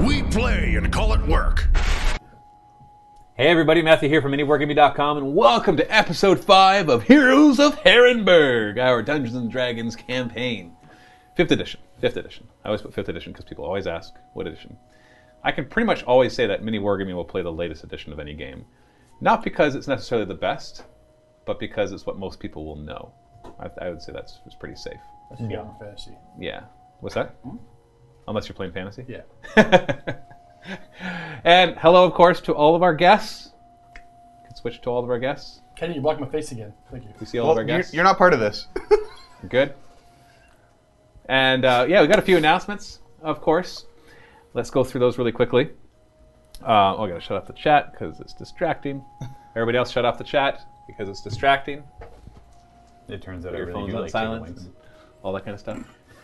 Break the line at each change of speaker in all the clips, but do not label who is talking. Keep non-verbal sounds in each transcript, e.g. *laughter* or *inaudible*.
We play and call it work.
Hey everybody, Matthew here from AnyWorkAmy.com, and welcome to episode 5 of Heroes of Herrenberg, our Dungeons and Dragons campaign. Fifth edition. Fifth edition. I always put fifth edition because people always ask, what edition? I can pretty much always say that Mini Wargaming will play the latest edition of any game. Not because it's necessarily the best, but because it's what most people will know. I, I would say that's, that's pretty safe.
That's beyond fantasy.
Yeah. What's that? Unless you're playing fantasy?
Yeah.
And hello, of course, to all of our guests. Can switch to all of our guests.
*laughs* Kenny, you blocked my face again. Thank you.
We see all of our
you're,
guests.
you're not part of this. *laughs*
Good. And uh, yeah, we got a few announcements, of course. Let's go through those really quickly. Uh, oh, I gotta shut off the chat because it's
*laughs*
distracting. Everybody else, shut off the chat because it's distracting.
It turns out
Put
I
your
really
phones
do
on
like
silent,
Gateway.
and all that kind of stuff.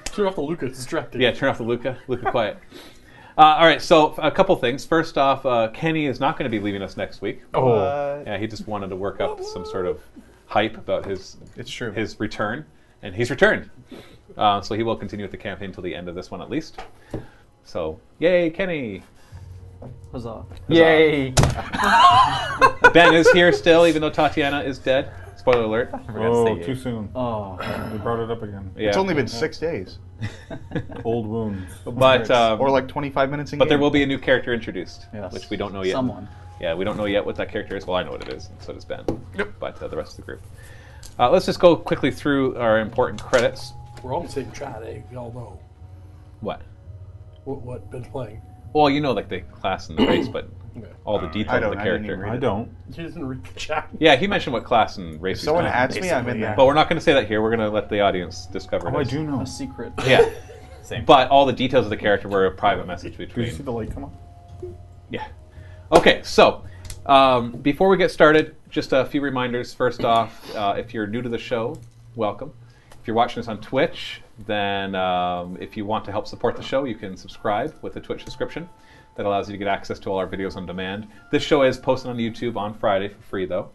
Turn off the Luca. It's distracting.
Yeah, turn off the Luca. Luca, quiet. Uh, all right, so a couple things. First off, uh, Kenny is not going to be leaving us next week.
Oh.
Uh,
Yeah, he just wanted to work up some sort of hype about his
it's true.
his return, and he's returned. Uh, so he will continue with the campaign until the end of this one, at least. So, yay, Kenny!
Huzzah.
Yay! *laughs* ben is here still, even though Tatiana is dead. Spoiler alert.
I forgot to
Oh,
say
too
it.
soon.
*laughs* Oh,
We brought it up again.
Yeah.
It's only been six days,
Old wounds.
but um,
or like 25 minutes in
but there
game.
will be a new character introduced,
yes.
which we don't know yet.
Someone.
Yeah, we don't know yet what that character is. Well, I know what it is, and so does Ben. But uh, the rest of the group. Uh, let's just go quickly through our important credits.
We're all on the same chat, eh? We all know
What?
what, what Ben's playing.
Well, you know, like the class and the race,
*clears throat*
but
Okay.
all the
I
details of
don't-
the
I didn't even
character.
read
I don't.
He doesn't read the chat.
Yeah, he mentioned what class and race.
If
he's
someone
from.
adds me, I'm in
basically,
there.
yeah.
But we're not going to say that here. We're going to let the audience discover.
Oh, I
his-
do know.
A secret.
*laughs*
Yeah,
Same.
but all the details of the character were a private message
Did you see
between.
the light come on?
Yeah. Okay, so um, before we get started, just a few reminders. First off, uh, if you're new to the show, welcome. If you're watching us on Twitch, then um, if you want to help support the show, you can subscribe with a Twitch subscription. That allows you to get access to all our videos on demand. This show is posted on YouTube on Friday for free, though.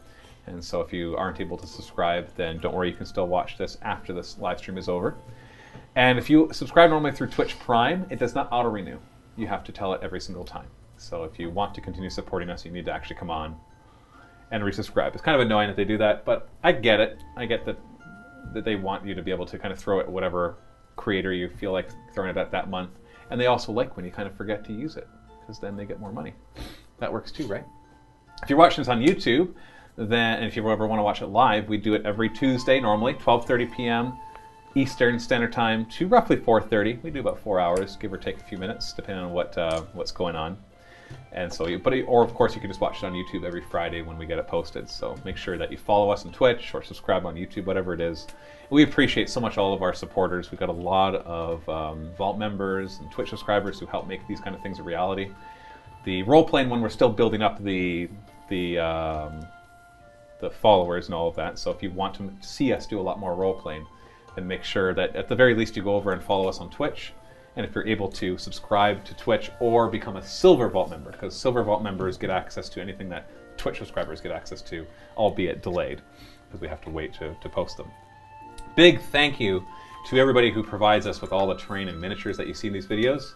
And so if you aren't able to subscribe, then don't worry, you can still watch this after this live stream is over. And if you subscribe normally through Twitch Prime, it does not auto renew. You have to tell it every single time. So if you want to continue supporting us, you need to actually come on and resubscribe. It's kind of annoying that they do that, but I get it. I get that that they want you to be able to kind of throw it at whatever creator you feel like throwing it at that month. And they also like when you kind of forget to use it because then they get more money. That works too, right? If you're watching this on YouTube, then and if you ever want to watch it live, we do it every Tuesday normally, 12:30 p.m. Eastern Standard Time to roughly 4:30. We do about four hours, give or take a few minutes, depending on what uh, what's going on. And so, you, but or of course, you can just watch it on YouTube every Friday when we get it posted. So make sure that you follow us on Twitch or subscribe on YouTube, whatever it is. We appreciate so much all of our supporters. We've got a lot of um, Vault members and Twitch subscribers who help make these kind of things a reality. The role playing one, we're still building up the the um, the followers and all of that. So if you want to see us do a lot more role playing, then make sure that at the very least you go over and follow us on Twitch. And if you're able to subscribe to Twitch or become a Silver Vault member, because Silver Vault members get access to anything that Twitch subscribers get access to, albeit delayed, because we have to wait to, to post them big thank you to everybody who provides us with all the terrain and miniatures that you see in these videos.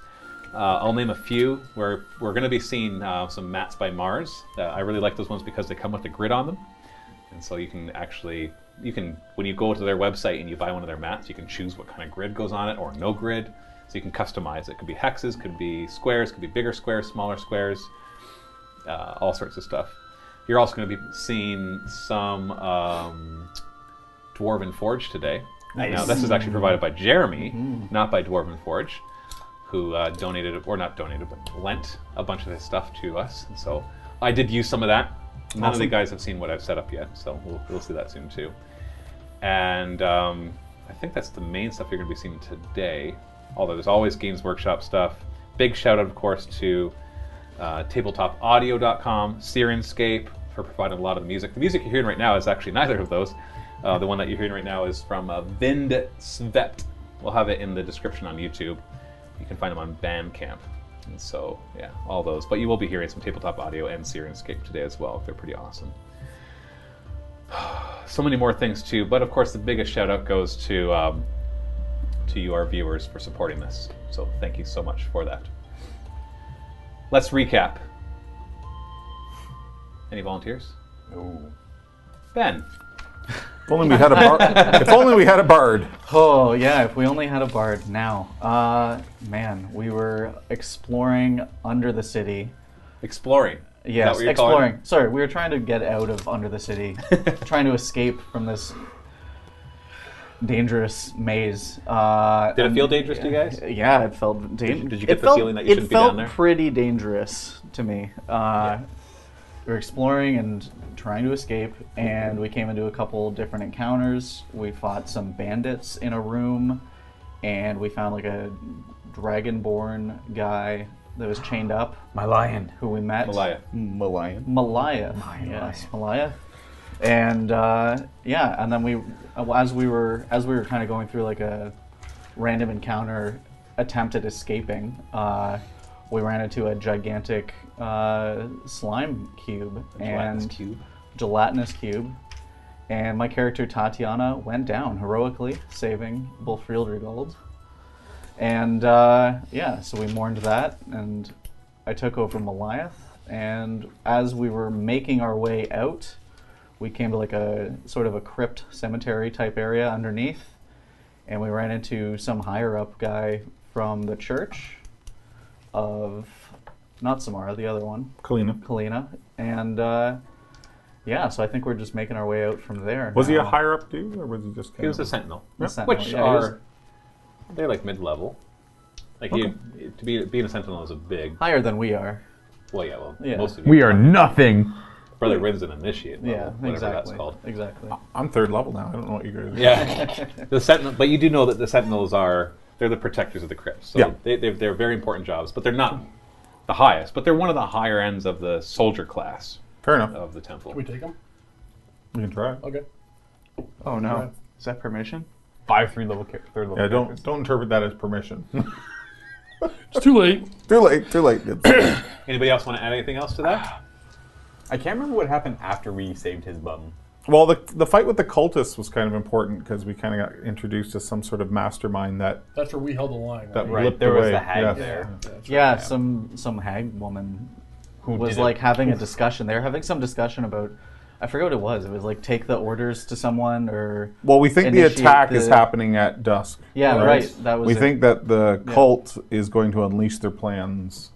Uh, I'll name a few. We're, we're going to be seeing uh, some mats by Mars. Uh, I really like those ones because they come with a grid on them. And so you can actually, you can, when you go to their website and you buy one of their mats, you can choose what kind of grid goes on it or no grid. So you can customize it. Could be hexes, could be squares, could be bigger squares, smaller squares, uh, all sorts of stuff. You're also going to be seeing some um, Dwarven Forge today. Now, this is actually provided by Jeremy, not by Dwarven Forge, who uh, donated, or not donated, but lent a bunch of his stuff to us. And so I did use some of that. None of the guys have seen what I've set up yet, so we'll, we'll see that soon too. And um, I think that's the main stuff you're going to be seeing today. Although there's always Games Workshop stuff. Big shout out, of course, to uh, tabletopaudio.com, Sirenscape for providing a lot of the music. The music you're hearing right now is actually neither of those. Uh, the one that you're hearing right now is from uh, Vind Svept. We'll have it in the description on YouTube. You can find them on Bandcamp. And so, yeah, all those. But you will be hearing some tabletop audio and Sirenscape today as well. They're pretty awesome. *sighs* So many more things too, but of course the biggest shout out goes to um, to you, our viewers, for supporting this. So thank you so much for that. Let's recap. Any volunteers?
Ooh.
Ben.
If only we had a bard. if only we had a bard.
Oh yeah, if we only had a bard now. Uh, man, we were exploring under the city.
Exploring.
Yes,
what you're calling
exploring. Sorry, we were trying to get out of under
*laughs*
the city, trying to escape from this dangerous maze. Uh,
Did it
and-
feel dangerous to you guys?
Yeah, it felt dangerous.
did you get the feeling that you shouldn't be down there?
It felt pretty dangerous to me. Uh, We were exploring and trying to escape, and we came into a couple different encounters. We fought some bandits in a room, and we found like a dragonborn guy that was chained up,
My lion.
who we met.
Malaya.
Malayan.
Malaya. Yes, Malaya. And uh, yeah, and then we, as we were, as we were kind of going through like a random encounter attempt at escaping, uh, we ran into a gigantic uh, slime cube
Gelatinous
and
cube.
gelatinous cube. And my character Tatiana went down heroically, saving Bullfried Gold. And uh, yeah, so we mourned that, and I took over Moliath. And as we were making our way out, we came to like a sort of a crypt cemetery type area underneath, and we ran into some higher up guy from the church of not Samara, the other one,
Kalina.
Kalina, and uh, yeah, so I think we're just making our way out from there.
Was he a
now.
higher up dude, or was he just?
He was a sentinel.
The Sentinel,
Which
yeah, he was
are they're like mid level. Like you, to be being a sentinel is a big.
higher than we are?
Well, yeah, well,
Yeah.
most of you
We are nothing.
brother Rin's an initiate. Level,
yeah,
whatever
exactly.
that's called.
Exactly.
I'm third level now. I don't know what you
*laughs*
guys.
Yeah, the sentinel. But you do know that the sentinels are they're the protectors of the crypts. So
Yeah.
they, they're, they're very important jobs, but they're not the highest. But they're one of the higher ends of the soldier class
Fair enough.
of the temple.
Can we take him?
We can try.
Okay.
Oh no. Is that permission?
Five three level char- third level.
Yeah. Don't don't interpret that as permission.
It's too late.
too late. Too late. It's-
Anybody else want to add anything else to that?
I can't remember what happened after we saved his bum.
*clears throat* well, the the fight with the cultists was kind of important because we kind of got introduced to some sort of mastermind that
That's where we held the line.
that
Right,
blipped
there was
away.
the hag
Yes.
there.
Yeah, some some hag woman who was
did it.
like having a discussion. They were having some discussion about I forget what it was. It was like take the orders to someone or
Well, we think the
Initiate
attack is
the-
happening at dusk.
Yeah, right, that was
we
it.
think that the cult is going to unleash their plans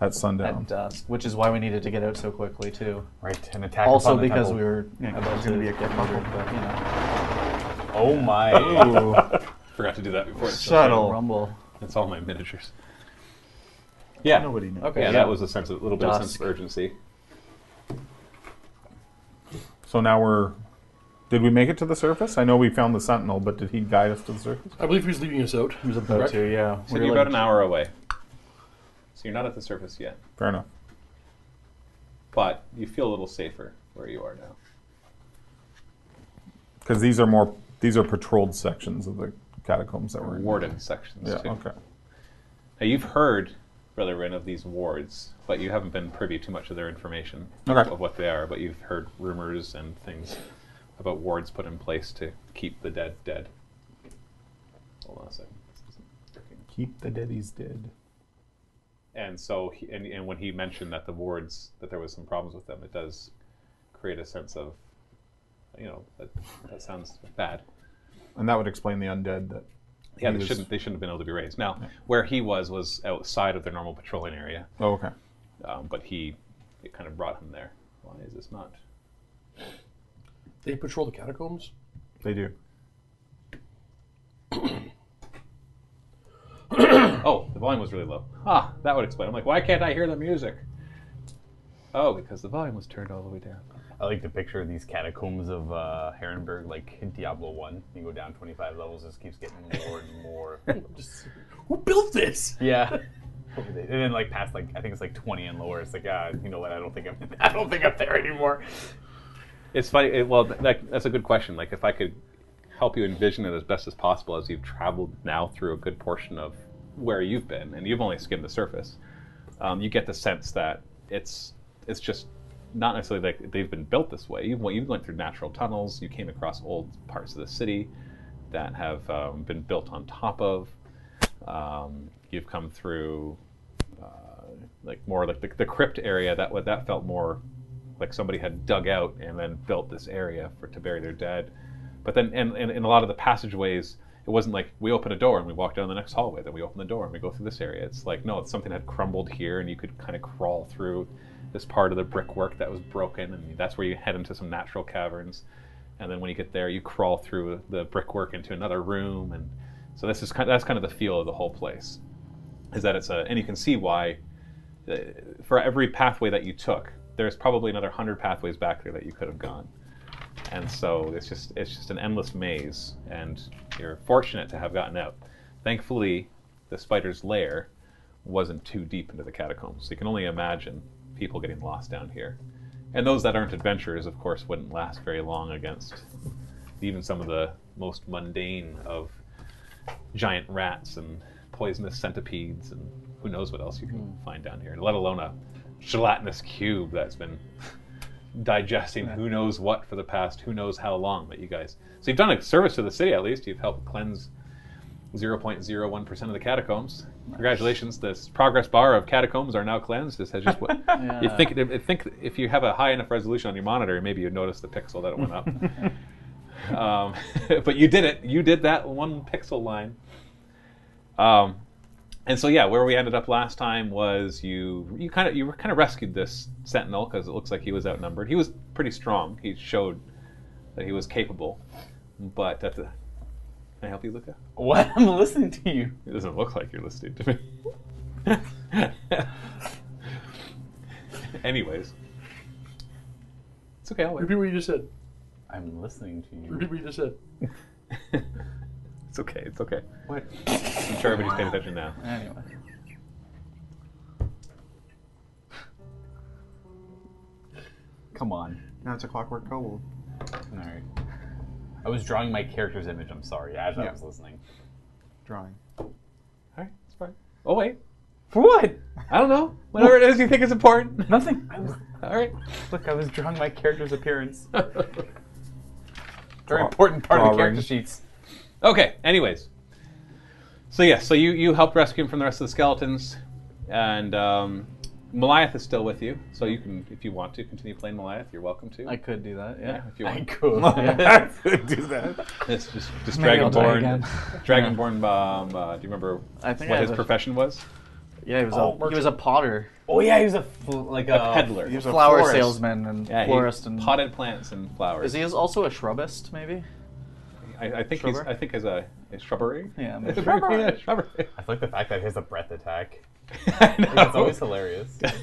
at sundown.
at dusk, uh, which is why we needed to get out so quickly too.
*sighs* Right, an attack.
Also
upon the
because
temple.
we were
Yeah, 'cause
about
it's
to
gonna be a
get murdered, but you know,
Oh
*laughs*
my.
Forgot to do that before.
Subtle.
rumble.
It's all my miniatures. Yeah.
Nobody knows.
Okay,
Yeah, that was a sense of a little bit of sense
Dusk.
of urgency.
So now we're. Did we make it to the surface? I know we found the sentinel, but did he guide us to the surface?
I believe he was leaving us out.
He was about
Correct?
to, yeah. We
So
were
you're
like-
about an hour away. So you're not at the surface yet,
Fair enough.
but you feel a little safer where you are now.
Because these are more. These are patrolled sections of the catacombs that we're in.
Warden sections
Yeah.
too.
Okay.
Now you've heard, Brother Rin, of these wards, but you haven't been privy to much of their information
Okay.
of what they are. But you've heard rumors and things about wards put in place to keep the dead dead. Hold on a second.
Keep the deadies dead.
And so, he, and, and when he mentioned that the wards that there was some problems with them, it does create a sense of, you know, that, that sounds bad.
And that would explain the undead that.
Yeah,
he
they
was-
shouldn't they shouldn't have been able to be raised. Now, where he was was outside of their normal patrolling area,
Oh, okay.
um, but he it kind of brought him there. Why is this not?
They patrol the catacombs.
They do.
Oh, the volume was really low. Ah, that would explain. I'm like, why can't I hear the music? Oh, because the volume was turned all the way down.
I like to picture these catacombs of uh, Herrenberg, like Diablo One. You go down 25 levels, it just keeps getting more and more.
Just, who built this?
*laughs*
yeah. And then like past like I think it's like 20 and lower. It's like ah, you know what? I don't think I'm I don't think I'm there anymore.
It's funny. It, well, th- that, that's a good question. Like, if I could help you envision it as best as possible, as you've traveled now through a good portion of where you've been, and you've only skimmed the surface, um, you get the sense that it's it's just not necessarily like they've been built this way. You've went, you went through natural tunnels. You came across old parts of the city that have um, been built on top of. Um, you've come through uh, like more like the, the crypt area that wa- that felt more like somebody had dug out and then built this area for to bury their dead. But then, and and in a lot of the passageways, it wasn't like we open a door and we walk down the next hallway, then we open the door and we go through this area. It's like no, it's something had crumbled here, and you could kind of crawl through this part of the brickwork that was broken, and that's where you head into some natural caverns. And then when you get there, you crawl through the brickwork into another room, and so this is kind that's kind of the feel of the whole place is that it's a, and you can see why. uh, For every pathway that you took, there's probably another hundred pathways back there that you could have gone, and so it's just it's just an endless maze. And you're fortunate to have gotten out. Thankfully, the spider's lair wasn't too deep into the catacombs. So you can only imagine people getting lost down here, and those that aren't adventurers, of course, wouldn't last very long against even some of the most mundane of giant rats and poisonous centipedes and who knows what else you can find down here, let alone a gelatinous cube that's been *laughs* digesting who knows what for the past who knows how long that you guys. So you've done a service to the city at least. You've helped cleanse 0.01% of the catacombs. Congratulations, this progress bar of catacombs are now cleansed. This has just what you
Yeah.
think I think if you have a high enough resolution on your monitor, maybe you'd notice the pixel that it went up. Um, *laughs* but you did it. You did that one pixel line. Um, and so yeah, where we ended up last time was you you kind of you kind of rescued this sentinel because it looks like he was outnumbered. He was pretty strong. He showed that he was capable, but that's a, can I help you, Luca?
What? I'm listening to you.
It doesn't look like you're listening to me. *laughs* Anyways, it's okay. I'll wait.
Repeat what you just said.
I'm listening to you.
Repeat what you just said.
*laughs* It's okay. It's okay.
What?
I'm sure everybody's paying attention now.
Anyway.
Come on.
Now it's a clockwork kobold.
All right. I was drawing my character's image. I'm sorry. As I
Yeah.
was listening.
Drawing.
All right, it's fine. Oh wait,
For what?
I don't know. Whatever it is you think is important.
Nothing. I was,
All right.
look, I was drawing my
*laughs*
character's appearance. Very
Draw-
important part of the
drawing.
character sheets.
Okay. Anyways, so yeah, so you you helped rescue him from the rest of the skeletons, and um, Meliath is still with you, so you can if you want to continue playing Meliath, you're welcome to.
I could do that, yeah.
yeah, if you
I
want.
*laughs*
could.
*laughs*
*laughs*
I could do that.
It's just just
Maybe I'll try
Dragonborn.
again. *laughs*
Dragonborn. Um, uh, do you remember
I think
what
I
his
have a-
profession was?
Yeah, he was,
Oh,
a,
merchant.
he was a potter,
Oh yeah, he was a fl- like uh, a,
Uh,
Peddler.
He was a
flower
florist.
salesman, and
Yeah, he
florist. And
potted plants and flowers.
Is he is also a shrubist, maybe?
I, I think he's.
Shrubber?
I think as a, a shrubbery.
Yeah, maybe.
yeah, shrubbery.
I like the fact that he has a breath attack.
*laughs* I know.
It's always hilarious.
*laughs* it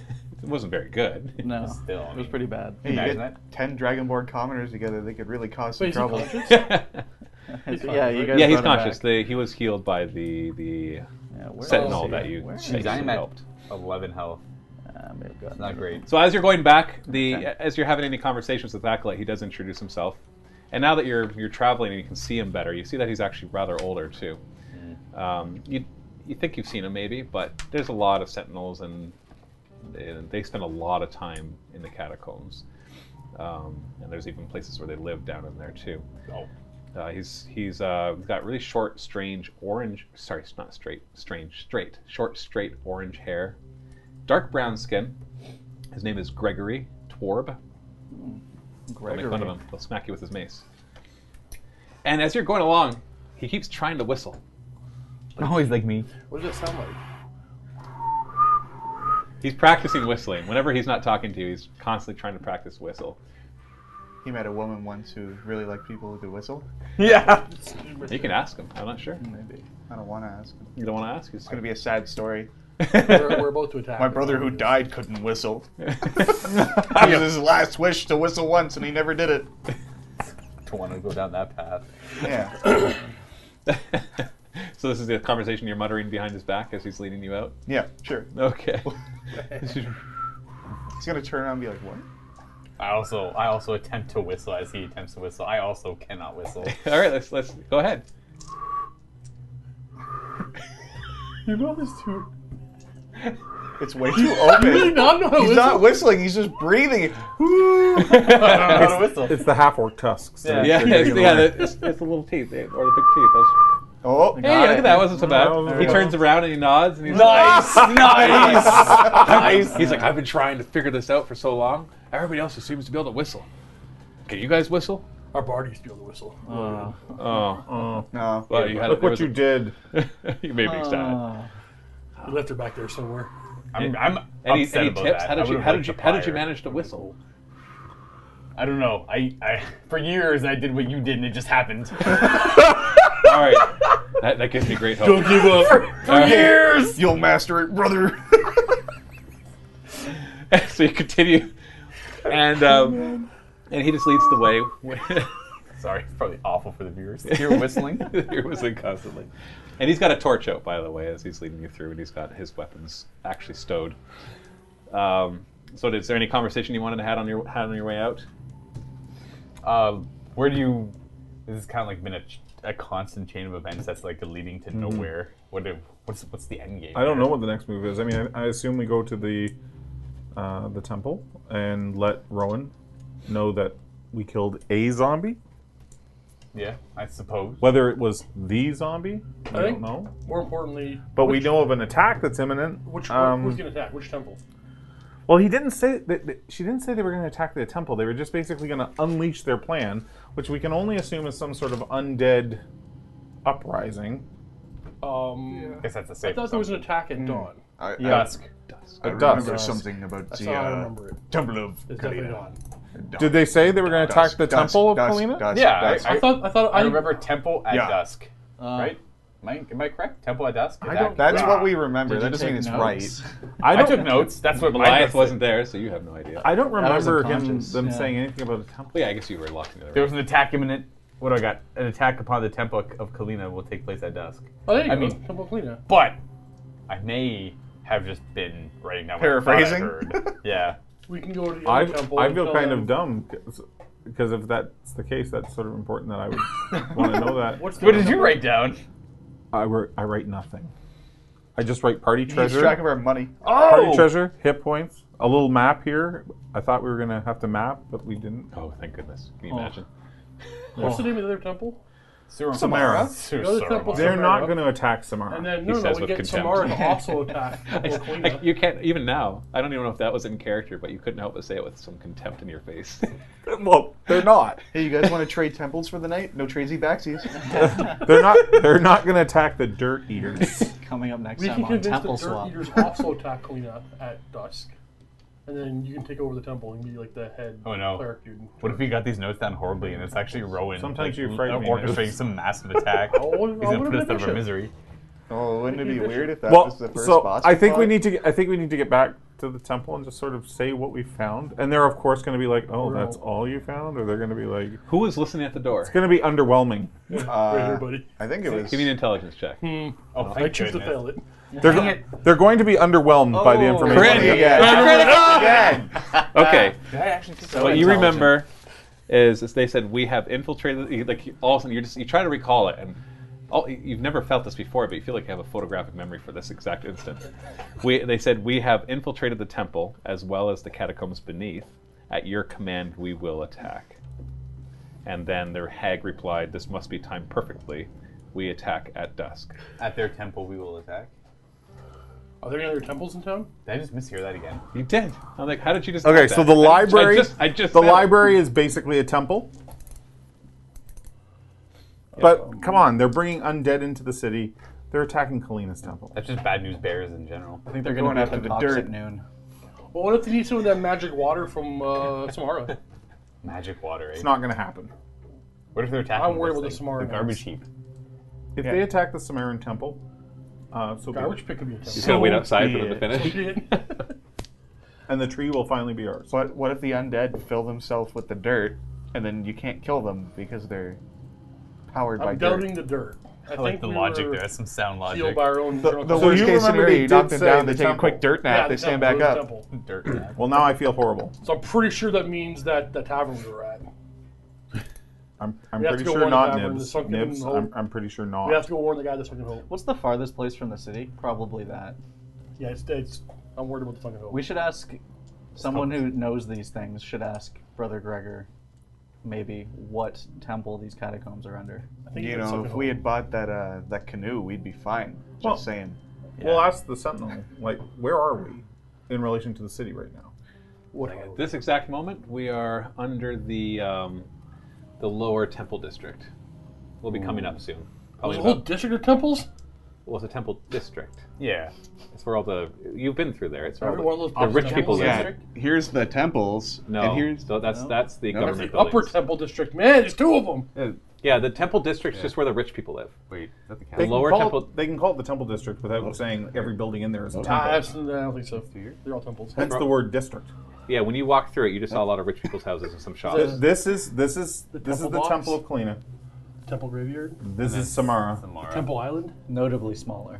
wasn't very good.
No.
Still,
it
I
was
mean-
pretty bad.
*laughs*
Hey, you
Imagine
get
that.
ten Dragonborn commoners together, they could really cause some
Wait, is he
trouble.
conscious?
*laughs*
yeah, you guys
yeah, he's
brought him
conscious.
back.
The, he was healed by the the
Yeah, where
sentinel
is he?
that you
Where is
that
he?
you
I'm at-
helped.
11 health.
Ah, may have gotten
Not
him.
great.
So as you're going back, the
Okay.
as you're having any conversations with Acolyte, he does introduce himself. And now that you're you're traveling and you can see him better, you see that he's actually rather older too. Um, you you think you've seen him maybe, but there's a lot of sentinels and, and they spend a lot of time in the catacombs. Um, and there's even places where they live down in there too.
Oh,
Uh, he's he's uh, got really short, strange orange. Sorry, it's not straight. Strange, straight, short, straight orange hair, dark brown skin. His name is Gregory Twarb. Don't make fun of
Gregory.
him. He'll smack you with his mace. And as you're going along, he keeps trying to whistle.
always like me.
What does that sound like?
He's practicing whistling. Whenever he's not talking to you, he's constantly trying to practice whistle.
He met a woman once who really liked people who could whistle.
Yeah.
You can ask him. I'm not sure.
Maybe.
I don't want to ask. him.
You don't want to ask. He's
It's gonna be a sad story.
We're, we're about to attack.
My brother who died
*laughs*
couldn't whistle. It was his last wish to whistle once, and he never did it.
Don't want to go down that path.
Yeah,
*laughs* so this is the conversation you're muttering behind his back as he's leading you out.
yeah, sure.
Okay.
He's gonna turn around and be like, "What?"
I also I also attempt to whistle as he attempts to whistle. I also
*laughs*
cannot whistle.
All right, let's let's go ahead.
You know this too.
It's way too
*laughs* Really
open.
not know how to
He's not
whistle?
whistling. He's just
*laughs*
breathing.
I don't know how to whistle.
It's the half orc tusks.
Yeah.
*laughs* Yeah,
They're
it's,
gonna
yeah,
learn.
it's, it's the little teeth eh, or the big teeth.
Oh,
Hey, look at that. Wasn't so
No,
bad. He
no.
turns around and he nods and he's *laughs*
Nice, nice.
like, he's like, I've been trying to figure this out for so long. Everybody else just seems to be able to whistle. Can you guys whistle?
Our bard used to be able to whistle.
Oh,
no.
well, you had
Look
there
what
was
you
a-
did.
*laughs* you made me excited.
Uh,
We left her back there somewhere.
I'm, I'm
Any,
upset
any
about
tips?
that.
How
I
did you
would've
how
liked
did you
a
how did you
fire.
manage to *laughs* whistle?
I don't know. I, I for years I did what you did, and it just
*laughs*
happened.
All right, that, that gives me great hope. Don't give *laughs* up.
years.
You'll master it,
*laughs*
brother.
so you continue, and um, and he just leads the way. *laughs*
Sorry, it's probably awful for the viewers.
you're
*laughs*
whistling.
You're whistling constantly, and he's got a torch out, by the way, as he's leading you through, and he's got his weapons actually stowed. Um, so, is there any conversation you wanted to have on your had on your way out?
Uh, where do you? This has kind of like been a, ch- a constant chain of events that's like leading
Mm-hmm.
to nowhere. What do, what's what's the end game?
I don't know what the next move is. I mean, I, I assume we go to the uh, the temple and let Rowan know that we killed a zombie.
Yeah, I suppose.
Whether it was the zombie, I
I
don't
think-
know.
More importantly,
But we know of an attack that's imminent.
which
Um,
who's gonna attack? Which temple?
Well, he didn't say that, that- she didn't say they were going to attack the temple. They were just basically going to unleash their plan, which we can only assume is some sort of undead uprising.
Um,
I guess that's the
I
safe.
thought there was an attack at dawn.
I, I,
dusk.
I
Dusk.
remember something about
That's
the
how I
uh,
remember it.
Temple of
It's definitely
Kalina.
dawn.
Dawn.
Did they say they were going to attack
Dusk,
the
dusk,
temple of
dusk,
Kalina?
dusk,
Yeah,
dusk.
I-
I thought I thought
I
I,
remember temple at
Yeah.
dusk. right? Am I, am I correct? Temple at dusk.
I don't-
That's
Yeah.
what we remember.
Did
That
you
doesn't mean it's
take
right.
notes?
I
I
don't.
took notes. That's what
Goliath
Goliath was.
wasn't there, so you have no idea.
I don't
was
remember him
unconscious,
them
yeah.
saying anything about the temple.
Well, yeah, I guess you were locked into the
There
room.
was an attack imminent. What do I got? An attack upon the temple of Kalina will take place at dusk.
Oh, there you
I
go.
mean-
temple of Kalina.
But I may have just been writing down what
Paraphrasing?
I thought I heard.
*laughs*
yeah.
We can go to the
I,
other temple.
I
and
feel
tell
kind
them-
of dumb because if that's the case, that's sort of important that I
*laughs*
would want to know that.
What's the
What did you write down?
I, wr- I write nothing. I just write party
Keeps
treasure.
track of our money.
Party
Oh!
treasure, hit points, a little map here. I thought we were gonna have to map, but we didn't.
Oh, thank goodness. Can you imagine?
What's the name of the other temple?
Sur-
Samara.
Sur-
Go to temple.
Saramara.
They're not
up.
gonna attack Samara.
And then no,
He
no,
says
we
with
get
contempt.
Samara to also attack
*laughs*
temple of
I-
Kalina.
you can't even now. I don't even know if that was in character, but you couldn't help but say it with some contempt in your face. *laughs*
well, they're not.
Hey, you guys want to trade temples for the night? No tradesy backsies. *laughs*
*laughs* They're not. They're not gonna attack the dirt eaters.
Coming up next
We
time
can
on
convince
Temple
the dirt
Swap.
eaters also attack Kalina at dusk, and then you can take over the temple and be like the head
Oh, no.
cleric dude.
What if we got these notes down horribly and it's actually Rowan?
Sometimes
like, uh,
you frighten me, Oh,
Orchestrating
Nils.
some
*laughs*
massive attack.
I would've-
He's
I
gonna
would've
put us
been
out of our
bishop.
misery.
Oh, wouldn't it be weird if that
well,
was the first
so
boss?
I think we
fought?
need to. Get, I think we need to get back to the temple and just sort of say what we found. And they're of course gonna be like, "Oh, that's all you found," or they're gonna be like, "It's
Who was listening at the door?
gonna be underwhelming."
Right
Uh,
here, buddy.
I think it was.
Give me an intelligence check.
Oh,
I
thank
choose to
goodness.
fail it.
They're, go- they're going to be underwhelmed by the
Oh,
information.
Crit!
they get.
Yeah.
Critical! Okay.
Did I actually choose to
what
fail?
you remember is, is they said we have infiltrated you- like you- all of a sudden you just you try to recall it and all, you- you've never felt this before but you feel like you have a photographic memory for this exact instance we, they said we have infiltrated the temple as well as the catacombs beneath at your command we will attack and then their hag replied this must be timed perfectly we attack at dusk
At their temple, we will attack.
Are there any other temples in town?
Did I just mishear that again?
you did i'm like how did you just
Okay,
do
so
that?
the
I-
library,
i just, I just
the
said it.
library is basically a temple. But come on, they're bringing undead into the city. They're attacking Kalina's temple.
That's just bad news bears in general.
I think they're
going
going
after
after
the
the dirt
dirt.
at noon.
Well, what if they need some of that magic water from uh, Samara?
Magic water, eh?
It's not going to happen.
What if they're attacking
I'm worried
this
about the
thing?
Samara
The garbage heap.
If they attack the Sumerian temple, uh, so be
Garbage
it.
pick could be a
Just
temple.
gonna wait
so
outside for
be
them to
it.
finish
*laughs*
Shit.
and the tree will finally be ours.
What, what if the undead fill themselves with the dirt, and then you can't kill them because they're powered by
I'm
dirt?
doubting the dirt. I,
I like the logic there. That's some sound
Sealed
logic.
by our own.
The, the
So
worst
you
case
remember
scenario,
they
you knock
did
them
say
down,
the
they take a quick
temple.
dirt nap, they
the
stand
temple,
back
the
up.
temple.
Dirt.
*clears throat*
yeah.
Well, now I feel horrible.
So I'm pretty sure that means that the tavern we were at.
I'm, I'm
We have
pretty
to go
sure
one
not
of them in the
Nibs.
sunken
Nibs,
hole.
I'm, I'm pretty sure
We have
not.
to go warn the guy that's fucking hope.
What's the farthest place from the city? Probably that.
Yeah, it's, it's I'm worried about the fucking hope.
We should ask someone who knows these things. Should ask Brother Gregor maybe what temple these catacombs are under.
I think
You
that's
know,
something
if we
like-
had bought that uh, that canoe, we'd be fine. Just
Well-
saying.
We'll ask the sentinel, like, where are we in relation to the city right now?
At this exact moment, we are under the um, the lower temple district. We'll be coming up soon. Probably
There's
in
a
about-
whole district of temples?
well, it's a temple district.
Yeah.
It's where all the you've been through there. It's where
Every one
all
of
the,
those
the rich people
temples
live.
has
Yeah, here's the temples.
No,
and here's
so that's
no.
that's the
No, that's
government
The upper
buildings.
temple district. Man, there's two of them.
yeah, the temple district's just where the rich people live.
Wait. Is that the
They
castle?
can
lower
call
temple-
It, they can call it the temple district without saying every building in there is a temple.
Ah, that's, I don't think so. They're all temples.
Hence the word district.
Yeah, when you walk through it, you just saw a lot of rich people's houses and some shops.
This is this is
The
this is
temple
the
box?
temple of Kalina.
Temple graveyard.
This is Samara.
Samara.
Temple island.
Notably smaller.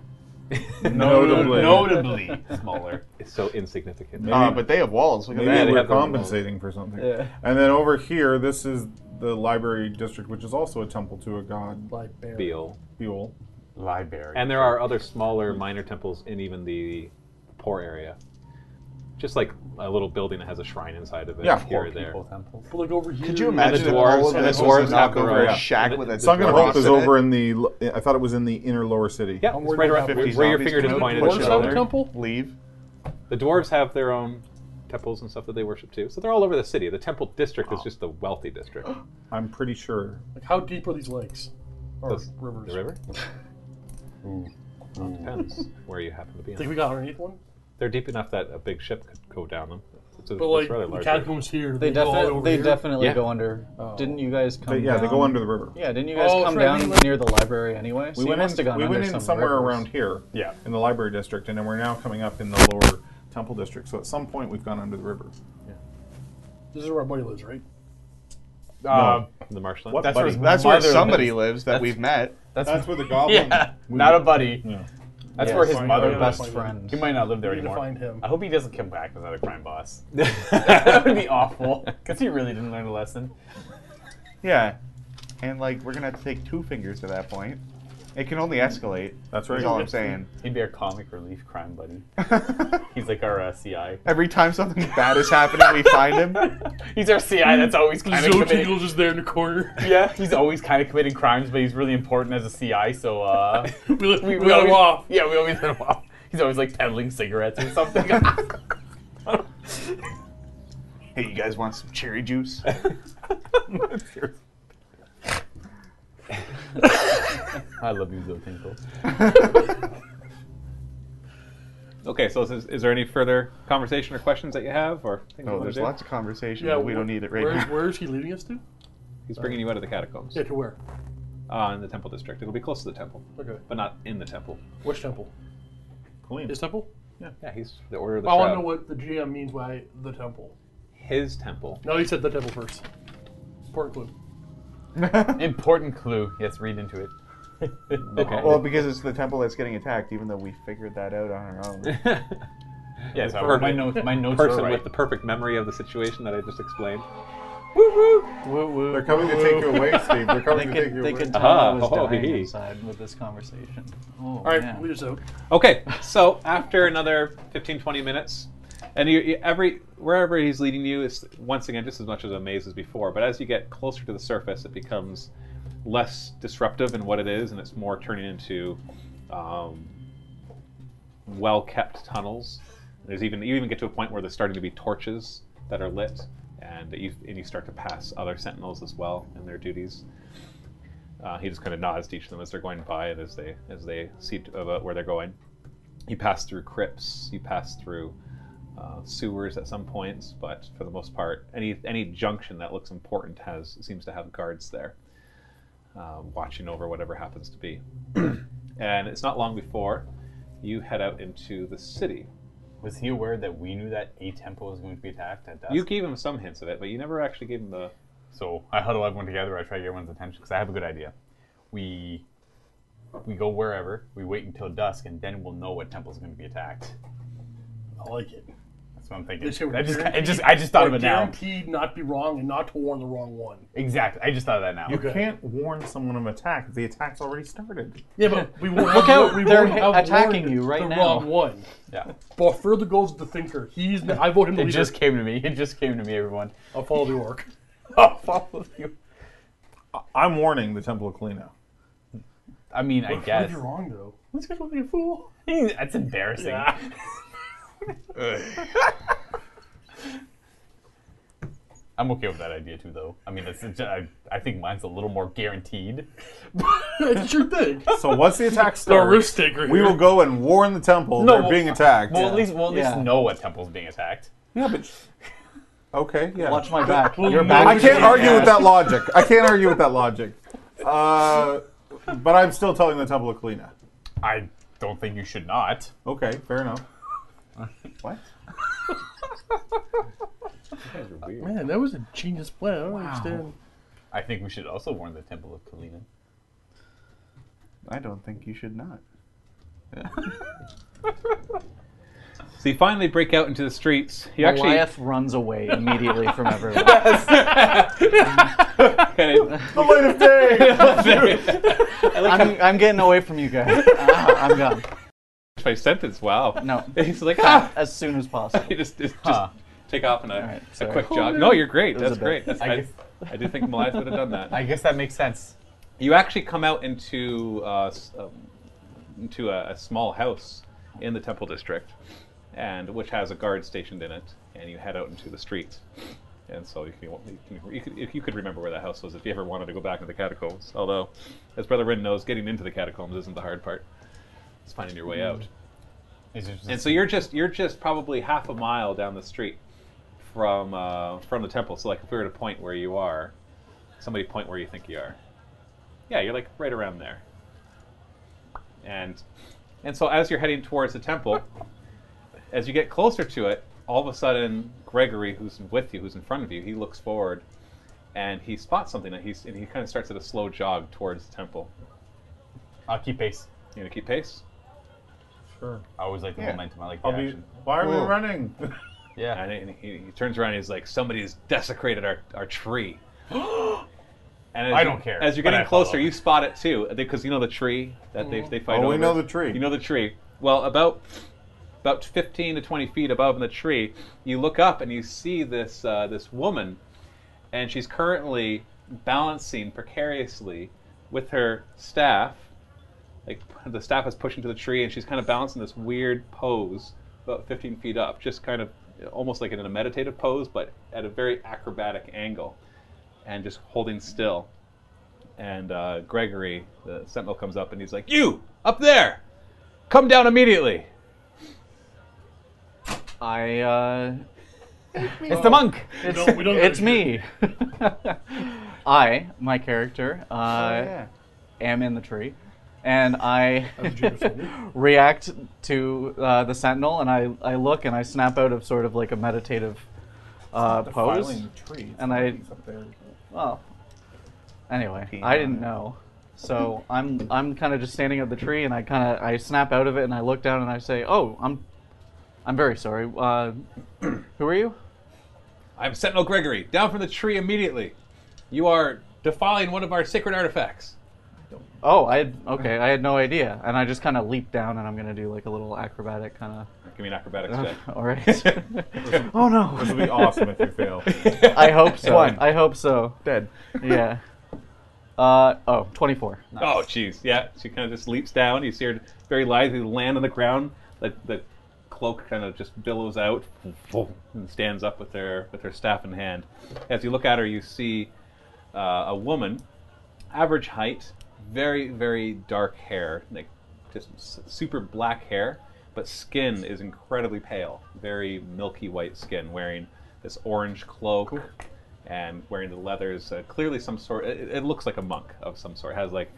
Notably.
Notably smaller.
It's so insignificant.
Uh, but they have walls. Look at
Maybe
Yeah, Ah, they
that.
we're
have their own
compensating for something.
Yeah.
And then over here, this is the library district, which is also a temple to a god
Like bear.
Beale.
Buell.
Library.
And there are other smaller minor temples in even the poor area. Just like a little building that has a shrine inside of it
Yeah,
here
poor
or there.
Temple temples.
But like over here.
Could you
the
imagine if
dwarves-
all of
and the
this
dwarves
was a
have their
knockover
own-
a shack
and
with
the-
a
the
So I'm gonna
Cross
hope is over in the. l- I thought it was in the inner lower city.
Yeah, it's
worried
right around
about
where,
fifty
where your
zombies
finger just
coming
pointed.
out
at
of
each
the
Dwarves have
other.
a temple?
Leave.
The dwarves have their own temples and stuff that they worship too. So they're all over the city. The temple district is just the wealthy district.
I'm pretty sure.
Like how deep are these lakes? Or
Those-
rivers?
The river?
mm.
Well, it depends where you happen to be.
I think
On.
we got underneath one.
They're deep enough that a big ship could go down them. It's a,
But
it's
like
rather
the
large.
catacombs here.
They,
go all
defi-
over
they
here.
definitely
Yeah.
go under. Didn't you guys come?
But yeah, they go
down-
under the river.
um, Yeah, didn't you guys
Oh, that's
come
right, we
down
went-
near the library anyway? So
We
you
went
must
in,
have gone
we
under
went in
some
somewhere
rivers.
around here.
Yeah.
In the library district, and then we're now coming up in the lower temple district. So at some point, we've gone under the river.
This is where our buddy lives, right?
Uh,
in the marshland.
What
That's
buddy?
where-
That's,
That's where
Mother
somebody
lives.
lives that
That's-
we've met.
where the goblin.
*laughs* yeah. Not a buddy.
Yeah.
That's
Yes.
where his
Find
mother.
out.
Best.
best
Find out.
friend.
He might not live there
We need to
anymore.
find him.
I hope he doesn't come back as another
*laughs*
crime boss. *laughs* that would be awful. Because he really didn't learn a lesson.
Yeah. And like we're gonna have to take two fingers at that point. It can only escalate.
That's
That's
right.
all I'm saying.
He'd be our comic relief crime
*laughs*
buddy. He's like our uh, CI.
Every time something *laughs* bad is happening, we find him.
He's our CI that's always kind of
Zoe
committing.
Tingle's just there in the corner. *laughs*
Yeah, he's always kind of committing crimes, but he's really important as a CI.
*laughs*
So uh,
we let, we, let
always,
him off.
Yeah, we always let him off. He's always like peddling cigarettes or something. *laughs*
Hey, you guys want some cherry juice? *laughs*
I love you, Zoe Tinkle.
Okay, so is, is there any further conversation or questions that you have, or things
Oh,
you
No,
wanna
there's
do?
lots of
*laughs*
conversation,
Yeah,
but we don't need it right
where,
now.
Where is he leading us to?
He's bringing you out of the catacombs
Yeah, to where?
uh, in the temple district. It'll be close to the temple,
Okay.
but not in the temple.
Which temple?
Clean.
His
*laughs*
temple?
Yeah, he's the order of the
I want to
Shroud.
know what the GM means by the temple.
His temple. *laughs*
No, he said the temple first. Important clue.
Important clue. Yes, read into it. *laughs*
Okay.
Well, because it's the temple that's getting attacked, even though we figured that out on
*laughs*
our own.
Yes, I,
Perfect.
my notes. My notes
person
are right.
with the perfect memory of the situation that I just explained.
Woo woo.
They're coming to take you away, Steve. They're
They
coming to take
could,
you
they
away.
could tell
Ah,
I was
oh,
dying
hee.
inside with this conversation. Oh,
All right,
man.
lead us out.
Okay, so after another 15, 20 minutes, and you, you, every wherever he's leading you is once again just as much of a maze as before. But as you get closer to the surface, it becomes less disruptive in what it is, and it's more turning into um, well-kept tunnels. There's even you even get to a point where there's starting to be torches that are lit, and you and you start to pass other sentinels as well in their duties. Uh, he just kind of nods to each of them as they're going by and as they as they see t- about where they're going. You pass through crypts, you pass through uh, sewers at some points, but for the most part, any any junction that looks important has seems to have guards there, uh, watching over whatever happens to be. *clears throat* and it's not long before you head out into the city.
Was he aware that we knew that a temple was going to be attacked at dusk?
You gave him some hints of it, but you never actually gave him the
So I huddle everyone together. I try to get everyone's attention because I have a good idea. We we go wherever. We wait until dusk, and then we'll know what temple's going to be attacked.
I like it.
That's what I'm thinking.
They say we're
I just, I
guaranteed-
just, I just thought of
we're
it now.
Guaranteed not be wrong and not to warn the wrong one.
Exactly. I just thought of that now.
You
Okay.
can't warn someone of attack. The attack's already started.
Yeah, but we won't.
Look
have-
out,
we
they're
won't have
attacking
warned
you right
the
now.
wrong one.
Yeah.
But further goes the thinker. He's. I vote him the
It
leader.
just came to me. It just came to me, everyone.
I'll follow the orc.
off all of you.
I'm warning the Temple of Kalina.
I mean, I guess.
You're wrong though.
This guy's a fool. *laughs* That's embarrassing. *laughs* I'm okay with that idea too, though. I mean, it's, it's, I, I think mine's a little more guaranteed.
*laughs* That's your thing.
So once
*laughs*
the attack
The
starts,
risk taker.
we will go and warn the temple
No,
they're
well,
being attacked.
Well, at least we'll at least
Yeah.
know what temple's being attacked.
yeah, but okay, yeah.
Watch my back. Your
no,
back.
I
is
can't
against
argue
the
with
ass.
that logic. I can't argue with that logic. Uh, but I'm still telling the Temple of Kalina.
I don't think you should not.
Okay,
*laughs*
fair enough. What?
Man, that was a genius plan. I don't understand.
I think we should also warn the temple of Kalina.
I don't think you should not.
So you finally break out into the streets. You actually
Goliath runs
*laughs*
away immediately from everyone.
kind
The light of day.
*laughs* of
I'm, I'm getting away from you
*laughs*
guys. Ah, I'm gone.
my sentence. Wow.
No.
*laughs* He's like
*laughs*
ah.
As soon as possible.
You *laughs* just just,
Huh.
just take off in a,
right,
a
sorry.
quick jog. No, you're great.
was
That's
a bit.
great. That's,
I
I,
guess-
I do think Goliath would have done that.
I guess that makes sense.
You actually come out into uh, s- um, into a, a small house in the temple district, and which has a guard stationed in it, and you head out into the streets. And so you can, you can, you could, if you could remember where that house was if you ever wanted to go back into the catacombs. Although, as Brother Rin knows, getting into the catacombs isn't the hard part; it's finding your way out.
It's just-
And so you're just you're just probably half a mile down the street from uh, from the temple. So like if we were to point where you are, somebody point where you think you are. Yeah, you're like right around there. And and so as you're heading towards the temple, as you get closer to it, all of a sudden Gregory, who's with you, who's in front of you, he looks forward and he spots something and he's and he kind of starts at a slow jog towards the temple.
I'll keep pace.
You gonna keep pace?
Sure.
I always like the
Yeah.
momentum. I like the
I'll be,
action.
why are we
Whoa.
running?
Yeah.
And, and he, he turns around and he's like, "Somebody has desecrated our, our
*gasps*
tree." and as
I
you-
don't care,
As you're
but
getting
I follow.
closer, you spot it too, because you know the tree that they, they fight
Oh, we
over.
know the tree.
You know the tree. Well, about about 15 to 20 feet above in the tree, you look up and you see this uh, this woman, and she's currently balancing precariously with her staff. Like *laughs* the staff is pushing to the tree, and she's kind of balancing this weird pose about 15 feet up, just kind of almost like in a meditative pose, but at a very acrobatic angle, and just holding still. And uh, Gregory, the sentinel, comes up and he's like, "You up there, come down immediately."
I, uh,
It's the monk.
We don't, we don't
it's
gotta
me. I, my character, uh,
yeah.
am in the tree, and I
shoot
*laughs*
as a Jew.
react to uh, the sentinel, and I, I look and I snap out of sort of like a meditative uh, pose.
Filing tree.
And I, well, anyway, I didn't know. So I'm I'm kind of just standing at the tree, and I kind of I snap out of it, and I look down, and I say, "Oh, I'm, I'm very sorry. Uh, *clears throat* who are you?
I'm Sentinel Gregory. Down from the tree immediately. You are defiling one of our sacred artifacts.
Oh, I had, okay, I had no idea." And I just kind of leap down, and I'm gonna do like a little acrobatic *laughs* kind
Give me an acrobatics check.
of. All
*laughs*
right. oh
This
no.
would be *laughs* awesome if you fail.
I hope so.
One.
I hope so.
Dead.
Yeah. Uh oh, 24.
Oh, jeez. Yeah, she kind of just leaps down. You see her very lithely land on the ground. The, the cloak kind of just billows out and stands up with her with her staff in hand. As you look at her, you see uh, a woman, average height, very very dark hair, like just s- super black hair, but skin is incredibly pale, very milky white skin, wearing this orange cloak. And wearing the leathers, uh, clearly some sort. It, it looks like a monk of some sort. Has like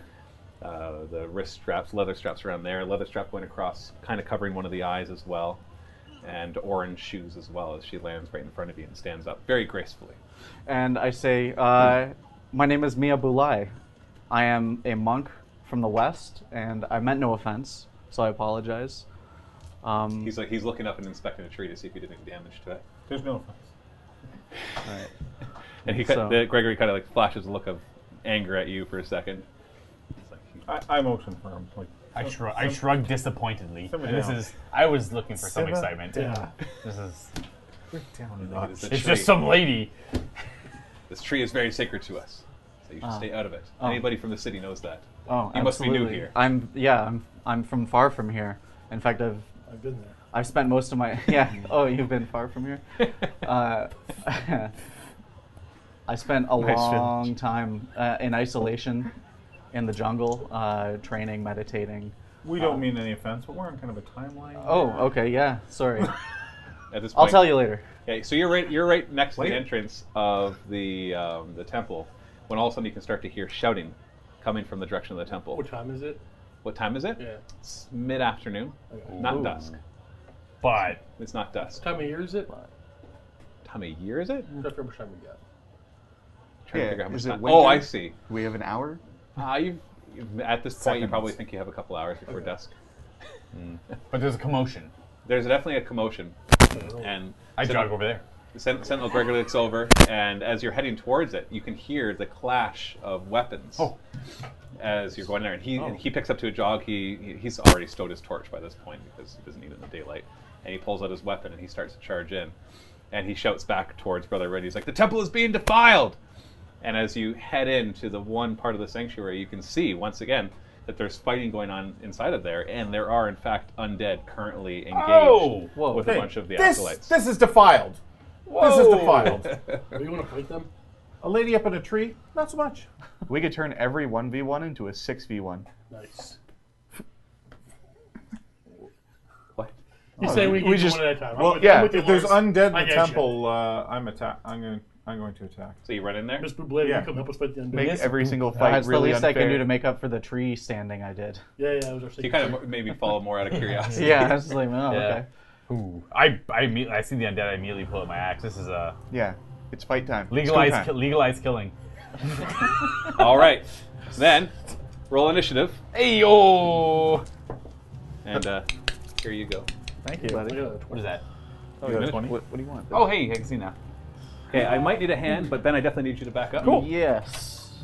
uh, the wrist straps, leather straps around there, leather strap going across, kind of covering one of the eyes as well, and orange shoes as well as she lands right in front of you and stands up very gracefully.
and I say, uh, "My name is Mia Bulai. I am a monk from the West, and I meant no offense, so I apologize." Um,
He's like he's looking up and inspecting the tree to see if you did any damage to it.
There's no offense.
*laughs* And he cut-
So-
the, Gregory kind of like flashes a look of anger at you for a second. It's like,
I, I'm ocean firm. Like,
*laughs* I shrug. I shrug disappointedly.
Simmer
And this
down.
is. I was looking for some
Simmer
excitement.
down. *laughs*
This is.
down
"Look at this
It's
tree."
just some lady.
This tree is very sacred to us, so you
Ah.
should stay out of it. Anybody from the city knows that.
Oh,
You must be new
absolutely.
here.
I'm yeah, I'm I'm from far from here. In fact, I've
I've been there.
I've spent most of my yeah. Oh, you've been far from here. Uh, *laughs* I spent a
Nice
long time uh, in isolation in the jungle, uh, training, meditating.
We don't mean any offense, but we're on kind of a timeline.
Oh, okay, yeah. Sorry,
At this point,
I'll tell you later.
Okay, so you're right. You're right next to
Wait.
the entrance of the um, the temple. When all of a sudden you can start to hear shouting coming from the direction of the temple.
What time is it?
what time is it?
Yeah.
It's mid afternoon,
Okay.
not
Ooh.
dusk.
But
It's not dusk.
What time of year is it?
Time of year is it?
I don't remember what time we got.
Trying to
Yeah,
figure out how
is
much
it
time. Oh,
winter?
I see.
Do we have an hour?
Uh, you you've- at this point you
Seconds.
probably think you have a couple hours before
Okay.
dusk.
but there's a commotion.
There's definitely a commotion, and
I
Sen-
jog over there.
Sen- Sentinel Gregor looks over, and as you're heading towards it, you can hear the clash of weapons.
Oh.
As you're going there, and he and he picks up to a jog. He he- he's already stowed his torch by this point because he doesn't need it in the daylight, and he pulls out his weapon and he starts to charge in, and he shouts back towards Brother Red. He's like, "The temple is being defiled!" And as you head into the one part of the sanctuary, you can see once again that there's fighting going on inside of there, and there are in fact undead currently engaged
Oh!
Whoa.
with
Hey,
a bunch of the
this,
acolytes.
This is defiled. This is
Whoa.
defiled.
Are we going to fight them?
a lady up in a tree? Not so *laughs* much.
We could turn every 1v1 into a 6v1.
Nice.
What?
You say we,
we
we
just-
just one at a time. I'm
Well,
with- I'm
yeah.
with you,
If there's
Lawrence.
undead in
I
the
get you.
temple, uh, I'm attack. I'm going. I'm going to attack.
So you run in there.
Miss Bublé,
Yeah.
you come help us fight the undead.
Make
Yes.
every single fight
That's
really
the least
unfair.
I can do to make up for the tree standing I did.
yeah, yeah, that was our
You
secret.
kind of
*laughs*
maybe follow more out of curiosity.
Yeah, I was just like, oh,
Yeah.
okay.
Ooh. I I, imme- I see the undead. I immediately pull out my axe. This is a
Yeah, it's fight time. It's go
legalized
time.
ki- legalized killing.
All right, then roll initiative,
Ayo!
and uh, here you go.
Thank you, buddy.
Yeah, uh,
What is that?
You got a
minute.
20? What, what do you want?
Oh, hey, I can see now.
Okay, I might need a hand, but Ben, I definitely need you to back up.
Yes.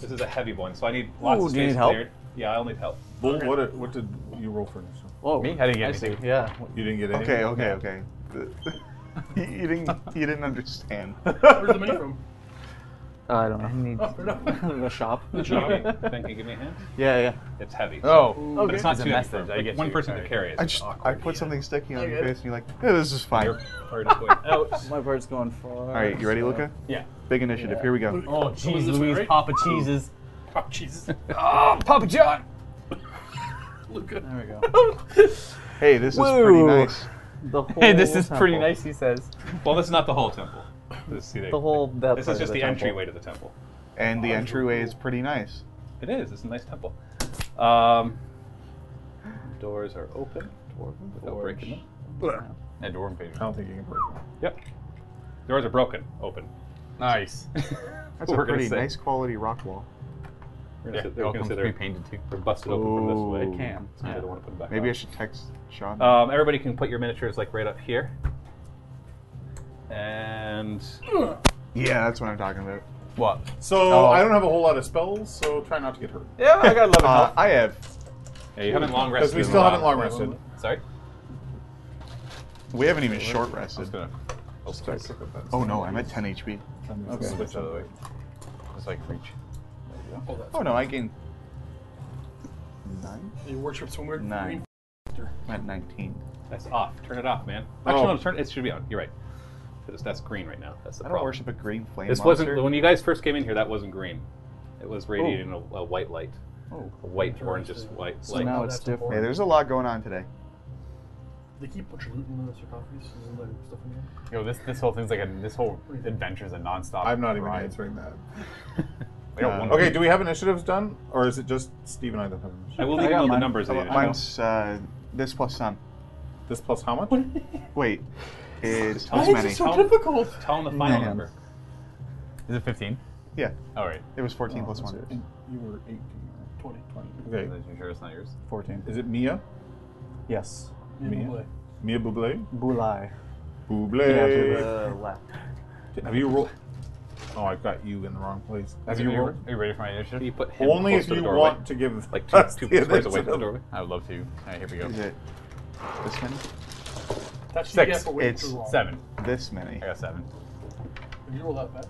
This is a heavy one, so I need lots
Ooh,
of
do you
space
need help?
cleared. Yeah, I'll need help.
Bull, what, did- what did you roll for? Nixon?
Whoa.
Me? I didn't get
I see.
anything.
Yeah.
You didn't get any.
Okay, okay, okay. *laughs* you, you didn't. You didn't understand.
Where's the money from?
I don't know.
*laughs* Oh, no.
the shop.
*laughs* ben, can you give me a hand?
Yeah, yeah.
It's heavy.
Oh,
but it's not
It's a
too heavy.
message,
for-
I
like,
get
one
you,
person
sorry.
can carry it.
I
It's
just.
awkward.
I put something sticky on
I
your
get it.
face, and you're like, yeah, "This is fine."
Your
All
part is going
Oh,
out.
My part's going far. All
right, you ready, Luca?
yeah.
Big initiative. Here we go.
Someone
Oh, jeez,
this way,
Louise,
right?
Papa cheeses.
Oh, Jesus.
Ah,
Oh, Papa John.
Luca.
There we go.
Hey, this is pretty
Woo.
nice.
The whole
Hey, *laughs* this is pretty
temple.
nice. He says.
Well, this is not the whole temple. This, is
The whole that
This
part
is
of
just the,
temple.
entryway to the temple.
And the entryway is pretty nice.
It is. It's a nice temple. Um, doors are open. Dwarven without breaking them.
That dwarven
I don't think you can break. it.
Yep. Doors are broken. Open.
Nice.
That's
We're gonna
a pretty
say.
nice quality rock wall.
We're gonna
yeah,
sit
it
there.
all
We're gonna
comes
sit there.
pre-painted too.
They're busted open from this way.
Ooh.
Can.
So I don't want to put them back.
Maybe I
on.
should text Sean.
Um, everybody can put your miniatures like right up here. And
yeah, that's what I'm talking about.
What?
So
Oh.
I don't have a whole lot of spells, so try not to get hurt.
Yeah, I got eleven
Uh,
health.
I have.
yeah, you haven't long rested.
Because we
in a
still haven't
while.
long rested.
Sorry.
We haven't even short rested.
Just gonna
Sorry, pick up that
Oh
stuff.
no, I'm at 10 HP.
Okay.
switch the other way. Just like reach.
Oh no, I gained nine.
You worship somewhere.
Nine. I'm at 19.
That's off. Turn it off, man. Actually,
Oh.
no. Turn. It should be on. You're right. 'Cause that's green right now. That's the
I don't
problem.
worship a green flame.
This
monster.
wasn't when you guys first came in here. That wasn't green. It was radiating a, a white light,
Oh.
a white orangish white
So
light.
now
Oh,
it's
that's
different.
Hey, there's a lot going on today.
They keep much loot in the sarcophagus. Isn't there stuff in there?
Yo, this this whole thing's like a this whole adventure is a nonstop.
I'm not even
ride.
answering that.
We don't
Uh,
want
Okay, do we have initiatives done, or is it just Steve and I that have
I
initiative?
will
I
leave you
got
all the
mine.
numbers. at the end.
Mine's uh, this plus some.
This plus how much?
Wait, it's
Why is
this
it
many.
so- Tell-
difficult?
Tell them the final
Man.
number.
Is it 15?
Yeah,
All right.
it was 14 plus one.
You were 18.
20.
Okay,
You sure it's not yours?
14.
is it Mia?
Yes.
Me.
Mia Bublé?
Bulai. Yeah,
Bublé.
uh,
to the left.
Have you rolled? Oh, I've got you in the wrong place. Have
Are
you
you,
rolled?
are you ready for my initiative?
You put him
Only
close
if
to the
you
doorway,
want to give *laughs*
like two, two
us the
squares away from the
initiative.
doorway.
I would love to. All right, here we go.
Is it this many?
That's
Six.
You get for way
It's
too long.
Seven.
This many.
I got seven.
Did you roll that bad?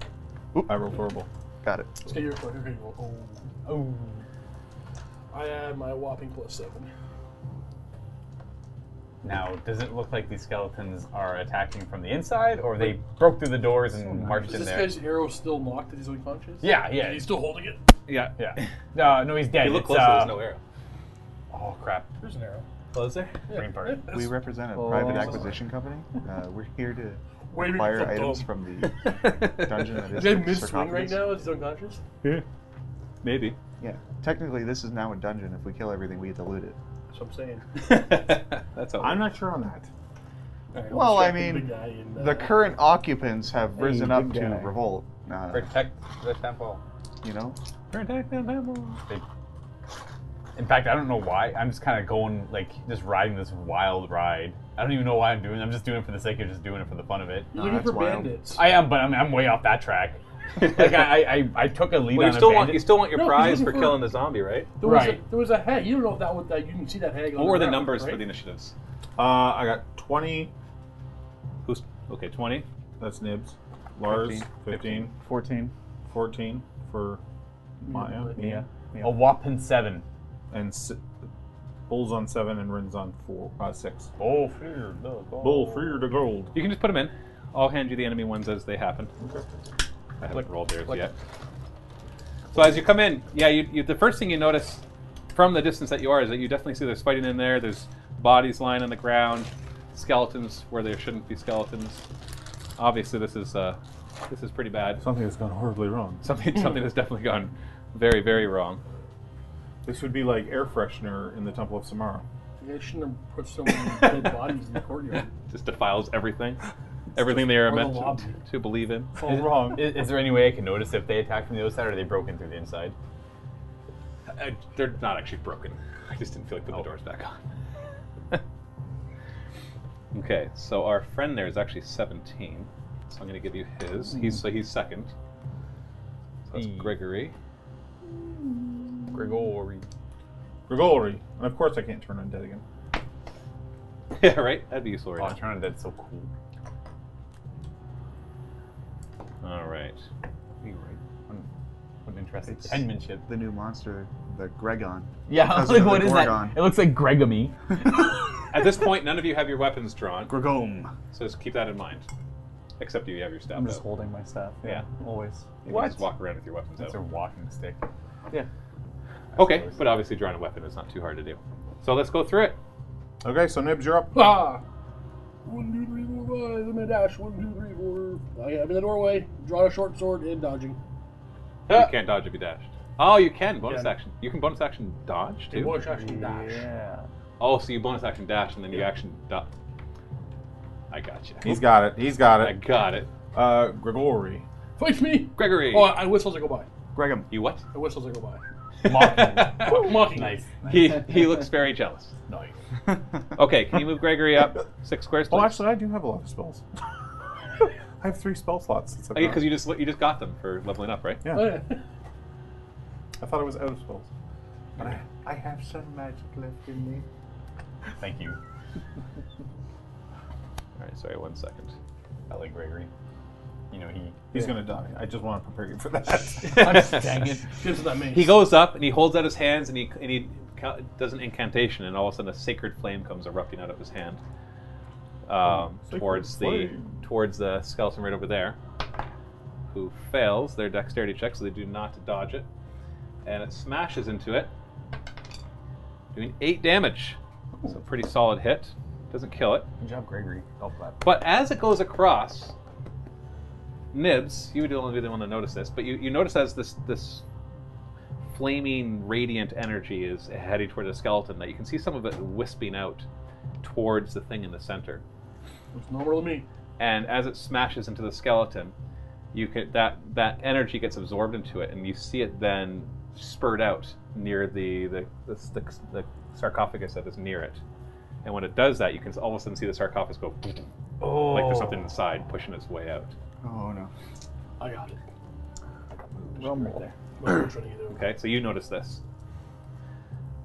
Oop.
I rolled horrible.
Got it.
Let's get your quick. Okay, roll. Oh.
Oh.
I add my whopping plus seven.
Now, does it look like these skeletons are attacking from the inside, or they broke through the doors and marched
Is
in
this
there?
guy's arrow still knocked that he's unconscious?
Yeah, yeah.
He's still holding it?
Yeah.
Yeah. No, no, he's dead.
You look
It's,
closer,
uh,
there's no arrow.
Oh crap!
There's an arrow.
Close there?
Brain fart.
We
That's
represent a
Oh.
private acquisition company. Uh, we're here to
way
acquire
fucked
items
up.
from the dungeon that
Is that
is the
mid swing right
sarcophagus.
now? Is he unconscious?
Maybe.
Yeah. Technically, this is now a dungeon. If we kill everything, we get to loot it.
That's what I'm
*laughs*
saying.
That's how it works.
I'm not sure on that.
All right,
Well, I
distract the
mean,
big guy and, uh,
The current occupants have risen
good
up to
guy.
revolt. Uh,
Protect the temple.
you know,
In fact, I don't know why. I'm just kind of going like just riding this wild ride. I don't even know why I'm doing. it. I'm just doing it for the sake of just doing it for the fun of it.
You're
No,
looking
that's
for
wild.
bandits.
I am, but I'm, I'm way off that track. like I, I- I, I took a lead
Well,
on
you still
a
want you
bandit.
still want your
No, 'cause
prize
he's
for
for-
killing the zombie, right?
There was, a,
Right.
there was a hag. You don't know if that was that. You didn't see that hag. on
What were the
ground,
numbers for
right?
the initiatives?
Uh, I got 20.
Who's okay? Twenty.
That's Nibs. Lars, 15,
15.
14.
14 for Maya.
Yeah.
me,
Yeah.
a whopping seven.
And s- Bull's on 7 and Rin's on four, uh, 6.
Bull fear the gold.
Bull, free to gold.
You can just put them in. I'll hand you the enemy ones as they happen.
Okay.
I haven't rolled theirs yet. So as you come in, yeah, you, you, the first thing you notice from the distance that you are is that you definitely see there's fighting in there. There's bodies lying on the ground, skeletons where there shouldn't be skeletons. Obviously, this is uh, this is pretty bad. *laughs*
Something has gone horribly wrong.
Something something has definitely gone very very wrong.
This would be like air freshener in the Temple of Samara.
You guys shouldn't have put so many dead bodies in the courtyard. *laughs*
Just defiles everything, everything they are
Or the
meant to,
lobby.
to believe in.
All wrong.
Is, is there any way I can notice if they attack from the other side or they broke in through the inside?
Uh, they're not actually broken. I just didn't feel like putting the doors back on. *laughs* okay, so our friend there is actually 17. So I'm going to give you his. He's so he's second. So that's
Mm.
Gregory. *laughs*
Gregory.
Grigori. And of course I can't turn undead again.
yeah, right. That'd be useful
Oh,
right
turn on that's so cool.
now. All right.
What an- what an interesting
It's-
penmanship.
the new monster, the Gregon.
Yeah,
Cousin
like
of the
what is
Gorgon.
that? It looks like Gregomy.
At this point, none of you have your weapons drawn,
Gregom.
so just keep that in mind. Except you, you have your staff.
I'm just
out.
holding my staff. Always.
You can
What?
Just walk around with your weapons
That's
out.
a walking stick.
Yeah.
Okay, but obviously drawing a weapon is not too hard to do. So let's go through it.
Okay, so Nibs, you're up.
Ah! One, two, three, four, five. I'm gonna dash. One, two, three, four. I am in the doorway. Draw a short sword and dodging.
You can't dodge if you dash. Oh, you can bonus
Can.
action. You can bonus action dodge too.
Bonus action dash.
*laughs* Yeah.
Oh, so you bonus action dash and then you action dodge. I got you.
He's got it. He's
*laughs*
got
I
it.
got it.
Uh, Grigori.
Fight me!
Gregory.
Oh, I, I whistle as I go by.
Gregum.
you what?
I whistle as I go by.
*laughs*
Mocking.
Mocking.
nice.
he *laughs* he looks very jealous. *laughs*
Nice.
Okay, can you move Gregory up six squares?
Oh,
please?
actually, I do have a lot of spells. *laughs* I have three spell slots. since I've
Oh, yeah,
got-
because you just you just got them for leveling up, right?
Yeah.
*laughs* Oh, yeah.
I thought it was out of spells.
But I, I have some magic left in me.
Thank you.
All right. Sorry, one second.
I like Gregory. You know he.
He's gonna die. I just want to prepare you for
*laughs*
that.
*laughs*
*laughs*
Dang it.
Gives it that mace.
He goes up and he holds out his hands and he and he ca- does an incantation and all of a sudden a sacred flame comes erupting out of his hand um,
Sacred
towards
flame.
the towards the skeleton right over there, who fails their dexterity check, so they do not dodge it, and it smashes into it, doing eight damage. It's a pretty solid hit. Doesn't kill it,
Good job, Gregory. Golf clap.
but as it goes across, Nibs, you would only be the one to notice this, but you, you notice as this this flaming radiant energy is heading toward the skeleton that you can see some of it wisping out towards the thing in the center.
It's no more than me.
And as it smashes into the skeleton, you can that that energy gets absorbed into it, and you see it then spurt out near the the the, the, the sarcophagus that is near it. And when it does that, you can all of a sudden see the sarcophagus go
Oh.
like there's something inside pushing its way out.
Oh no.
I got it.
Rumble.
My sword's running either way.
Okay, so you notice this.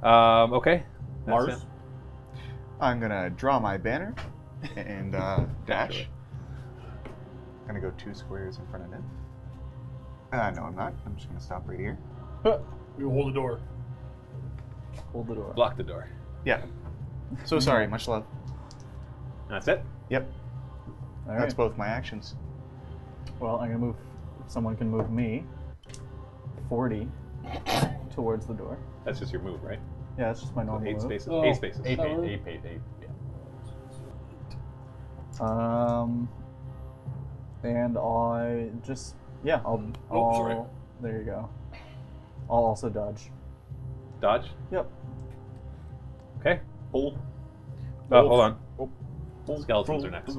Um, okay. that's
Lars,
him.
I'm gonna draw my banner
*laughs*
and uh, dash.
Naturally.
Gonna go two squares in front of Nib. Uh, no, I'm not. I'm just gonna stop right here.
You hold the door.
Hold the door.
Block the door.
Yeah.
*laughs*
So sorry. Much love.
That's it.
Yep.
All
That's
right.
both my actions.
Well, I'm gonna move. Someone can move me. Forty towards the door.
That's just your move, right?
Yeah, that's just my normal
Eight
move.
spaces.
Oh.
Eight spaces.
Eight,
Sorry.
eight, eight, eight, eight. Yeah.
Um, and I just yeah, I'll.
Oh,
I'll-
sorry.
There you go. I'll also dodge.
Dodge.
Yep.
Okay. Pull.
Oh, hold on.
Skeletons are next.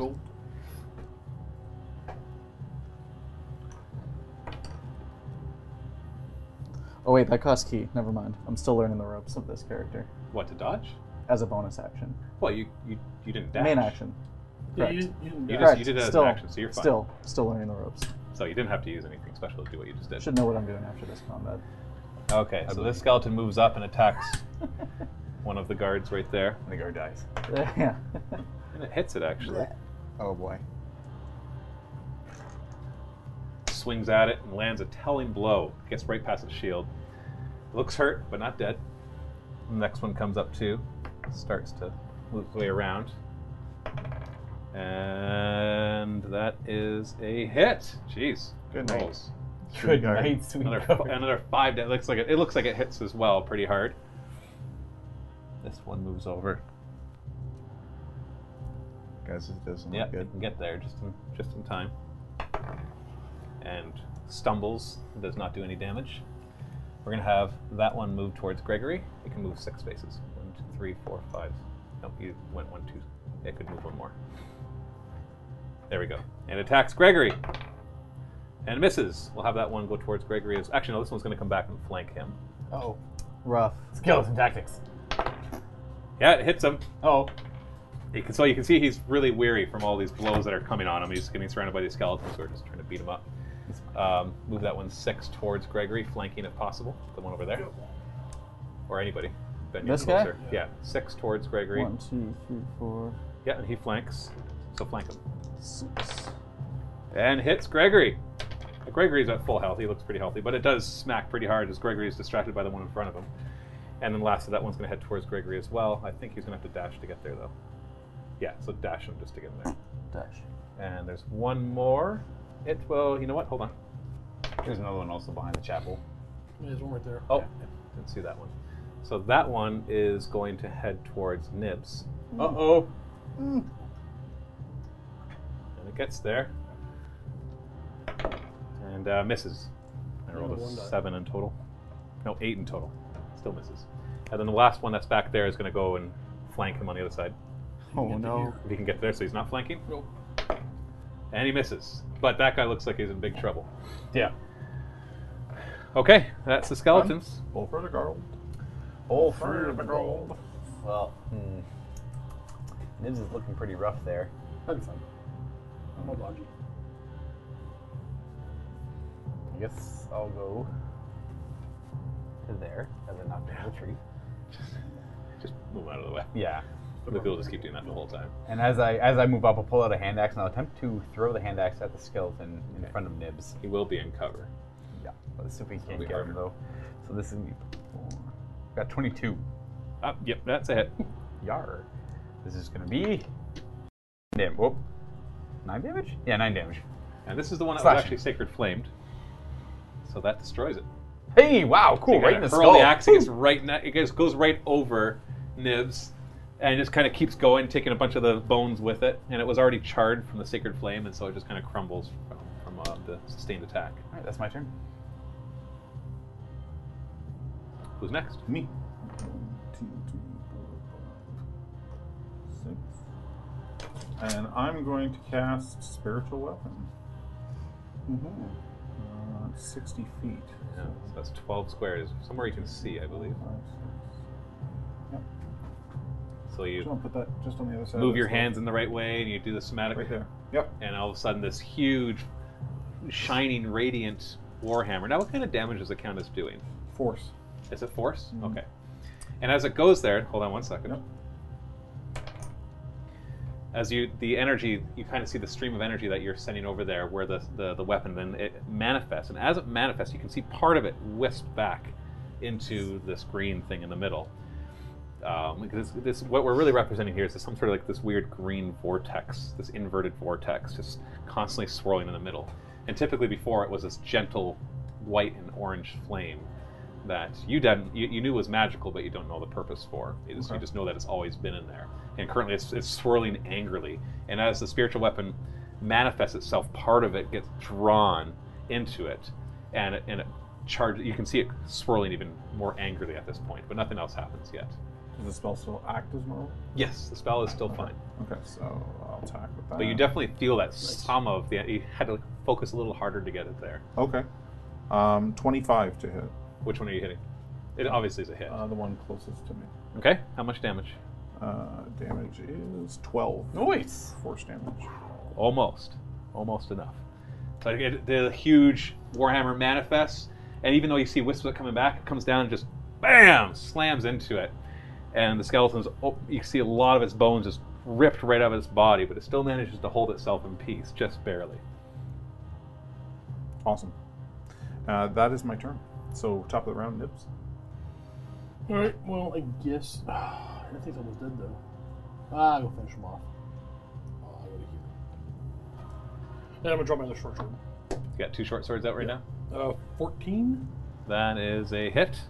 Oh wait, that costs key. Never mind. I'm still learning the ropes of this character
What to dodge?
as a bonus action.
Well, you you, you didn't dash.
Main action.
Yeah,
Correct.
you, didn't- you didn't
You
die.
just
Correct.
you did it as
Still-
an action, so you're fine.
Still, still learning the ropes.
So you didn't have to use anything special to do what you just did.
Should know what I'm doing after this combat. *laughs*
Okay, so this skeleton moves up and attacks one of the guards right there,
And the guard dies.
yeah.
And it hits it actually.
Oh boy.
Swings at it and lands a telling blow. Gets right past its shield. Looks hurt, but not dead.
The next one comes up too, starts to move its way around. And that is a hit.
Jeez.
Good night.
rolls.
Good
guard.
night, sweet
Another *laughs*
guard.
another five. That looks like it, it looks like it hits as well, pretty hard.
This one moves over.
Guys, this doesn't
Yeah,
look
it
good.
can get there just in, just in time. And stumbles, does not do any damage. We're gonna have that one move towards Gregory. It can move six spaces. One, two, three, four, five. No, you went one, two. It could move one more. There we go. And attacks Gregory. And misses. We'll have that one go towards Gregory. As, actually, no, this one's gonna come back and flank him.
Oh.
Rough.
Skeleton tactics.
Yeah, it hits him.
Oh.
You can, so you can see he's really weary from all these blows that are coming on him. He's getting surrounded by these skeletons who are just trying to beat him up. Um, move that one six towards Gregory, flanking if possible. The one over there. Or anybody. Bend you
This guy?
Yeah, six towards Gregory.
One, two, three, four,
Yeah, and he flanks. So flank him.
six.
And hits Gregory. Uh, Gregory's at full health. He looks pretty healthy, but it does smack pretty hard as Gregory is distracted by the one in front of him. And then lastly, that one's going to head towards Gregory as well. I think he's going to have to dash to get there, though. Yeah, so dash him just to get in there.
Dash.
And there's one more. It will, you know what? Hold on.
There's another one also behind the chapel.
Yeah, There's one right there.
Oh, didn't see that one. So that one is going to head towards Nibs.
Mm.
Uh oh.
And it gets there. And uh, misses. I rolled
Oh,
a
one die.
seven in total. No, eight in total. Still misses. And then the last one that's back there is going to go and flank him on the other side.
Oh no.
If he can get there, so he's not flanking.
Nope.
And he misses. But that guy looks like he's in big trouble.
Yeah.
Okay, that's the skeletons.
Pull for the gold.
Oh,
For the gold.
Well, hmm. Nibs is looking pretty rough there.
That'd be fun. I'm not dodgy.
I guess I'll go to there as I knock down the tree.
Just move out of the way.
Yeah.
Maybe we'll just keep doing that the whole time.
And as I as I move up, I'll pull out a hand axe and I'll attempt to throw the hand axe at the skeleton in front of Nibs.
He will be in cover.
Yeah. Let's see if we can
be
get him
harder.
though. So this is gonna be four. Got 22.
Ah, yep, that's a hit.
Yar. This is gonna be. Damn. Whoop. Nine damage? Yeah, nine damage.
And this is the one that
Slashing.
was actually sacred flamed. So that destroys it.
Hey! Wow! Cool.
You
Right in
gotta
the
hurl
skull.
The axe it gets right. Na- it goes goes right over Nibs, and just kind of keeps going, taking a bunch of the bones with it. And it was already charred from the sacred flame, and so it just kind of crumbles from, from uh, the sustained attack.
All right, that's my turn.
Who's next?
Me. And I'm going to cast Spiritual Weapon.
Mm-hmm.
Uh, 60 feet.
Yeah, so that's twelve squares. Somewhere you can see, I believe. So
Just
you
want to put that just on the other side.
move
That's
your
all.
hands in the right way, and you do the somatic
Right there. Yep.
and all of a sudden this huge, shining, radiant warhammer. Now, what kind of damage does it count as doing?
Force.
Is it force? Okay. And as it goes there, hold on one second.
Yep.
as you the energy you kind of see the stream of energy that you're sending over there where the, the, the weapon then it manifests and as it manifests you can see part of it whisked back into this green thing in the middle um, because this what we're really representing here is some sort of like this weird green vortex this inverted vortex just constantly swirling in the middle and typically before it was this gentle white and orange flame that you didn't you, you knew was magical but you don't know the purpose for it is, you just know that it's always been in there and currently it's, it's swirling angrily and as the spiritual weapon manifests itself part of it gets drawn into it and it, and it charges you can see it swirling even more angrily at this point but nothing else happens yet
Does the spell still act as normal?
yes the spell is still fine
Okay, so I'll attack with that.
but you definitely feel that some of the you had to focus a little harder to get it there
Okay. Um, 25 to hit.
which one are you hitting it obviously is a hit
Uh, the one closest to me.
okay how much damage
Uh, damage is 12.
Nice.
Force damage.
almost, almost enough. So it, the huge warhammer manifests, and even though you see wisps of it coming back, it comes down and just bam slams into it, and the skeleton's op- you see a lot of its bones just ripped right out of its body, but it still manages to hold itself in peace, just barely.
Awesome. Uh, that is my turn. So, top of the round, Nibs.
All right. Well, I guess *sighs* I think almost dead though. Ah, I'll go finish him off. Oh, I gotta heal. And I'm gonna draw my other short sword.
You got two short swords out right now.
Uh, fourteen.
That is a hit.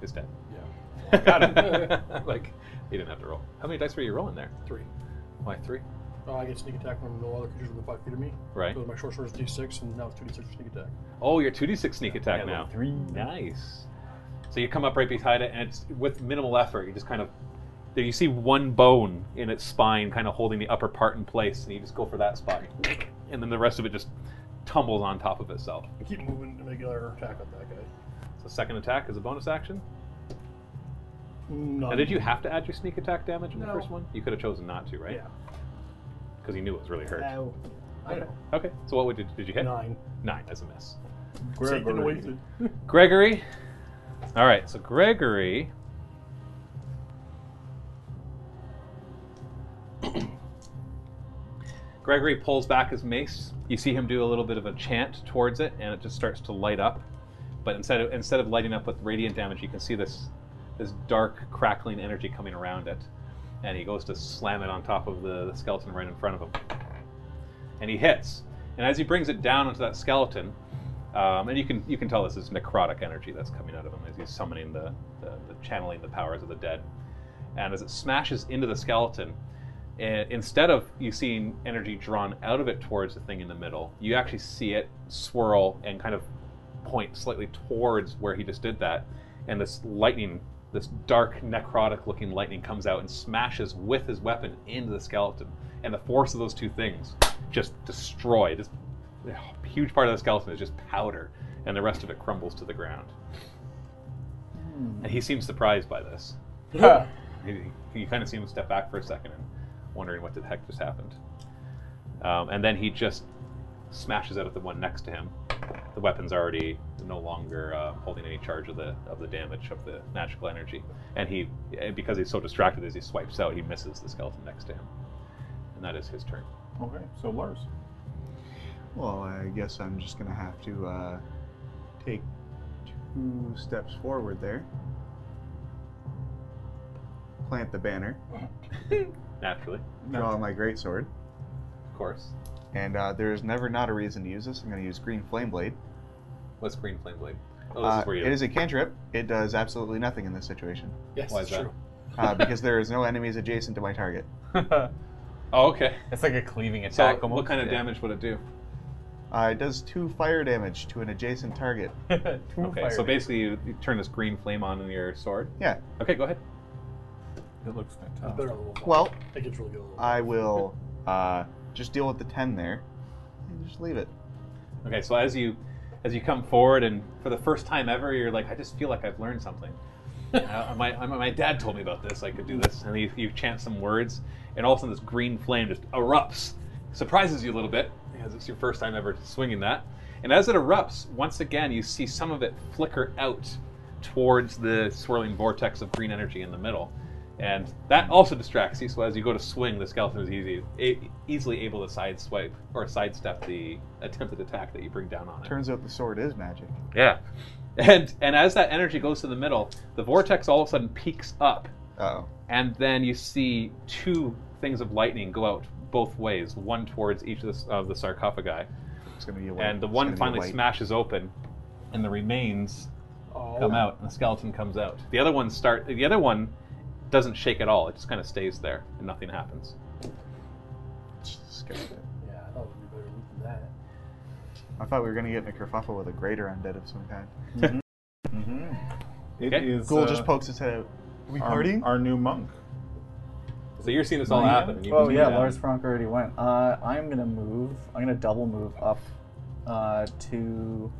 It's dead.
Yeah.
Got him. *laughs* like you didn't have to roll. How many dice were you rolling there?
Three.
Why three?
Uh, I get sneak attack when no other creatures within five feet of me.
Right.
So my short sword is d6, and now it's two d6 for sneak attack.
Oh, you're two d six sneak attack
Yeah,
now.
level Three.
Nice. So you come up right behind it, and it's with minimal effort. You just kind of there. You see one bone in its spine, kind of holding the upper part in place, and you just go for that spot, and then the rest of it just tumbles on top of itself.
I keep moving to make another attack on that guy.
So second attack is a bonus action.
No.
Now, did you have to add your sneak attack damage in the
No.
first one? You could have chosen not to, right?
Yeah.
Because you knew it was really hurt.
Ow. I know.
Okay. So what would you, did you hit?
Nine.
Nine. That's a miss.
Satan wasted.
Gregory. All right, so Gregory. *coughs* Gregory pulls back his mace. You see him do a little bit of a chant towards it, and it just starts to light up. But instead of instead of lighting up with radiant damage, you can see this this dark crackling energy coming around it. And he goes to slam it on top of the, the skeleton right in front of him. And he hits. And as he brings it down onto that skeleton, um, and you can you can tell this is necrotic energy that's coming out of him as he's summoning the, the, the channeling the powers of the dead. And as it smashes into the skeleton, i- instead of you seeing energy drawn out of it towards the thing in the middle, you actually see it swirl and kind of point slightly towards where he just did that. And this lightning, this dark necrotic looking lightning comes out and smashes with his weapon into the skeleton. And the force of those two things just destroy, just a huge part of the skeleton is just powder, and the rest of it crumbles to the ground. And he seems surprised by this. *laughs* He, you kind of see him step back for a second and wondering what the heck just happened. Um, and then he just smashes out at the one next to him. The weapon's already no longer uh, holding any charge of the of the damage of the magical energy. And he, and because he's
*laughs*
so distracted as he swipes out, he misses the skeleton next to him. And that is his turn.
Okay, so Lars.
Well, I guess I'm just gonna have to uh, take two steps forward there. Plant the banner,
Naturally,
draw my greatsword,
of course.
and uh, there is never not a reason to use this. I'm gonna use Green Flame Blade.
What's green flame blade? Oh, this
Uh,
is where you.
it is a cantrip. It does absolutely nothing in this situation
Yes,
Why
it's
is that?
true.
*laughs*
uh, because there is no enemies adjacent to my target.
Oh, okay.
It's like a cleaving
So,
attack almost.
what kind of
Yeah.
damage would it do?
Uh, it does two fire damage to an adjacent target. *laughs*
Two
Okay,
fire
so basically you, you turn this green flame on in your sword.
Yeah.
Okay, go ahead.
It looks
It's
fantastic.
better on the little
Well,
It gets really good. on the little
I will uh, just deal with the ten there, and just leave it.
Okay, so as you as you come forward and for the first time ever, you're like, I just feel like I've learned something. uh, my, my my dad told me about this. I could do this, and you, you chant some words, and all of a sudden this green flame just erupts, surprises you a little bit because it's your first time ever swinging that. And as it erupts, once again you see some of it flicker out towards the swirling vortex of green energy in the middle, and that also distracts you. So as you go to swing, the skeleton is easy, e- easily able to sideswipe or sidestep the attempted attack that you bring down on it.
Turns out the sword is magic.
Yeah. And and as that energy goes to the middle, the vortex all of a sudden peaks up,
Oh,
and then you see two things of lightning go out both ways, one towards each of the, of the sarcophagi,
it's gonna be a white.
and the
it's
one
gonna be a
finally
white.
smashes open, and the remains
Oh,
Oh.
come out, and the skeleton comes out. The other one start. The other one doesn't shake at all. It just kind of stays there, and nothing happens.
Scared of it.
Yeah, I thought it would be better than that.
I thought we were gonna get in a kerfuffle with a greater undead of some kind. *laughs*
Mm-hmm. It is
Okay.
Ghoul
uh,
just pokes his head out. Are we
our,
partying?
our new monk.
So you're seeing this all happen. and you
Oh
can see
yeah,
that.
Lars Frank already went. Uh, I'm gonna move. I'm gonna double move up uh, to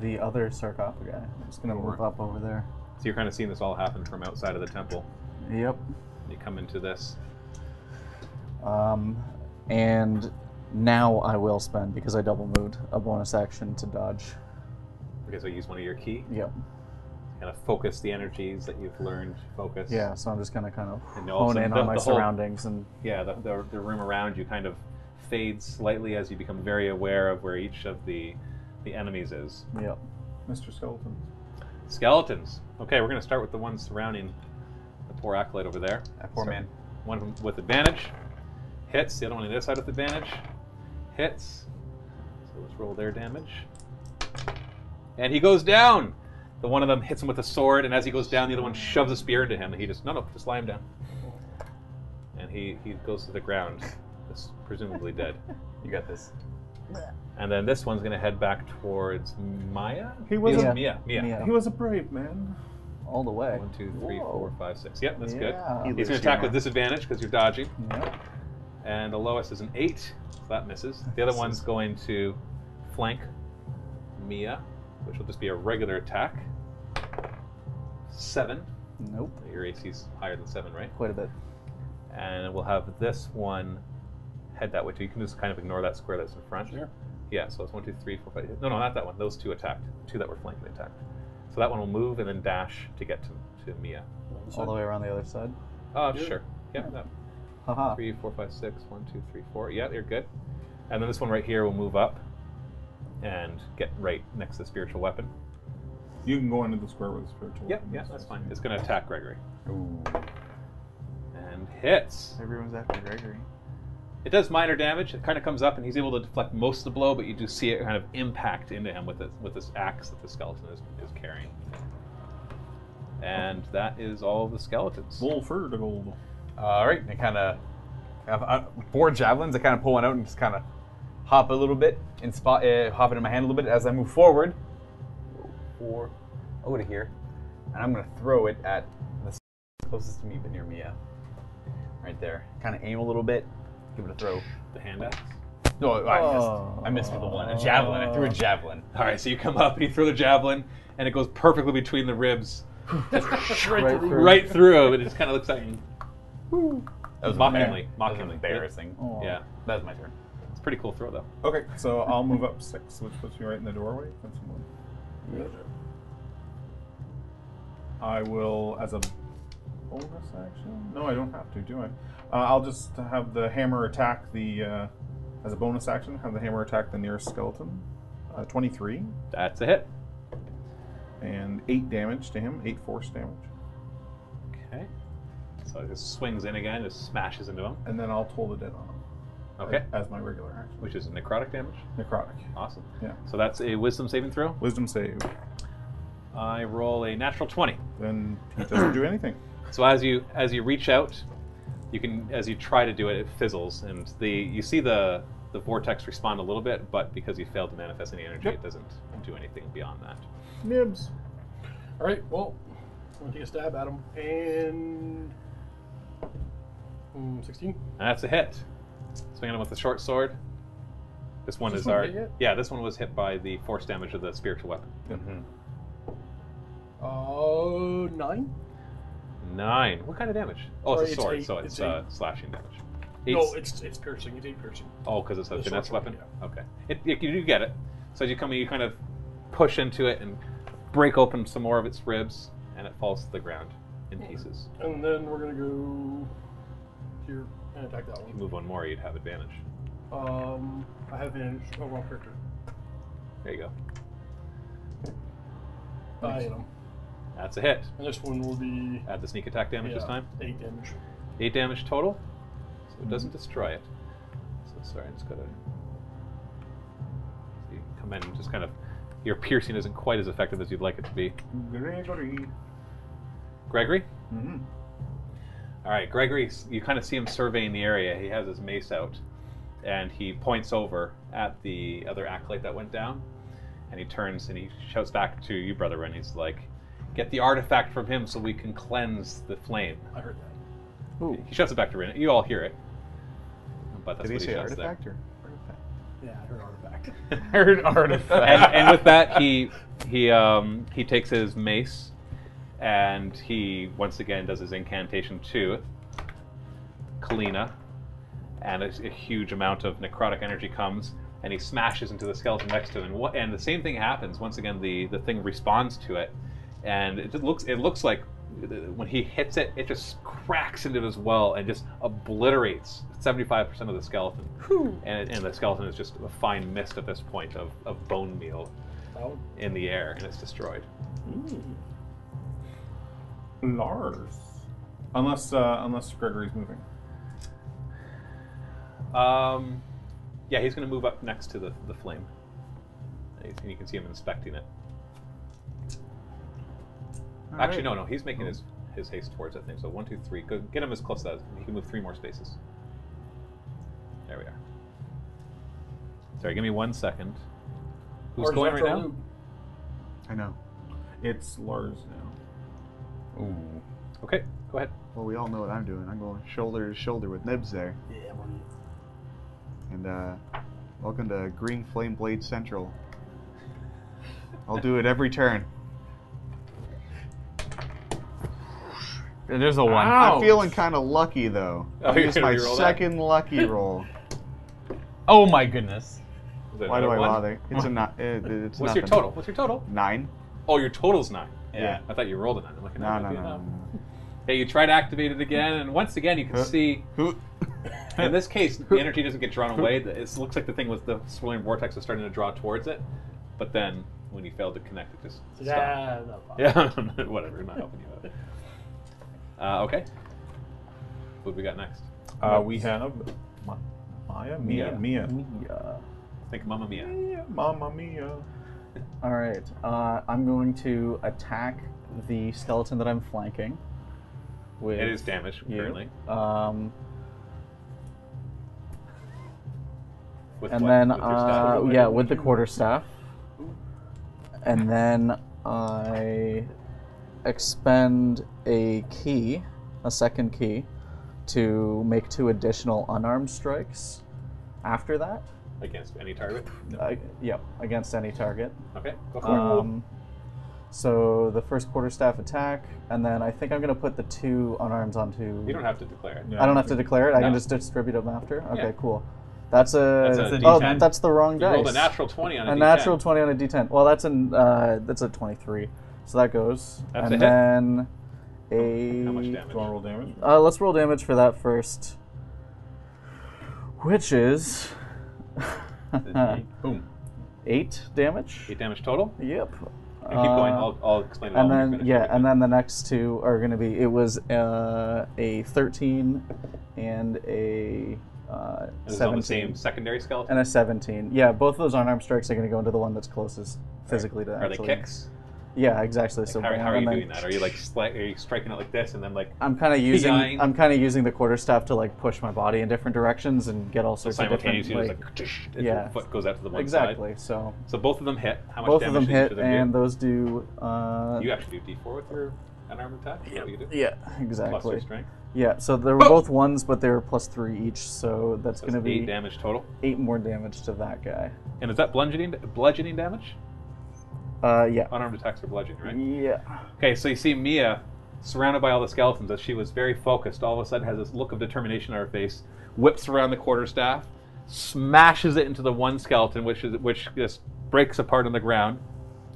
the other sarcophagi. I'm just gonna move up over there.
So you're kind of seeing this all happen from outside of the temple.
Yep.
You come into this.
Um, and now I will spend because I double moved a bonus action to dodge.
Okay, so use one of your key.
Yep.
kind of focus the energies that you've learned. Focus.
Yeah. So I'm just gonna kind of
And all
hone
of a
in
sudden
on
the-
my
the whole-
surroundings and
Yeah. The, the, the room around you kind of fades slightly as you become very aware of where each of the the enemies is.
yep.
Mr. Skeleton.
Skeletons. Okay, we're gonna start with the ones surrounding the poor acolyte over there.
That poor man.
One of them with advantage hits. The other one on the other side with advantage hits. So let's roll their damage. And he goes down. The one of them hits him with a sword, and as he goes down, the other one shoves a spear into him. And he just no, no, just lie him down. And he he goes to the ground, is presumably dead.
*laughs* You got this.
And then this one's gonna head back towards Maya.
He was
Yes,
a-
Mia. Mia.
Yeah.
He was a brave man.
All the way.
One, two, three,
Whoa.
four, five, six. Yep, that's good.
yeah.
He
He's
loses
going to attack
your
with disadvantage because you're dodging.
Yep.
And the lowest is an eight, so that misses. The other one's going to flank Mia, which will just be a regular attack. Seven.
Nope.
Your AC's higher than seven, right?
Quite a bit.
And we'll have this one head that way too. You can just kind of ignore that square that's in front.
Sure.
Yeah, so it's one, two, three, four, five. No, no, not that one. Those two attacked. Two that were flanked attacked. So that one will move and then dash to get to, to Mia.
All the way around the other side.
Uh, sure. Yeah, that,
Haha.
three, four, five, six, one, two, three, four. Yeah, you're good. And then this one right here will move up and get right next to the spiritual weapon.
You can go into the square with a spiritual.
Yep,
weapon.
yeah, that's fine. It's going to attack Gregory.
Ooh.
And hits.
Everyone's after Gregory.
It does minor damage. It kind of comes up, and he's able to deflect most of the blow, but you do see it kind of impact into him with it, with this axe that the skeleton is, is carrying. And that is all the skeletons.
Bull fur to gold.
All right, and I kind of have uh, four javelins. I kind of pull one out and just kind of hop a little bit and spot uh, hop it in my hand a little bit as I move forward. Four over to here, and I'm gonna throw it at the s- closest to me, but near Mia, right there. Kind of aim a little bit, give it a throw.
The hand axe.
No, I missed. I missed with the one. A javelin. I threw a javelin.
All right, so you come up, and you throw the javelin, and it goes perfectly between the ribs,
Right through.
right through him, and it just kind of looks like
That was
mockingly,
embar- That was Oh.
mockingly.
embarrassing.
Aw.
Yeah,
That was my turn.
it's a pretty cool throw though.
Okay, so I'll move up six, which puts me right in the doorway. That's one. I will, as a bonus action. No, I don't have to, do I? Uh, I'll just have the hammer attack the, uh, as a bonus action, have the hammer attack the nearest skeleton. Uh, Twenty-three
That's a hit.
and eight damage to him. Eight force damage,
Okay. So it just swings in again, just smashes into him.
and then I'll toll the dead on him.
Okay.
As, as my regular action.
Which is necrotic damage.
Necrotic.
Awesome.
Yeah.
So that's a wisdom saving throw.
Wisdom save.
I roll a natural twenty.
Then he doesn't do anything.
So as you as you reach out, you can as you try to do it, it fizzles, and the you see the the vortex respond a little bit, but because you failed to manifest any energy, it doesn't do anything beyond that.
Nibs.
All right, well, I'm going to take a stab at him. And. mm, 16?
And that's a hit. Swinging him with a short sword. This one
This
is
one
our
get hit?
yeah. This one was hit by the force damage of the spiritual weapon.
Mm-hmm. *laughs*
Uh, 9?
Nine. What kind of damage? Oh,
Sorry,
it's a
it's
sword,
eight.
so it's,
It's
uh, slashing damage.
No,
Eight-
it's it's piercing. It's eight piercing.
oh, because it's a
the
finesse
sword,
weapon. Okay, it, it- you do get it. So as you come in, you kind of push into it and break open some more of its ribs, and it falls to the ground.
in pieces.
And then we're gonna go here and attack that
If
one.
you move one more, you'd have advantage.
Um, I have advantage. Oh, wrong character.
There you go.
I hit him.
That's a hit.
And this one will be
Add the sneak attack damage this
yeah,
time.
eight damage.
Eight damage total. So it doesn't destroy it. So sorry, I just gotta. So you come in and just kind of. Your piercing isn't quite as effective as you'd like it to be.
*clears throat* Gregory.
Gregory?
Mm-hmm.
All right, Gregory, s- you kind of see him surveying the area. He has his mace out, and he points over at the other acolyte that went down, and he turns and he shouts back to you, brother, and he's like, "Get the artifact from him so we can cleanse the flame."
I heard that.
He shouts it back to Rin. You all hear it, but that's
Did he
what
say
shouts there.
artifact or?
Yeah, I heard artifact.
Heard
*laughs*
artifact.
and, and with that, he he um, he takes his mace, and he once again does his incantation to Kalina, and a, a huge amount of necrotic energy comes, and he smashes into the skeleton next to him. And, what, and the same thing happens once again. The the thing responds to it, and it just looks it looks like uh, when he hits it, it just cracks into this well and just obliterates 75% of the skeleton. And, it, and the skeleton is just a fine mist at this point of, of bone meal
That one.
in the air, and it's destroyed.
Lars. Unless uh, unless Gregory's moving.
Um, yeah, he's going to move up next to the, the flame. And you- you can see him inspecting it. Actually, no, no, he's
Oh.
making his, his haste towards that thing. So one, two, three. Go get him as close as he can move three more spaces. There we are. Sorry, give me one second. Who's
Or is
going
that
right
for
now?
Luke?
I know.
It's Lars now.
Ooh.
Okay, go ahead.
Well, we all know what I'm doing. I'm going shoulder to shoulder with Nibs there.
Yeah, buddy.
And uh, welcome to Green Flame Blade Central. I'll do it every turn.
There's a one.
Ah!
I'm feeling kind of lucky though.
Oh, you're
it's
gonna
my
reroll that?
second
*laughs*
lucky roll.
Oh my goodness.
Is that
Why do
another
I
one?
bother? It's a not. It, it's
What's
nothing.
your total? What's your total?
Nine.
Oh, your total's nine.
Yeah.
I thought you rolled a nine. I'm looking
No,
at
no,
it.
no, no. no.
Hey, you try to activate it again, and once again, you can
Huh?
see.
Who?
*laughs* In
*laughs*
this case, the energy doesn't get drawn away. The- It looks like the thing was the swirling vortex was starting to draw towards it, but then when you failed to connect, it just stopped.
Yeah, that one.
*laughs* Yeah, whatever. I'm not helping you out. Uh, okay. What we got next?
Uh, we have Ma- Maya, Mia, Mia,
Yeah.
I think Mamma Mia.
Mia, Mama Mia.
All right. Uh, I'm going to attack the skeleton that I'm flanking. With
It is damaged
you.
currently.
Um,
With
and
what?
then,
With your staff?
uh, yeah, with the quarterstaff. And then I expend a key, a second key, to make two additional unarmed strikes after that.
against any target.
Uh, yep, against any target.
Okay, go for
Um, so the first quarterstaff attack, and then I think I'm going to put the two unarmed onto.
it. You don't have to declare it.
I don't have to declare it. I can
No.
just distribute them after. Okay,
Yeah.
cool. That's a,
That's a
oh,
D10.
that's the wrong
You
dice.
rolled a natural twenty on a,
A
D10.
natural twenty on a D10. Well, that's an uh, that's a twenty-three. So that goes,
That's
and
a hit. Oh, How
then a
much
Do you want to
damage?
roll damage?
Uh, let's roll damage for that first, which is Uh-huh.
Boom.
*laughs* eight damage.
Eight damage total.
Yep.
And keep going. Oh,
Uh,
I'll, I'll explain it all
and
when you're
then
finished.
yeah, and then the next two are going to be. It was uh, a thirteen and a uh,
This is on the same
seventeen
secondary skeleton.
and a seventeen. Yeah, both of those unarmed strikes are going to go into the one that's closest physically to.
Are they
actually-
kicks?
Yeah, exactly. so
how, how
bam,
are you
and then-
doing that? Are you like sli- are you striking it like this and then like
I'm kind of using
Behind.
I'm kind of using the quarterstaff to like push my body in different directions and get all sorts of different
simultaneously
like,
just like tsh, and
yeah.
your foot goes out to the one side?
exactly. So
So both of them hit. How much
both of
damage
them
did
hit,
each of them
and
do?
those do. Uh,
you actually do D4 with your unarmed attack. Is that what you do?
yeah,
Plus your
exactly.
strength.
Yeah, so they were both ones, but they were plus three each, so that's
So
going to
it's eight
be
damage total.
eight more damage to that guy.
And is that bludgeoning bludgeoning damage?
Uh, yeah,
Unarmed attacks are bludgeoning, right?
yeah,
Okay, so you see Mia, surrounded by all the skeletons, as she was very focused, all of a sudden has this look of determination on her face, whips around the quarterstaff, smashes it into the one skeleton, which is which just breaks apart on the ground,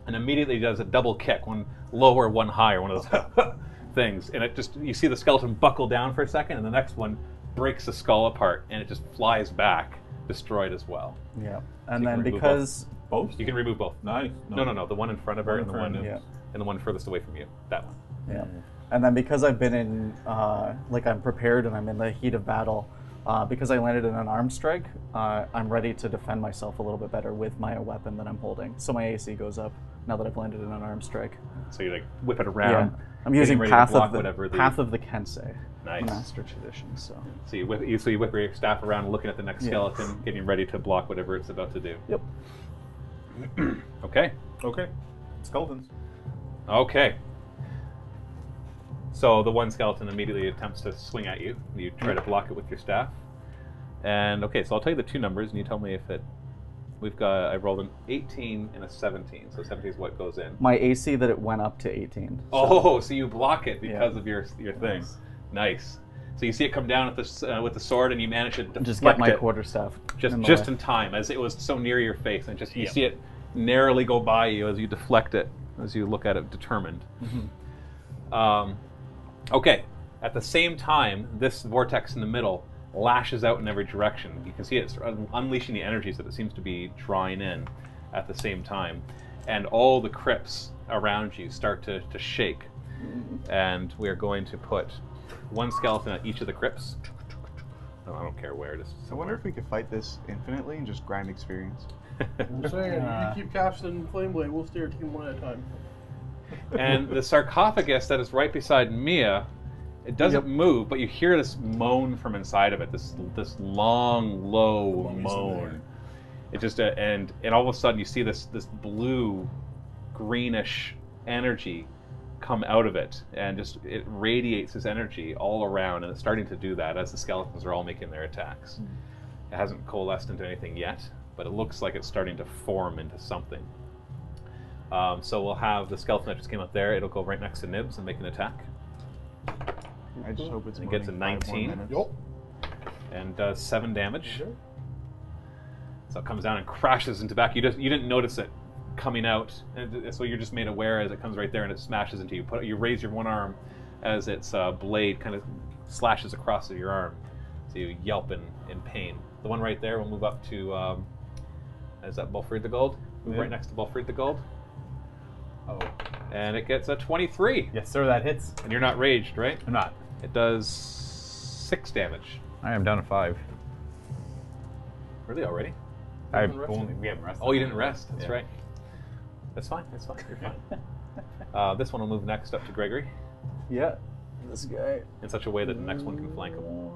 and immediately does a double kick, one lower, one higher, one of those *laughs* things, and it just you see the skeleton buckle down for a second, and the next one breaks the skull apart, and it just flies back, destroyed as well.
Yeah. And
You can
then
remove
because
Both?
You can remove both.
Nice.
No, no, no. The one in front of her,
One
and the
in
one,
front,
yeah.
and the one furthest away from you. That one.
Yeah. And then because I've been in, uh, like, I'm prepared and I'm in the heat of battle, uh, because I landed in an arm strike, uh, I'm ready to defend myself a little bit better with my weapon that I'm holding. So my AC goes up now that I've landed in an arm strike.
So you like whip it around.
I'm
getting
using
ready to
Path
block
of the,
whatever the-
Path of the Kensei, the
Nice.
master tradition. So.
So you whip you, so you whip your staff around, looking at the next
Yeah.
skeleton, getting ready to block whatever it's about to do.
Yep.
*clears throat* Okay.
Okay. Skeletons.
Okay. So the one skeleton immediately attempts to swing at you. You try to block it with your staff. And okay, so I'll tell you the two numbers, and you tell me if it. We've got. I rolled an 18 and a 17. So 17 is what goes in.
My AC that it went up to 18. so-
Oh, so you block it because
Yeah.
of your your thing. Nice. So you see it come down with the s- uh, with the sword, and you manage to deflect
Just get my
it
quarterstaff.
just
in the
just
way.
in time as it was so near your face, and just you
Yep.
see it narrowly go by you as you deflect it, as you look at it determined. Um, okay. At the same time, this vortex in the middle lashes out in every direction. You can see it's un- unleashing the energies that it seems to be drawing in at the same time. And all the crypts around you start to, to shake. And we are going to put one skeleton at each of the crypts. I don't- I don't care where, just
I wonder if we could fight this infinitely and just grind experience.
I'm saying, you keep casting Flame Blade, we'll stare at him one at a time.
and the sarcophagus that is right beside Mia, it doesn't move, but you hear this moan from inside of it. This this long, low
Mummy's in
moan. It just uh, and and all of a sudden you see this this blue, greenish energy come out of it, and just it radiates this energy all around, and it's starting to do that as the skeletons are all making their attacks. It hasn't coalesced into anything yet, but it looks like it's starting to form into something. Um, so we'll have the skeleton that just came up there. It'll go right next to Nibs and make an attack,
I just hope it's
It gets
morning,
a
five more
19.
minutes.
Yup.
and does seven damage.
Okay.
So it comes down and crashes into back. You just you didn't notice it coming out, and th- so you're just made aware as it comes right there and it smashes into you. Put you raise your one arm as its uh, blade kind of slashes across your arm, so you yelp in, in pain. The one right there will move up to um, is that Bulfrid the Gold? Move
Yeah.
right next to Bulfrid the Gold,
Oh.
and it gets a twenty-three.
Yes, sir, that hits.
And you're not raged, right?
I'm not.
It does six damage.
I am down to five.
Really already?
I
haven't rested.
only we haven't rested.
Oh, you didn't rest. That's
Yeah.
right. That's fine. That's fine. You're
*laughs*
fine. uh, this one will move next up to Gregory
Yeah. This guy.
in such a way that the next one can flank him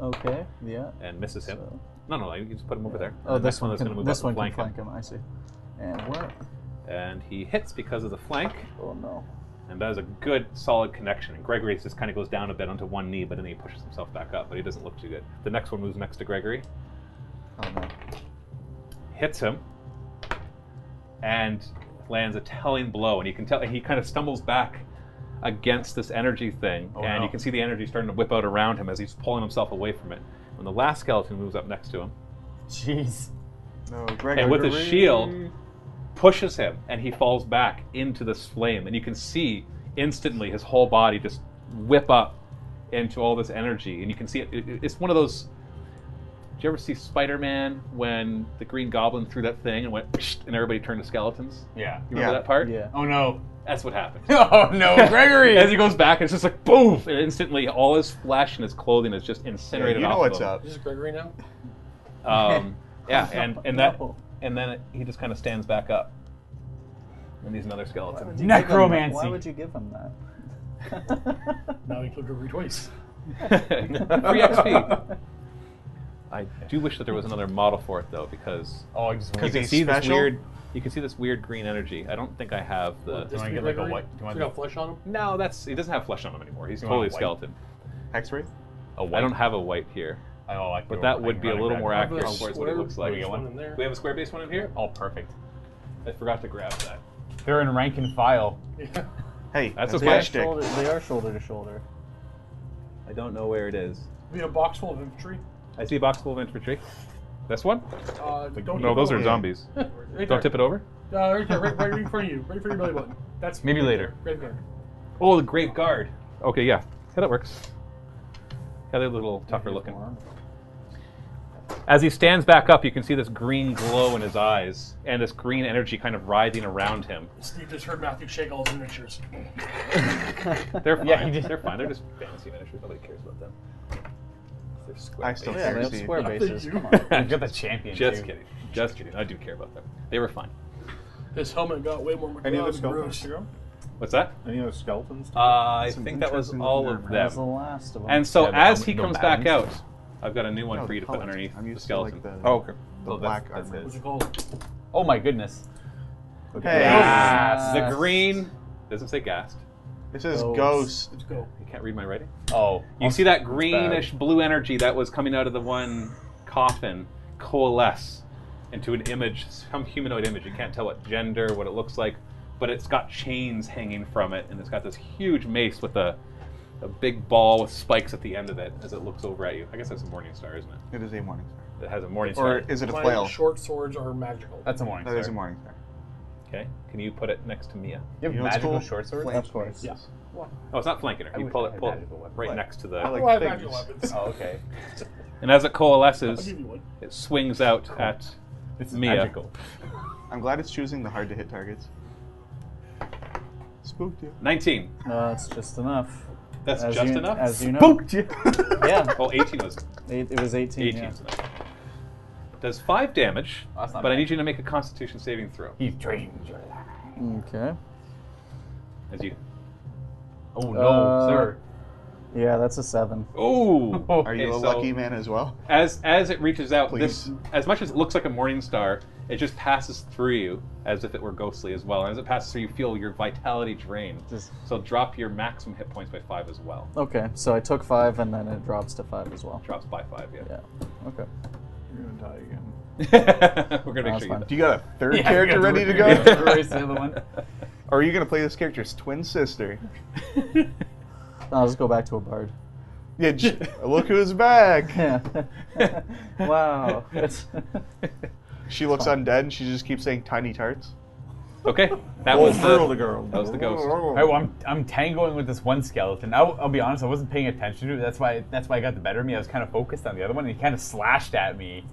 Okay, yeah.
and misses him.
So-
No, no, no. You can just put him over there.
Oh,
And the
this
next
one.
is
Can,
gonna move
this
up
one
and flank
can
him.
flank him. I see. And where?
And he hits because of the flank,
Oh no.
and that is a good, solid connection. And Gregory just kind of goes down a bit onto one knee, but then he pushes himself back up, but he doesn't look too good. The next one moves next to Gregory,
Oh, no.
hits him, and lands a telling blow. And you can tell he kind of stumbles back against this energy thing, and
no.
you can see the energy starting to whip out around him as he's pulling himself away from it. When the last skeleton moves up next to him,
Jeez.
No, Greg.
and with his shield, pushes him, and he falls back into this flame. And you can see instantly his whole body just whip up into all this energy, and you can see it. it- it's one of those. Did you ever see Spider-Man when the Green Goblin threw that thing and went, and everybody turned to skeletons?
Yeah.
You remember
Yeah.
that part?
Yeah.
Oh no.
That's what
*laughs*
happened.
Oh no,
*laughs*
Gregory.
As he goes back, it's just like boom, and instantly all his flesh and his clothing is just
Yeah,
incinerated
you know
off
what's
of him.
up.
This is Gregory now?
Um, yeah, and and that
No.
and then he just kind of stands back up, and he's another skeleton.
You give him-
Necromancy.
Why would you give him that?
Now he killed Gregory twice.
*laughs* Free
*laughs*
XP. I do wish that there was another model for it though, because
Oh, I just
you
want
can
he's
see this
special?
weird, you can see this weird green energy. I don't think I have the.
This could
wanna
be
get, like, a
Gregory.
white- do you
He's
want-
got flesh on him?
no, that's he doesn't have flesh on him anymore. He's
You want a
totally
white?
skeleton.
Hexwraith?
a
I
white.
don't have a white here,
Oh, I
but that would be a little more accurate
Have a
towards what it
square
looks like.
base one in there.
We have a square base one in here.
Oh, perfect.
I forgot to grab that.
They're in rank and file.
Yeah.
Hey,
That's
that's,
okay.
a
they, are
matchstick.
shoulder, they are shoulder to shoulder.
I don't know where it is.
*laughs* We have a box full of infantry.
I see a box full of infantry. This one?
Uh, don't
No, those are *laughs*
Yeah.
zombies.
right
Don't tip it over.
Uh, right there, right, right in front of you, right in front of your belly button. That's
Maybe later.
Right there.
Oh, the Grave Guard. Okay, yeah. Yeah, that works. Yeah, they're a little tougher looking. As he stands back up, you can see this green glow in his eyes and this green energy kind of writhing around him.
Steve just heard Matthew shake all his miniatures.
They're fine.
Yeah, he did.
They're fine. They're just fantasy miniatures. Nobody cares about them. They're square.
I still
Yeah,
care,
they have
Steve.
square
Nothing
bases.
you-
Come
*laughs*
on.
*laughs*
We've got the champion.
Just
too.
kidding. Just kidding. I do care about them. They were fine.
His helmet got way more
Any other
McDonald's than
skeletons
Bruce.
to go?
What's that?
Any other skeletons? To
Uh, I
Some
think that was
interesting
all
armor.
of
That was the
them.
last of them.
And so
Yeah, but
as
how-
he
no
comes back out,
balance?
I've got a new one
No,
for you to put
colours.
underneath
I'm
the
Oh, used to, like,
skeleton.
the-
oh, okay.
The
Oh, that's-
black
that's
armor.
it.
What's it called?
Oh my goodness.
Hey,
Yes.
The green doesn't say gassed.
it says
Ghost.
ghost.
Let's go.
You can't read my writing.
Oh.
You see that greenish blue energy that was coming out of the one coffin coalesce into an image, some humanoid image. You can't tell what gender, what it looks like, but it's got chains hanging from it, and it's got this huge mace with a, a big ball with spikes at the end of it as it looks over at you. I guess that's a morning star, isn't it?
It is a morning star.
It has a morning
Or
star.
is it a
My
flail?
Short swords are magical.
That's a morning.
That
star.
is a morning star.
Okay. Can you put it next to Mia?
You have
You know what's
magical
cool?
short swords.
Flange
course.
mace.
Oh, it's not flanking her. You
wish
pull
I
it,
had
pull it
magical weapon.
right
What?
next to
I
the.
like
Oh, I have
things.
magical weapons.
Oh, okay.
And as it
I'll
coalesces,
give
*laughs*
you one.
it swings out at
It's
Mia.
magical.
I'm glad it's choosing the hard to hit targets. Spooked you.
19.
No, it's just enough.
That's
As
just
you-
enough?
As you know.
you.
*laughs* Yeah.
*laughs* Oh, 18 was
Eight, it was 18.
18
yeah.
is enough. Does 5 damage,
Oh, That's not
but I
bad.
need you to make a constitution saving throw.
He's trained.
Okay.
As you.
Oh no,
*laughs*
Uh,
sir.
Yeah, that's a seven.
Oh!
Are you
Okay,
a
so-
lucky man as well?
As, as it reaches out, this,
Please.
as much as it looks like a morning star, it just passes through you as if it were ghostly as well. And as it passes through, you feel your vitality drain.
Just-
So drop your maximum hit points by 5 as well.
Okay, so I took five, and then it drops to five as well.
Drops by 5, yeah.
Yeah. Okay.
You're gonna die again.
*laughs* we're going to
That's
make sure you
fine.
Do you got a third
Yeah,
character
we got
ready
*laughs*
to
the-
go?
yeah, erase the other *laughs* one.
Or are you going to play this character's twin sister?
I'll just go back to a bard.
Yeah, j- look who's back. *laughs*
Yeah. wow. It's-
She looks undead and she just keeps saying tiny tarts.
*laughs* Okay, that
Oh,
was
girl
the,
to girl.
that was the ghost.
All
Oh.
right, well, Oh, I'm I'm tangoing with this one skeleton. I'll, I'll be honest, I wasn't paying attention to it. That's why that's why I got the better of me. I was kind of focused on the other one, and he kind of slashed at me,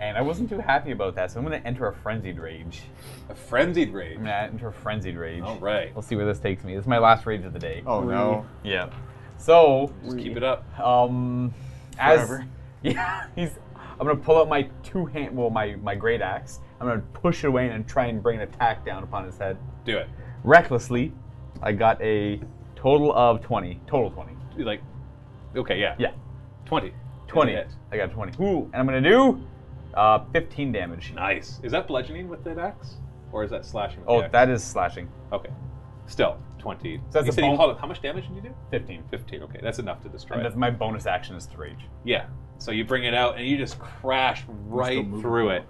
and I wasn't too happy about that. So I'm gonna enter a frenzied rage.
a frenzied rage.
I'm gonna enter a frenzied rage.
All right.
We'll see where this takes me. This is my last rage of the day.
Oh no.
Yeah. So
Just keep it up.
Um, as
Forever.
*laughs* yeah, he's. I'm gonna pull out my two hand, well, my my great axe. I'm gonna push it away and try and bring an attack down upon his head.
Do it.
Recklessly, I got a total of twenty. Total twenty.
You like, okay, yeah.
Yeah,
20.
twenty.
Hit.
I got twenty. Ooh, and I'm gonna do uh, fifteen damage.
Nice. Is that bludgeoning with that axe? Or is that slashing with
Oh,
the axe?
that is slashing.
Okay. Still, 20.
So that's
you
a
said you
bone-
called it- How much damage did you do?
Fifteen.
15. Okay, that's enough to destroy
And
it.
that's my bonus action is to rage.
Yeah. So you bring it out and you just crash right through it.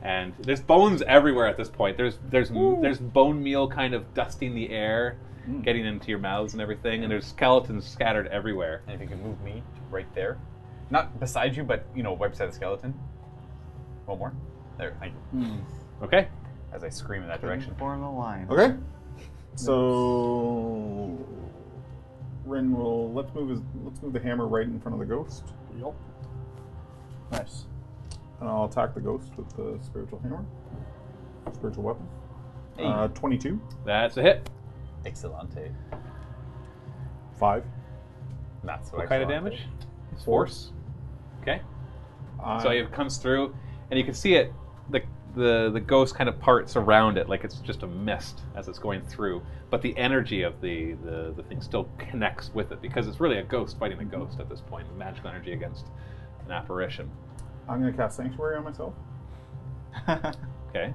And there's bones everywhere at this point. There's there's there's bone meal kind of dusting the air, getting into your mouths and everything. And there's skeletons scattered everywhere.
And if you can move me right there, not beside you, but you know, right beside the skeleton. One more. There. Thank you.
Okay.
As I scream in that
Couldn't
direction.
Form a line.
Okay. So Ren will let's move his let's move the hammer right in front of the ghost.
Yup.
nice.
And I'll attack the ghost with the spiritual hammer. Spiritual weapon. Uh, twenty-two.
That's a hit.
Excellente.
Five.
Not so
What kind of
excellente.
damage? Force. Okay.
Uh,
So it comes through, and you can see it. The, the the ghost kind of parts around it, like it's just a mist as it's going through. But the energy of the the, the thing still connects with it because it's really a ghost fighting a ghost at this point. The magical energy against an apparition.
I'm gonna cast sanctuary on myself.
Okay.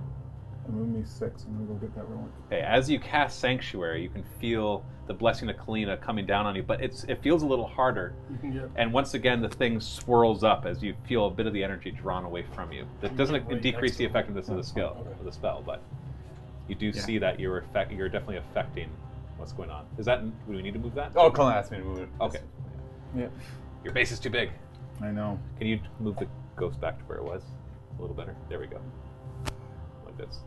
And move me six. I'm gonna go get that real quick.
Okay. As you cast sanctuary, you can feel the blessing of Kalina coming down on you, but it's it feels a little harder.
You can get
And once again, the thing swirls up as you feel a bit of the energy drawn away from you. That doesn't
Right
decrease the
next to it.
effectiveness of the skill of the spell, but you do see that you're affect, you're definitely affecting what's going on. Is that? Do we need to move that?
Oh, Colin asked me to move it.
Okay.
Yeah.
Your base is too big.
I know.
Can you move the ghost back to where it was? A little better. There we go. Like this.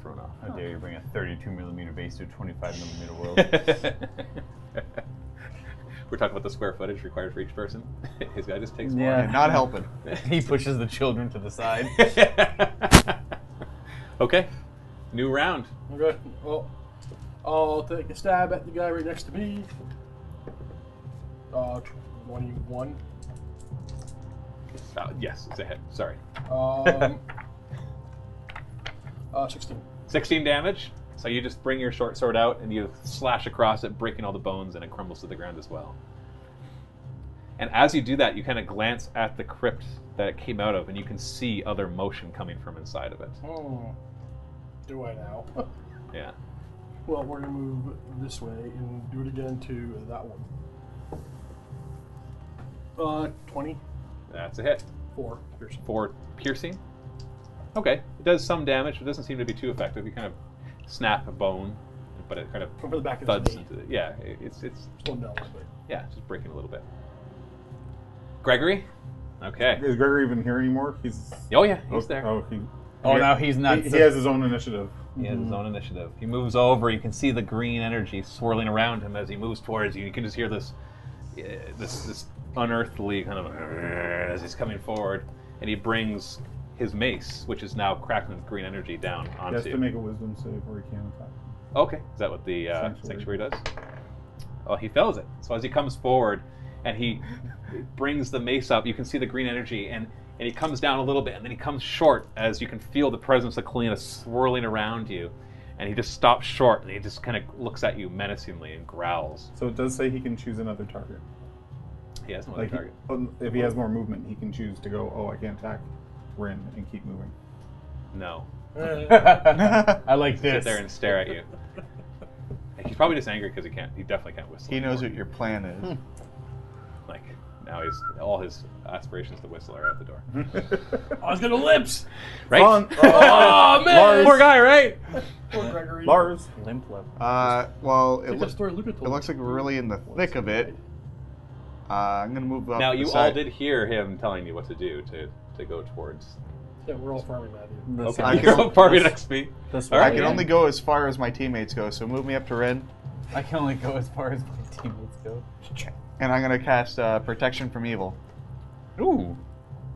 thrown
*laughs*
off.
How dare you bring a 32 millimeter base to a 25 millimeter world?
*laughs* *laughs* We're talking about the square footage required for each person. *laughs* His guy just takes
Yeah.
Not helping.
he pushes the children to
*laughs*
the side.
one. *laughs* okay, new round.
Okay. Well, I'll take a stab at the guy right next to me. Uh, 21.
Uh, yes, it's a hit. Sorry.
Um, uh, 16.
16 damage. So you just bring your short sword out and you slash across it, breaking all the bones, and it crumbles to the ground as well. And as you do that, you kind of glance at the crypt that it came out of, and you can see other motion coming from inside of it.
Hmm. Do I now? *laughs*
Yeah.
well, we're going to move this way and do it again to that one. Uh, 24.
That's a hit. Four piercing. Okay. It does some damage, but doesn't seem to be too effective. You kind of snap a bone, but it kind of
Over the back of
thuds
his knee.
into it. Yeah, it- it's, it's,
Slowed down a little bit.
yeah, just breaking a little bit. Gregory? Okay.
Is Gregory even here anymore? He's
Oh, yeah,
oh,
he's there.
Oh, he,
Oh, now he's not.
he, he has his own initiative.
He has his own initiative. He moves over. You can see the green energy swirling around him as he moves towards you. You can just hear this, uh, this, this unearthly kind of uh, as he's coming forward, and he brings his mace, which is now cracked with green energy, down
He has
onto.
to make a wisdom save or he can't attack.
okay, is that what the uh, sanctuary
Sanctuary.
does? Oh, he fails it. So as he comes forward, and he brings the mace up, you can see the green energy, and and he comes down a little bit, and then he comes short as you can feel the presence of Kalina swirling around you, and he just stops short, and he just kind of looks at you menacingly and growls.
So it does say he can choose another target.
He has no other
Like he-
target.
um, if he has more movement, he can choose to go. Oh, I can't attack Rin and keep moving.
No,
*laughs* I like
sit
this.
there and stare at you. *laughs* Like, he's probably just angry because he can't. He definitely can't whistle.
He knows
anymore.
what your plan
Hmm.
is.
Like now, he's all his aspirations to whistle are out the door.
I was going to lips!
Right? *laughs*
Ron-
*laughs* Oh, man!
Poor guy, right?
*laughs* Poor Gregory.
Lars,
Limp lip.
Uh, well, it
Take that
looks
story Luca told
it looks
me.
like we're really in the thick of it. Uh, I'm gonna move up.
Now you
the
all
side.
did hear him telling you what to do to to go towards.
Yeah, we're all farming Matthew.
This
*laughs*
I
way.
can-
You're farming XP.
This
All
way.
I
right.
can only go as far as my teammates go, so move me up to red,
I can only go as far as my teammates go.
and I'm gonna cast uh, protection from evil.
Ooh.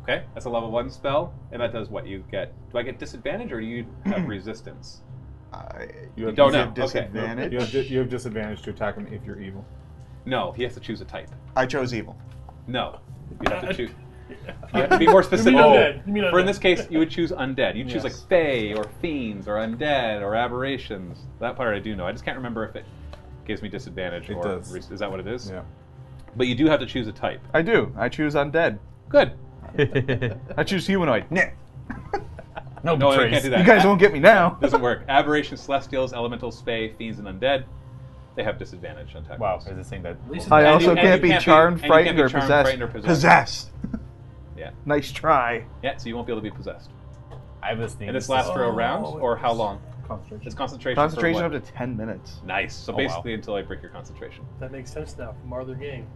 Okay, that's a level one spell, and that does what you get. Do I get disadvantage or do you
*clears throat*
have resistance?
Uh,
you have,
don't
you
know.
have
Okay.
disadvantage.
You have, di- you have disadvantage to attack him if you're evil.
No, he has to choose a type.
I chose evil.
No, you have to
*laughs*
choose. You have to be more specific.
mean undead. Uh, You mean
For in
undead.
this case, you would choose undead. You choose
Yes.
like fae or fiends or undead or aberrations. That part I do know. I just can't remember if it gives me disadvantage
It
or
does.
res- is that what it is?
Yeah.
But you do have to choose a type.
I do. I
*laughs*
choose undead.
Good.
I choose humanoid. Nah.
no,
No, I
betrays.
can't do that.
You guys won't get me
*laughs*
now.
Doesn't work. Aberration, celestials, elementals, fae, fiends, and undead. They have disadvantage on attack.
Wow,
rolls.
is this thing that?
least
I
And
also
you- and you
can't be
can't be-
charmed,
and you can't
frightened,
be
or
charmed,
possessed.
frightened, or possessed.
*laughs*
Yeah.
nice try.
Yeah, so you won't be able to be possessed.
I have this thing.
And this lasts for a round, or how long?
Oh. Concentration.
It's concentration. for
Concentration
what?
up to ten minutes.
Nice. So
Oh, wow.
basically, until I break your concentration,
That makes sense now from our other game.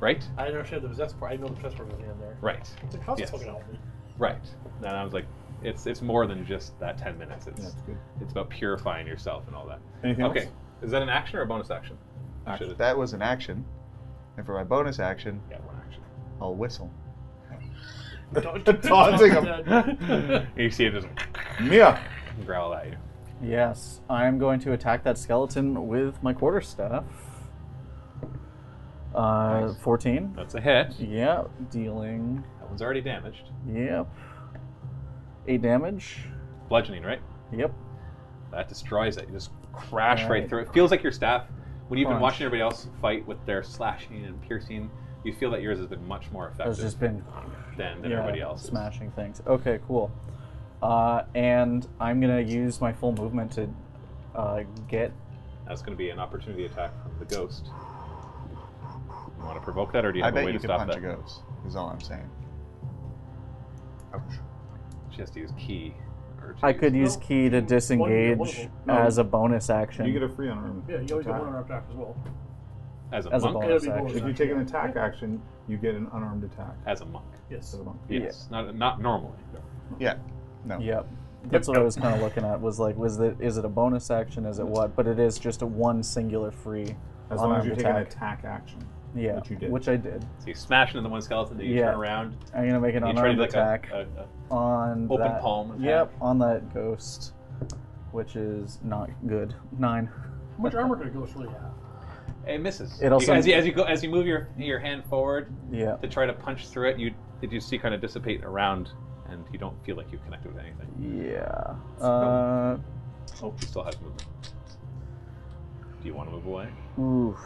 right?
I didn't understand the possessed part. I didn't know the possessed part was in there.
Right.
The cost
Yes.
fucking help me.
Right. And I was like, it's it's more than just that ten minutes. It's
That's good.
it's about purifying yourself and all that.
Anything
okay.
else?
Is that an action or a bonus action?
Action.
Should've-
That was an action. And for my bonus action,
yeah, one action.
I'll whistle. *laughs*
Don't-
Taunting *laughs*
Dad.
You see it doesn't
Mia.
growl at you.
Yes, I'm going to attack that skeleton with my quarterstaff. Uh, 14.
That's a hit.
Yeah, dealing.
That one's already damaged.
Yep. 8 damage.
Bludgeoning, right?
Yep.
That destroys it. You just crash
All
right,
right.
through. It feels like your staff. When you've been
Crunch.
watching everybody else fight with their slashing and piercing, you feel that yours has been much more effective
That's just been
than, than
yeah,
everybody else's.
smashing things. Okay, cool. Uh, and I'm going to use my full movement to uh, get.
That's going to be an opportunity attack from the ghost. You want to provoke that, or do you
I
have a
bet
way
you
to
can
stop
punch
that?
a ghost. Is all I'm saying.
She has to use key. Or to
I could use
No,
key to
you- one, you get one of
disengage
them.
No,
as a bonus action.
You get a free unarmed.
Yeah, you always get
attack.
one on our attack as well.
as a
as a
monk.
bonus
It'll be
action.
If you take an attack action, you get an unarmed attack.
as a monk.
Yes.
So,
Yes, not not normally.
Yeah. No.
Yep. That's what I was kind of looking at. Was like, was it is it a bonus action? Is it what? But it is just a one singular free
As long as you
unarmed
take an
attack.
attack action.
yeah,
which you did.
which I did.
So you smash into the one skeleton, then you
Yeah.
turn around,
I'm gonna make an
you try to
unarmed
do like a,
attack
a, a
on
open
that-
palm attack.
Yep, on that ghost, which is not good. Nine. *laughs*
How much armor could a ghost really have?
*laughs* It misses.
It also-
as, you, as you go, as you move your your hand forward
Yeah.
to try to punch through it, you it you see kind of dissipate around, and you don't feel like you connected with anything.
Yeah. Uh,
Oh, you still have movement. Do you want to move away?
Uh, oof.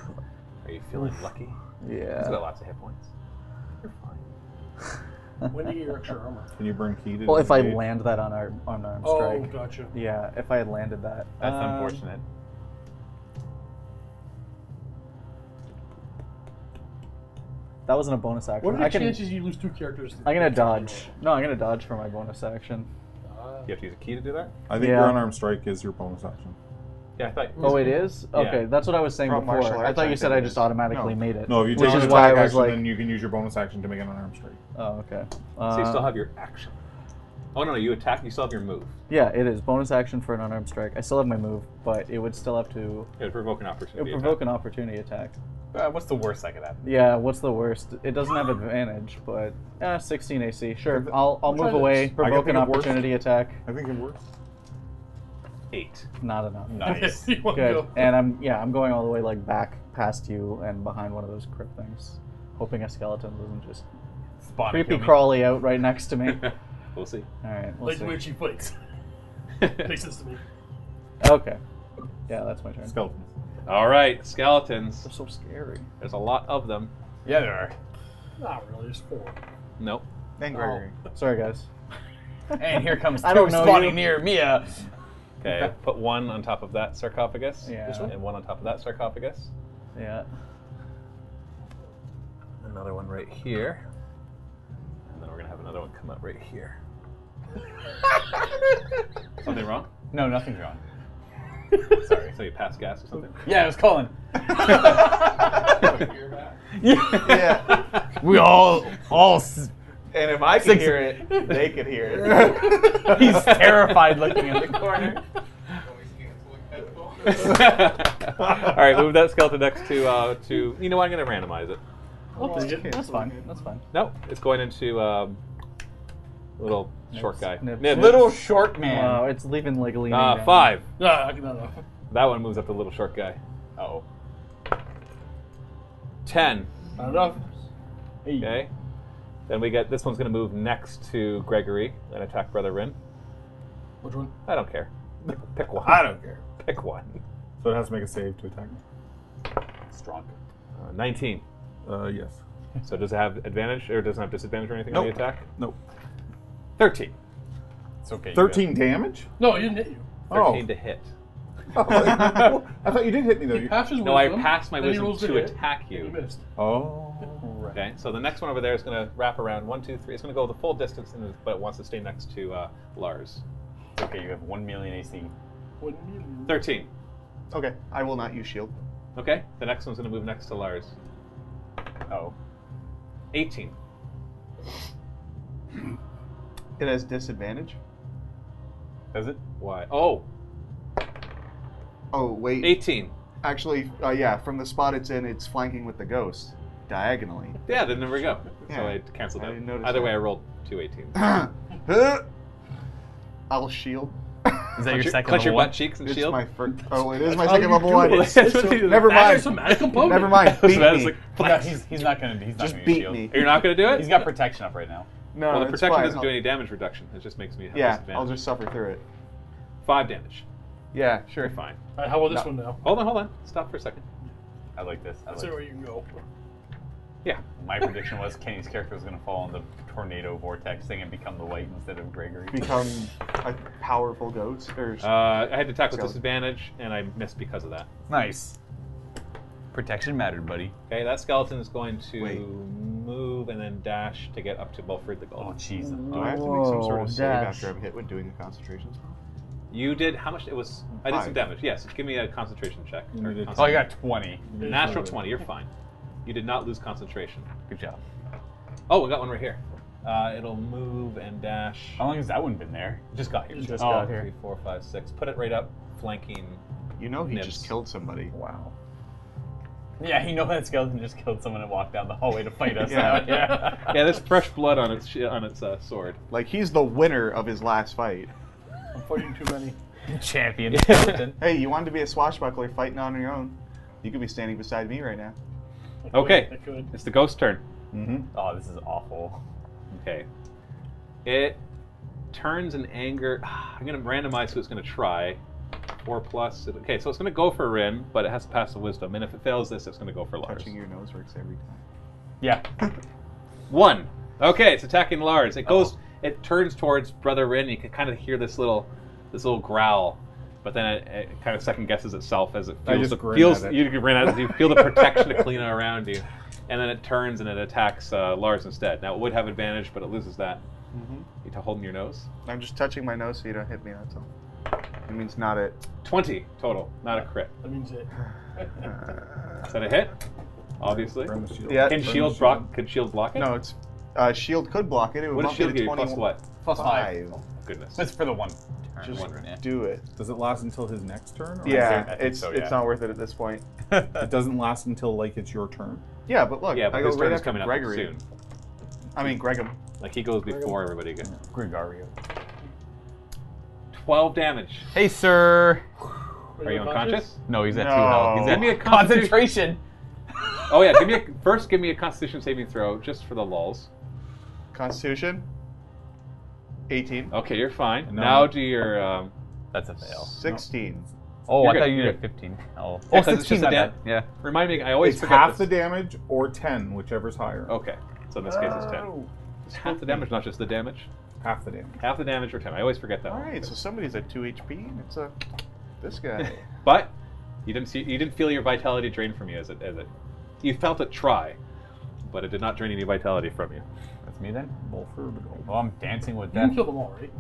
Are you feeling lucky? He's got
Yeah.
lots of hit points. You're fine.
When do you get your extra armor?
Can you bring heated?
Well, if I
engage?
land that on our on arm
Oh,
strike.
gotcha.
Yeah, if I had landed that.
That's
Um,
unfortunate.
That wasn't a bonus action.
What are the
I can,
chances you lose two characters?
I'm gonna dodge. No, I'm gonna dodge for my bonus action.
Ah.
You have to use a key to do that.
I think
Yeah.
your unarmed strike is your bonus action.
Yeah, I thought.
Oh, it is. Okay,
Yeah.
that's what I was saying
From martial
before. I
arts,
thought
I
you said
think
I
it
just
is.
automatically made it.
No, if you
which
take
is
an
why
attack
I was
action,
like,
then you can use your bonus action to make an unarmed strike.
oh, okay.
So you still
Uh,
have your action. Oh no, no, you attack. You still have your move.
yeah, it is bonus action for an unarmed strike. I still have my move, but it would still have to
It would provoke an
it would
opportunity.
provoke an opportunity attack.
Uh, what's the worst that could happen?
Yeah, what's the worst? It doesn't have advantage, but uh, 16 AC. Sure, I'll I'll
Try
move
this.
away,
I can
provoke an
think of worse.
opportunity attack.
I think it works.
attack. Eight.
Not enough.
*laughs*
Nice.
You wanna
Good.
go?
And I'm yeah, I'm going all the way like back past you and behind one of those crypt things, hoping a skeleton doesn't just
Spawn
creepy
kill me.
crawly out right next
*laughs*
to me. All
*laughs* We'll see.
right, we'll
Like the
see.
way she fights. *laughs* Makes sense to me.
Okay. Yeah, that's my turn.
Skeletons.
All right, skeletons.
They're so scary.
There's a lot of them.
Yeah, there are.
Not really. It's four.
Nope.
Then Gregory. *laughs*
Sorry, guys.
And here comes
*laughs*
two
Oh,
I don't know
spawning
you.
near Mia.
Okay, put one on top of that sarcophagus.
Yeah. This one?
And one on top of that sarcophagus.
Yeah.
Another one right here. And then we're gonna have another one come up right here.
*laughs*
something wrong?
No, nothing's wrong.
Sorry, so you pass gas or something?
Yeah, it was Colin.
Yeah.
We all, all. S-
and if I could
Six-
hear it, they could hear *laughs* it.
*laughs*
He's terrified looking in the corner.
All right, move that skeleton next to uh, to. You know what? I'm gonna randomize it.
I'll take it.
That's fine. That's fine.
Nope, it's going into um, little short guy.
Nibs.
Nibs.
Little short man.
Wow, it's leaving like leaning.
uh,
down.
five.
Nah, I can uh, no, no.
That one moves up to little short guy. Oh. Ten.
Not enough.
Okay. Then we get this one's going to move next to Gregory and attack Brother Rin.
Which one?
I don't care. Pick- Pick one.
I don't care.
Pick one.
So it has to make a save to attack.
Strong.
Uh, Nineteen.
Uh, yes.
So does it have advantage or doesn't have disadvantage or anything on the
Nope.
attack?
Nope.
Thirteen.
It's okay.
Thirteen damage.
No, he didn't hit you.
Thirteen to hit.
Oh. *laughs* I thought you did hit me though.
He
You-
passes
No, I
wisdom,
passed my
then he
wisdom
rolls
to
hit,
attack
and He
you.
missed.
Oh.
Okay. So the next one over there is going to wrap around one, two, three. It's going to go the full distance, and but it wants to stay next to uh, Lars.
It's okay. You have one million AC.
Wouldn't you?
Thirteen.
okay, I will not use shield.
Okay. The next one's going to move next to Lars.
Oh.
Eighteen.
It has disadvantage.
Does it?
Why? Oh,
Oh wait,
18.
actually, uh, yeah, from the spot it's in, it's flanking with the ghost diagonally. *laughs*
Yeah, then there we go. So
Yeah.
I canceled
I
out.
didn't notice
Either
that.
way, I rolled two 18s.
I'll shield.
Is that your second
Clutch your
level
butt cheeks and
It's
shield.
my first. Oh, it is my
How
second
you
level
do
one.
it?
*laughs*
That's what he did.
Never
That
mind.
is a magic component.
*laughs*
*laughs* Never mind.
So
Beat
that was
me.
like,
one? No, he's, he's not gonna. He's not
Just
gonna
beat
shield.
me.
You're not going to do it?
He's got protection up right now.
No,
well, the
it's
protection
fine.
doesn't do
I'll-
any damage reduction. It just makes me have
Yeah,
disadvantage.
I'll just suffer through it.
Five damage.
Yeah,
You're
sure.
fine.
All right, how about this
No.
one now?
Hold on, hold on. Stop for a second.
I like this. I
That's
like
where you can go.
Yeah.
My prediction was Kenny's character was going to fall in the tornado vortex thing and become the white instead of Gregory.
Become a powerful ghost. Or
Uh, I had to attack with
So-
disadvantage, and I missed because of that.
Nice. Protection mattered, buddy.
Okay, that skeleton is going to
Wait.
move and then dash to get up to Bulford the
Oh,
Golden.
jeez.
do I have to make some sort of save
dash.
after I'm hit when doing a concentration spell?
You did how much? It was. I did some
Five.
damage. Yes, give me a concentration check.
You
or
did-
Oh, I got 20.
Natural 20, you're fine. You did not lose concentration.
Good job.
Oh, we got one right here. Uh, it'll move and dash.
Oh.
How long has that one been there?
Just got here.
Just
Oh,
got here.
Three, four, five, six. Put it right up, flanking.
You know he
Nips.
just killed somebody.
Wow.
Yeah, you know that skeleton just killed someone and walked down the hallway to fight
*laughs*
us
Yeah.
out. Yeah.
*laughs* Yeah, there's fresh blood on its shi- on its uh, sword.
Like he's the winner of his last fight.
I'm fighting too many.
Champion skeleton.
Hey, you wanted to be a swashbuckler fighting on your own? You could be standing beside me right now.
I could-
Okay.
*laughs*
I could.
It's the ghost turn.
Mm-hmm.
*laughs* Oh, this is awful.
Okay. It turns in anger. *sighs* I'm gonna randomize who it's gonna try. Four plus. It- Okay, so it's gonna go for Rin, but it has to pass the wisdom. And if it fails this, it's gonna go for Lars.
Touching your nose works every time.
Yeah.
One. Okay, it's attacking Lars. It goes. It turns towards Brother Rin. You can kind of hear this little, this little growl, but then it, it kind of second guesses itself as it
I
feels.
just
the,
grin
feels
at it.
you grin at it. You feel the
*laughs*
protection of Kalina around you, and then it turns and it attacks uh, Lars instead. Now it would have advantage, but it loses that.
Mm-hmm.
You to holding your nose.
I'm just touching my nose so you don't hit me. That's all. It means not it.
Twenty total, not a crit.
That means it.
Is that a hit? Obviously.
Burn the shield.
Yeah.
Can
burn
shield block? Could shield block it?
No, it's uh, shield could block it. It would
What does
bump you
shield
to
give you? Plus
21.
what?
Plus five.
Five.
Goodness.
That's for the one. turn.
Just-
One run,
Do it.
Does it last until his next turn? Or
Yeah,
think- I think
it's
so, yeah.
it's not worth it at this point.
yeah.
It doesn't last until like it's your turn.
Yeah, but look,
yeah, but
I go
his turn
right
is
after
coming
Gregory.
up soon.
I mean, Gregum.
Like he goes before everybody. Goes.
Gregario.
Twelve damage.
Hey, sir.
Are you unconscious?
No, he's at two
No.
*laughs*
health. He's at
Give *laughs*
me a
concentration.
Oh yeah, give me a, first. Give me a Constitution saving throw just for the lulls.
Constitution. 18.
Okay, you're fine.
No.
Now do your. Um,
That's a fail.
16.
Oh,
You're
I
good,
thought you
you're
did a
good.
15. Oh,
Yeah,
oh
'cause it's
16,
just a
my bad.
dab.
Yeah.
remind me. I always
it's
forget
half the
this. Oh.
damage or ten, whichever's higher.
Okay, so in this case it's ten.
Oh.
It's half the damage, not just the damage.
Half the damage.
Half the damage or ten. I always forget that.
All
one.
right, so somebody's at 2 HP, and it's a this guy.
But you didn't see. You didn't feel your vitality drain from you as it as it. You felt it try, but it did not drain any vitality from you.
That's me then?
Roll for the gold.
Oh, I'm dancing with
You can
death.
kill them all, right?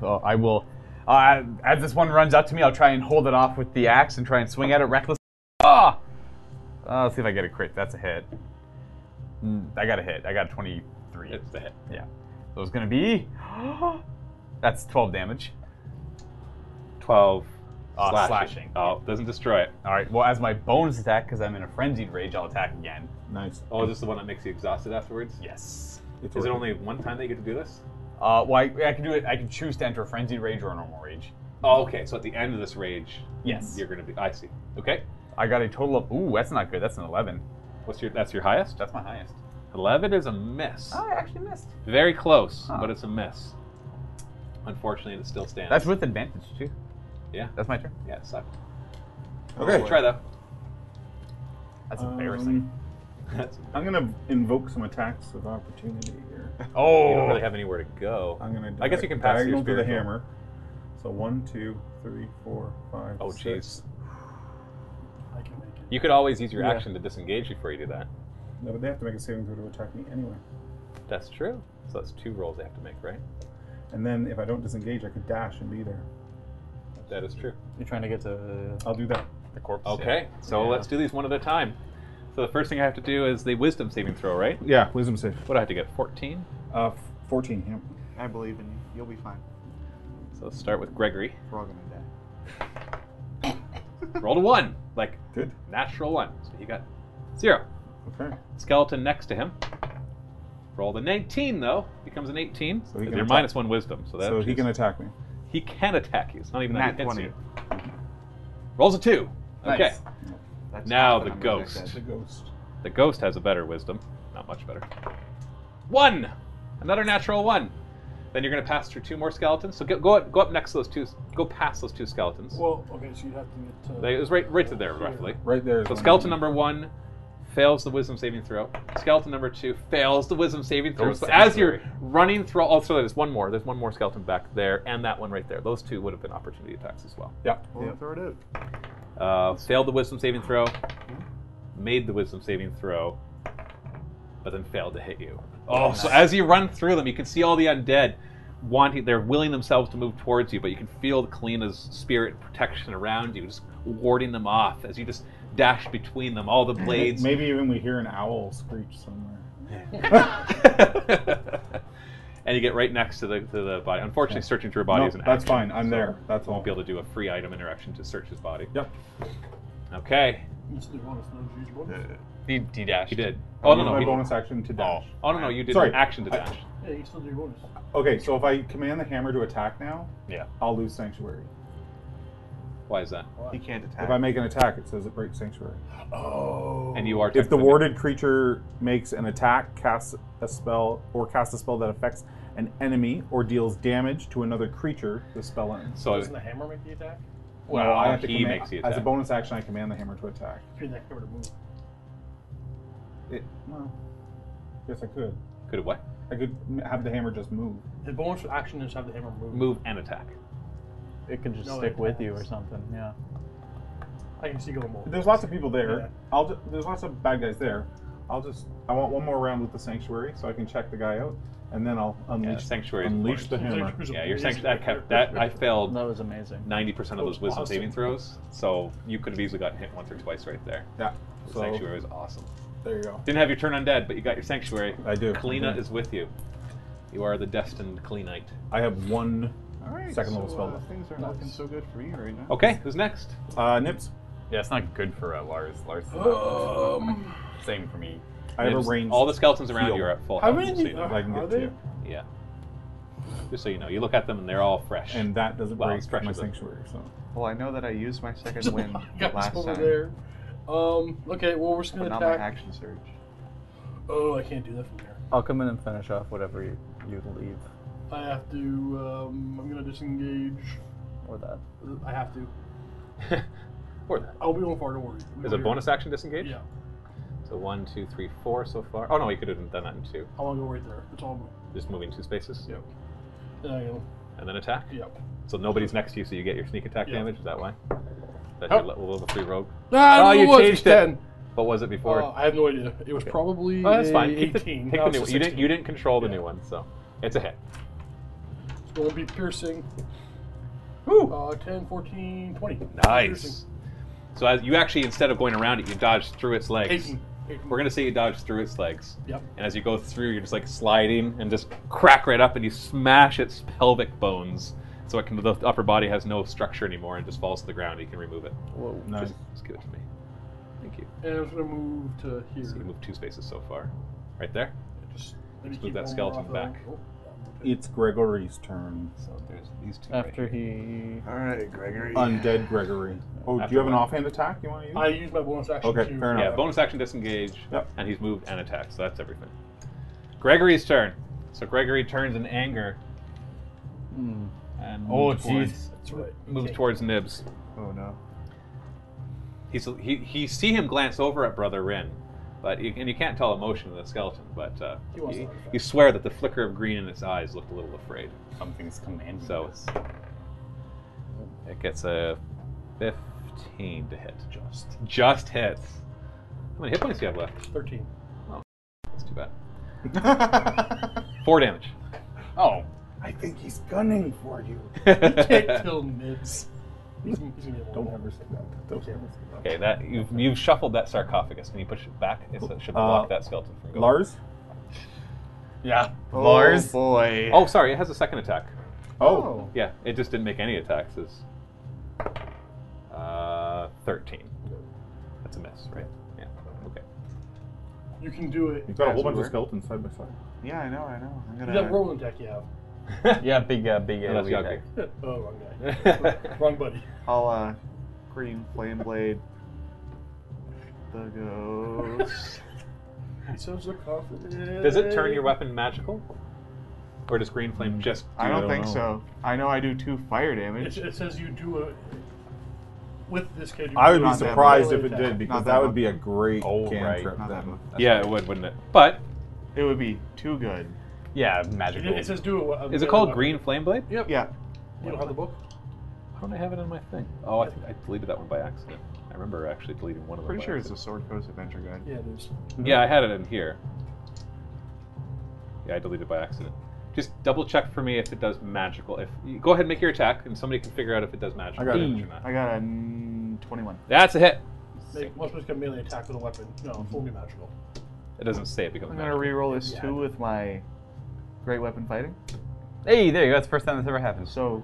Well, I will. Uh, as this one runs up to me, I'll try and hold it off with the axe and try and swing at it recklessly. Ah! Uh, let's see if I get a crit. That's a hit. Mm, I got a hit. I got a 23.
It's the hit.
Yeah. So it's going to be. *gasps* That's 12 damage.
Twelve.
Ah,
slashes.
slashing.
Oh, doesn't destroy it.
All right. Well, as my bonus attack, because I'm in a frenzied rage, I'll attack again.
Nice.
Oh, is this the one that makes you exhausted afterwards?
Yes.
It's
Is it
working.
only one time that you get to do this?
Uh, well, I, I can do it. I can choose to enter a frenzied rage or a normal rage.
Oh, okay. So at the end of this rage,
Yes.
you're gonna be. I see. Okay.
I got a total of. Ooh, that's not good. That's an 11.
What's your? That's your highest.
That's my highest. Oh,
Eleven is a miss.
I actually missed.
Very close,
Huh.
but it's a miss. Unfortunately, it still stands.
That's with advantage too.
Yeah.
That's my turn.
yeah. It sucked.
Okay.
Try though. *laughs*
That's
Um,
embarrassing.
That's,
I'm gonna invoke some attacks of opportunity here.
Oh,
you don't really have anywhere to go.
I'm gonna.
I guess you can pass your
diagonal to the
spiritual.
hammer. So one, two, three, four, five.
Oh, jeez.
six.
I can make it.
You could always use your
Yeah.
action to disengage before you do that.
No, but they have to make a saving throw to attack me anyway.
That's true. So that's two rolls they have to make, right?
And then if I don't disengage, I could dash and be there.
That is true.
You're trying to get to oh,
I'll do that.
the corpse.
Okay, so
Yeah.
let's do these one at a time. So the first thing I have to do is the wisdom saving throw, right?
Yeah. Wisdom save.
What do I have to get? 14?
Uh, f- fourteen. Yeah.
I believe in you. You'll be fine.
So let's start with Gregory.
We're all gonna die.
Rolled a one, like
Good.
natural one. So he got zero.
Okay.
Skeleton next to him. Rolled a 19, though. Becomes an 18.
So he can
You're
attack.
minus one wisdom. So, that
so he
is-
can attack me.
he can attack you. It's not even that
Nat
he hits
20.
you. Rolls a two.
Nice.
Okay.
That's
Now
half
the
numbers I
ghost.
The
said.
ghost.
The ghost has a better wisdom. Not much better. One! Another natural one. Then you're going to pass through two more skeletons. So go, go, up, go up next to those two. Go past those two skeletons.
Well, okay, so you'd have to get uh, to.
they, it was right, right to there, roughly.
Right there. is
So
one
skeleton
enemy.
number one fails the wisdom saving throw. Skeleton number two fails the wisdom saving throw.
Those
So as you're
sanctuary.
running through, oh, sorry, there's one more. There's one more skeleton back there, and that one right there. Those two would have been opportunity attacks as well.
Yeah.
Well, throw it out.
Uh, failed the wisdom saving throw, made the wisdom saving throw, but then failed to hit you. Oh, so as you run through them, you can see all the undead wanting, they're willing themselves to move towards you, but you can feel Kalina's spirit protection around you, just warding them off as you just dash between them,
*laughs*
all the blades.
Maybe even we hear an owl screech somewhere.
*laughs* and you get right next to the to the body. Unfortunately, searching through a body
No,
is an
that's
action,
fine. I'm
so
there. That's
You
all.
won't be able to do a free item interaction to search his body.
Yep.
Okay.
You said bonus, no huge bonus.
D, D dash.
You did.
I
Oh no
use
no.
My
He,
bonus action to dash.
oh no no. You did
Sorry.
an action to
I-
dash.
Yeah, you can still do your bonus.
Okay, so if I command the hammer to attack now,
Yeah.
I'll lose sanctuary.
Why is that?
He can't attack.
If I make an attack, it says it breaks sanctuary.
Oh.
And you are.
If the
technically-
warded creature makes an attack, casts a spell, or casts a spell that affects an enemy or deals damage to another creature, the spell ends.
So
Doesn't the hammer make the attack?
well,
I have to
he
command,
makes the
As a
attack.
bonus action, I command the hammer to attack.
Command that hammer to move.
It, well, yes, I could.
Could it what?
I could m- have the hammer just move.
The bonus action is have the hammer move.
Move and attack.
It could just
No,
stick
it
with you or
does.
something. Yeah.
I can see going more.
There's lots of people there.
Yeah.
I'll. Ju- there's lots of bad guys there. I'll just. I want one more round with the sanctuary so I can check the guy out, and then I'll
Yeah,
unleash.
sanctuary. is
unleash the
important.
hammer.
*laughs* Yeah, your sanctuary. That kept that. I failed.
That was amazing.
90% of those wisdom
awesome.
saving throws, so you could have easily gotten hit once or twice right there.
Yeah.
The
So
sanctuary was awesome.
there you go.
Didn't have your turn undead, but you got your sanctuary.
I do.
Kalina is with you. You are the destined Kalinite.
I have one.
All right.
Second
so,
level spell
Uh,
left.
things are looking so good for me right now.
Okay, who's next?
Uh, Nips.
Yeah, it's not good for uh, Lars. Lars. is not-
Um, *laughs*
Same for me.
I have a
Nibs.
range.
All the skeletons around
heal.
you are at full
how
health.
many
just so you
are,
know.
I can get
are
to
there?
you.
Yeah. Just so you know, you look at them and they're all fresh.
and that doesn't
Well, it's
break my
precious.
sanctuary. So
Well, I know that I used
*laughs*
my second win
Guys
last
over
time,
there. Um, okay, well, we're just
but
going to
not my
attack.
action surge.
Oh, I can't do that from here.
I'll come in and finish off whatever you, you leave
I have to, um, I'm going to disengage.
or that.
I have to.
*laughs* Or that.
I'll be on far to worry.
Is a bonus action disengage?
Yeah,
So one, two, three, four so far. Oh no, you could have done that in two.
I want to go right there. It's all move.
Just moving two spaces.
Yep. And I go,
And then attack.
yep.
So nobody's next to you, so you get your sneak attack
Yeah.
damage. Is that why? That's
Oh.
your le- level three rogue.
Ah,
Oh,
it
you
was
changed it.
10.
What was it before?
Uh, I have no idea. It was probably
Oh, that's
a
fine. Pick the,
18.
pick
No,
the new
it's a
one. You didn't, you
16.
didn't control the
Yeah.
new one, so it's a hit.
It's going to be piercing.
Woo!
Uh, 10, 14, 20. Piercing.
Nice. So as you actually, instead of going around it, you dodge through its legs.
18. 18.
We're gonna say you dodge through its legs,
Yep.
and as you go through, you're just like sliding and just crack right up, and you smash its pelvic bones, so it can the upper body has no structure anymore and just falls to the ground. You can remove it.
Whoa.
nice.
Just, just give it to me. Thank you.
And I'm going to move to here.
So you moved two spaces so far. Right there.
Just, let me
move
keep
that
one more
skeleton
off the-
back. E-
Oh, yeah,
It's Gregory's turn.
So there's these two. right
After he.
All right, *laughs* Gregory.
Undead Gregory. Oh, do
After
you have an
what?
offhand attack you want to use?
I use my bonus action
Okay,
to
fair enough.
Yeah, bonus action disengage,
Yep.
and he's moved and attacked, so that's everything. Gregory's turn. So Gregory turns in anger
Hmm.
and
Oh,
moves towards-
jeez.
That's right.
moves
Okay.
towards Nibs.
Oh no.
He's he he see him glance over at Brother Rin, but you, and you can't tell emotion of the skeleton, but uh,
He wants
you,
to laugh.
you swear that the flicker of green in its eyes looked a little afraid.
Something's commanding.
So
us.
it gets a fifteen to hit. Just just hits. How many hit points do you have left? *laughs*
13.
That's too bad. Four damage. *laughs*
Oh,
I think he's gunning for you.
Can't kill Nibs. He's, he's gonna get
Don't
one.
ever say that. Don't ever say that.
Okay, that you've, you've shuffled that sarcophagus. Can you push it back? It's, it should block
Uh,
that skeleton from going.
Lars?
yeah.
Oh
Lars.
boy.
Oh, sorry, it has a second attack.
Oh.
Yeah, it just didn't make any attacks. It's, uh, thirteen. That's a miss, right? Yeah. Okay.
You can do it.
You've got a whole
As we
bunch of
were.
skeletons side by side.
Yeah, I know. I know. I'm
You
gonna.
that rolling attack you have. *laughs*
Yeah, big, uh,
*laughs*
big.
Yeah,
uh,
that's
we
Yager.
attack.
Oh, wrong
*laughs*
guy. wrong buddy.
I'll uh, green flame blade. The ghost.
He sounds so confident.
Does it turn your weapon magical, or does green flame just? do
I
it?
don't,
don't
think
know.
so. I know I do two fire
*laughs*
damage.
It, it says you do a. With this kid, you
I would
do
be
a
Not that
surprised
rolling
if it
attack.
did because
Not
that,
that
would
one.
be a great
Oh, right.
cantrip.
Not that one.
Yeah, it would, wouldn't it? But
It would be too good.
Yeah,
It,
magical.
it says do a. a
is it
a
called
weapon.
green flame blade?
Yep.
Yeah.
You don't have the book?
Why don't I have it in my thing? Oh, I think I deleted that one by accident. I remember actually deleting one of them.
Pretty
by
sure it's
accident.
a Sword Coast Adventure Guide.
Yeah, it is.
Yeah, I had it in here. Yeah, I deleted by accident. Just double check for me if it does magical. If you, go ahead and make your attack, and somebody can figure out if it does magical
I got it.
damage or not.
I got a mm, 21.
That's a hit.
Make, unless it's gonna melee attack with a weapon. No, it's only magical.
It doesn't say it becomes
I'm
magic.
gonna reroll this
Yeah.
two with my great weapon fighting.
Hey, there you go. That's the first time that's ever happened.
So,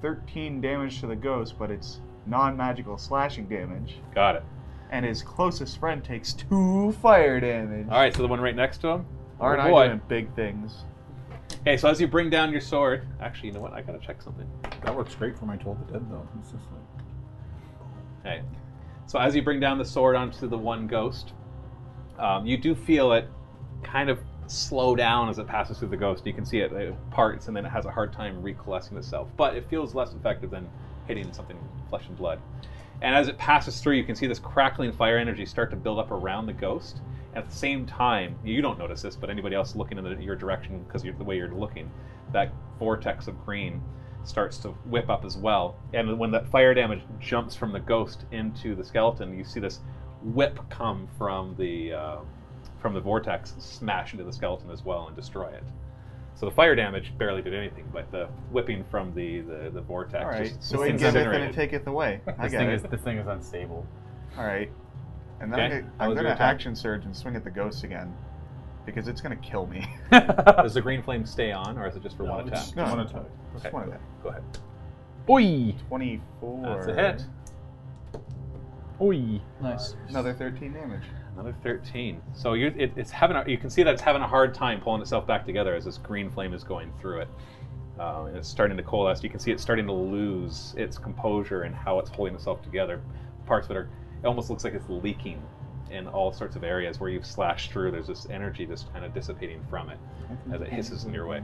13 damage to the ghost, but it's non-magical slashing damage,
Got it.
and his closest friend takes two fire damage.
All right, so the one right next to him.
Aren't
Oh,
I
boy.
doing big things?
Hey, so as you bring down your sword, actually, you know what? I gotta check something.
That works great for my Told the Dead, though. It's just like,
Hey. So as you bring down the sword onto the one ghost, um, you do feel it kind of slow down as it passes through the ghost. You can see it, it parts and then it has a hard time recoalescing itself. But it feels less effective than hitting something flesh and blood. And as it passes through, you can see this crackling fire energy start to build up around the ghost. At the same time, you don't notice this, but anybody else looking in the, your direction because the way you're looking, that vortex of green starts to whip up as well. And when that fire damage jumps from the ghost into the skeleton, you see this whip come from the uh, from the vortex, smash into the skeleton as well and destroy it. So the fire damage barely did anything, but the whipping from the the, the vortex
All right,
just
so
this
it
thing's
giveth and
incinerated.
it taketh away. I
This
got
thing
it.
is this thing is unstable.
All right. And then
Okay,
I'm gonna-
that
I'm
was your
gonna
attack.
action surge and swing at the ghost again, because it's gonna kill me.
Does the green flame stay on, or is it just for
No,
one attack?
it's-
*laughs* No,
one attack.
Just
Okay.
one of that.
Go ahead.
Oi!
Twenty-four.
That's a hit.
Oi!
Nice.
Another thirteen damage.
Another thirteen. So you it, it's having a, you can see that it's having a hard time pulling itself back together as this green flame is going through it, um, and it's starting to coalesce. You can see it's starting to lose its composure and how it's holding itself together. Parts that are it almost looks like it's leaking in all sorts of areas where you've slashed through. There's this energy just kind of dissipating from it as it
Mm-hmm.
hisses in your way.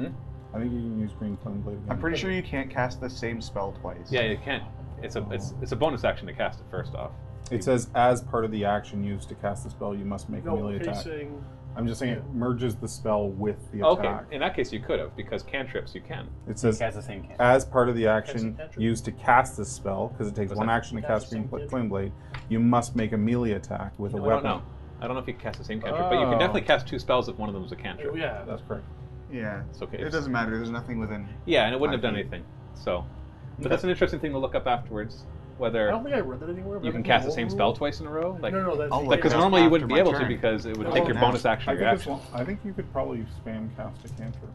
I think you can use Green Flame Blade again.
I'm pretty sure you can't cast the same spell twice.
Yeah, you can. It's a it's, it's a bonus action to cast it first off.
It says, as part of the action used to cast the spell, you must make a
No,
melee
okay,
attack.
saying
I'm just saying it merges the spell with the
Okay,
attack.
in that case you could have because cantrips you can.
It says,
He has the same cantrip.
as part of the action
Cast a cantrip.
used to cast this spell, because it takes
What's
one
that?
action to
Cast
cast
the
Green
same
Fl-
cantrip.
Flame Blade, you must make a melee attack with a
I don't
weapon.
know. I don't know if you can cast the same cantrip, but you can
Oh.
definitely cast two spells if one of them is a cantrip.
oh, yeah.
That's correct.
Yeah.
It's okay.
It doesn't matter. There's nothing within.
Yeah, and it wouldn't have done
Okay.
anything. So, but that's an interesting thing to look up afterwards.
I
Whether
don't think I read that anywhere. but
you
I
can
think
cast the
old
same
rule-
spell twice in a row, like
no, no, that's
I'll
the-
look
because
it up
normally you wouldn't be
after my
able to
turn.
because it would
No,
take your
now.
bonus action
I
or your
think, it's
action.
one, I think you could probably spam cast a cantrip.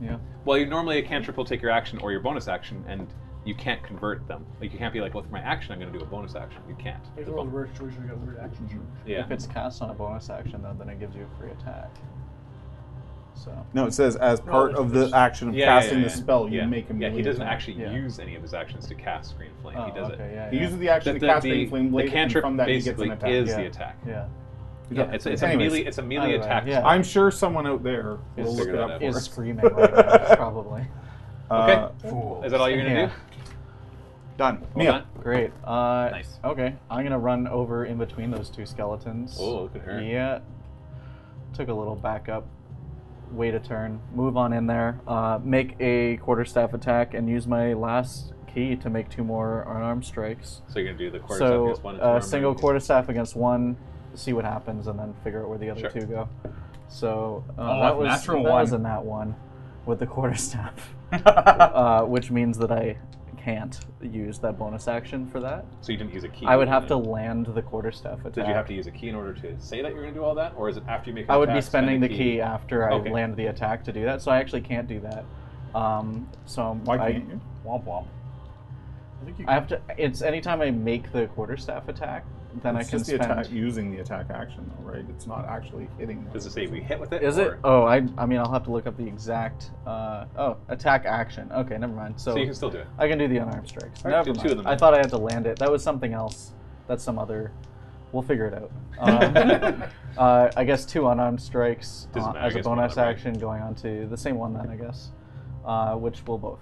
Yeah.
Well, you normally a cantrip will take your action or your bonus action, and you can't convert them. Like you can't be like, well, for my action, I'm going to do a bonus action. You can't.
It's one of the rare situations where you got limited actions.
Yeah.
If it's cast on a bonus action, though, then it gives you a free attack. So.
No, it says, as part
it's-
of the
it's-
action of
Yeah, yeah,
casting
yeah,
the
yeah.
spell,
yeah.
you make a
Yeah,
melee
he doesn't
attack.
actually
Yeah.
use any of his actions to cast Screen Flame.
Oh,
he does
okay,
it.
Yeah,
He
yeah.
uses the action
The,
to
the,
cast
the,
Green Flame
the
Blade, and
cantrip
from that he gets
basically
an attack.
is the
Yeah.
attack.
Yeah.
Yeah, it's, it's a
Anyways,
melee it's a melee
either way,
attack.
yeah.
spell.
I'm sure someone out there
We'll
will look
figure
it
that
up.
out.
for
Is
us.
screaming right now, probably.
Uh,
Is that all you're gonna
Yeah.
do?
*laughs*
Done.
Hold
Mia.
on.
Great. Uh,
Nice.
Okay, I'm gonna run over in between those two skeletons.
Oh, look at her.
Yeah. Took a little backup. Wait a turn. Move on in there. Uh, make a quarterstaff attack and use my last key to make two more unarmed strikes.
So you're gonna do the quarter
so
against one and two
uh,
armor
single
against-
quarterstaff against one. See what happens, and then figure out where the other
Sure.
two go. So uh,
Oh,
that
a
was
natural
that
one.
was a nat one with
*laughs*
the quarterstaff, uh, which means that I can't use that bonus action for that.
So you didn't use a key.
I would
did
have
you?
to land the quarterstaff attack.
Did you have to use a key in order to say that you're going to do all that, or is it after you make? An
I would be
attack, spend
spending the key after I
Okay.
land the attack to do that, so I actually can't do that. Um, so
Why
I,
can't you?
womp womp.
I think you
I have to. It's anytime I make the quarterstaff attack, then
it's
I can
just
spend.
the attack using the attack action, though, right? It's not actually hitting. them.
Does it say we hit with it?
Is
or-
it? Oh, I. I mean, I'll have to look up the exact. Uh, oh, attack action. Okay, never mind. So,
So you can still do it.
I can do the unarmed strikes.
All right,
never
do
mind.
two of them
I
then.
thought I had to land it. That was something else. That's some other. We'll figure it out.
*laughs*
Um, uh, I guess two unarmed strikes
Doesn't
uh,
matter,
as
I
a
guess one
bonus
of them, right?
action going on to the same one then, I guess, uh, which will both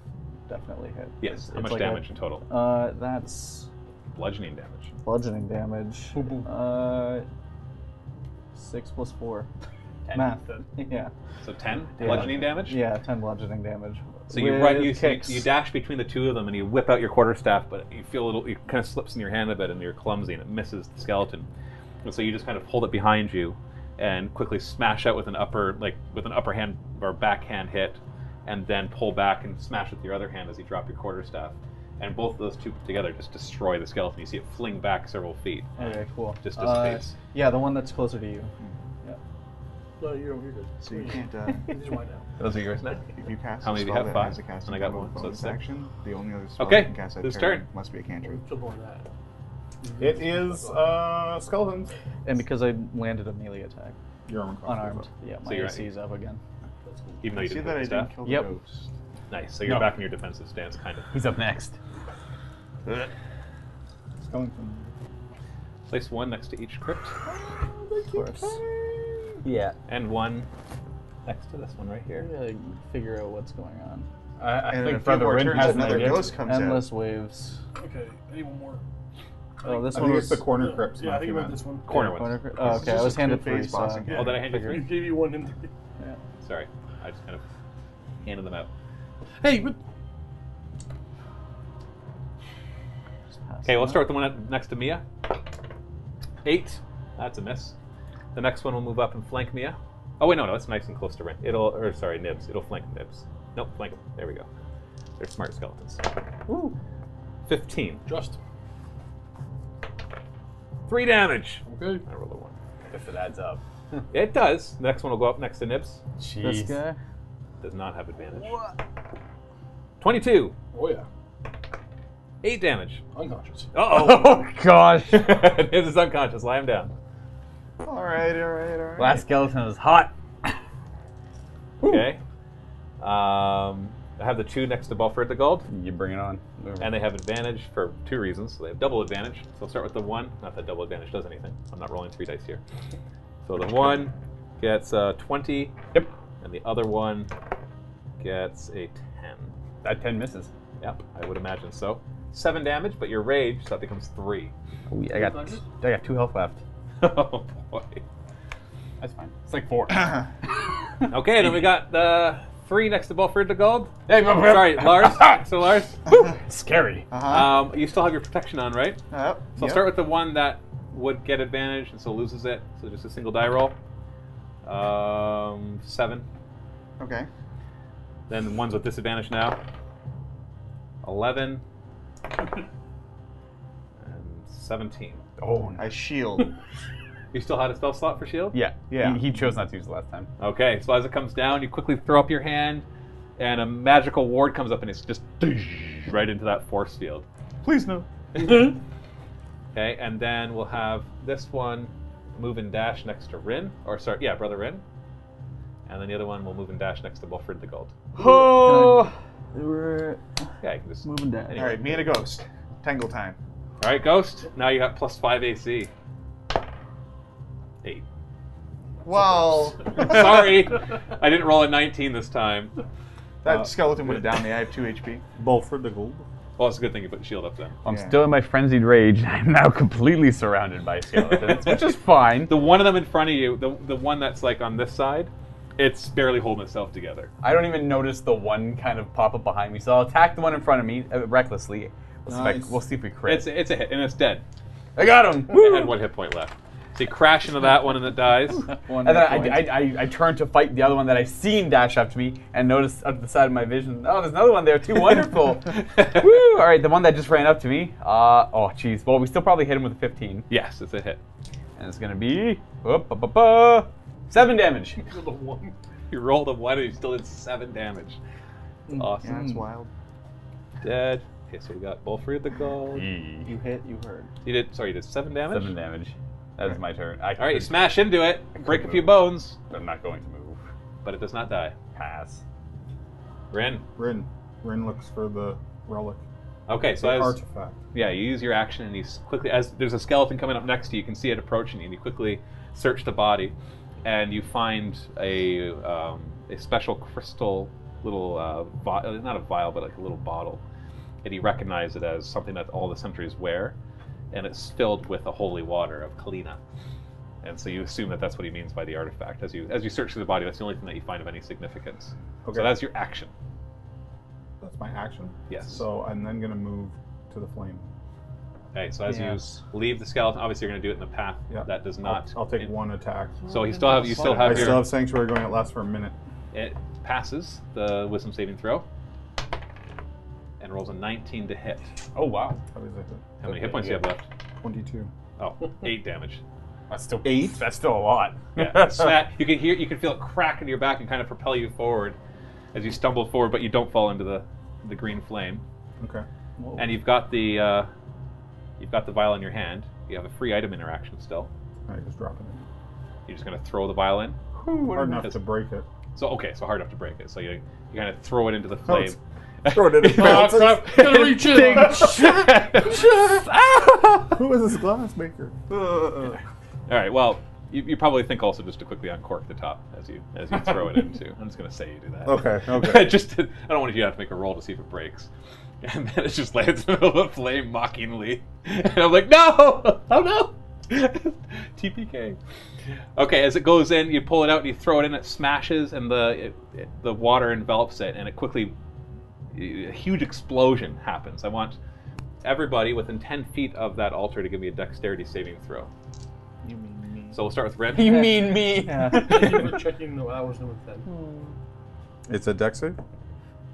definitely hit.
Yes. How much
like a-
damage in total?
Uh, that's
Bludgeoning damage.
bludgeoning damage. Uh, six plus four. Math. *laughs* Yeah.
So ten
Yeah.
bludgeoning damage.
Yeah, ten bludgeoning damage.
So you
With
run, you, you,
kicks.
you dash between the two of them, and you whip out your quarterstaff, but you feel a little, it kind of slips in your hand a bit, and you're clumsy, and it misses the skeleton. And so you just kind of hold it behind you, and quickly smash out with an upper, like with an upper hand or backhand hit, and then pull back and smash with your other hand as you drop your quarterstaff. and both of those two together just destroy the skeleton. You see it fling back several feet.
Okay, cool.
Just
Uh,
dissipates.
yeah, the one that's closer to you.
No, you don't. You're good.
So you can't. Uh,
These are mine now.
Those are yours now.
if you cast
How
a
many do you have?
spell that
Five?
has a casting
And I got
level
one, so
bonus
six.
action, the only other spell
Okay,
you can cast that
whose
turn
turn?
must be a cantrip.
Still going that.
It is uh, skeletons.
And because I landed a melee attack,
Your armor class goes
unarmed.
up.
Yeah,
So
my
you're
AC is up again.
Even though
I
you
see
didn't
that I
hit the
didn't
staff.
kill the
Yep.
ghost.
Nice. So you're
No.
back in your defensive stance, kind of.
He's up next.
Skeleton.
Place one next to each crypt,
Of course.
Yeah.
and one next to this one right here.
We gotta figure out what's going on.
I, I
And in a
think
few
Brother
more
Rin
turns,
has an
another
idea.
ghost comes out.
Endless waves.
Okay, I need one more.
Oh, this
I
one
think it's
was
the corner crypt.
Yeah, I think about this one.
Corner one.
corner cr- oh,
It's
okay, I
just
was
a
handed
two-phase
three. So
boss
Oh,
encounter.
did I hand you
I
three?
gave you one in three.
Sorry, I just kind of handed them out.
Hey, what?
Okay, let's start with the one at- next to Mia. Eight. That's a miss. The next one will move up and flank Mia. Oh wait, no, no, it's nice and close to Rin. It'll, or sorry, Nibs. It'll flank Nibs. Nope, flank. him. There we go. They're smart skeletons. Ooh. Fifteen.
Just.
Three damage.
Okay.
I rolled a one.
If it adds up.
*laughs* It does. The next one will go up next to Nibs.
This
Jeez.
guy.
Does not have advantage. Twenty-two.
Oh, yeah.
Eight damage.
*laughs* Unconscious.
*laughs*
*laughs*
Oh gosh. Nibs is unconscious. Lie him down.
All right, all right, all right.
Last skeleton is hot.
Okay. Um, I have the two next to Belford the Gold.
You bring it on. Whatever.
And they have advantage for two reasons. So they have double advantage. So I'll start with the one. Not that double advantage does anything. I'm not rolling three dice here. So the one gets uh, 20. Yep. And the other one gets a 10.
That 10 misses.
Yep, I would imagine so. Seven damage, but your rage, so that becomes three. *laughs*
Oh, yeah, I got I got two health left.
oh boy.
That's fine. It's like *laughs* four.
Okay, then we got the three next to Belford the Gold. Sorry, Lars.
*laughs*
so Lars,
Scary.
Uh-huh.
um, you still have your protection on, right?
Yep,
So I'll
Oh, yep.
start with the one that would get advantage and so loses it. So just a single die roll. Um, seven. *laughs*
Okay.
Then the ones with disadvantage now. Eleven. and seventeen.
Oh,
I shield.
You still had a spell slot for shield?
Yeah.
Yeah.
He, he chose not to use it last time.
Okay, so as it comes down, you quickly throw up your hand, and a magical ward comes up and it's just right into that force field.
Please no.
Okay, and then we'll have this one move and dash next to Rin, or sorry, yeah, brother Rin, and then the other one will move and dash next to Wilfred the Gold.
Oh. We're
Yeah, you can just. All
moving down.
All right, me and a ghost. Tangle time.
right, Ghost. Now you got plus five AC. Eight.
Well,
Sorry, I didn't roll a 19 this time.
*laughs*
Uh,
that skeleton would have downed me. I have two HP.
Bulford the Gold.
Well, it's a good thing you put shield up then.
I'm
Yeah.
still in my frenzied rage. I'm now completely surrounded by skeletons, which is fine.
The one of them in front of you, the the one that's like on this side, it's barely holding itself together.
*laughs* I don't even notice the one kind of pop up behind me, so I'll attack the one in front of me uh, recklessly. We'll, see if
Nice.
I, we'll see if we crit.
It's it's a hit and it's dead.
I got him!
It had one hit point left. So you crash into that one and it dies.
One
And then I,
hit point.
I, I, I turn to fight the other one that I seen dash up to me and notice up to the side of my vision, oh, there's another one there too.
*laughs*
*laughs*
Wonderful. Woo! All right, the one that just ran up to me. Uh, oh, jeez. Well, we still probably hit him with a 15.
Yes, it's a hit.
And it's going to be whoop, ba, ba, ba, seven damage.
The one.
You rolled a one and you still did seven damage. Awesome.
Mm. Yeah, that's wild.
Dead. Okay, so we got Bulfrey the gold.
Seven
You hit, you heard.
You did sorry, you did seven damage?
Mm. damage. That is my turn. I
All right, you
could-
smash into it, break a few
move.
bones,
I'm not going to move.
but it does not die.
Pass.
Rin.
Rin. Rin looks for the relic.
Okay, so
The
as,
artifact.
yeah, you use your action and you s- quickly as there's a skeleton coming up next to you, you can see it approaching you, and you quickly search the body, and you find a um, a special crystal little uh, vi- uh, not a vial but like a little bottle, and you recognize it as something that all the sentries wear, and it's filled with a holy water of Kalina. And so you assume that that's what he means by the artifact. As you as you search through the body, that's the only thing that you find of any significance.
Okay.
So that's your action.
That's my action.
Yes.
So I'm then gonna move to the flame.
Okay, so as
Yes.
you leave the skeleton, obviously you're going to do it in the path
Yeah.
that does
I'll-
not.
I'll, take
it-
one attack.
So you still have you still
I
have
still
your
have sanctuary going. It lasts for a minute.
it passes the wisdom saving throw, and and rolls a 19 to hit.
Oh wow.
How is it?
How many hit points do you have left?
Twenty-two.
Oh, eight
*laughs*
damage.
That's still eight. That's still a *laughs* lot.
Yeah, smack. You can hear, you can feel it crack in your back and kind of propel you forward as you stumble forward, but you don't fall into the, the green flame.
Okay.
And you've got the uh, you've got the vial in your hand. You have a free item interaction still.
I just dropping it.
You're just gonna throw the vial in.
Hard enough to break it.
So okay, so hard enough to break it. So you you kind of throw it into the flame.
Oh, Throw
*laughs*
it in.
Oh, crap. Gotta reach in.
Who was this
*laughs*
glass maker?
Uh, All right. Well, you, you probably think also just to quickly uncork the top as you as you throw it into. I'm just gonna say you do that. *laughs*
Okay, okay.
just to, I don't want you to have to make a roll to see if it breaks. *laughs* And then it just lands in the middle of a flame mockingly. *laughs* And I'm like, no! *laughs* Oh no! *laughs* TPK. Okay, as it goes in, you pull it out and you throw it in, it smashes, and the it, it, the water envelops it, and it quickly. A huge explosion happens. I want everybody within 10 feet of that altar to give me a dexterity saving throw.
You mean me?
So we'll start with Red.
*laughs*
You mean me?
Yeah.
Thank you for checking the hours and everything.
*laughs* It's a dex save?
*laughs*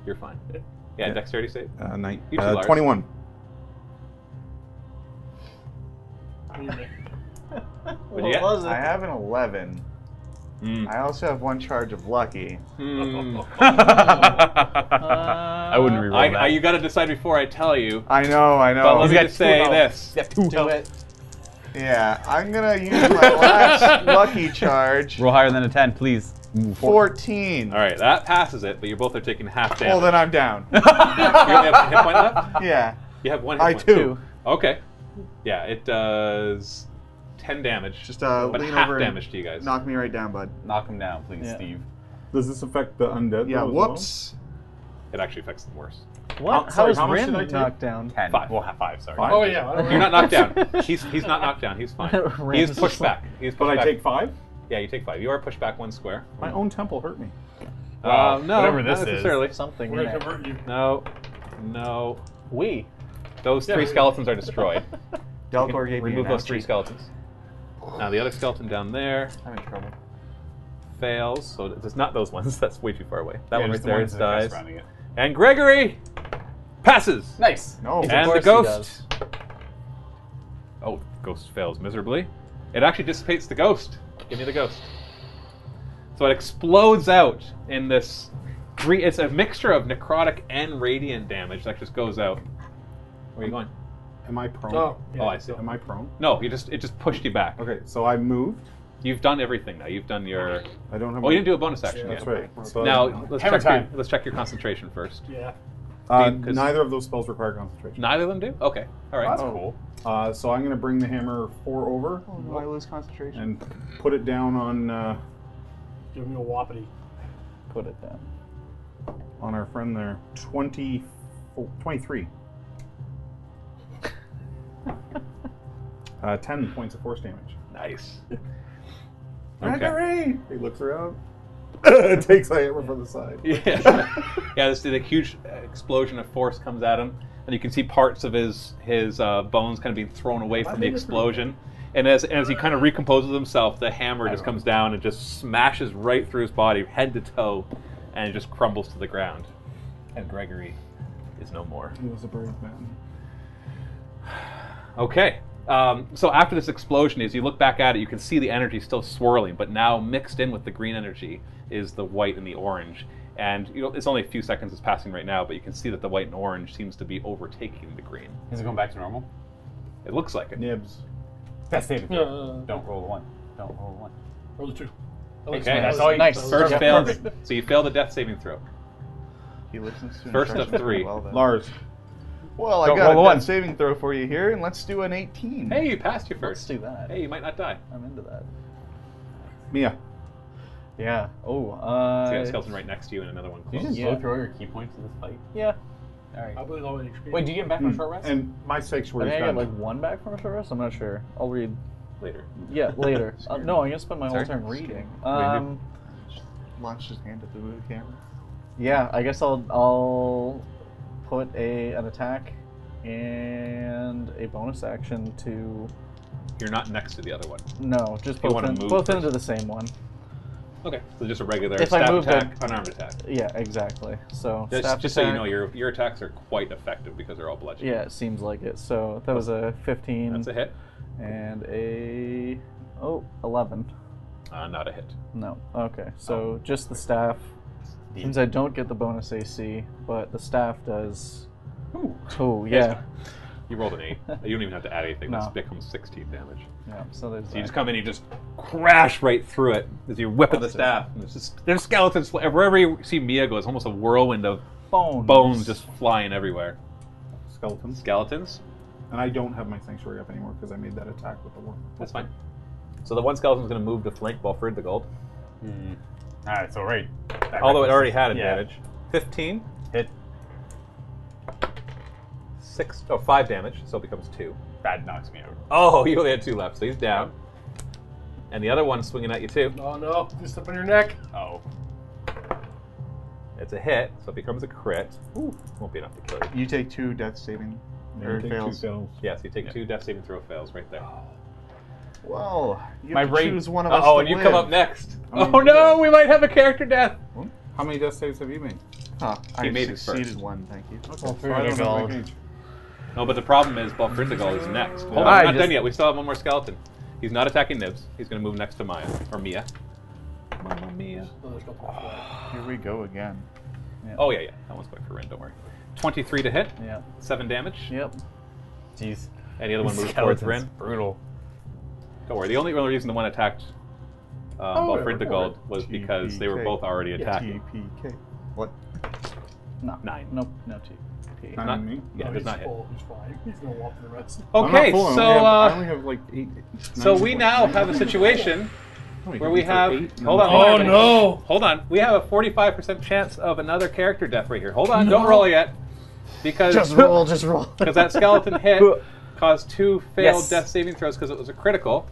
You're fine. Yeah, dexterity save.
Uh, nine,
You too,
uh,
Lars.
21.
What'd you get?
I have an 11.
Mm.
I also have one charge of lucky.
*laughs* I wouldn't reroll
I,
that.
I, you got to decide before I tell you.
I know, I
But
know.
let me just say this.
Do it.
Yeah, I'm gonna use my last lucky charge.
Roll higher than a ten, please. Move forward.
14.
All right, that passes it, but you both are taking half damage.
Well, then I'm down.
you only have one hit point
*laughs*
left.
yeah.
You have one hit
I
point.
too.
Okay. Yeah, it does ten damage.
Just uh,
but
lean
half
over
damage
and
to you guys.
knock me right down, bud.
Knock him down, please,
Yeah.
Steve.
Does this affect the undead?
Yeah,
though, as
whoops.
It actually affects them worse.
What?
sorry,
How's
how much
Rin
did I take?
knocked down?
Ten.
Five.
Well, ha- five. Sorry.
Five.
Oh yeah. I don't
You're
know.
not knocked down. He's he's not knocked down. He's fine. He is
Rand's just
pushed
like-
back. He's pushed
Well? But I
back.
take five?
Yeah, you take five. You are pushed back one square.
My own temple hurt me.
Wow.
Uh, no,
Whatever
not
this is.
necessarily.
Something.
We're
in
gonna
it.
convert you.
No, no.
We.
Those
Yeah,
three
we-
skeletons are destroyed.
Delcor gave me
Remove
an
those three
ouchie.
skeletons. Now the other skeleton down there
I'm in trouble.
fails, so it's not those ones. *laughs* That's way too far away. That
Yeah,
one right
just the
there
ones that are
dies.
surrounding it.
And Gregory passes.
Nice.
No.
and the
course he
ghost.
does.
Oh, ghost fails miserably. It actually dissipates the ghost. Give me the ghost. So it explodes out in this. Three, it's a mixture of necrotic and radiant damage that just goes out. Where are you going?
Am I prone?
Oh, yeah.
Oh, I see.
Am I prone?
No, you just it just pushed you back.
Okay, so I moved.
You've done everything now. You've done your.
I don't have.
Oh, you didn't do a bonus action.
That's
yeah.
right. So,
Now let's
Hammer
check, your,
time.
let's check your concentration first.
Yeah.
uh,
Because-
neither of those spells require concentration.
Neither of them do. Okay. All right.
That's cool.
Uh, so I'm going to bring the hammer four over
Oh, no, I lose concentration.
and put it down on uh,
Give me a whoppity.
Put it down.
on our friend there. 20,
*laughs*
23. uh, 10 points of force damage.
Nice.
Gregory! He looks around. *laughs* Takes a hammer from the side.
*laughs* Yeah. yeah. This the huge explosion of force comes at him, and you can see parts of his his uh, bones kind of being thrown away from the explosion. And as, as he kind of recomposes himself, the hammer just comes down and just smashes right through his body, head to toe, and it just crumbles to the ground. And Gregory is no more.
He was a brave man.
Okay. Um, so after this explosion, as you look back at it, you can see the energy still swirling, but now mixed in with the green energy is the white and the orange. And you know, it's only a few seconds is passing right now, but you can see that the white and orange seems to be overtaking the green.
Is it going back to normal?
It looks like it.
Nibs.
That's saving.
Yeah, yeah, yeah.
Don't roll a one. Don't roll a one.
Roll the two.
Okay,
that's all you-
Nice.
First
Yeah,
fail.
perfect.
So you fail the death saving throw.
He listens to
First of
instructions
three.
Well, then.
Lars.
well I
Don't
got a
roll
death
one.
saving throw for you here, and let's do an 18.
Hey, you passed your
Let's
first.
do that.
Hey, you might not die.
I'm into that.
Mia.
Yeah. Oh.
So you
Uh.
got a skeleton right next to you and another one
Did
close.
you just
Yeah.
blow through all your key points in this fight?
yeah.
All right.
I believe all the HP.
Wait, do you get him back on short rest?
Hmm. And my
I
sanctuary
think
is
I
done.
got like one back from a short rest. I'm not sure. I'll read.
later.
Yeah, later. uh, no, I'm gonna spend my whole turn reading. Um,
Launched his hand at the movie camera.
yeah, I guess I'll I'll put a an attack and a bonus action to
You're not next to the other one.
no, just
You
both
wanna
in,
move
both
first.
into the same one.
Okay, so just a regular
If I
stab
moved
attack, unarmed attack.
Yeah, exactly. So
Just,
staff
just so you
attack-
know, your your attacks are quite effective because they're all bludgeoning.
Yeah, it seems like it. So that was a 15
That's a hit.
and a oh 11.
Uh, not a hit.
No. Okay. So just the staff. Since I don't get the bonus AC, but the staff does. Oh yeah.
You rolled an eight. you don't even have to add anything.
No.
This becomes 16 damage.
Yeah. So there's.
So you
that.
just come in, you just crash right through it as you whip at the staff. And there's, just, there's skeletons. fly- Wherever you see Mia go, it's almost a whirlwind of
bones.
bones just flying everywhere.
Skeletons.
Skeletons?
And I don't have my sanctuary up anymore because I made that attack with the worm.
That's fine. So the one skeleton's going to move to flank Belford the Gold.
Ah, it's all right. That
Although it
reckless.
already had
Yeah.
advantage. 15,
Hit
six, oh, five damage, so it becomes two.
that knocks me out.
Oh, *laughs* you only had two left, so he's down. And the other one's swinging at you too.
Oh no, just up on your neck.
Oh,
It's a hit, so it becomes a crit. Ooh, won't be enough to kill you.
You take two death saving. Or fails.
Yeah, so you take two death saving throw fails right there.
Oh.
Well, you
My
have to
rate-
choose one of us.
Oh,
to
and you
live.
come up next.
I mean,
Oh no, we might have a character death.
How many death saves have you made?
Huh,
He
I
made his
succeeded
first.
one. Thank you.
Okay.
Well,
so I don't have
Fergal.
my gauge.
No, but the problem is Balfrindigal is next. Hold on,
I
we're not
just-
done yet. We still have one more skeleton. He's not attacking Nibs. He's going to move next to Maya or Mia. Mama Mia.
Oh, there's no point for that.
Here we go again.
Oh yeah, yeah. That one's going for Rin. Don't worry. Twenty-three to hit,
Yeah.
seven damage.
Yep.
jeez.
And the other one moves
Skeletons,
towards Rin.
Brutal.
Don't worry. The only only reason the one attacked um,
Oh,
Balfrindigal was because they were
TPK.
both already attacking.
TPK. What?
No.
Nine.
Nope. No T. T. *laughs*
Nine
Not-
on me.
Yeah,
no,
it
he's
does not hit.
full. Oh, He's fine. He's gonna walk to the rest.
Oh.
I'm not
Okay,
full, I only
so
have-
uh,
I only have like eight.
So we now have a
*laughs*
situation where we have. Hold on.
Oh
hold on.
no!
Hold on. We have a 45% chance of another character death right here. Hold on. Don't roll yet. Because *laughs*
Just roll.
because that skeleton
*laughs*
hit caused two failed
Yes.
death saving throws because it was a critical.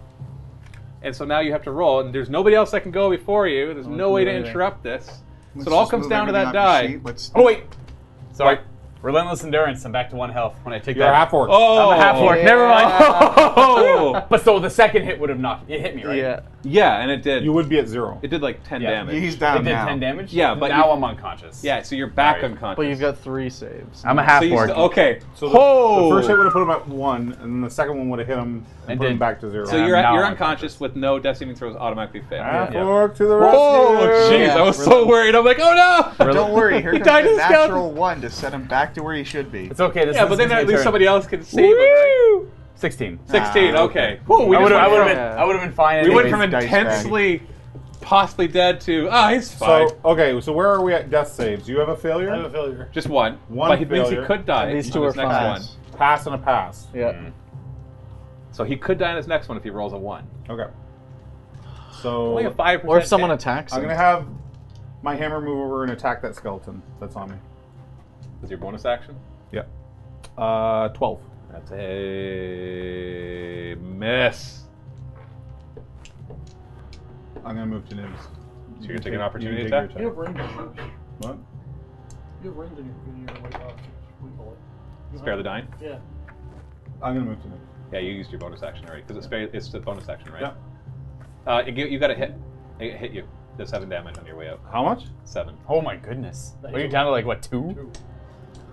And so now you have to roll, and there's nobody else that can go before you.
Oh,
There's no way to interrupt this.
Let's
so it all
just
comes
move
down to that
everything off your
die.
sheet. Let's-
Oh, wait.
Sorry. Relentless endurance. I'm back to one health when I take
You're
that.
half orc.
Oh,
I'm a half orc. Never
Oh.
mind. *laughs* but so the second hit would have knocked. It hit me, right?
yeah.
Yeah, and it did.
You would be at zero.
It did like 10
Yeah.
damage.
He's
It
down
did
now.
ten damage.
Yeah, but
now
you-
I'm unconscious.
Yeah, so you're back
Sorry.
unconscious.
But you've got three saves.
I'm a half
So you
orc.
st- okay.
So the,
Ho!
the first hit would have put him at one, and then the second one would have hit him and,
It
put him
did.
back to zero.
so you're,
I'm now
you're
unconscious.
unconscious with no death saving throws automatically failed.
half
Ah.
Yeah.
orc to the rescue.
Oh, jeez. I was so worried. I'm like, oh no!
Don't worry. *laughs* Here
He
comes
died to
a
the skeleton.
natural one to set him back to where he should be.
It's okay. This
Yeah,
is
but then
my
at least
turn.
somebody else can save him, right?
Sixteen.
16,
Ah,
okay. Whoa, we
I
just went
would have
from-
been. I would have been fine.
We went
anyways.
from
dice
intensely, possibly dead to ah, he's fine.
So okay, so where are we at death saves? You have a failure,
I have a failure.
just one.
One
but he thinks he
failure.
could die.
And these
on
two
his
are
next
fives.
pass, and a pass.
Yeah.
one. So he could die on his next one if he rolls a one.
Okay.
Only a
So
five.
Or if someone attacks
I'm
him.
gonna have my hammer move over and attack that skeleton that's on me.
With your bonus action,
Yep. Uh, twelve.
that's a miss.
I'm gonna move to Nibs.
So
You
you're
can
taking an opportunity
you can
attack?
take
You
your
have ring issues.
What?
You have ring in your in your white box. We call it.
Spare the dying.
Yeah.
I'm gonna move to Nibs.
Yeah, you used your bonus action already because it's spare, it's the bonus action, right?
Yeah.
Uh, you, you got a hit. It hit you. Does seven damage on your way out.
How much?
Seven.
Oh my goodness. Are
is a-
you down to like what two?
Two.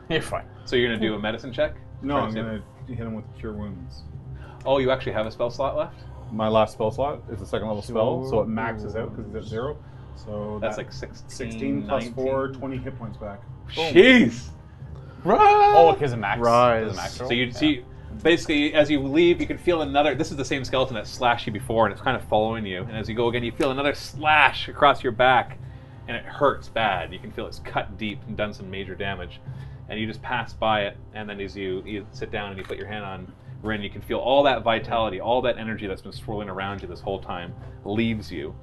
You're fine.
So you're gonna do a medicine check.
No,
Try to
I'm
see if-
gonna hit him with cure wounds.
Oh, you actually have a spell slot left.
My last spell slot is a second level spell, so it maxes out because it's at zero. So
That's
that-
like 16,
16 plus
19.
4, 20 hit points back.
Jeez.
Oh, because of max. 'cause
Rise.
of max roll?
So you see, basically, as you leave, you can feel another. This is the same skeleton that slashed you before, and it's kind of following you. And as you go again, you feel another slash across your back, and it hurts bad. You can feel it's cut deep and done some major damage. And you just pass by it, and then as you, you sit down and you put your hand on Rin, you can feel all that vitality, all that energy that's been swirling around you this whole time leaves you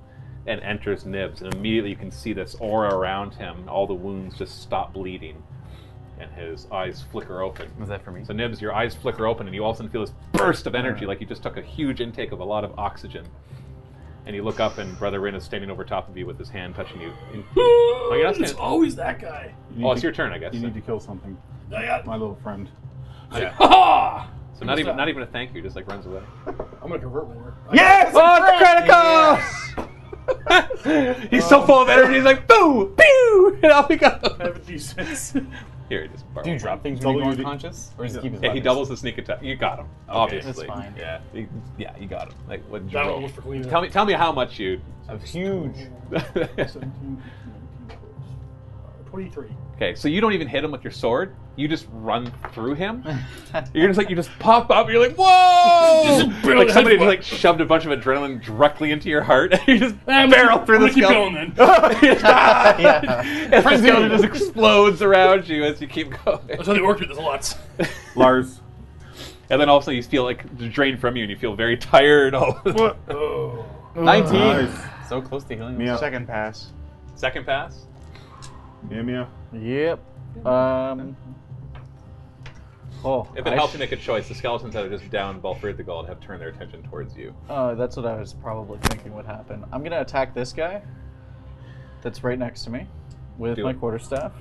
and enters Nibs. And immediately you can see this aura around him. All the wounds just stop bleeding, and his eyes flicker open.
Was that for me?
So Nibs, your eyes flicker open, and you all of a sudden feel this burst of energy, like you just took a huge intake of a lot of oxygen. And you look up, and Brother Rin is standing over top of you with his hand touching you. In- oh, you're not
It's
standing.
always that guy.
You
Oh,
need
it's
to-
your turn, I guess.
You
So,
need to kill something.
I got.
My little friend.
Ha!
so not even not even a thank you, just like runs away.
I'm gonna convert later.
Yes, oh, it's critical. *laughs* He's so full of energy. He's like, boo, pew, *laughs* and off he goes.
Have a D6.
Here he just. borrow
Do you
one.
drop things when you go
Double your-
unconscious, or does he keep his?
Yeah, he
weapons?
doubles the sneak attack. You got him, obviously.
that's fine.
Yeah, you, yeah, you got him. Like what? did you
That
roll?
one was for cleanup.
Tell me, tell me how much you. *laughs*
A huge.
17, 19, 23.
Okay, so you don't even hit him with your sword. You just run through
*laughs*
him. You're just like you just pop up. You're like whoa!
barely
like somebody
hit him.
just like shoved a bunch of adrenaline directly into your heart. *laughs* you just barrel through
I'm
the
gonna keep
skeleton.
going then.
*laughs* and the skeleton just explodes around you as you keep going.
That's how they worked with this lots.
Lars.
And then all of a sudden you feel like drained from you, and you feel very tired. All
Oh.
nineteen.
Nice.
So close to healing.
Meow.
Second pass.
Second pass.
Yeah, meow.
Yep. Um. Oh,
If it
I
helps
sh-
you make a choice, the skeletons that are just down Belfred the Gold have turned their attention towards you.
Oh, that's what I was probably thinking would happen. I'm gonna attack this guy. That's right next to me, with
Do
my
it.
quarterstaff.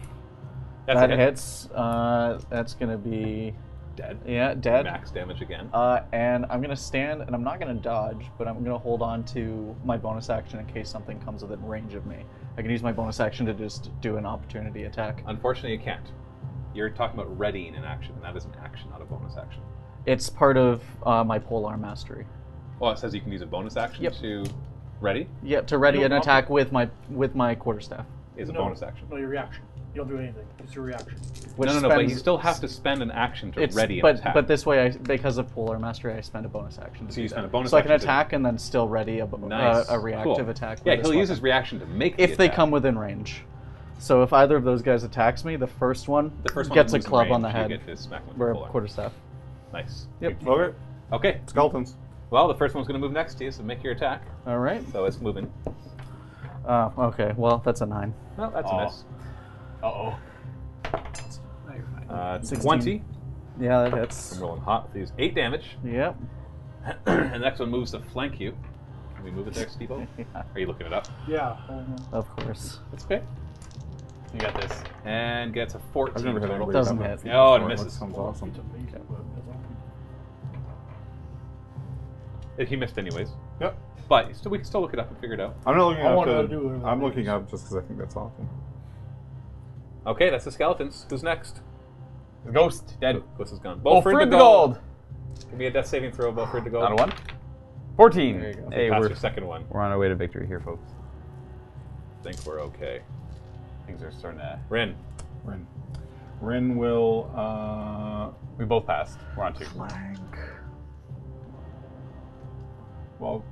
That's
that
a hit.
hits. Uh, that's gonna be
Dead.
yeah, dead.
Max damage again.
Uh, and I'm gonna stand, and I'm not gonna dodge, but I'm gonna hold on to my bonus action in case something comes within range of me. I can use my bonus action to just do an opportunity attack.
Unfortunately, you can't. You're talking about readying an action, and that is an action, not a bonus action.
It's part of uh, my polearm mastery.
Well, it says you can use a bonus action
Yep.
to ready.
Yep, to ready
No,
an
not-
attack with my with my quarterstaff.
Is a
No,
bonus action.
No, your reaction. You don't do anything. It's your reaction.
Which
no, no, no. But
spends-
you still have to spend an action to
it's,
ready an
but,
attack.
But this way, I because of polearm mastery, I spend a bonus action. to
So
do
you
that.
spend a bonus
So I can
action to-
attack and then still ready a, bo- a-
nice,
a,
Cool.
reactive attack. with
Yeah,
this
he'll use
weapon.
his reaction to make. the
if they
attack.
come within range. So if either of those guys attacks me, the first one,
the first one
gets
that
a
moves in
club on the
range, you
head
Get to smack him with
or
the
a
full arm.
quarterstaff.
Nice.
Yep.
Okay.
Okay.
Skeletons.
Well, the first one's going to move next to you, so make your attack.
All right.
So it's moving.
Uh, okay. Well, that's a nine.
Well, that's
Aw.
a miss.
Uh-oh.
Uh,
16.
20.
Yeah, that hits.
I'm rolling hot. These eight damage.
Yep.
*coughs* and the next one moves to flank you. Can we move it there,
*laughs*
Steve? Are
Yeah,
you looking it up?
Yeah.
of course.
That's okay.
You got this.
And gets a 14
I've never had
total.
anybody
Doesn't
have
hit.
that
No, it
before.
misses.
sounds awesome.
It's amazing, but it's like-
He missed anyways.
Yep.
But still, we can still look it up and figure it out.
I'm not looking
I
up.
wanna
To,
do whatever that
I'm looking
is.
up just because I think that's awesome.
Okay, that's the skeletons. Who's next?
The ghost dead.
This is gone.
Oh,
Bulford
fruit
the
the gold.
Give me a death saving throw, Bulford the Gold.
Not a one. Fourteen.
There you go.
Hey,
Pass
we're
your second one.
we're on our way to victory here, folks.
I think we're okay.
Things are starting to.
Rin.
Ren. Ren will. Uh,
We both passed. We're on two.
well,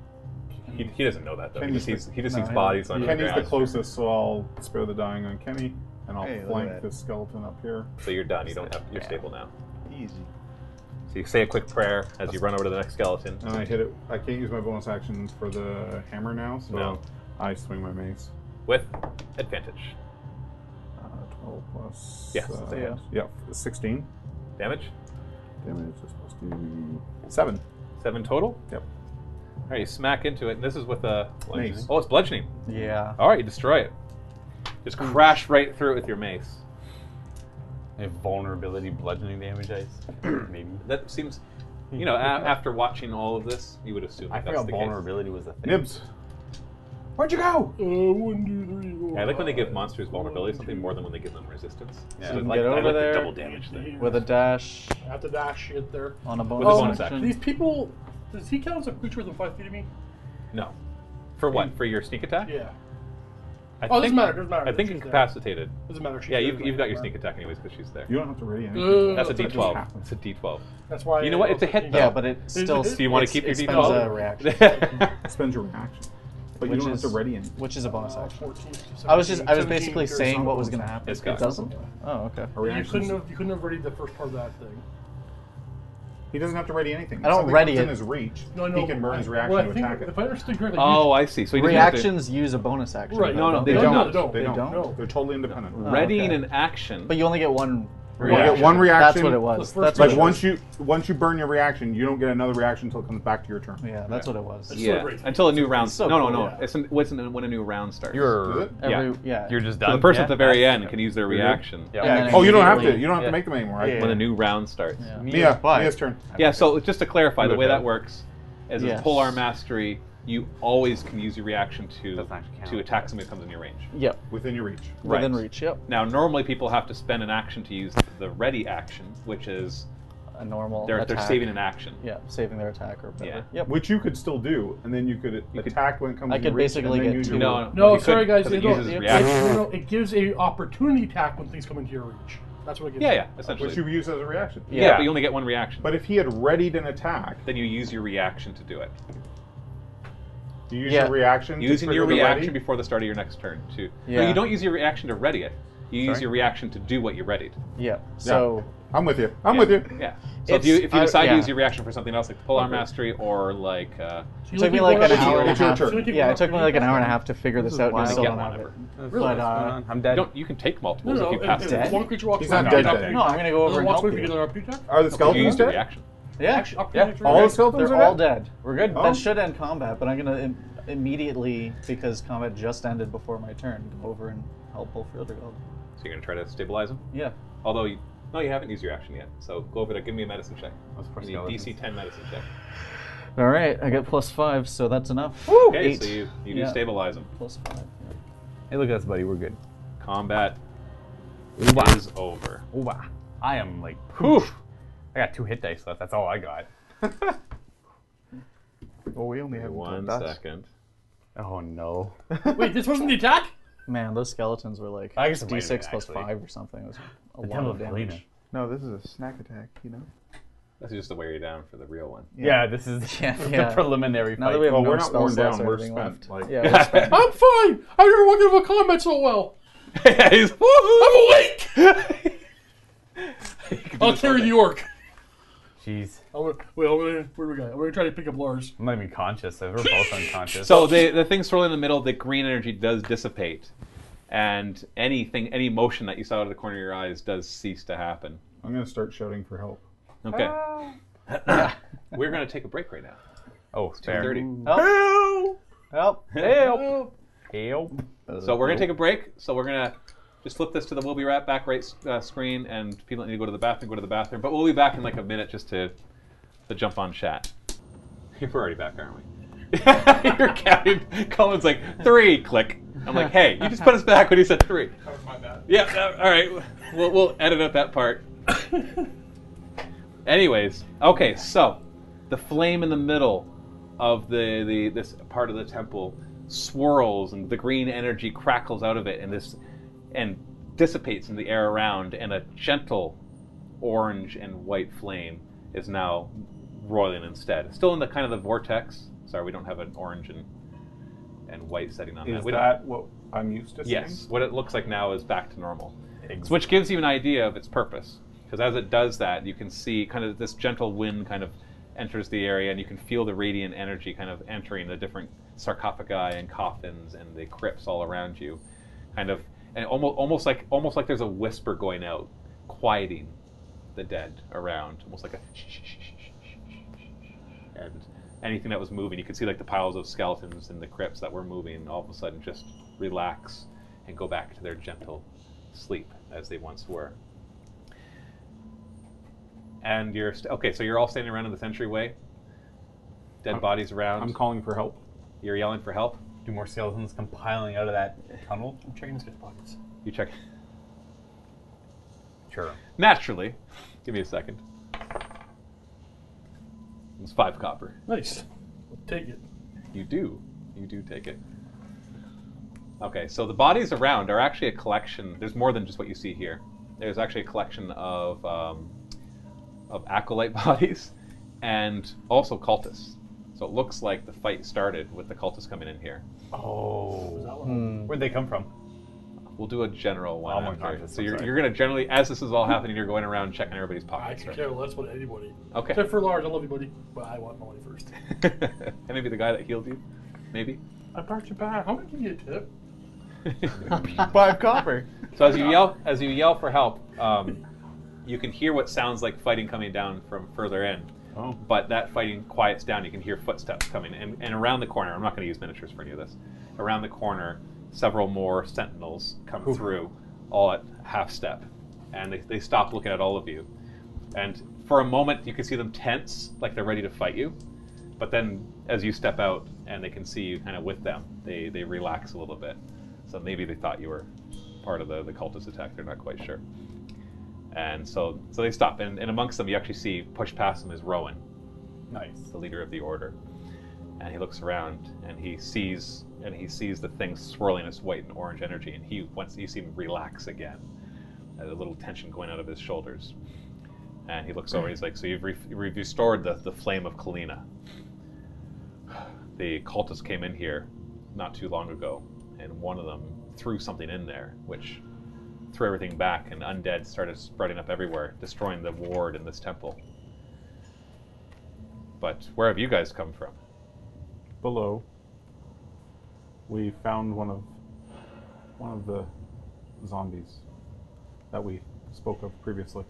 He, he doesn't know that, though. He
Kenny's
just sees,
the-
he just
no,
sees
he-
bodies on the
Kenny's the
ground.
closest, so I'll spare the dying on Kenny, and I'll
Hey, look at
flank
that.
this skeleton up here.
So you're done. You don't have. You're stable now.
Easy.
So you say a quick prayer as you run over to the next skeleton.
And I hit it. I can't use my bonus action for the hammer now, so
No.
I swing my mace.
with advantage.
Uh, 12 plus.
Yes.
uh,
So, yeah.
yeah, 16.
Damage?
Damage is supposed to be 7.
Seven total?
Yep.
All right, you smack into it, and this is with a.
Mace.
Oh, it's bludgeoning.
Yeah.
All right, you destroy it. Just crash right through it with your mace.
If vulnerability bludgeoning
*clears throat*
damage, I s- maybe.
That seems. You know, a- after watching all of this, you would assume
I
that that's
forgot
the
vulnerability was a thing.
Nibs!
Where'd you go?
Uh, one, two, three, four,
case. I like when they give
five.
monsters vulnerability something more than when they give them resistance.
Yeah.
So I
Get
like, I
over
like
there.
the double damage thing.
With a dash
I have to dash it there.
on a bonus,
a
bonus
action.
These people. Does he count as a creature within five feet of me?
No. For what? For your sneak attack?
Yeah.
I
Oh, doesn't
think-
matter, doesn't matter.
I think
She's there.
incapacitated.
Doesn't matter. She's
Yeah,
there,
you've,
like,
you've got your
whatever.
sneak attack anyways because she's there.
You don't have to ready anything.
Uh,
That's a
that's-
d12. It's
happens.
a d12.
That's why.
You know what?
I
It's a
also
hit,
think-
Yeah,
though.
but it
Is
still.
it-
Do *laughs* you want
it's-
to keep your
it
d12?
spends a reaction,
Spend your reaction. But you
Which
don't
is-
have to ready anything.
which is a bonus
Uh,
action.
14,
I was just, I was
17,
basically
30,
saying what was
something.
gonna happen.
It's
It
got-
doesn't. Oh, okay.
A
You
reaction
couldn't
is-
have. You couldn't have readied the first part of that thing.
He doesn't have to ready anything.
I don't
Something
ready
that's in
it.
his reach.
No, no.
He can burn his
I-
reaction
well, I
to
think
attack it.
If I understood correctly,
*laughs* Oh, I see. So he doesn't have to-
Reactions use a bonus action.
Right,
no, no,
though,
they do
don't
no,
not.
no, no,
They,
They
don't.
don't?
They're totally independent.
Oh,
Readying
okay.
an action.
But you only get one.
You only
reaction.
get one reaction.
That's what it was.
The first
That's what
Like
it
once you once you burn your reaction, you don't get another reaction until it comes back to your turn.
was. Yeah, that's what it was.
yeah.
Slippery.
Until a new round.
so
no, no,
cool,
no.
yeah.
It's an, it's an, when a new round starts.
Is
You're
it?
Every, yeah.
you're just
So
done.
the person
Yeah.
at the very end can use their reaction
Yeah.
And then
Oh, you don't have to.
immediately-
You don't have
Yeah.
to make them anymore. I-
Yeah.
when a new round starts.
Yeah.
Mia, Mia's turn.
Yeah, so just to clarify, the way that works is
Yes.
a polearm mastery. you always can use your reaction to
Doesn't actually count.
to attack somebody who comes in your range.
Yep.
Within your reach.
Right.
Within reach. Yep.
Now, normally people have to spend an action to use the ready action, which is
A normal.
they're,
attack.
they're saving an action.
Yeah, saving their attack or whatever. Yep.
Which you could still do, and then you could
could-
attack when it comes
I
in
could
reach,
basically
and then
get
use
two.
your
No,
move.
no,
No,
you
sorry
couldn't,
guys,
'cause
it,
it uses
it,
reaction.
*laughs* it- no, no, it gives a opportunity attack when things come into your reach. That's what it gives.
Yeah,
you.
yeah, essentially.
Which you use as a reaction.
yeah, but you only get one reaction.
But if he had readied an attack,
then you use your reaction to do it.
do you use
Yeah.
your reaction? to
Using your
trigger the
reaction
ready?
before the start of your next turn to. No,
Yeah.
you don't use your reaction to ready it. You use
Sorry?
your reaction to do what you readied.
Yep. So
I'm with you. I'm
yeah.
with you.
Yeah. So if
It's-
you if you
I-
decide to
yeah.
use your reaction for something else, like polearm mastery or like uh,
So you
took me
only
like
get
an
one
hour and
opportunity.
a
It's your
half.
turn.
So you only get
Yeah,
one
it took me like an
opportunity
hour and a
attack.
half to figure this
is
out. and I
wild.
still
Get
don't
one
have it.
ever.
But, uh,
I'm
you
dead.
don't you can take multiples
No,
if you
no,
pass
if,
them.
if one creature walks
He's
away,
not
you
dead
get an
dead.
No, I'm gonna go over and
walks
help
away, you
you.
get an opportunity attack.
Are the
You
skeletons
use your
dead?
reaction.
Yeah.
Actually, opportunity
All the
attack.
skeletons
They're
are
all
dead?
dead.
We're good.
Oh.
That should end combat, but I'm gonna Im- immediately because combat just ended before my turn. Go over and help Bullfieldergold.
So you're gonna try to stabilize them.
Yeah.
Although you, no, you haven't used your action yet. So go over there. Give me a medicine check.
Those poor
You need
skeletons.
DC 10 medicine check.
All right, I get plus five, so that's enough.
Okay,
Eight.
so you, you
Yeah.
do stabilize them.
Plus five. yeah.
Hey, look at us, buddy. We're good.
Combat is over.
Oh, wow. I am like poof. I got two hit dice left. That's all I got.
Well, we only have
One
until dusk.
second.
Oh no.
Wait, this wasn't the attack?
Man, those skeletons were like
I guess it might have
D6
been,
plus
actually.
five or something. It was a
The
lot
Temple
of
of
damage.
Helena.
No, this is a snack attack. You know.
That's just to wear you down for the real one.
Yeah, this is
Yeah,
*laughs* the
yeah.
preliminary
Now
fight. Oh.
that we have
Well,
no
we're not
spell
worn
slots
down,
or
we're
anything
spent,
left.
like-
yeah, we're spent.
I'm fine. I never walked into a combat so well.
*laughs* Yeah,
*laughs*
he's,
I'm awake. I'll carry the orc.
Jeez.
*laughs* I'm gonna, wait, I'm gonna, where do we go? I'm gonna try to pick up Lars.
I'm not even conscious. We're both
*laughs*
unconscious.
so the, the thing swirling in the middle, the green energy does dissipate. And anything, any motion that you saw out of the corner of your eyes does cease to happen.
I'm going to start shouting for help.
Okay. *coughs* We're going to take a break right now.
oh, fair.
2.30.
Help.
Help. Help.
Uh,
So we're gonna take a break. So we're gonna just flip this to the "We'll be right back" right uh, screen, and people that need to go to the bathroom, go to the bathroom. But we'll be back in like a minute just to to jump on chat. *laughs* We're already back, aren't *laughs* we? You're counting. Colin's like three. Click. I'm like, hey, you just put us back when he said three. That was my bad. Yeah. uh, all right. We'll we'll edit out that part. Anyways, okay. So the flame in the middle of the, the this part of the temple swirls and the green energy crackles out of it and this and dissipates in the air around and a gentle orange and white flame is now roiling instead still in the kind of the vortex sorry we don't have an orange and and white setting on
Is
We don't-
that what I'm used to seeing?
yes what it looks like now is back to normal which gives you an idea of its purpose because as it does that you can see kind of this gentle wind kind of enters the area and you can feel the radiant energy kind of entering the different sarcophagi and coffins and the crypts all around you kind of and almost almost like almost like there's a whisper going out quieting the dead around almost like a shh, shh, shh, shh, shh, shh, shh, shh. and anything that was moving you could see like the piles of skeletons and the crypts that were moving all of a sudden just relax and go back to their gentle sleep as they once were. And you're st- okay. So you're all standing around in this entryway. Dead
I'm-
bodies around.
I'm calling for help.
you're yelling for help.
Do more skeletons come piling out of that tunnel?
I'm checking his hit pockets.
You check. *laughs*
Sure.
Naturally, give me a second. It's five copper.
Nice. I'll take it.
You do. You do take it. Okay, so the bodies around are actually a collection. There's more than just what you see here. There's actually a collection of um, of acolyte *laughs* bodies and also cultists. So it looks like the fight started with the cultists coming in here.
Oh.
That one.
Hmm.
Where'd they come from?
We'll do a general one.
I'm
after.
unconscious,
So
I'm
you're,
sorry.
you're gonna generally, as this is all happening, you're going around checking everybody's
I
pockets.
could
right?
care less about anybody.
Okay. *laughs*
Except for Lars, I love you, buddy. But I want my money first. *laughs*
and maybe the guy that healed you, maybe.
I brought you back. I'm gonna give you a tip.
Five copper.
So as you yell, as you yell for help, um, you can hear what sounds like fighting coming down from further in.
*laughs* Oh.
But that fighting quiets down. You can hear footsteps coming, and, and around the corner. I'm not going to use miniatures for any of this. Around the corner, several more sentinels come through, all at half step, and they, they stop looking at all of you. And for a moment, you can see them tense, like they're ready to fight you. But then, as you step out and they can see you kind of with them, they, they relax a little bit. So maybe they thought you were part of the, the cultist attack. They're not quite sure. And so so they stop. And, and amongst them, you actually see push past them is Rowan,
Nice.
the leader of the order. And he looks around and he sees and he sees the thing swirling its white and orange energy. And he once you see him relax again, and a little tension going out of his shoulders. And he looks over. He's like, "So you've, re- you've restored the, the flame of Kalina. The cultists came in here not too long ago, and one of them threw something in there, which threw everything back, and undead started spreading up everywhere, destroying the ward and this temple. But where have you guys come from?
Below, we found one of one of the zombies that we spoke of previously.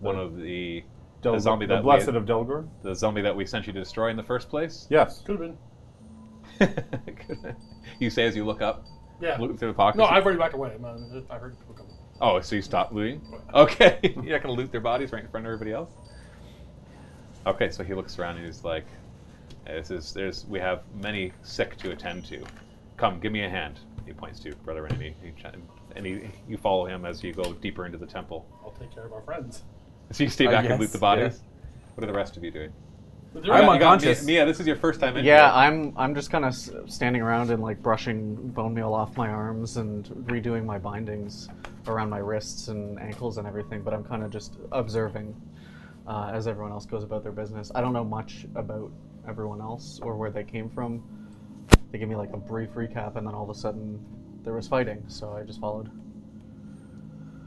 One of the
Del-
the zombie
the
that
blessed
we,
of Delgor.
the zombie that we sent you to destroy in the first place.
Yes.
Could have been.
*laughs* you say as you look up,
Yeah.
Look-
look through the pockets.
No, I've already backed away. Man. I heard people coming.
Oh, so you stopped looting? Okay. *laughs* You're not going to loot their bodies right in front of everybody else? Okay, so he looks around and he's like, this is, there's, we have many sick to attend to. Come, give me a hand. He points to Brother Rennie. He, ch- and he, you follow him as you go deeper into the temple.
I'll take care of our friends.
So you stay
Uh,
back and
yes,
loot the bodies. What are the rest of you doing?
But
I'm
they're-
You got-
unconscious.
Mia, this is your first time in
Yeah,
here.
I'm I'm just kind of s- standing around and like brushing bone meal off my arms and redoing my bindings around my wrists and ankles and everything. But I'm kind of just observing uh, as everyone else goes about their business. I don't know much about everyone else or where they came from. They give me like a brief recap, and then all of a sudden there was fighting, so I just followed.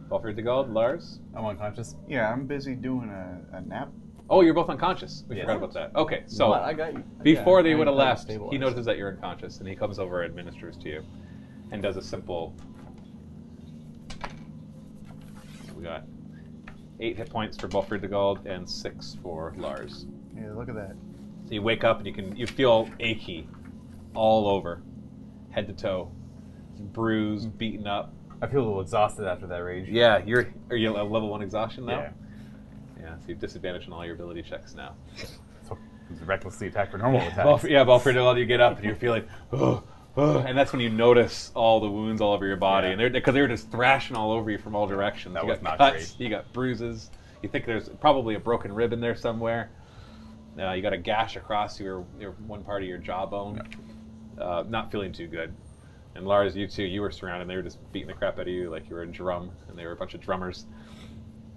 Balfour de Gold, Lars.
I'm unconscious.
Yeah, I'm busy doing a, a nap.
Oh, you're both unconscious. We
Yeah.
forgot about that. Okay, so.
But I got you.
Before
yeah,
they
I-
would have
I
left, he
stabilized.
notices that you're unconscious, and he comes over and administers to you, and does a simple. We got eight hit points for Bufford the Gold and six for Lars.
Yeah, look at that.
So you wake up and you can you feel achy, all over, head to toe, bruised, beaten up.
I feel a little exhausted after that rage.
Yeah, you're are you at level one exhaustion now?
Yeah.
Yeah, so you've disadvantage on all your ability checks now.
So, it's recklessly attack
*laughs*
for normal attack.
Balf- yeah, Balfredo, while you get up and you're feeling, oh, oh, and that's when you notice all the wounds all over your body,
Yeah.
and they're because they were just thrashing all over you from all directions.
That
you
was
got
not
cuts, You got bruises. You think there's probably a broken rib in there somewhere. Uh, you got a gash across your, your one part of your jawbone. Uh, not feeling too good. And Lars, you too. You were surrounded. They were just beating the crap out of you like you were a drum, and they were a bunch of drummers.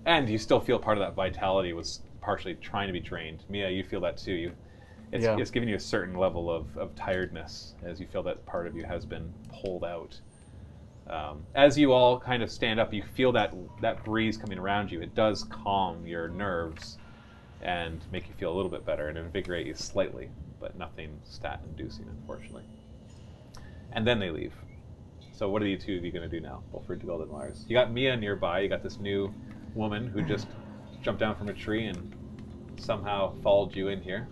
And you still feel part of that vitality was partially trying to be drained. Mia, you feel that too. You, it's,
Yeah.
it's giving you a certain level of, of tiredness as you feel that part of you has been pulled out. Um, as you all kind of stand up, you feel that that breeze coming around you. It does calm your nerves and make you feel a little bit better and invigorate you slightly, but nothing stat inducing, unfortunately. And then they leave. So what are you two of you going to do now? Wilfred to Golden Wires. You got Mia nearby. You got this new woman who just jumped down from a tree and somehow followed you in here.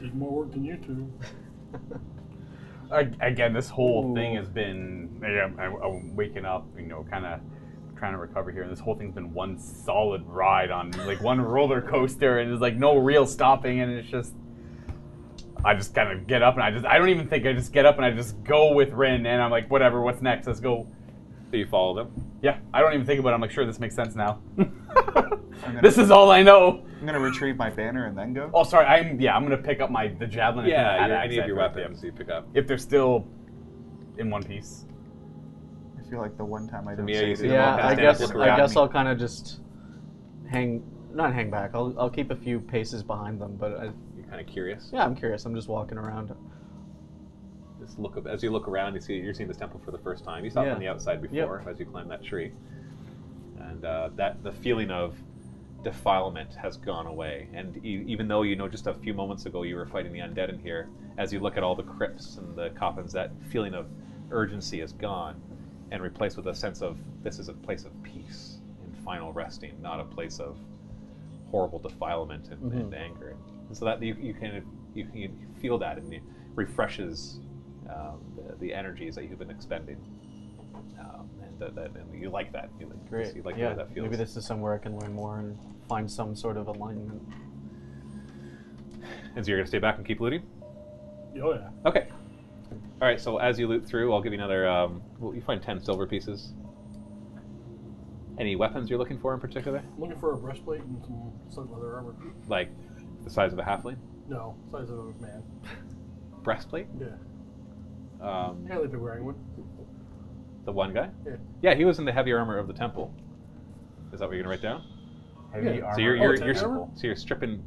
Did more work than you two.
Ag- Again, this whole thing has been. I, I, I'm waking up, you know, kind of trying to recover here, and this whole thing's been one solid ride on like one *laughs* roller coaster, and there's like no real stopping, and it's just. I just kind of get up and I just I don't even think I just get up and I just go with Rin and I'm like whatever what's next let's go
So you follow them.
yeah I don't even think about it I'm like sure this makes sense now *laughs* this is all I know
I'm gonna retrieve my banner and then go.
oh sorry I'm yeah I'm gonna pick up my the javelin I think I
Yeah,
had
your,
it
any of your
accidentally.
weapons you pick up.
if they're still in one piece
I feel like the one time I didn't
me, I
say
used
it,
to
it all
Yeah,
walk
passed
I
down,
guess
look
I
around
guess
me.
I'll kind of just hang, not hang back. I'll I'll keep a few paces behind them, but I,
You're kind of curious.
yeah, I'm curious. I'm just walking around.
Just look up, as you look around. You see you're seeing this temple for the first time. You saw it
Yeah.
from the outside before as you climb that tree, and uh, that the feeling of defilement has gone away. And e- even though you know just a few moments ago you were fighting the undead in here, as you look at all the crypts and the coffins, that feeling of urgency is gone, and replaced with a sense of this is a place of peace and final resting, not a place of horrible defilement and,
Mm-hmm.
and anger. And so that you, you can you can feel that and it refreshes um, the, the energies that you've been expending. Um, and, that, that, and you like that. You like,
Great.
You like the way
yeah,
that feels.
maybe this is somewhere I can learn more and find some sort of alignment.
And so you're going to stay back and keep looting?
Oh yeah.
Okay. All right. So as you loot through, I'll give you another. Um, well, you find ten silver pieces. Any weapons you're looking for in particular?
I'm looking for a breastplate and some some leather armor.
Like the size of a halfling
No, size of a man.
breastplate?
Yeah.
Um,
Apparently, been wearing one.
the one guy?
Yeah.
Yeah, he was in the heavy armor of the temple. Is that what you're gonna write down?
Heavy
Yeah.
armor.
So you're
Oh,
you're,
it's
you're,
heavy armor?
so you're stripping.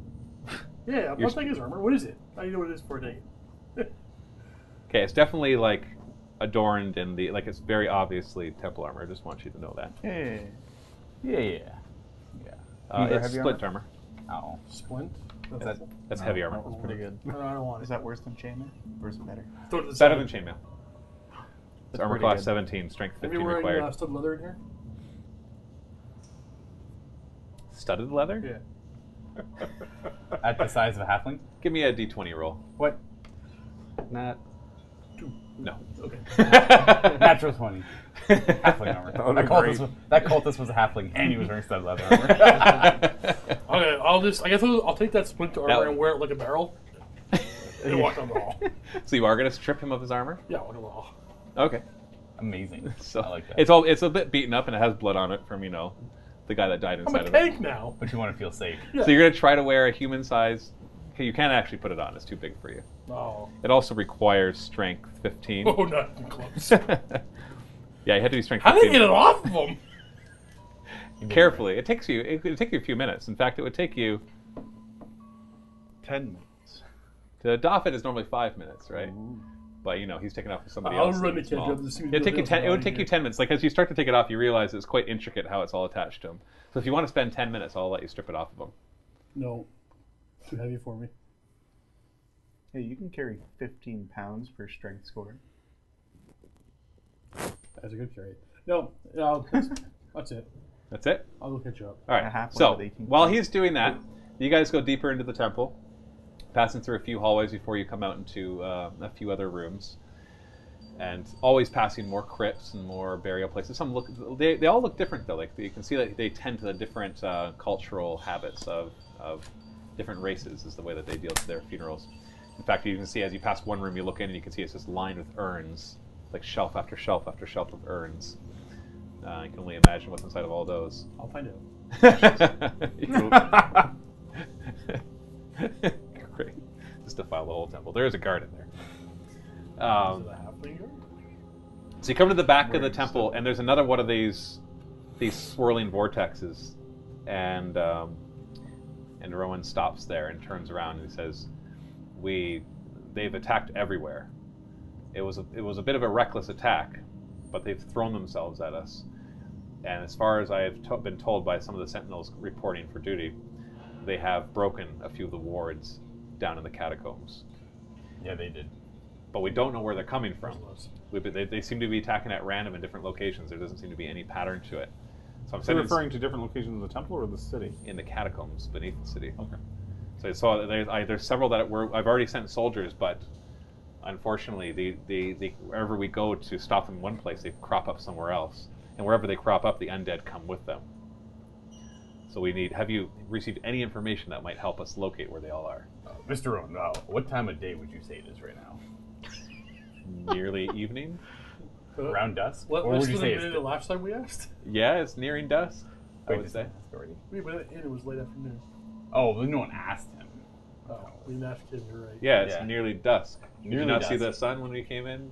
Yeah, I'm
You're
not
sp-
taking his armor. What is it? I know what it is for a day.
Okay, it's definitely like adorned in the like it's very obviously temple armor. I just want you to know that.
Hey.
yeah, yeah. Oh.
Uh,
Either
it's
heavy
splint armor.
yeah. Ow.
Splint. That's
That-
That's heavy armor.
was
pretty good.
No, I don't want it.
Is that worse than chainmail? Or is it better?
Throw it to the
It's better
side.
than chainmail. It's armor class 17, strength
Have
15
you wearing
required.
uh, stud leather in here?
Studded leather.
Yeah.
At the size of a
*laughs*
halfling.
Give me a d20 roll.
What?
Not.
*laughs*
No.
Okay.
Natural twenty. Halfling armor.
Oh,
that,
they're
cultist
great.
was, that cultist was a halfling, and he was wearing stud leather armor.
*laughs*
Okay, I'll just. I guess I'll, I'll take that splint armor
That-
and wear it like a *laughs* barrel. and walk down the hall.
*laughs* so you are gonna strip him of his armor?
Yeah, walk down the hall.
Okay.
Amazing.
So
I like that.
it's all it's a bit beaten up and it has blood on it from you know the guy that died
I'm
inside of
a
it.
tank now.
but you want to feel safe.
So you're gonna try to wear a human size. Okay, you can't actually put it on; it's too big for you.
Oh, *laughs*
It also requires strength 15. *laughs*
oh, not even close.
yeah, you had to be strength
How
15.
did I get it off
*laughs*
of him?
Carefully, it takes you. It would take you a few minutes. In fact, it would take you
Ten minutes.
to doff it is normally five minutes, right? But you know he's taking off with somebody
I'll
else. and
run to
it's
catch
small.
up to see what
It'd take you
else
ten.
is
It would
on
take you
here.
ten minutes. Like as you start to take it off, you realize it's quite intricate how it's all attached to him. So if you want to spend ten minutes, I'll let you strip it off of him.
No, too heavy for me.
Hey, you can carry 15 pounds per strength score.
That's a good carry. No, yeah, I'll, *laughs* that's it.
That's it.
I'll go catch you up.
All
A
right.
half
So
one with 18
while he's doing that, you guys go deeper into the temple, passing through a few hallways before you come out into uh, a few other rooms, and always passing more crypts and more burial places. Some look they, they all look different though. Like you can see that they tend to the different uh, cultural habits of of different races is the way that they deal with their funerals. In fact, you can see as you pass one room, you look in and you can see it's just lined with urns, like shelf after shelf after shelf of urns. Uh, you can only imagine what's inside of all those.
I'll find out.
*laughs* Great. Just defile the whole temple. There is a guard in there. Um,
The halfling guard?
so you come to the back of the temple, and there's another one of these these swirling vortexes, and um, and Rowan stops there and turns around and he says, "We, they've attacked everywhere. It was a, it was a bit of a reckless attack, but they've thrown themselves at us. And as far as I've to- been told by some of the sentinels reporting for duty, they have broken a few of the wards down in the catacombs."
Yeah, they did.
but we don't know where they're coming from. We, but they, they seem to be attacking at random in different locations. There doesn't seem to be any pattern to it. So I'm
So
sending
referring to different locations of the temple or the city?
in the catacombs beneath the city.
Okay.
So I saw that there's, I, there's several that were I've already sent soldiers, but unfortunately, the, the, the wherever we go to stop them in one place, they crop up somewhere else, and wherever they crop up, the undead come with them. So we need. Have you received any information that might help us locate where they all are?
Uh, Mr. Owen, uh, what time of day would you say it is right now?
Nearly evening.
Uh,
Around dusk?
What
or
less
would
than
you
a
say
minute
it's
the last time we asked? *laughs*
Yeah, it's nearing dusk. I
Wait,
would
did-
say.
already?
We but it was late afternoon.
Oh, well, no one asked him.
Oh, we mashed kids, you're right.
Yeah, it's
Yeah.
nearly dusk. Did you
Nearly
not see
dusk.
the sun when we came in?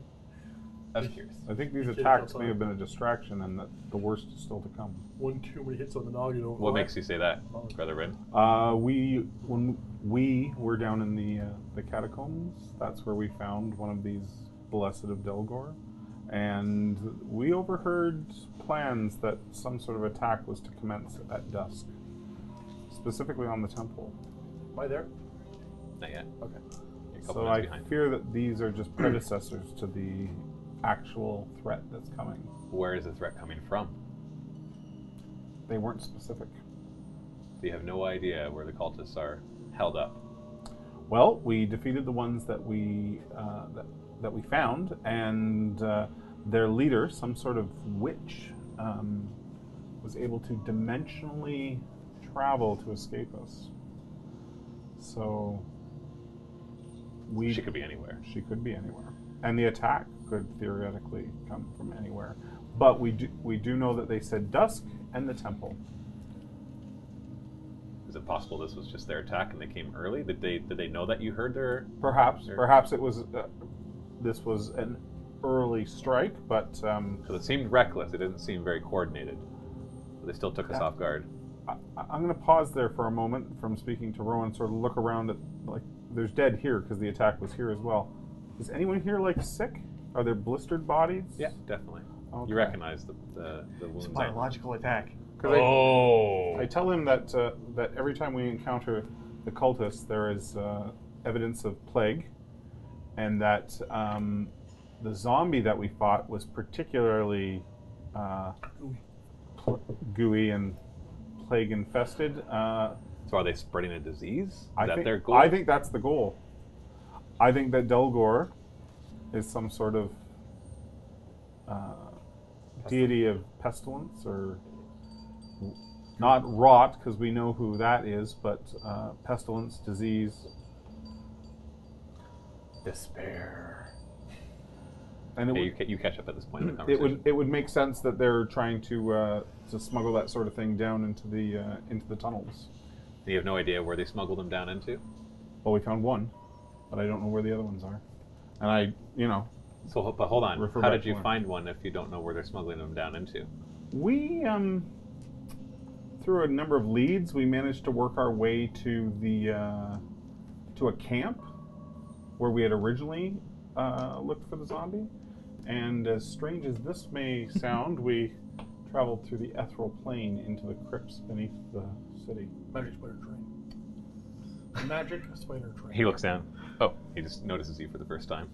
I was curious.
I think these
Should
attacks
jump
may
on.
have been a distraction and that the worst is still to come.
One too many hits on the noggin over.
What makes you say that, Brother Red?
Uh, we when we were down in the uh, the catacombs, that's where we found one of these blessed of Delgor, and we overheard plans that some sort of attack was to commence at dusk, specifically on the temple.
Am I there?
Not yet.
Okay.
You're a couple
So I
minutes behind.
fear that these are just predecessors to the actual threat that's coming.
Where is the threat coming from?
They weren't specific.
Do you have no idea where the cultists are held up?
Well, we defeated the ones that we uh, that, that we found, and uh, their leader, some sort of witch, um, was able to dimensionally travel to escape us. So We
She could be anywhere.
She could be anywhere, and the attack could theoretically come from anywhere. But we do we do know that they said dusk and the temple.
Is it possible this was just their attack and they came early? Did they did they know that you heard their?
Perhaps
Sure.
perhaps it was uh, this was an early strike, but um,
Because it seemed reckless. It didn't seem very coordinated. But they still took us
Yeah.
off guard.
I, I- I'm going to pause there for a moment from speaking to Rowan, sort of look around at like there's dead here because the attack was here as well. Is anyone here like sick? Are there blistered bodies?
definitely.
Okay.
You recognize the the, the wounds.
It's
on-
biological attack.
'Cause I-
Oh.
I tell him that uh, that every time we encounter the cultists, there is uh, evidence of plague, and that um, the zombie that we fought was particularly uh, pl- gooey and plague infested. Uh,
So are they spreading a disease? Is
I
that
think
their goal?
I think that's the goal. I think that Delgor is some sort of uh, deity of pestilence or not rot because we know who that is, but uh, pestilence, disease,
Despair.
and it
Yeah, you,
would,
ca- you catch up at this point in the
Hmm, it
conversation.
would it would make sense that they're trying to uh, to smuggle that sort of thing down into the uh, into the tunnels.
You have no idea where they smuggled them down into.
Well, we found one, but I don't know where the other ones are, and I you know
So, ho- but hold on.
Refer
How
back
did
to
you
Lauren.
find one if you don't know where they're smuggling them down into?
We, um, through a number of leads, we managed to work our way to the uh, to a camp where we had originally uh, looked for the zombie. And as strange as this may sound, we traveled through the ethereal plane into the crypts beneath the city.
Magic spider train. Magic spider train.
He looks down. Oh, he just notices you for the first time.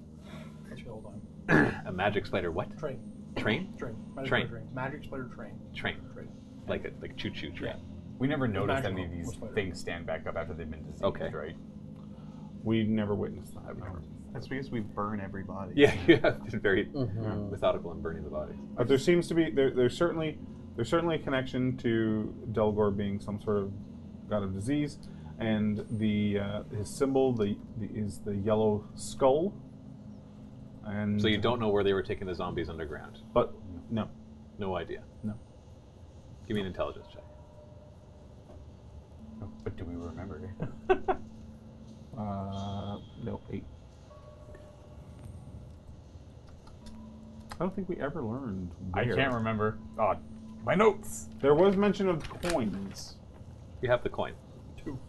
That's the whole time.
A magic spider. What?
Train.
Train?
Train. Magic
Train.
spider train. Magic spider train.
Train.
Train.
Like a like choo choo train.
We never noticed
Imagine
any of
what-
these
what's better.
things stand back up after they've been diseased,
Okay. *laughs*
right?
We never witnessed that. no.
That's because we burn everybody.
Yeah, you have been very
Mm.
Hmm.
methodical in burning the bodies.
But Uh, there seems to be there, there's certainly there's certainly a connection to Delgor being some sort of god of disease, and the uh, his symbol the, the is the yellow skull. And
So you don't know where they were taking the zombies underground.
But no,
No idea.
no.
Give me an intelligence check.
But do
*laughs*
we remember?
Uh, no eight. I don't think we ever learned.
I
where.
can't remember. Oh, my notes.
There was mention of coins,
You have the coin.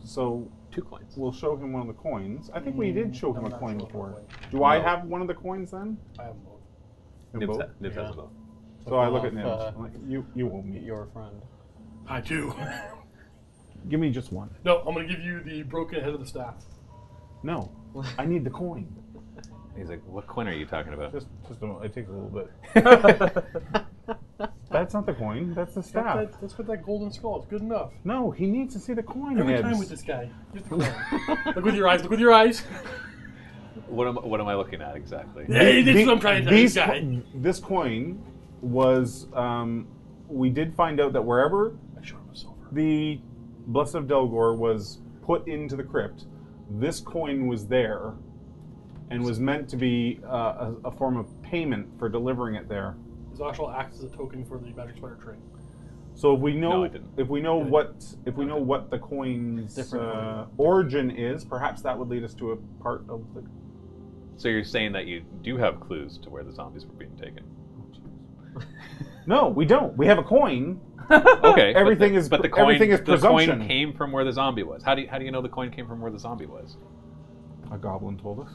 so
Two coins.
we'll show him one of the coins. I think we did show him
Hmm, I'm
a
not sure
coin
if I
before.
would.
Do I
No.
have one of the coins then?
I have both.
In
Nibs,
both?
ha- Nibs has
Yeah.
them both.
So I look at
Off,
Nibs.
uh,
I'm like, you you owe me.
Your friend.
I do. *laughs*
Give me just one.
no, I'm gonna give you the broken head of the staff.
No, I need the coin.
He's like, what coin are you talking about?
Just just a moment. It takes a little bit. That's not the coin. That's the
That's
staff.
that- that's what that golden skull. It's good enough.
No, he needs to see the coin.
Every
Nibs.
time with this guy. Get the
*laughs*
coin. look with your eyes. Look with your eyes.
What am, what am I looking at exactly?
Hey, this is
The-
what I'm trying to tell this
these
guy.
co- this coin was. Um, we did find out that wherever
I showed him a silver.
the Blessed of Delgor was put into the crypt, this coin was there and was meant to be uh, a, a form of payment for delivering it there.
His actual acts as a token for the magic spider train.
So if we know
No, I didn't.
if we know what if we know what the coin's
Different
uh, origin is, perhaps that would lead us to a part of the.
So you're saying that you do have clues to where the zombies were being taken?
No, we don't. We have a coin.
*laughs* Okay. but
Everything
the-
is
but the coin,
pre- everything is
the coin
presumption.
came from where the zombie was. How do you, how do you know the coin came from where the zombie was?
A goblin told us.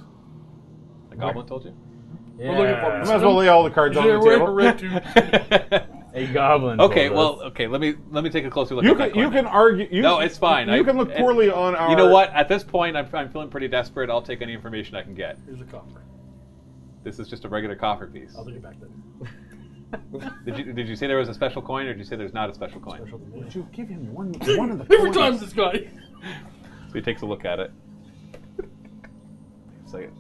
The goblin told you.
We're looking for
I might as well lay all the cards on the table.
*laughs* A goblin.
okay.
told
Well.
us.
Okay. Let me let me take a closer look.
*laughs* You
at
can
that
you
coin
can
then.
argue. You,
No, it's fine.
You
I-
can look
it-
poorly on our.
You know what? At this point, I'm, I'm feeling pretty desperate. I'll take any information I can get.
Here's a copper.
This is just a regular coffer piece.
I'll take it back then.
*laughs*
Did you, did you say there was a special coin, or did you say there's not a special coin?
Special to me.
You give him
*laughs*
one one of the
Every
coins.
time this guy.
So he takes a look at it. It's like,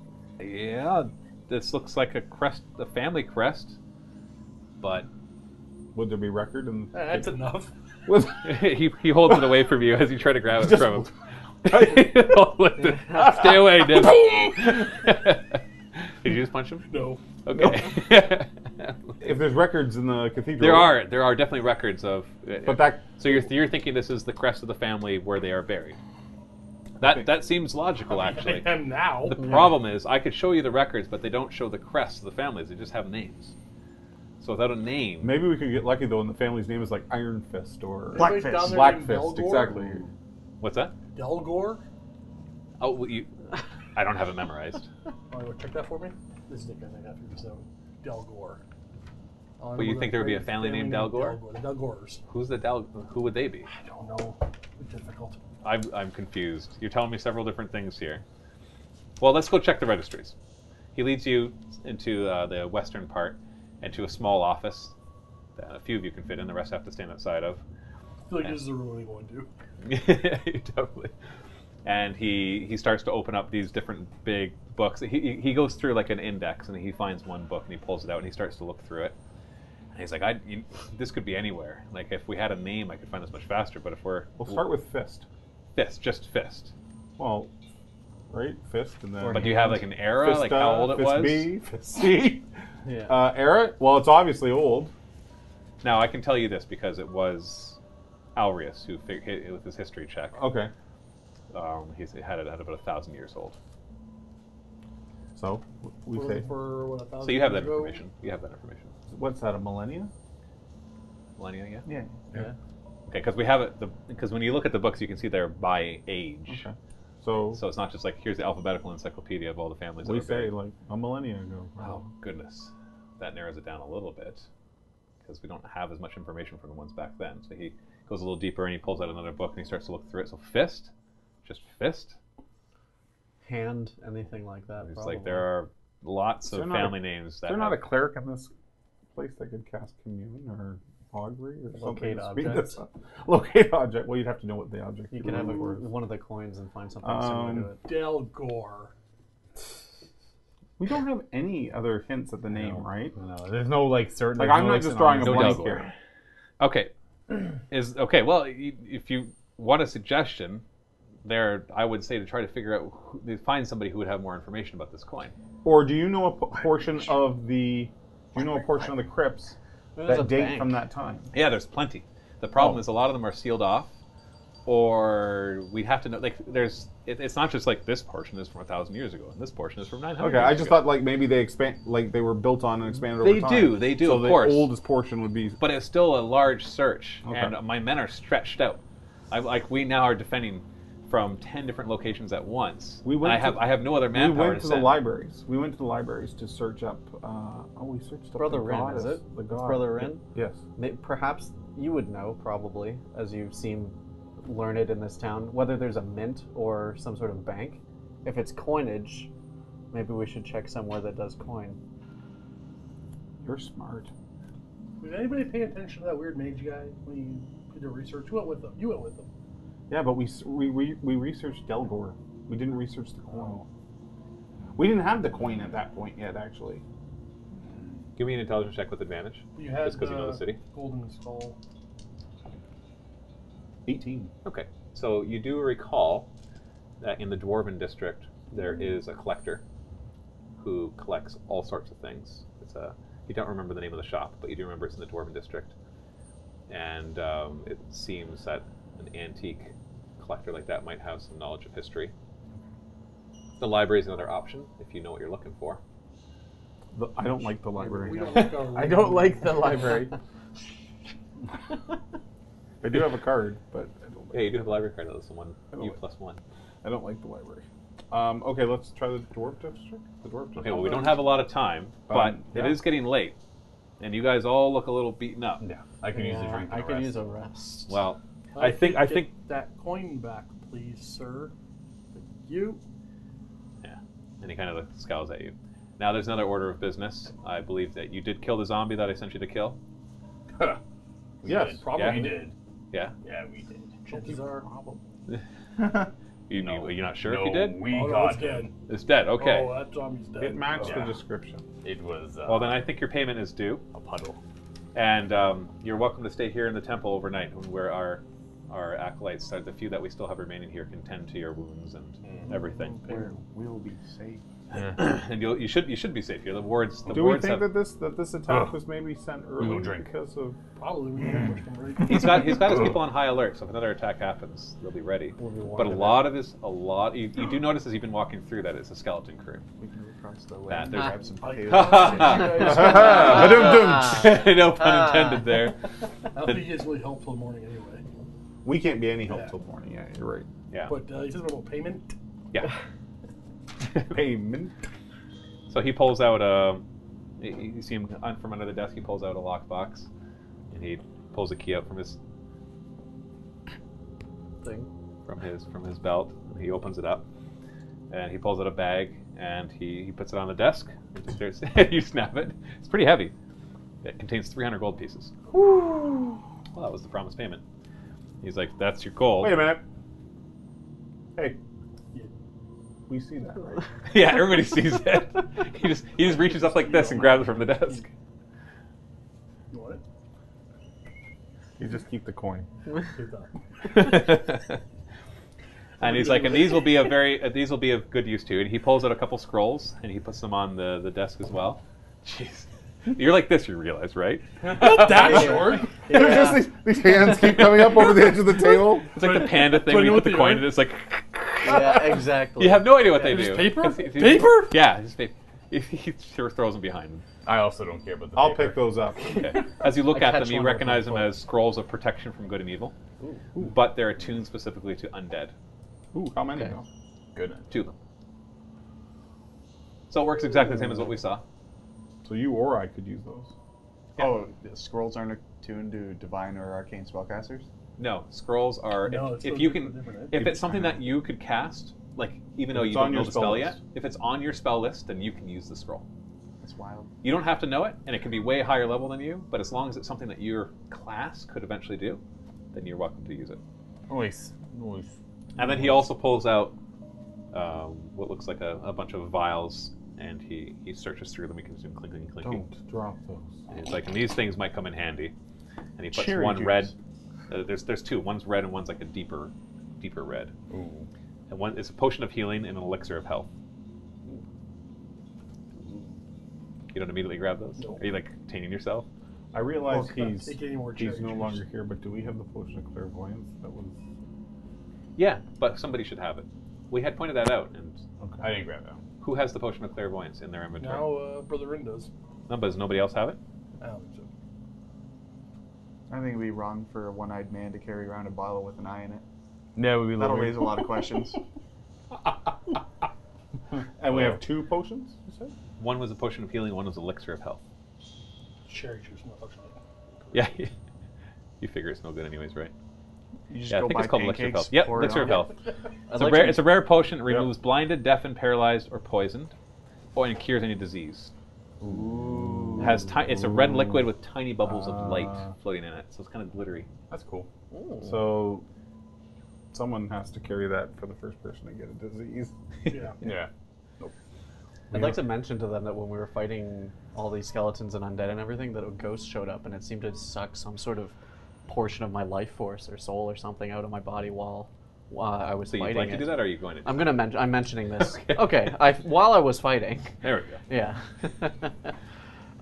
yeah, this looks like a crest, a family crest, but
Would there be record? And
Uh,
That's enough.
was
*laughs* he, he holds it away from you as you try to grab it
Just-
from him. *laughs* Stay away,
*laughs*
Dim. Did you just punch him?
No.
Okay.
If there's records in the
*laughs*
cathedral,
there are there are definitely records of.
But that
so you're you're thinking this is the crest of the family where they are buried. That that seems logical *laughs* actually.
And now.
The problem is, I could show you the records, but they don't show the crests of the families. They just have names. So without a name,
maybe we could get lucky though, and the family's name is like Iron Fist or
Black
Everybody's down
Fist.
there
Black
named
Fist,
Belgor?
exactly.
what's that?
Delgore?
Oh, well, you. I don't have it memorized.
Oh, you want to check that for me? This dick, I think, after this out. Delgore. Oh,
Well,
I
you
remember
think
that
there would be a
great
family named Delgore?
The Delgores.
Who's the Dal? Who would they be?
I don't know. Difficult.
I'm, I'm confused. You're telling me several different things here. Well, let's go check the registries. He leads you into uh, the western part and to a small office that a few of you can fit in, the rest have to stand outside of. *laughs*
I feel like this is the room we go into.
You definitely. And he, he starts to open up these different big books. He- He, he goes through like an index and he finds one book and he pulls it out and he starts to look through it. And he's like, I, you, this could be anywhere. Like, if we had a name, I could find this much faster. But if we're
We'll start with Fist.
Fist, just Fist.
Well, right, Fist, and then.
But do you have like an era,
Fist
like
A,
how old it
Fist
was?
B, Fist C. *laughs* Uh, era? Well, it's obviously old.
Now I can tell you this because it was Alrius who fig- hit with his history check.
Okay.
Um, he's had it at about a thousand years old.
So we
We're
say,
looking for, what, a thousand
So you have that
years ago?
information. You have that information.
what's that? A millennia?
Millennia, yeah.
Yeah.
Okay, because we have it. Because when you look at the books, you can see they're by age.
Okay. So,
So it's not just like here's the alphabetical encyclopedia of all the families.
we
that were
say
buried.
like a millennia ago.
Oh goodness, that narrows it down a little bit because we don't have as much information from the ones back then. So he goes a little deeper and he pulls out another book and he starts to look through it. So fist, just fist.
Hand, anything like that.
It's
probably.
like there are lots
there
of
not a-
family names that
Is there not a
have-
cleric in this place that could cast commune or augury or something?
Locate
to speed
object.
this up? *laughs* Locate object. Well, you'd have to know what the object.
You
you're
can have a,
looking for is.
one of the coins and find something
Um,
similar to it.
Delgore.
We don't have any other hints at the name, right?
No, there's no like certain.
Like
there's
I'm
no,
not just drawing a
No
blank
Delgore.
here.
okay. Is okay. Well, you, if you want a suggestion, there I would say to try to figure out who, find somebody who would have more information about this coin.
Or do you know a p- portion of the? Do you know a portion of the crypts that date from that time?
Yeah, there's plenty. The
Oh.
problem is a lot of them are sealed off, or we'd have to know. Like, there's it, it's not just like this portion is from a thousand years ago and this portion is from nine hundred.
Okay, I just thought like maybe they expand, like they were built on and expanded.
They
over time.
do, they do,
So
of
the
course.
oldest portion would be
but it's still a large search,
Okay.
and my men are stretched out. I, like we now are defending from ten different locations at once.
We
And
went
I have
to-
I have no other
We
manpower
went to the
send.
libraries. We went to the libraries to search up. Uh, oh, we searched up
Brother
the
Rin,
goddess,
is it?
The
It's
god.
Brother Rin?
Yes.
May- Perhaps you would know, probably, as you seem learned in this town, whether there's a mint or some sort of bank. If it's coinage, maybe we should check somewhere that does coin.
You're smart.
Did anybody pay attention to that weird mage guy when you did the research? Who went with them? You went with them.
Yeah, but we s- we we, we researched Delgore. We didn't research the coin. We didn't have the coin at that point yet, actually.
Give me an intelligence check with advantage.
You had uh,
Just 'cause you know the city.
Golden Skull.
18.
Okay, so you do recall that in the Dwarven district there is a collector who collects all sorts of things. It's a you don't remember the name of the shop, but you do remember it's in the Dwarven district, and um, it seems that an antique collector like that might have some knowledge of history. The library is another option if you know what you're looking for.
The, I don't like the library.
We don't like uh, our
I don't like
*laughs*
the library.
I do have a card, but I don't like,
Yeah, you do have a library card. That's the one
don't
you
like-
plus one.
I don't like the library. Um, okay, let's try the dwarf district. The dwarf district.
Okay, well we don't have a lot of time, but
Um,
it
yeah.
is getting late, and you guys all look a little beaten up.
yeah, I can use a drink.
I
and a
could
rest. *laughs*
use a rest.
Well, I think I
get
think
that coin back, please, sir. Thank you.
and he kind of scowls at you. Now there's another order of business. I believe that you did kill the zombie that I sent you to kill.
Yes.
Probably
Yeah.
did.
Yeah,
Yeah, we did. Chances are, problem.
you, you, you're not sure if you did.
We
oh, no, it's dead.
It's dead. Okay.
Oh, that zombie's dead.
It matched
Oh.
the description.
It was uh,
well then, I think your payment is due,
a puddle.
and um, you're welcome to stay here in the temple overnight, where our our acolytes, are the few that we still have remaining here, can tend to your wounds and everything.
Where we'll be safe.
*coughs* and you'll, you should you should be safe here. The wards the
Do we
wards have,
think that this that this attack
Ugh.
was maybe sent
We will
early
drink.
because of
probably we ambushed him,
*laughs*
right? *laughs*
he's got he's got his people on high alert, so if another attack happens, they'll be ready.
We'll be
but a
wide
lot of his a lot you, you do notice as you've been walking through that it's a skeleton
*laughs*
crew. *laughs*
We can go across the way.
That
and
there's-
grab some
I-
potatoes.
Uh, Ba-dum-dum.
no pun intended there.
I don't think
*laughs*
he gets really help till the morning anyway.
We can't be any help
Yeah.
till morning. Yeah, you're right.
Yeah.
But uh, he says about payment.
Yeah.
Payment.
So he pulls out a. You you see him un- from under the desk. He pulls out a lockbox, and he pulls a key out from his
Thing.
from his from his belt. And he opens it up, and he pulls out a bag, and he, he puts it on the desk. And he starts- *laughs* you snap it. It's pretty heavy. It contains 300 gold pieces. Well, that was the promised payment. He's like, "That's your gold."
Wait a minute. Hey. We see that, right?
*laughs* yeah, everybody sees it. *laughs* he just he just reaches up like this and grabs it from the desk. *laughs*
You want it?
You just keep the *laughs* coin.
Good thought.
and he's like, and these will be a very, uh, these will be of good use to you. And he pulls out a couple scrolls and he puts them on the, the desk as well. Jeez, you're like this, you realize, right?
Not that short.
just these, these hands keep coming up over the edge of the *laughs* table.
It's like the panda thing.
but
where you
know
put
what
the
they
coin
are?
in, it's like
yeah, exactly.
*laughs* you have no idea what they
Just
do.
paper?
It's- it's-
Paper?
Yeah, it's paper. He throws them behind him.
I also don't care about the.
I'll
paper.
pick those up.
Okay. *laughs* As you look
I
at them,
catch
you
one with
recognize
my
them
foot.
as scrolls of protection from good and evil, but they're attuned specifically to undead.
Ooh, how many?
Okay.
now?
Good.
Two of them. So it works exactly the same as what we saw.
So you or I could use those.
Oh, the scrolls aren't attuned to divine or arcane spellcasters?
No, scrolls are
No,
if-
it's
if,
so
you
different-
can
different, eh?
if it's something that you could cast, like even though
If
you
it's
don't
on
know
your
the
spell
spell
list.
yet, if it's on your spell list, then you can use the scroll.
That's wild.
You don't have to know it, and it can be way higher level than you, but as long as it's something that your class could eventually do, then you're welcome to use it.
Nice. Nice.
And then he also pulls out um, what looks like a, a bunch of vials, and he, he searches through them. He can zoom clinking, clinking.
drop those.
And he's like, and these things might come in handy. And he puts
Cherry
one
juice.
red. Uh, there's there's two. One's red and one's like a deeper, deeper red. And one it's a potion of healing and an elixir of health. You don't immediately grab those.
No.
Are you like containing yourself?
I realize
Well,
he's
take any more
he's
cherry
no
juice.
longer here, but do we have the potion of clairvoyance? That was
Yeah, but somebody should have it. We had pointed that out, and
I didn't grab that. one.
who has the potion of clairvoyance in their inventory?
Now, uh, Brother Rin does.
No, but does nobody else have it?
I don't think so.
I think it'd be wrong for a one eyed man to carry around a bottle with an eye in it.
No, we
That'll raise a lot of questions.
And we have two potions, you said?
One was a potion of healing. One was elixir of health. *laughs*
Cherry juice, motherfucker.
Yeah, you figure it's no good anyways, right?
You just
Yeah, I
go
think
buy
it's called elixir of
pancakes,
health. Yep,
pour it
elixir
on
of
it. *laughs*
health.
I'd
It's a
like
rare.
to-
It's a rare potion. It removes blinded, deafened, paralyzed, or poisoned, or and cures any disease.
Ooh. Ah.
It has ti- It's a red liquid with tiny bubbles of light floating in it, so it's kind of glittery.
That's cool.
So someone has to carry that for the first person to get a *laughs* disease.
Yeah.
Yeah.
I'd like to mention to them that when we were fighting all these skeletons and undead and everything, that a ghost showed up and it seemed to suck some sort of portion of my life force or soul or something out of my body while, while I was
So you'd
fighting
like
it.
to do that, or are you going to? Do
I'm gonna mention. I'm mentioning this.
*laughs* Okay.
okay. I while I was fighting.
There we go.
Yeah. *laughs*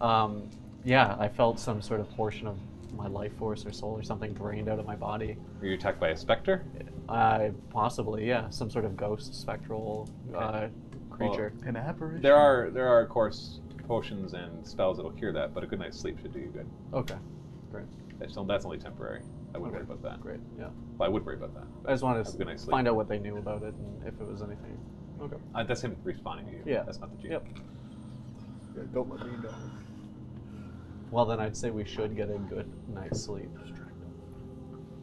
um, yeah. I felt some sort of portion of my life force or soul or something drained out of my body.
Are you attacked by a specter?
I possibly yeah, some sort of ghost spectral uh, creature.
An apparition.
There are there are of course potions and spells that'll cure that, but a good night's sleep should do you good.
okay. Great.
That's that's only temporary. I wouldn't worry about that.
Great. Yeah.
Well, I would worry about that.
I just wanted
Have a good night's
to
sleep.
find out what they knew about it and if it was anything. Okay.
Uh, that's him responding to you.
Yeah.
That's not the GM.
Yep.
Yeah, don't let me know.
Well, then I'd say we should get a good night's sleep.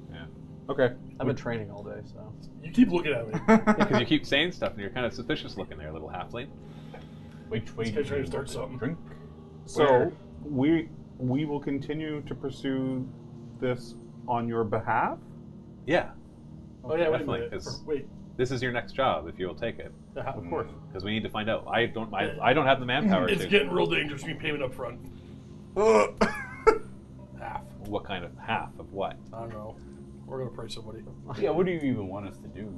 Yeah.
Okay.
I've been training all day, so.
You keep looking at
*laughs*
me.
Because you keep saying stuff and you're kind of suspicious looking there, little halfling.
Which way
This
do
guy's trying
you
to start something.
drink?
So we we will continue to pursue this on your behalf.
Yeah.
Oh yeah, wait a
Definitely,
minute.
'cause-
Wait,
This is your next job if you'll take it.
uh, of course.
Because we need to find out. I don't. I, I don't have the manpower
It's
to.
getting real dangerous. We payment up front.
Half. What kind of half of what?
I don't know. We're gonna pray
*laughs*
somebody.
Yeah, what do you even want us to do?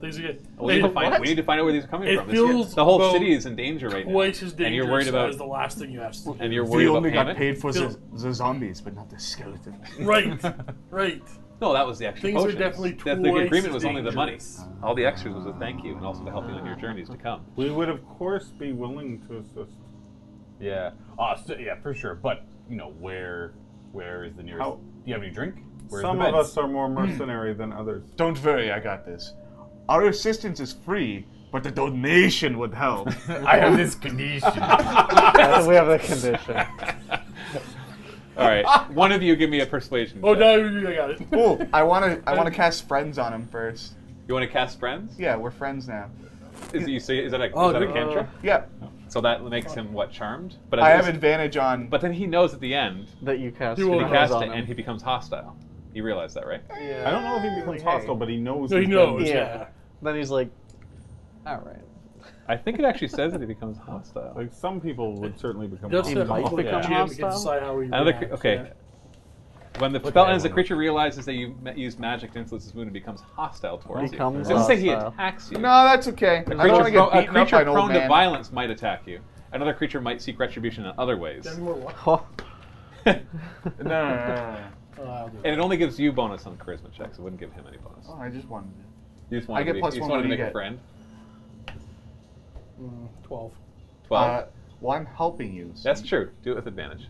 Things are get.
We need, to find, we need to find out where these are coming
It
from. This-
feels
the whole
about
city is in danger right now.
Twice as dangerous
and you're worried about
as the last thing you asked. to do.
and you're
They
worried
only
about panic?
got paid for
Feels-
the, the zombies, but not the skeletons.
*laughs*
Right, right.
No, that was the extra
Things are
potions.
definitely
That- the
twice
agreement
as
was only the money.
dangerous.
All the extras was a thank you and also to help you on your journeys to come.
We would, of course, be willing to assist.
Yeah. Uh, so, yeah, for sure. But you know, where where is the nearest?
How-
Do you have any drink? Where's
Some
the
of
beds?
us are more mercenary than others.
Don't worry, I got this. Our assistance is free, but the donation
*laughs*
would help.
*laughs* I have this condition.
*laughs* we have the condition.
All
*laughs*
right, one of you give me a persuasion.
*laughs* Oh
check.
no, I got it.
cool. I wanna I wanna cast friends on him first.
You want to cast friends?
Yeah, we're friends now.
Is, you say, is that a,
Oh,
is that a
good.
cantrip?
Yeah.
so that makes him what charmed. But
I
at
have
least-
advantage on
But then he knows at the end
that you cast.
You
that
will
he
Oh,
cast
on
it
him.
and he becomes hostile. You realize that, right?
I don't know if he becomes
Hey.
hostile, but he knows.
No, he
he's
knows.
been-
Yeah.
Then he's like, all right.
I think it actually says that he becomes hostile.
Like some people would certainly become.
Just
hostile.
that
might
hopefully
become
Jim can
hostile?
decide how he
Another cre-
reacts,
okay.
yeah.
When the spell
that
ends, the
one up.
creature realizes that you ma- used magic to influence his mood and becomes hostile towards you.
Becomes
It doesn't say he
hostile.
attacks you.
No, that's okay.
A
I don't wanna
creature, pro- a
get beaten up by
creature
an old
prone to
man.
violence might attack you. Another creature might seek retribution in other ways. *laughs*
Then we're what?
No, no, no, no, no.
Oh, I'll do it.
And it only gives you bonus on charisma checks. It wouldn't give him any bonus.
Oh, I just wanted it.
You just wanted
get
to, be,
plus
you just
one,
wanted to
what do
make
you
a
get?
friend.
Mm, Twelve.
12.
Uh, well, I'm helping you. so-
That's true. Do it with advantage.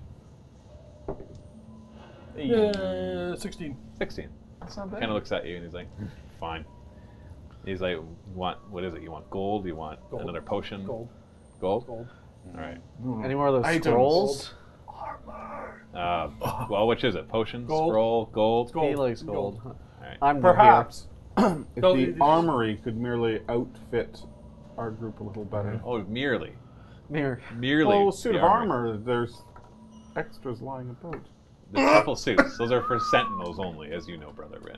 Yeah, sixteen.
16.
That's not bad.
Kind of looks at you and he's like, fine. He's like, "You want what is it? You want gold? You want
Gold.
another potion?
Gold.
Gold?
Gold.
All right.
Any more of those
Items.
scrolls?
Uh, well, which is it? Potion,
Gold.
scroll, gold.
He likes gold.
Alright.
I'm the
*clears throat*
Perhaps if
No,
the
it-
armory could merely outfit our group a little better.
Oh, merely,
mirror.
merely.
Well, Oh, suit
the
of armor. There's extras lying about.
The triple suits. Those are for sentinels only, as you know, brother Rin.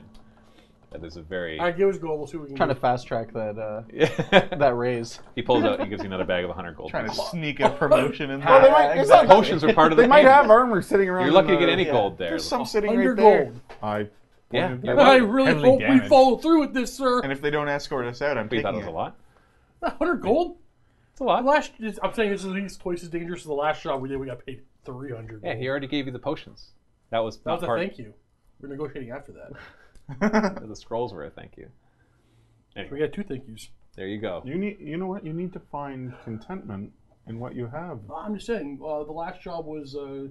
That is a very.
All right, give us gold. We'll see what we can.
Trying to
do.
fast track that uh, that raise.
*laughs* he pulls out. He gives you another bag of 100 gold.
Trying to
*laughs*
sneak a promotion in
Well,
there.
they might, it's
The
not-
Ah, potions are part of the.
they might
payment.
have uh, armor sitting around.
You're lucky to
in
get
the-
any gold there.
There's some sitting
Under
right there.
gold.
I
Yeah, *laughs*
pointed
you're
it
right.
out.
I really
Heavily
hope we
damaged.
follow through with this, sir.
And if they don't escort us out, I'm
But you thought it
taking
was a lot.
*laughs* Hundred gold.
It's a lot.
Last, it's- I'm saying it's at least twice as dangerous as the last shot we did. We got paid three hundred.
Yeah, he already gave you the potions. That was
That
not
was a
part.
thank you. We're negotiating after that.
The scrolls were a thank you.
We
Anyway,
got two thank yous.
there you go.
You need. You know what? You need to find contentment in what you have.
I'm just saying, uh, the last job was uh,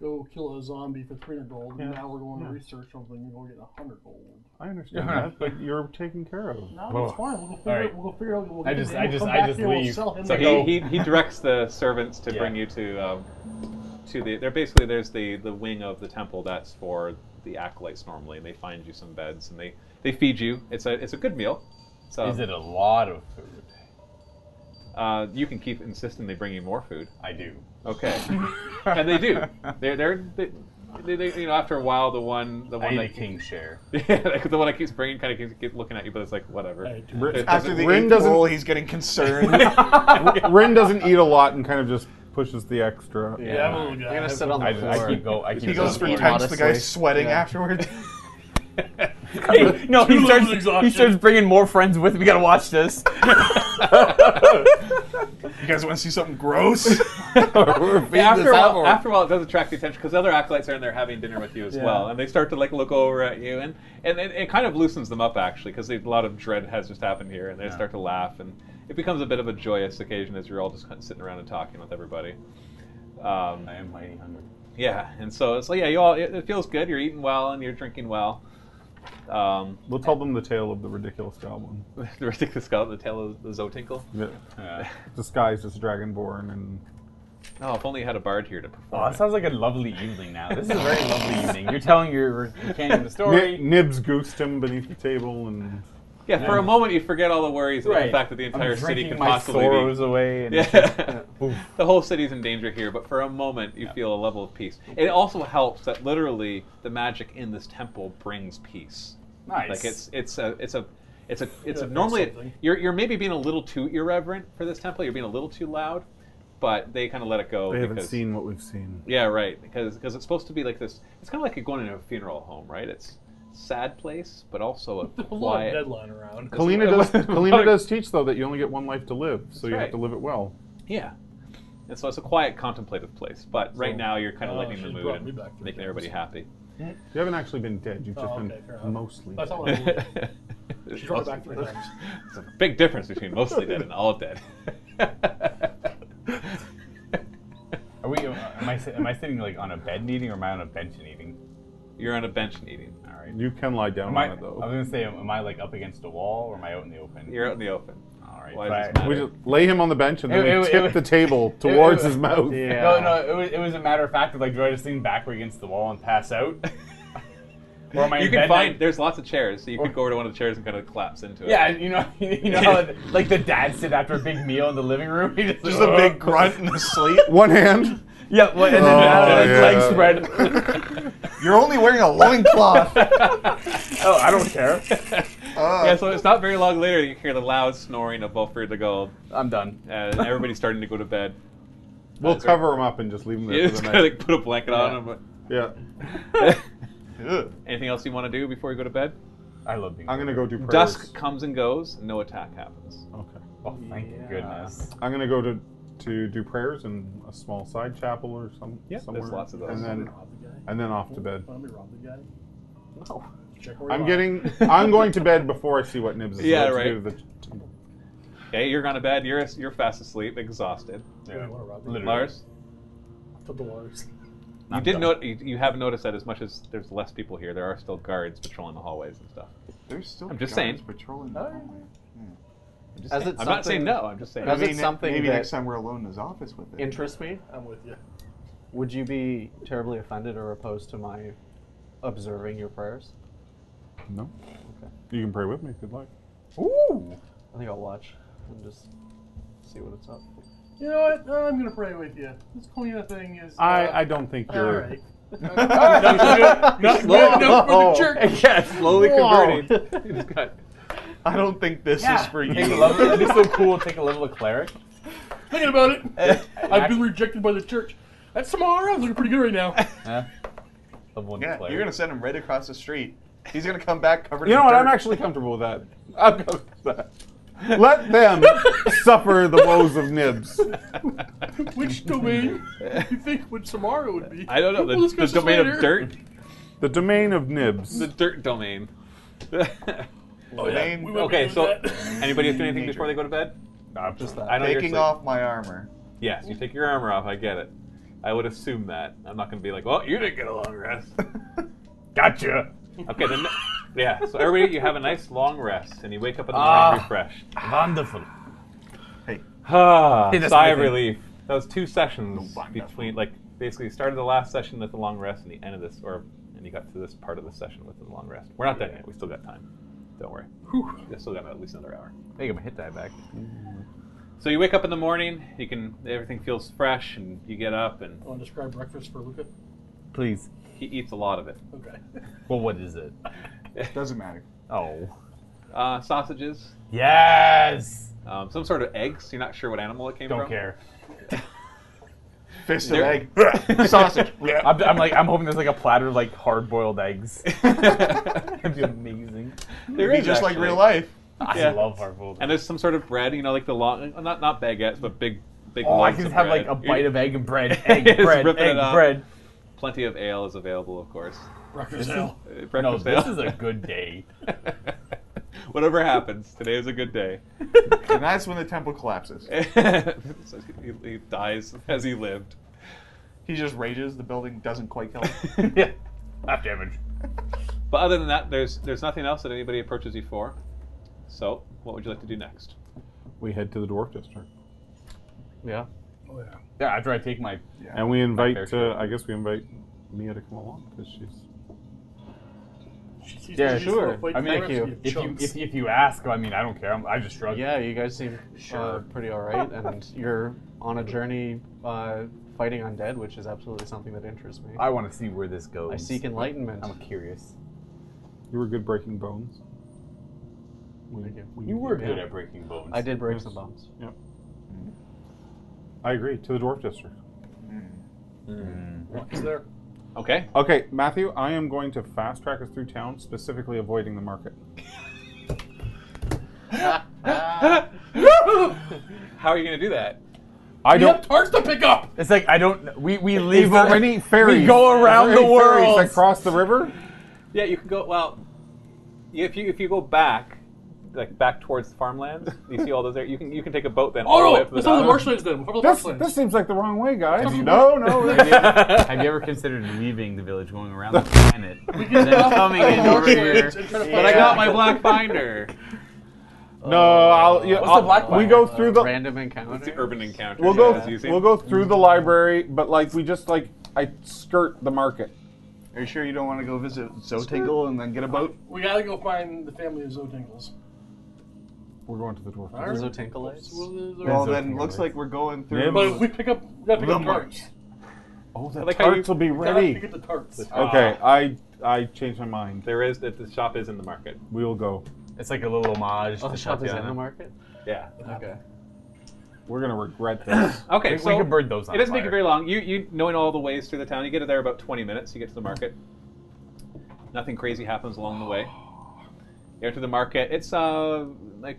go kill a zombie for 300 gold, and
Yeah.
now we're going
Yeah.
to research something and go get 100 gold. *laughs*
I understand that, but you're taken care of.
No,
Well,
it's fine. We'll go figure,
right.
we'll go figure out. We'll
I
get
just-
him,
I
we'll
just-
come
I
back
just
here, we'll
leave.
sell him
So
the
he,
gold.
he, he directs the servants to
Yeah.
bring you to um, to the they're basically there's the the wing of the temple that's for the acolytes normally and they find you some beds and they they feed you it's a it's a good meal so
Is it a lot of food?
uh, you can keep insisting they bring you more food
I do.
okay *laughs* and they do they're they're they, they, they, you know after a while the one the
I
one
need a
that
king share.
*laughs* yeah, the one that keeps bringing kind of keeps, keeps looking at you but it's like whatever
Hey, dude,
Rin,
After the
Rin
eighth
doesn't.
goal, he's getting concerned.
*laughs* Rin doesn't eat a lot and kind of just pushes the extra.
yeah, I'm a little guy.
You're gonna sit on the
I,
floor.
I keep go. I keep
he goes for
*laughs* going.
tense. The
Honestly,
guy's sweating
yeah.
afterwards.
Hey, no,
Two
he
levels
starts.
of
He
exhaustion.
starts bringing more friends with. We gotta watch this.
You guys want to see something gross?
Yeah, after,
this
a
out
while,
or-
after a while, it does attract the attention because other acolytes are in there having dinner with you as well, and they start to like look over at you, and and it, it kind of loosens them up actually because a lot of dread has just happened here, and they start to laugh, and it becomes a bit of a joyous occasion as you're all just kind of sitting around and talking with everybody. Um,
I am mighty hungry.
yeah, and so it's like yeah, you all it, it feels good. You're eating well and you're drinking well. Um,
*laughs*
*laughs*
We'll tell them the tale of the ridiculous goblin.
the ridiculous skull, the tail of the Zotinkle.
that
Yeah.
disguised as dragonborn and
Oh, if only you had a bard here to perform.
Oh, it sounds like a lovely evening now. This is a very
*laughs*
lovely evening. You're telling your companion the
Ni-
story.
Nibs goosed him beneath the table and
yeah, for a moment you forget all the worries about the fact that the entire
I'm
city
drinking
could
my
possibly be
sorrows away.
*laughs*
And *laughs*
Yeah. the whole city's in danger here, but for a moment you feel a level of peace. It also helps that literally the magic in this temple brings peace.
Nice.
Like it's it's a it's a it's a it's
Yeah,
a
that's
normally
something.
you're you're maybe being a little too irreverent for this temple. You're being a little too loud, but they kind of let it go.
they haven't
because-
seen what we've seen.
Yeah, right. Because because it's supposed to be like this. It's kind of like going into a funeral home, right? It's sad place, but
*laughs*
also a
A lot of
quiet.
deadline around.
Kalina does, Kalina
Like-
does teach, though, that you only get one life to live, so you have
right.
to live it well.
Yeah. And so it's a quiet, contemplative place. But right
So-
now, you're kind of
Oh,
lighting the
she's
mood
brought
and
me back to
making
things.
everybody happy.
You haven't actually been dead, you've
Oh,
just
okay, fair enough.
been mostly
That's not
dead.
what
*laughs*
I mean.
There's
She brought it back *laughs* three times.
It's a big difference between mostly dead and all
*laughs*
dead. *laughs*
Are we? Am I? si- Am I sitting like on a bed and eating, or am I on a bench and eating?
You're on a bench and eating.
All right.
You can lie down
Am I,
on
I was
it, though.
gonna say, am I like up against a wall, or am I out in the open?
You're out in the open.
All right.
Why
but
does
I-
it matter?
We just lay him on the bench and then
It- it-
we
it-
tip
it-
the table towards
it-
his mouth.
Yeah.
No, no. It was, it was a matter of fact of like, do I just lean backward against the wall and
*laughs*
pass out, or am I?
you
in
can
bed
find
and-
there's lots of chairs, so you could go over to one of the chairs and kind of collapse into it.
Yeah, you know, *laughs* you know, how, like the dad sit after a big meal in the living room. *laughs* He just, "Oh."
Just a big
Uh,
grunt
*laughs*
and a sleep.
One hand.
Yeah, well, and then
Oh,
uh,
yeah.
legs spread. *laughs*
You're only wearing a
*laughs*
loincloth.
oh, I don't care.
yeah. So it's not very long later you hear the loud snoring of Wilfred the Gold,
I'm done.
*laughs* and everybody's starting to go to bed.
We'll
That's
cover him up and just leave him
*laughs*
there
You
for
just
the
kind of like
night.
put a blanket *laughs* on him.
Yeah.
Anything else you want to do before you go to bed?
I love being.
I'm gonna go do prayers.
Dusk comes and goes. No attack happens.
Okay.
Oh, thank goodness.
I'm gonna go to to do prayers in a small side chapel or some
Yeah, there's
somewhere.
lots of those.
And then
Rob the guy.
and then off to bed.
Want me to rob the guy?
No.
Check where
I'm
you are.
getting. I'm going to bed before I see what Nibs
*laughs*
is
Yeah,
about
right.
to do. To the,
Okay, you're gone to bed. You're you're fast asleep, exhausted.
Yeah, I wanna rob the guy.
Literally.
Lars,
Put the wires.
you did note you, you have noticed that as much as there's less people here, there are still guards patrolling the hallways and stuff.
There's still
I'm just
guards
saying.
patrolling the
Alright.
hallway.
I'm, just
As
saying-
it's
I'm not saying
something-
no. I'm just saying.
as Is it
Maybe ne-
something
Maybe
that-
next time we're alone in his office with it.
Interest me?
I'm with you.
Would you be terribly offended or opposed to my observing your prayers?
no. You can pray with me if you'd like.
Ooh.
I think I'll watch and just see what it's up.
You know what? Uh, I'm gonna pray with you. This Kalina thing is. Uh,
I I don't think
All
you're.
*laughs* right.
Not
Oh,
*laughs* yeah, slowly
*laughs*
converting. You just got-
I don't think this is for
Take a
you.
level. It'd be so cool. Take a level of cleric.
Thinking about it,
*laughs*
I've been rejected by the church. That's tomorrow. I'm looking pretty good
*laughs*
right now.
Huh? Level one
Yeah,
cleric.
you're gonna send him right across the street. He's gonna come back covered.
You know
in
what?
Dirt.
I'm actually comfortable with that. I'm comfortable with that.
*laughs*
Let them suffer the woes of Nibs.
Which domain do you think would tomorrow would be?
I don't know
We'll
the, the
discuss this
domain of
later.
dirt.
The domain of Nibs.
The dirt domain. *laughs*
Oh, yeah.
Domain-
we won't be
okay,
doing
so *laughs*
that.
anybody else do anything
Nature.
before they go to bed?
Nah,
Just that.
I know you're
taking
asleep.
off my armor.
Yes, you take your armor off. I get it. I would assume that. I'm not going to be like, well, you didn't get a long *laughs* rest.
Gotcha.
okay, then. *laughs* Yeah, so everybody, you have a nice long rest, and you wake up in the
Ah.
*laughs*
morning refreshed. *sighs*
Wonderful.
Ah,
Hey, that's
sigh of
amazing.
relief. That was two sessions between, like, basically started the last session with the long rest and the end of this, or and you got to this part of the session with the long rest. We're not done yet. We still got time. Don't worry. Whew. We still got at least another hour.
I think I'm a hit die back.
So you wake up in the morning. You can everything feels fresh, and you get up and
I want to describe breakfast for Luca.
Please.
he eats a lot of it.
Okay.
Well, what is it?
Doesn't matter.
Oh.
Uh, sausages,
Yes.
um, some sort of eggs. You're not sure what animal it came
Don't
from.
care.
Fist
There-
of egg.
*laughs*
Sausage.
I'm, I'm like, I'm hoping there's like a platter of like hard-boiled eggs. *laughs* That'd be amazing.
*laughs* There
Be
is
just like
actually.
real life.
I
Yeah.
love hard-boiled.
And
eggs.
there's some sort of bread, you know, like the long, not not baguettes, but big, big.
Oh, I
loaves
can
of
have
bread.
like a bite of egg and
*laughs*
bread, egg,
Just
bread,
ripping
egg,
it up.
bread.
Plenty of ale is available, of course.
*laughs* Breakfast ale.
Uh,
No,
Breakfast
this
ale.
is a good
*laughs*
day. *laughs*
Whatever happens, today is a good day. *laughs*
And that's when the temple collapses.
So he, he dies as he lived.
He just rages. The building doesn't quite kill him.
*laughs*
yeah, half damage.
But other than that, there's there's nothing else that anybody approaches you for. So, what would you like to do next?
We head to the dwarf district.
Yeah.
Oh yeah.
Yeah, after I take my
And we
fair
invite,
share.
uh, I guess we invite Mia to come along because she's.
She's-
Yeah,
she's
sure.
little plate
I mean,
fingers
thank you.
and
if you
chunks.
if, if you ask, I mean, I don't care. I'm, I just shrug.
Yeah, you guys seem uh, pretty all right, and you're on a journey uh, fighting undead, which is absolutely something that interests me.
I want to see where this goes.
I seek enlightenment.
I'm curious.
You were good breaking bones. We-
Thank you.
we-
You were good
Yeah.
at breaking bones.
I did break some bones.
Yep. I agree. To the dwarf district.
Mm.
Walk us there.
Okay.
Okay, Matthew, I am going to fast track us through town, specifically avoiding the market.
*laughs* How are you going to do that?
I don't.
parts to pick up.
It's like I don't. We we leave.
Is there
over- *laughs*
any ferries?
We go
Is there
around
any
the world.
ferries that cross the river.
Yeah, you can go. Well, yeah, if you if you go back, like back towards the farmlands, you see all those there. You can you can take a boat then all the
Oh
way
no,
up to the
let's go to the
dock.
marshlands then. We'll go to the
This,
marshlands.
this seems like the wrong way, guys. No,
*laughs*
no.
Have you, ever, have you ever considered leaving the village, going *laughs* around the planet, then *laughs* coming in *laughs* over
*laughs*
here?
Marshlands and try to
But
find-
I got my black binder.
No, I'll, yeah,
What's
I'll-
the black
We
planet?
go through the.
Random encounter.
urban encounter.
We'll go. We'll go through the library, but like we just like I skirt the market.
Are you sure you don't want to go visit Zotingle and then get a boat?
We gotta go find the family of Zotingles.
We're going to the dwarf.
Alright.
Those are tinklites.
Well, then looks like we're going through.
Maybe.
But if we pick up, we gotta pick up tarts.
Oh, the
like how you-
tarts will be
We gotta
ready.
pick up the tarts.
Okay, I I changed my mind.
There is that the shop is in the market.
We will go.
It's like a little homage.
Oh,
to
the shop is in the
Tatiana.
market.
Yeah.
Okay.
We're gonna regret this.
Okay.
We,
so
we can burn those. On
It doesn't
fire.
take you very long. You you knowing all the ways through the town, you get there about twenty minutes. You get to the market. Nothing crazy happens along the way. You enter the market. It's uh like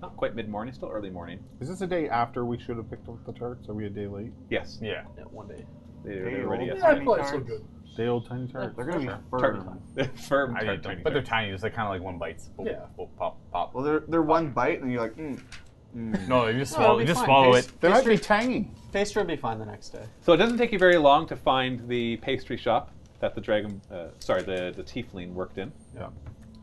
not quite mid morning, still early morning.
*coughs* Is this a day after we should have picked up the tarts? Are we a day late?
Yes,
Yeah.
Yeah, one day.
they, are
Hey,
ready.
old
Yes.
Yeah, I
Tiny
thought it's so
tarts.
good.
Day old tiny tarts.
They're gonna be
Tart-
firm.
they're firm
I
tart
eat them,
tiny
but they're
tarts.
tiny. It's like kind of like one bite. Boop,
Yeah.
boop, pop, pop. *laughs*
Well, they're they're one bite and you're like, mm.
No, you just
No, it'll be
swallow. You Oh, just
fine.
swallow it.
Taste-
They might be tangy.
Pastry will be fine the next
*laughs*
day.
So it doesn't take you very long to find the pastry shop that the dragon, uh, sorry, the the tiefling worked in.
Yeah.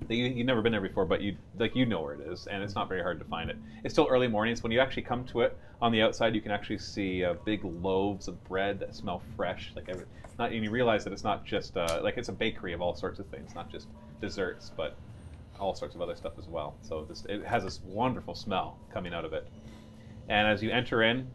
that you, you've never been there before, but you like you know where it is, and it's not very hard to find it. It's still early mornings. When you actually come to it on the outside, you can actually see uh, big loaves of bread that smell fresh. Like every, not, and you realize that it's not just uh, like it's a bakery of all sorts of things, not just desserts, but all sorts of other stuff as well. So this it has this wonderful smell coming out of it. And as you enter in,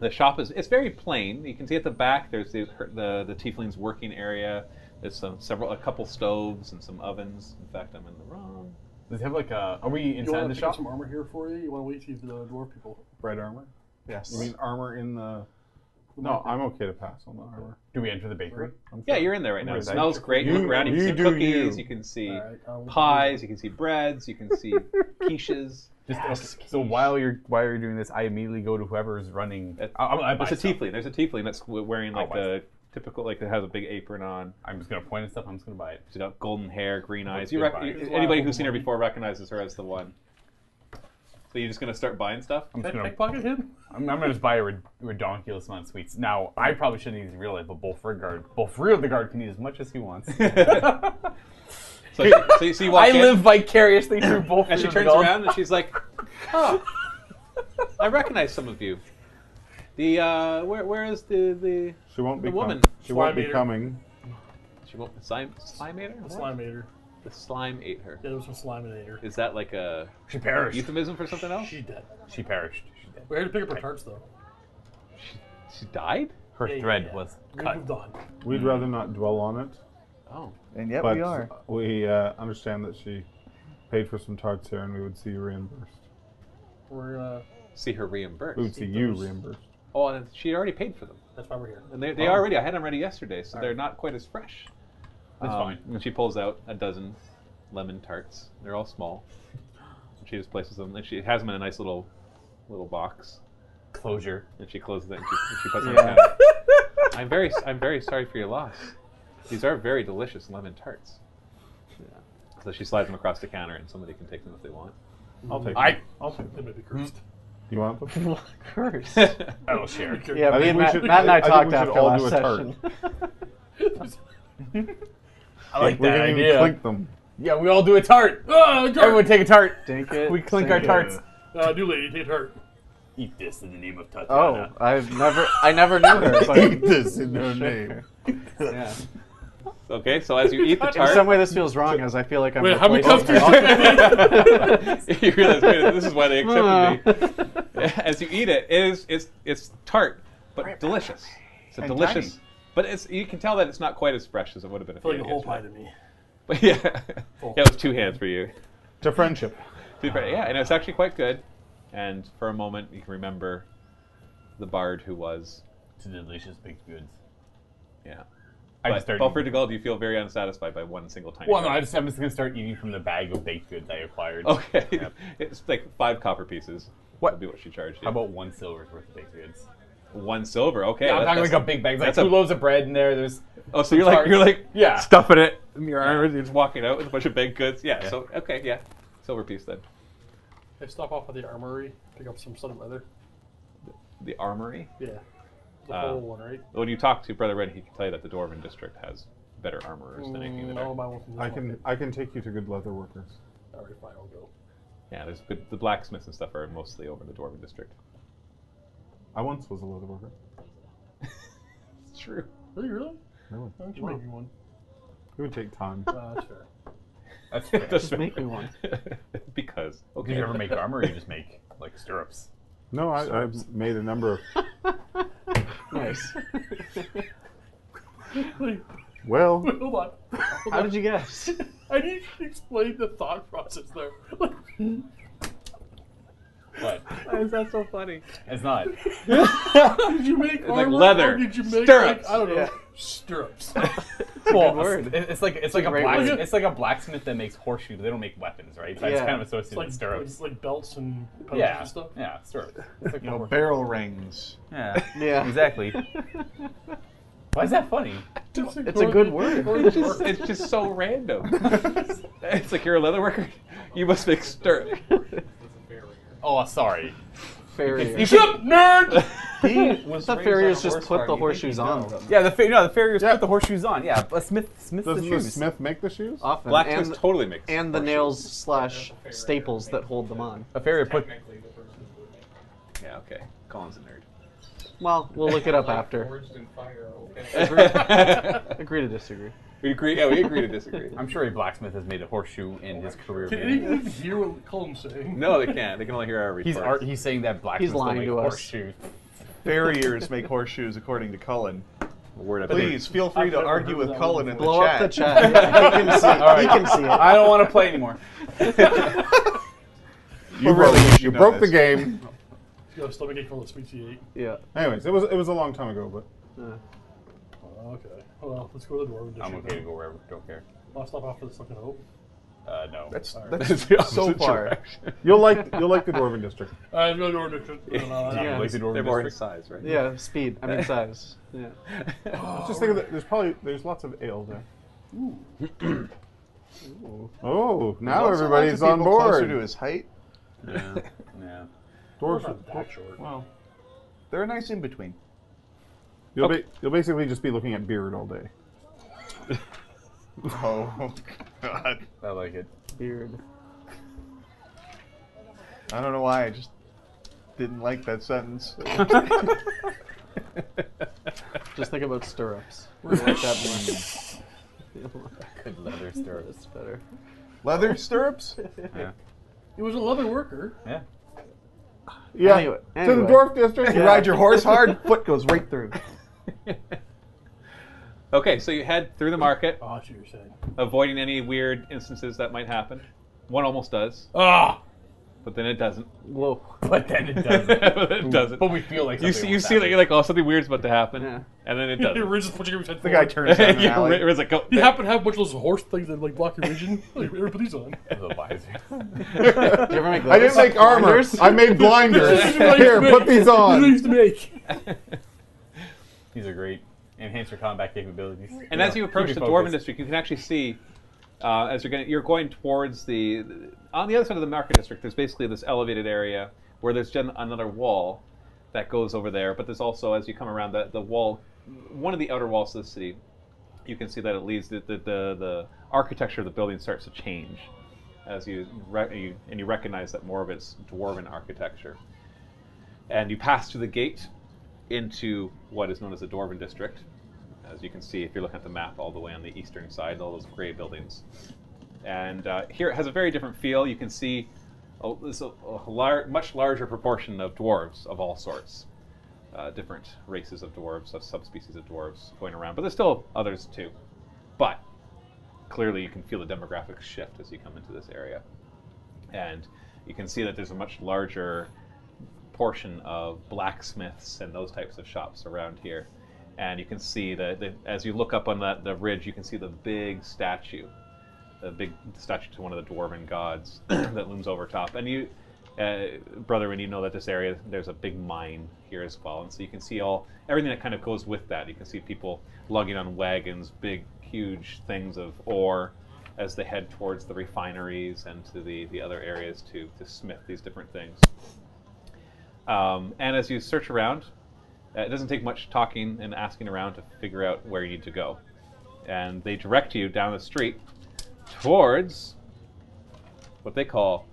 the shop is it's very plain. You can see at the back there's the the, the tiefling's working area. There's some several a couple stoves and some ovens. In fact, I'm in the wrong.
Does it have like a? Are we
You
inside
want to
the
pick up
shop?
some armor here for you? You want to wait till the dwarf people?
Bread armor.
Yes.
You mean armor in the?
oh,
No, I'm okay to pass on the armor.
Do we enter the bakery?
I'm
Yeah,
fine.
you're in there right now. It
Right.
smells great. You,
You-
look around. You,
you
can see
do
cookies. You.
you.
can see
All right, I'll-
pies. You can see breads. You can see quiches.
Just okay, so while you're while you're doing this, I immediately go to whoever's running. I, I, I buy
There's a
stuff.
tiefling. There's a tiefling that's w- wearing like
buy
the typical like that has a big apron on.
I'm just gonna point at stuff. I'm just gonna buy it.
She's got golden hair, green eyes.
Looks
You
good
rec-
buying.
you- anybody who's seen her before recognizes her as the one. So you're just gonna start buying stuff?
I'm
Can I
just gonna.
pickpocket him?
I'm, I'm gonna just buy a rid- redonkulous amount of sweets. Now I probably shouldn't even realize, but Bolfregard, Bolfregard can eat as much as he wants.
So, you- so, you- so you walk
I
in,
live
*coughs*
vicariously through Bolfregard.
and she turns around and she's like, "Oh, I recognize some of you. The uh, where where is the the
She won't be
The woman.
coming. She won't be
Slime eater.
coming.
she won't slime slime ate her? What?
Slime eater.
The slime ate her.
Yeah, there was some slime in there.
Is that like a
She perished.
euphemism for something else?
She dead.
She perished. She did.
We're here to pick up her tarts though.
She died?
Her
Yeah, yeah,
thread
yeah.
was
We
cut.
moved on.
We'd rather not dwell on it,
Oh,
And yet
but
we are.
we, uh, understand that she paid for some tarts here, and we would see you reimbursed.
We're uh,
see her
We would
reimbursed.
see you reimbursed.
Oh, and she already paid for them,
that's why we're here.
and they
Oh.
they are ready. I had them ready yesterday, so they're not quite as fresh.
That's
Um,
fine.
And she pulls out a dozen lemon tarts. They're all small. And she just places them, and she has them in a nice little little box.
Closure.
And she closes it and she, and she puts them down. I'm very I'm very sorry for your loss. These are very delicious lemon tarts. Yeah. So she slides them across the counter, and somebody can take them if they want. *laughs*
I'll take.
I-
them. I'll take. them.
They might be cursed.
Do you want them?
*laughs*
*laughs* Curse.
I will share.
Yeah,
I
me
think
and
we
Matt,
should-
Matt and
I
I,
think we
talked
should
after
all
last
do a
session.
*laughs*
I like
We're
that
gonna even
idea.
clink them.
Yeah, we all do a tart.
Ah, tart!
Everyone take a tart.
Take it.
We clink
sink
our
it.
tarts.
Uh, new lady, take a tart.
Eat this in the name of
Oh,
Tatiana.
I've never, I never knew her. But
*laughs* Eat this in her name.
yeah.
Okay, so as you eat
*laughs*
the
In some
tart,
way, this feels wrong, as I feel like I'm.
Wait, how many cups
replacing
do you
*laughs*
her.
*laughs*
you realize wait, this is why they
*laughs*
accepted me. *laughs* As you eat it, it is it's it's tart, but delicious. It's a
And
delicious,
tiny.
but it's you can tell that it's not quite as fresh as it would have been. if
Feel
you
like a
ate it
whole
yesterday.
pie to me.
But *laughs* yeah, yeah, it was two hands for you.
To friendship.
To be fair, yeah, and it's actually quite good. And for a moment, you can remember the bard who was
To delicious baked goods.
Yeah.
I
But
just started-
Belford de Gaulle, you feel very unsatisfied by one single tiny.
Well, no,
bite.
I just, I'm just gonna start eating from the bag of baked goods I acquired.
Okay.
Yeah.
*laughs* it's like five copper pieces. What? That'd be what she charged you.
How about one silver's worth of baked goods?
one silver? Okay.
Yeah, I'm
that-
talking
that's-
like a big bag. It's Like
that's a-
two loaves of bread in there. There's
Oh, so you're like
sorry.
you're like
yeah.
stuffing it in your arms. You're just walking out with a bunch of baked goods. Yeah.
Yeah.
So okay, yeah, silver piece then.
I stop off at the armory, pick up some studded leather.
The armory.
Yeah. The
Uh,
whole one, right?
When you talk to Brother Red, he can tell you that the Dwarven district has better armorers than anything
Mm,
there.
I'll buy one from this
I can I can take you to good leather workers.
All right, fine, I'll go.
Yeah, there's good. The blacksmiths and stuff are mostly over in the Dwarven district.
I once was a leather worker.
It's true.
Really, really?
Really?
Why don't you make me one?
It would take time.
Uh, that's *laughs* fair.
That's *laughs*
Just
make me one.
*laughs* because.
Do
Okay.
you ever make armor? Or you just make like stirrups.
No, I, I've made a number of.
Nice.
Like,
*laughs*
Well,
wait, hold on. Hold
How
on.
did you guess?
*laughs* I need to explain the thought process there. Like,
What?
Why is that so funny?
It's not.
did you make
like
armor,
leather,
Or did you make
stirrups.
Like, I don't know.
Yeah.
Stirrups.
Well,
word.
It's, it's like it's like a
great
blacksmith.
word.
It's like a blacksmith that makes horseshoes. They don't make weapons, right? So I just
Yeah.
kind of associate
it's
it
like
with stirrups.
It's like belts and pouches
yeah.
and stuff.
Yeah, stirrups. It's like
You know,
horse-
barrel rings.
yeah.
Yeah.
Exactly. Why is that funny?
Just
It's
ignore
a good
the-
word.
ignore
*laughs*
the
It's just, it's just so random. *laughs* it's like you're a leather worker. *laughs* You must make stirrup.
Oh, sorry.
Farrier.
should nerd.
I thought farriers just put the horseshoes on them.
*laughs* Yeah, the fa- no, the farriers put the horseshoes on. Yeah, but Smith Smith the
doesn't the
shoes.
smith make the shoes?
Uh,
Often.
Blacksmiths
and,
totally make.
and the nails slash staples that hold them on.
a farrier put.
Yeah. Okay. Colin's a nerd.
Well, we'll look it up after. *laughs* Agree to disagree.
we agree. Yeah, we agree to disagree.
*laughs*
I'm sure a blacksmith has made a horseshoe in his career.
Can anyone even hear what Colin's saying?
No, they can't. They can only hear our
He's
reports.
ar- he's saying that blacksmiths don't
lying
make
to us.
horseshoes.
Barriers make horseshoes, according to Cullen.
Word up.
Please feel free to argue with Cullen in the
Blow up the chat.
chat.
Yeah, *laughs* he can see it.
All right.
He can see it.
*laughs* I don't want to play *laughs* anymore.
You
Well, really, you
broke, you
should know
broke the
this.
game.
Yo, stomach ache from the sweet tea eight.
Yeah.
Anyways, it was it was a long time ago, but
Uh,
Oh, okay. Well, let's go to the dwarven district.
I'm okay to go wherever. Don't care.
I'll stop off for the sunken hope.
Uh, no.
That's,
All right.
that's
the
so
opposite
far.
you'll like you'll like the dwarven district.
Alright, let's go to the dwarven district.
Yeah.
Like the Dwarven
They're more in
District.
size, right?
yeah, speed. I mean size. Yeah.
Just think of that. There's probably there's lots of ale there. Oh, now
Also, lots
everybody's
of
on
people Closer to
board.
his height.
Yeah. yeah.
We're
Dwarves,
not that short.
Well, they're a nice in between.
you'll, ba- you'll basically just be looking at beard all day.
*laughs* Oh God!
I like it.
Beard.
I don't know why I just didn't like that sentence.
Just think about stirrups. We're gonna like that more.
Good leather stirrups.
That's better.
Leather stirrups?
Yeah.
He was a leather worker.
*laughs* Yeah.
Yeah,
Anyway-
to
anyway.
the dwarf district.
You ride your horse hard, foot goes
*laughs*
right through.
Okay, so you head through the market,
Oh, that's what you're saying.
avoiding any weird instances that might happen. One almost does,
Ah,
but then it doesn't. *laughs*
Whoa.
but then it *laughs* doesn't.
But it doesn't.
but we feel like
You see,
something
you
was
see that
happening.
you're like, oh, something weird's about to happen,
Yeah.
and then it
Your
doesn't.
ridge is pushing every time.
The guy turns down an
Your *laughs* ri-
alley.
it's like, oh,
You happen to have a bunch of those horse things that like block your vision? like, whatever put these on.
the visor. *laughs*
Did you ever make
I
those?
didn't make armor.
Blinders?
I made
*laughs*
blinders.
This is what I
Here,
used to make.
put
This
these
is what I
on.
used to make.
These are great. Enhance your combat capabilities.
And as you approach the Dwarven district, you can actually see uh, as you're going, you're going towards the, on the other side of the market district. There's basically this elevated area where there's gen- another wall that goes over there. But there's also as you come around the the wall, one of the outer walls of the city, you can see that it leads the the, the, the architecture of the building starts to change as you, re- you and you recognize that more of it's dwarven architecture. And you pass through the gate into what is known as the Dwarven district. As you can see, if you're looking at the map, all the way on the eastern side, all those gray buildings. And uh, here it has a very different feel. You can see a, this a, a lar- much larger proportion of dwarves of all sorts, uh, different races of dwarves, of subspecies of dwarves going around. But there's still others too. But clearly, you can feel the demographic shift as you come into this area, and you can see that there's a much larger portion of blacksmiths and those types of shops around here. and you can see the, the as you look up on that the ridge, you can see the big statue, the big statue to one of the dwarven gods *clears throat* that looms over top. And you, uh, brother, when you know that this area there's a big mine here as well, and so you can see all everything that kind of goes with that. You can see people lugging on wagons, big, huge things of ore. As they head towards the refineries and to the, the other areas to, to smith these different things. Um, and as you search around, uh, it doesn't take much talking and asking around to figure out where you need to go. And they direct you down the street towards what they call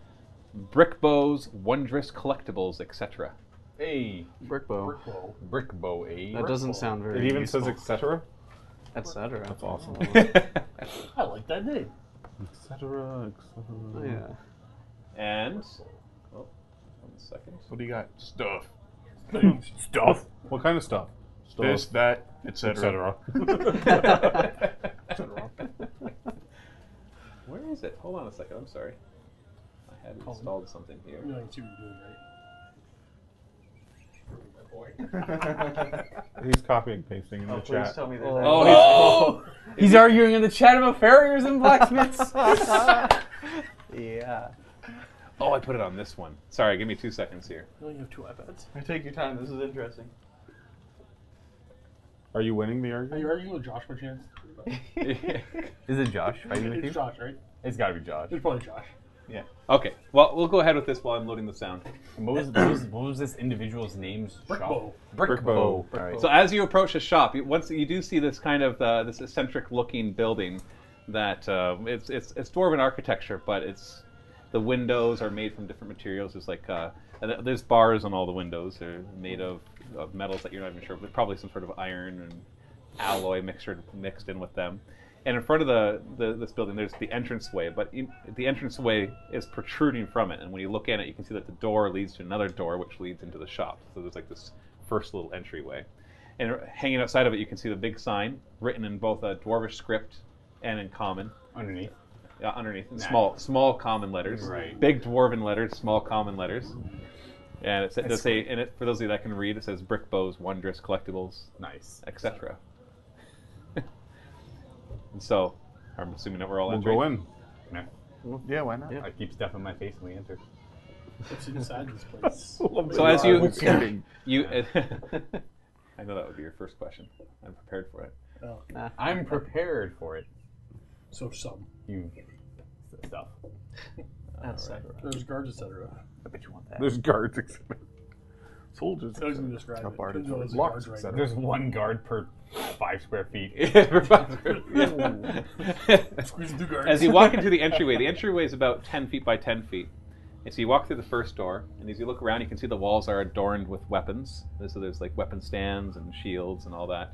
Brickbow's Wondrous Collectibles, etc.
Hey.
Brickbow.
Brickbow.
Brickbow, eh?
That doesn't sound very
It even
useful.
says etc.
etc.
That's awesome.
I like that name.
etc.
Oh,
etc.
yeah.
*laughs* And. Oh, one second.
What do you got?
Stuff.
Stuff. What kind of stuff? Stuff.
This, that, etc.
etc.
Where is it? Hold on a second. I'm sorry. I had installed something here.
You know, I can see what you're doing, right?
He's copying and pasting in the chat.
me that.
Oh, he's-
*laughs* He's arguing in the chat about farriers and blacksmiths.
yeah.
*laughs* oh, I put it on this one. Sorry, give me two seconds here.
You only have two iPads.
Take your time. This is interesting.
Are you winning the
Are
argument?
you arguing with Josh by chance?
Is it Josh fighting with
It's
you?
Josh, right?
It's got to be Josh.
It's probably Josh.
*laughs* okay, well, we'll go ahead with this while I'm loading the sound.
What was, what was, what was this individual's name's
Brickbow.
shop? Brickbow. All right.
So as you approach the shop, you, once you do see this kind of uh, this eccentric-looking building, that uh, it's, it's it's dwarven architecture, but it's the windows are made from different materials. There's like uh, and th- there's bars on all the windows. They're made of, of metals that you're not even sure, but probably some sort of iron and alloy mixture mixed in with them. And in front of the, the this building, there's the entranceway, but in, the entranceway is protruding from it. And when you look at it, you can see that the door leads to another door, which leads into the shop. So there's like this first little entryway. And hanging outside of it, you can see the big sign written in both a dwarvish script and in common
underneath.
uh, underneath. in Small, small common letters.
Right.
Big dwarven letters, small common letters. And it sa- does say, and it, for those of you that can read, it says Brickbows, Wondrous Collectibles,
Nice.
etc. *laughs* and so, I'm assuming that we're all
We'll
entering.
go
*laughs*
in.
Yeah.
Yeah, why not?
Yeah.
I keep stuff in my face when we enter.
It's inside this place.
So as you, *laughs* you, I know that would be your first question. I'm prepared for it.
*laughs*
*laughs*
Oh,
I'm prepared for it.
so some.
You stuff.
Etc.
There's guards, etc.
I bet you want that.
There's guards, *laughs* etc. Soldiers.
I was going to describe it.
bar to
There's
door.
always
Locks,
guards, right?
etc.
There's one guard per five square feet.
*laughs*
Squeeze through *laughs* guards.
as you walk into the entryway, the entryway is about 10 feet by 10 feet. And so you walk through the first door, and as you look around, you can see the walls are adorned with weapons. And So there's like weapon stands and shields and all that.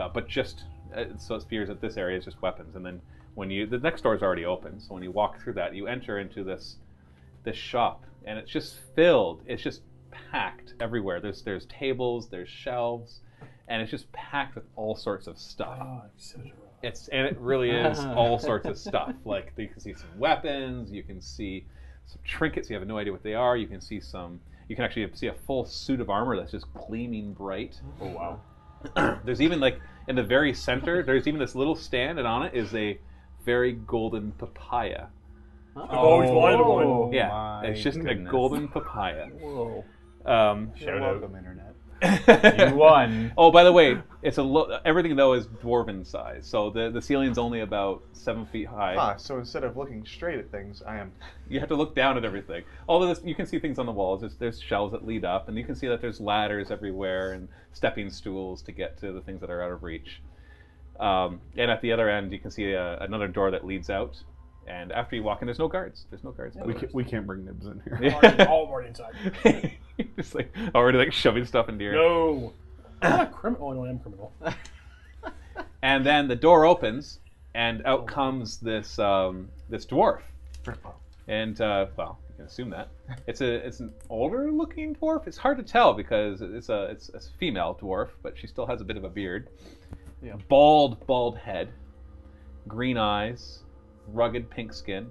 Uh, but just, uh, so it appears that this area is just weapons. And then when you, the next door is already open. So when you walk through that, you enter into this this shop and it's just filled it's just packed everywhere there's there's tables there's shelves and it's just packed with all sorts of stuff
Ah, etc.
it's and it really is all sorts of stuff. Like you can see some weapons, you can see some trinkets. You have no idea what they are. You can see some. You can actually see a full suit of armor that's just gleaming bright.
Oh wow.
*clears throat* There's even like in the very center. There's even this little stand, and on it is a very golden papaya.
Oh,
*laughs*
I've
Oh,
always wanted one.
yeah,
my
it's just a
goodness.
golden papaya.
Whoa.
Um,
Shout out.
Welcome, internet.
*laughs*
You won.
Oh, by the way, it's a lo- everything though is dwarven size, so the the ceiling's only about seven feet high.
Ah, so instead of looking straight at things, I am. *laughs*
You have to look down at everything. Although this, you can see things on the walls. There's, there's shelves that lead up, and you can see that there's ladders everywhere and stepping stools to get to the things that are out of reach. Um, and at the other end, you can see uh another door that leads out. And after you walk in, there's no guards. There's no guards. by
We
the
can't, we can't bring nibs in here.
way.
Already, all already inside.
You're *laughs* just like already like shoving stuff into your.
No. I'm not criminal. Oh, no, I am *laughs* criminal.
And then the door opens, and out comes this um, this dwarf. And uh, well, you can assume that it's a it's an older looking dwarf. It's hard to tell because it's a it's a female dwarf, but she still has a bit of a beard.
Yeah.
Bald bald head, green eyes, rugged pink skin,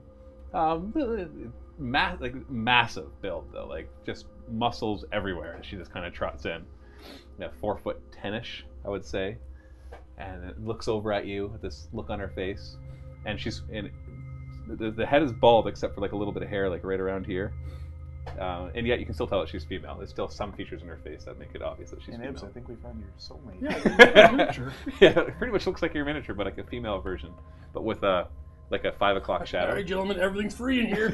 um, ma- like massive build though, like just muscles everywhere. as She just kind of trots in.
you know, four foot ten ish, I would say, and it looks over at you with this look on her face, and she's and the, the head is bald except for like a little bit of hair, like right around here, uh, and yet you can still tell that she's female. There's still some features in her face that make it obvious that she's
And Ibs, I
female.
think we found your soulmate.
*laughs*
*laughs*
yeah, it pretty much looks like your miniature, but like a female version, but with a like a five o'clock
All
shadow. *laughs*
right, gentlemen, everything's free in here.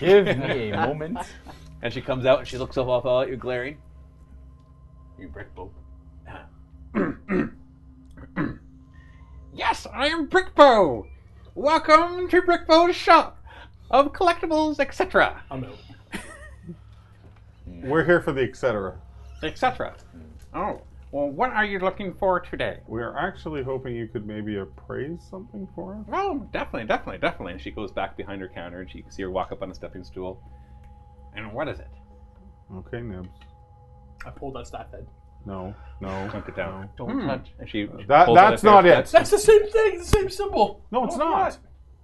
Give me a moment.
And she comes out and she looks up off all at you, glaring.
You brick boat.
*clears throat* Yes, I am Brickbow. Welcome to Brickbow's shop of collectibles, etc.
I'm out.
*laughs* We're here for the etc.
Etc.
Hmm.
Oh, well, what are you looking for today?
We are actually hoping you could maybe appraise something for us.
Oh, definitely, definitely, definitely. And she goes back behind her counter and she you can see her walk up on a stepping stool.
And what is it?
Okay, Nibs.
I pulled that staff head.
No, no.
Chunk it down. Hmm.
Don't touch.
And she
That-
pulls out
that's
a pair of
not it.
cuts.
That's the same thing, the same symbol.
No, it's not.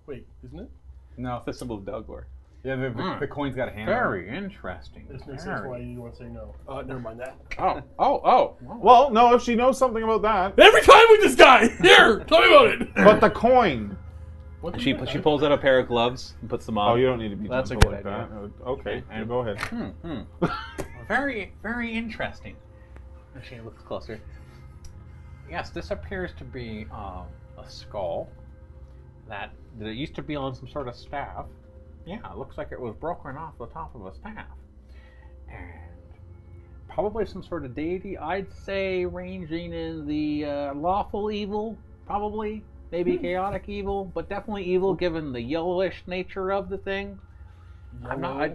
Wait, isn't it?
No.
The symbol of Delgor.
Yeah, the, the,
Mm.
the coin's got a hand.
Very interesting.
This makes sense why you want to say no. Uh, never mind that.
Oh, oh, oh.
Well, no, if she knows something about that.
Every time with this guy! Here! Tell me about it!
But the coin.
What the
She
heck?
she pulls out a pair of gloves and puts them on.
Oh, you don't need to be.
That's a
gentle
good
like
idea.
That. Okay, and go ahead.
Hmm, hmm. *laughs* very, very interesting. And She looks closer. Yes, this appears to be um, a skull that that used to be on some sort of staff. Yeah, it looks like it was broken off the top of a staff, and probably some sort of deity. I'd say ranging in the uh, lawful evil, probably maybe chaotic evil, but definitely evil given the yellowish nature of the thing. I'm not. I,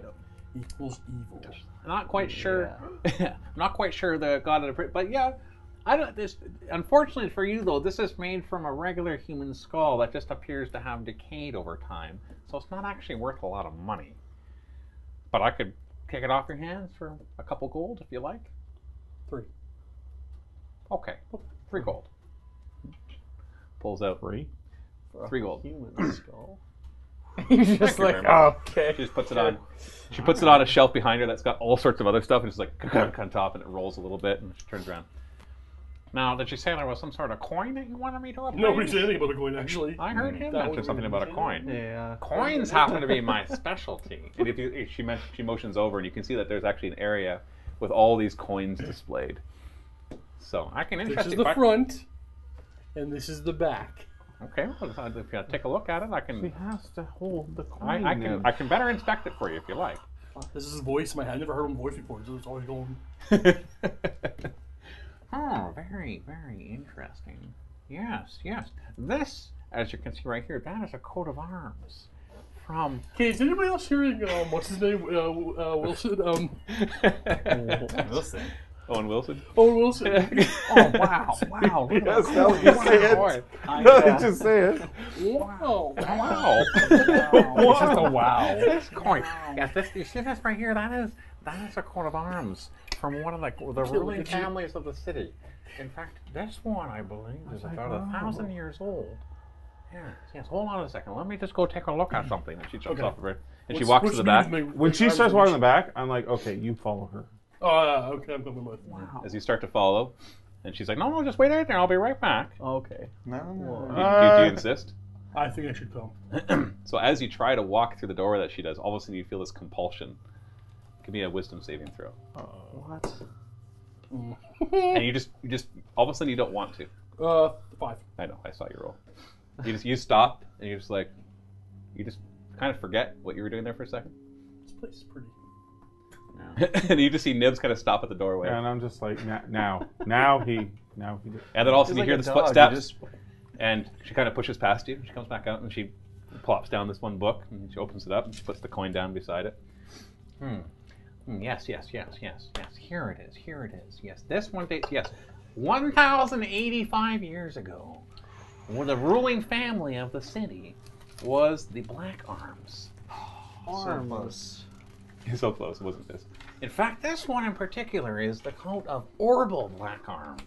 Equals evil.
I'm not quite sure. *laughs* I'm not quite sure the god of the pri- but yeah, I don't. This unfortunately for you though, this is made from a regular human skull that just appears to have decayed over time, so it's not actually worth a lot of money. But I could kick it off your hands for a couple gold if you like.
Three.
Okay, three gold.
pulls out three. Three
*clears throat*
gold.
Human skull.
He's just
you
like,
very much.
okay.
She just puts it on. She puts it on a shelf behind her that's got all sorts of other stuff and it's like *clears throat* on top and it rolls a little bit and she turns around.
Now, did you say there was some sort of coin that you wanted me to upgrade?
Nobody said anything about the coin, actually.
I heard him
That
mention
was
something about a
amazing.
coin.
Yeah.
Coins happen to be my specialty.
And if you, if she men- she motions over and you can see that there's actually an area with all these coins displayed. So
I can
This
interest
is
you.
the
if I-
front, and this is the back.
Okay, well, if I- if you take a look at it, I can.
has to hold the coin.
I, I can I can better inspect it for you if you like.
This is his voice in my head. I never heard him voice before. So it's always going.
Oh, very very interesting. Yes, yes. This, as you can see right here, that is a coat of arms *laughs* from
Okay, is anybody else hearing um, what's his name? Uh, uh, Wilson. Um,
Wilson.
Owen Wilson.
Owen Wilson.
Oh wow, wow. look at
*laughs* Yes,
that.
that was just say
Boy,
it. *laughs* just say it.
Oh, wow.
Wow.
It's just a wow.
this coin. Yes, this you see this right here? That is that is a coat of arms from one of the the ruling
at you.
families of the city. In fact, this one I believe is about a thousand years old. Yes, yes. Hold on a second. Let me just go take a look at something.
She jumps
Okay.
off of her and she
What's-
walks
what's
to the
new
back.
with my-
When she
I'm
starts
going-
walking in the back, I'm like, okay, you follow her.
Oh, uh, okay, I'm coming with.
as you start to follow, and she's like, "No, no, just wait right there. I'll be right back."
Okay.
Do,
No.
you- do you- do you insist?
I think I should come.
So as you try to walk through the door that she does, all of a sudden you feel this compulsion. Give me a wisdom saving throw,
What?
and you just, you just, all of a sudden you don't want to.
Uh, five.
I know, I saw your roll. You just, you stop, and you're just like, you just kind of forget what you were doing there for a second,
This place is pretty.
*laughs* and you just see Nibs kind of stop at the doorway,
And I'm just like, na- now, now he, now he.
and then all of a sudden
He's
you hear
like
the
a dog, he
footsteps,
just-
and she kind of pushes past you. She comes back out, and she plops down this one book, and she opens it up, and she puts the coin down beside it.
Hmm, Yes, yes, yes, yes, yes. Here it is. Here it is. Yes, this one dates. Yes, 1,085 years ago, when the ruling family of the city was the Black Arms.
Arms.
so close, it wasn't this.
In fact, this one in particular is the coat of Orbal Blackarm.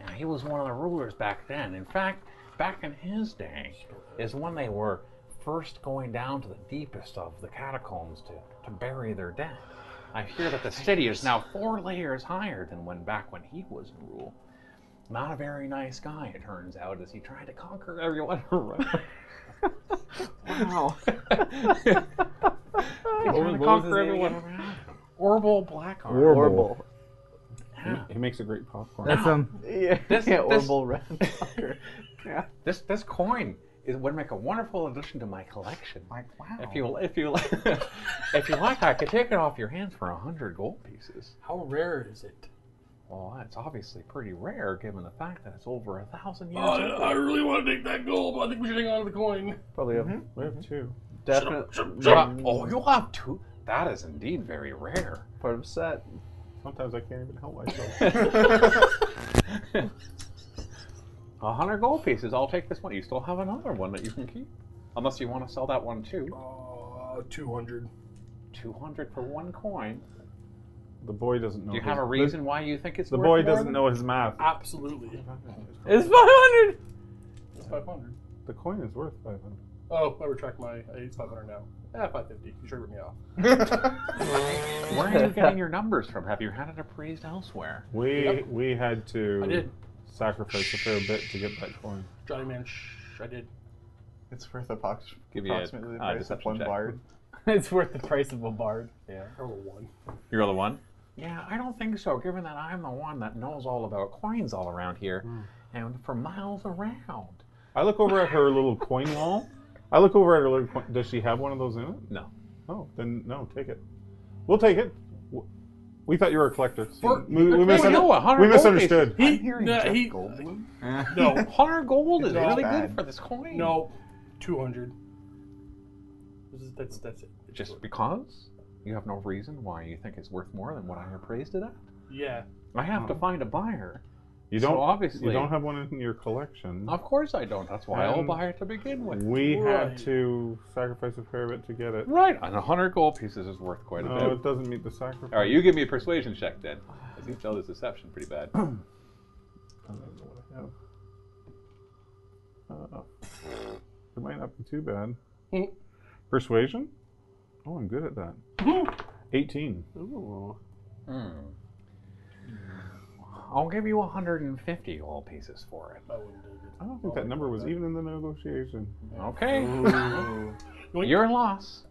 Now, he was one of the rulers back then. In fact, back in his day is when they were first going down to the deepest of the catacombs to, to bury their dead. I hear that the city is now four layers higher than when back when he was in rule. Not a very nice guy, it turns out, as he tried to conquer everyone *laughs* around. *laughs* wow.
What was- what was his name again?
Orville Blackheart.
Orville. He, he makes a great
*laughs*
popcorn.
That's, um, Yeah. Yeah, Orville
Redfucker.
yeah. This this coin is would make a wonderful addition to my collection. Like wow. If you if you *laughs* if you like, I could take it off your hands for a hundred gold pieces.
How rare is it?
Well, that's obviously pretty rare given the fact that it's over a thousand
Oh,
years.
I,
old.
I really want to take that gold, but I think we should hang on to the coin.
Probably have.
Mm-hmm.
We have two.
Definitely. Oh, you have two. That is indeed very rare.
Part of set.
Sometimes I can't even help
myself. A hundred gold pieces. I'll take this one. You still have another one that you can keep, unless you want to sell that one too.
Uh, two hundred.
Two hundred for one coin.
The boy doesn't know.
Do you
his-
have a reason why you think it's
The
worth
boy
more
doesn't
than-
know his math.
Absolutely.
Oh, It's
500.
It's five hundred.
The coin is worth 500.
Oh, I retract my. It's five hundred now. Ah, five fifty. You sure ripped me off.
Where
*laughs*
are you getting your numbers from? Have you had it appraised elsewhere?
We we had to
I did.
sacrifice a fair bit to get that coin.
Johnny Man, shh, I did.
It's worth approx-
Give me a,
approximately the
uh,
price of
deception
one
check.
bard.
it's worth the price of a bard.
Yeah.
I rolled a one.
You roll a one.
Yeah, I don't think so. Given that I'm the one that knows all about coins all around here,
Hmm.
and for miles around.
I look over at
*laughs*
her little coin wall. I look over at her little coin. Does she have one of those in it?
No.
Oh, then no, take it. We'll take it. W- We thought you were a collector.
For-
we, we
for-
misun-
no, a hundred
we
gold
misunderstood.
pieces. He- no, he- No.
Hundred gold is
No.
really
Bad.
good for this coin.
No, two hundred. This is that's that's it.
Just because you have no reason why you think it's worth more than what I appraised it at.
Yeah.
I have
Hmm.
to find a buyer.
You
So
don't
obviously-
You don't have one in your collection.
Of course I don't. That's why I'll
And
buy it to begin with.
We
Right.
had to sacrifice a fair bit to get it.
Right, and 100 gold pieces is worth quite a
No,
bit.
it doesn't meet the sacrifice.
All right, you give me a persuasion check then. Because he failed his deception pretty
*clears throat*
bad.
I don't know what I have. Uh, it might not be too bad. Persuasion? Oh, I'm good at that. 18.
Ooh.
Hmm. I'll give you 150 gold pieces for it.
I wouldn't do it.
I don't think that number was even in the negotiation.
Okay. Your loss.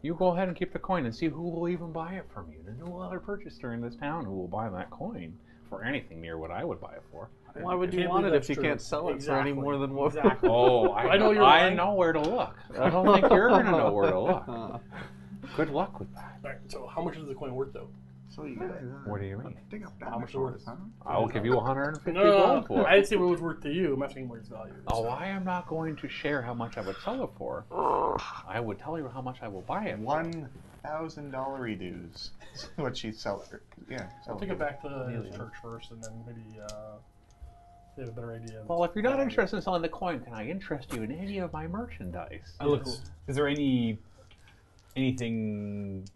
You go ahead and keep the coin and see who will even buy it from you. There's no other purchaser in this town who will buy that coin for anything near what I would buy it for.
Why would you
Can't
want it
believe
if
that's
you
true.
can't sell it for
Exactly.
any more than what?
*laughs*
Exactly.
Oh, I,
I know you're
I
lying.
know where to look. I don't think you're gonna know where to look. *laughs* Good luck with that.
All right. So how much is the coin worth though?
So you guys, uh,
What do you mean?
Dig up
How much is it
dinosaurs,
worth?
huh?
I will give you 150
No, no,
gold
no, no.
for
I
it.
didn't Uh, say what it was worth to you. I'm asking what its value is.
Oh, I am not going to share how much I would sell it for. I would tell you how much I will buy it. for.
One thousand dollar dues. *laughs* Is what she sell her. Yeah.
I'll
sell
take
her.
it back to the
Alien.
church first, and then maybe uh, they have a better idea. of-
Well, if you're not interested in selling the coin, can I interest you in any of my merchandise?
I look. Is there any anything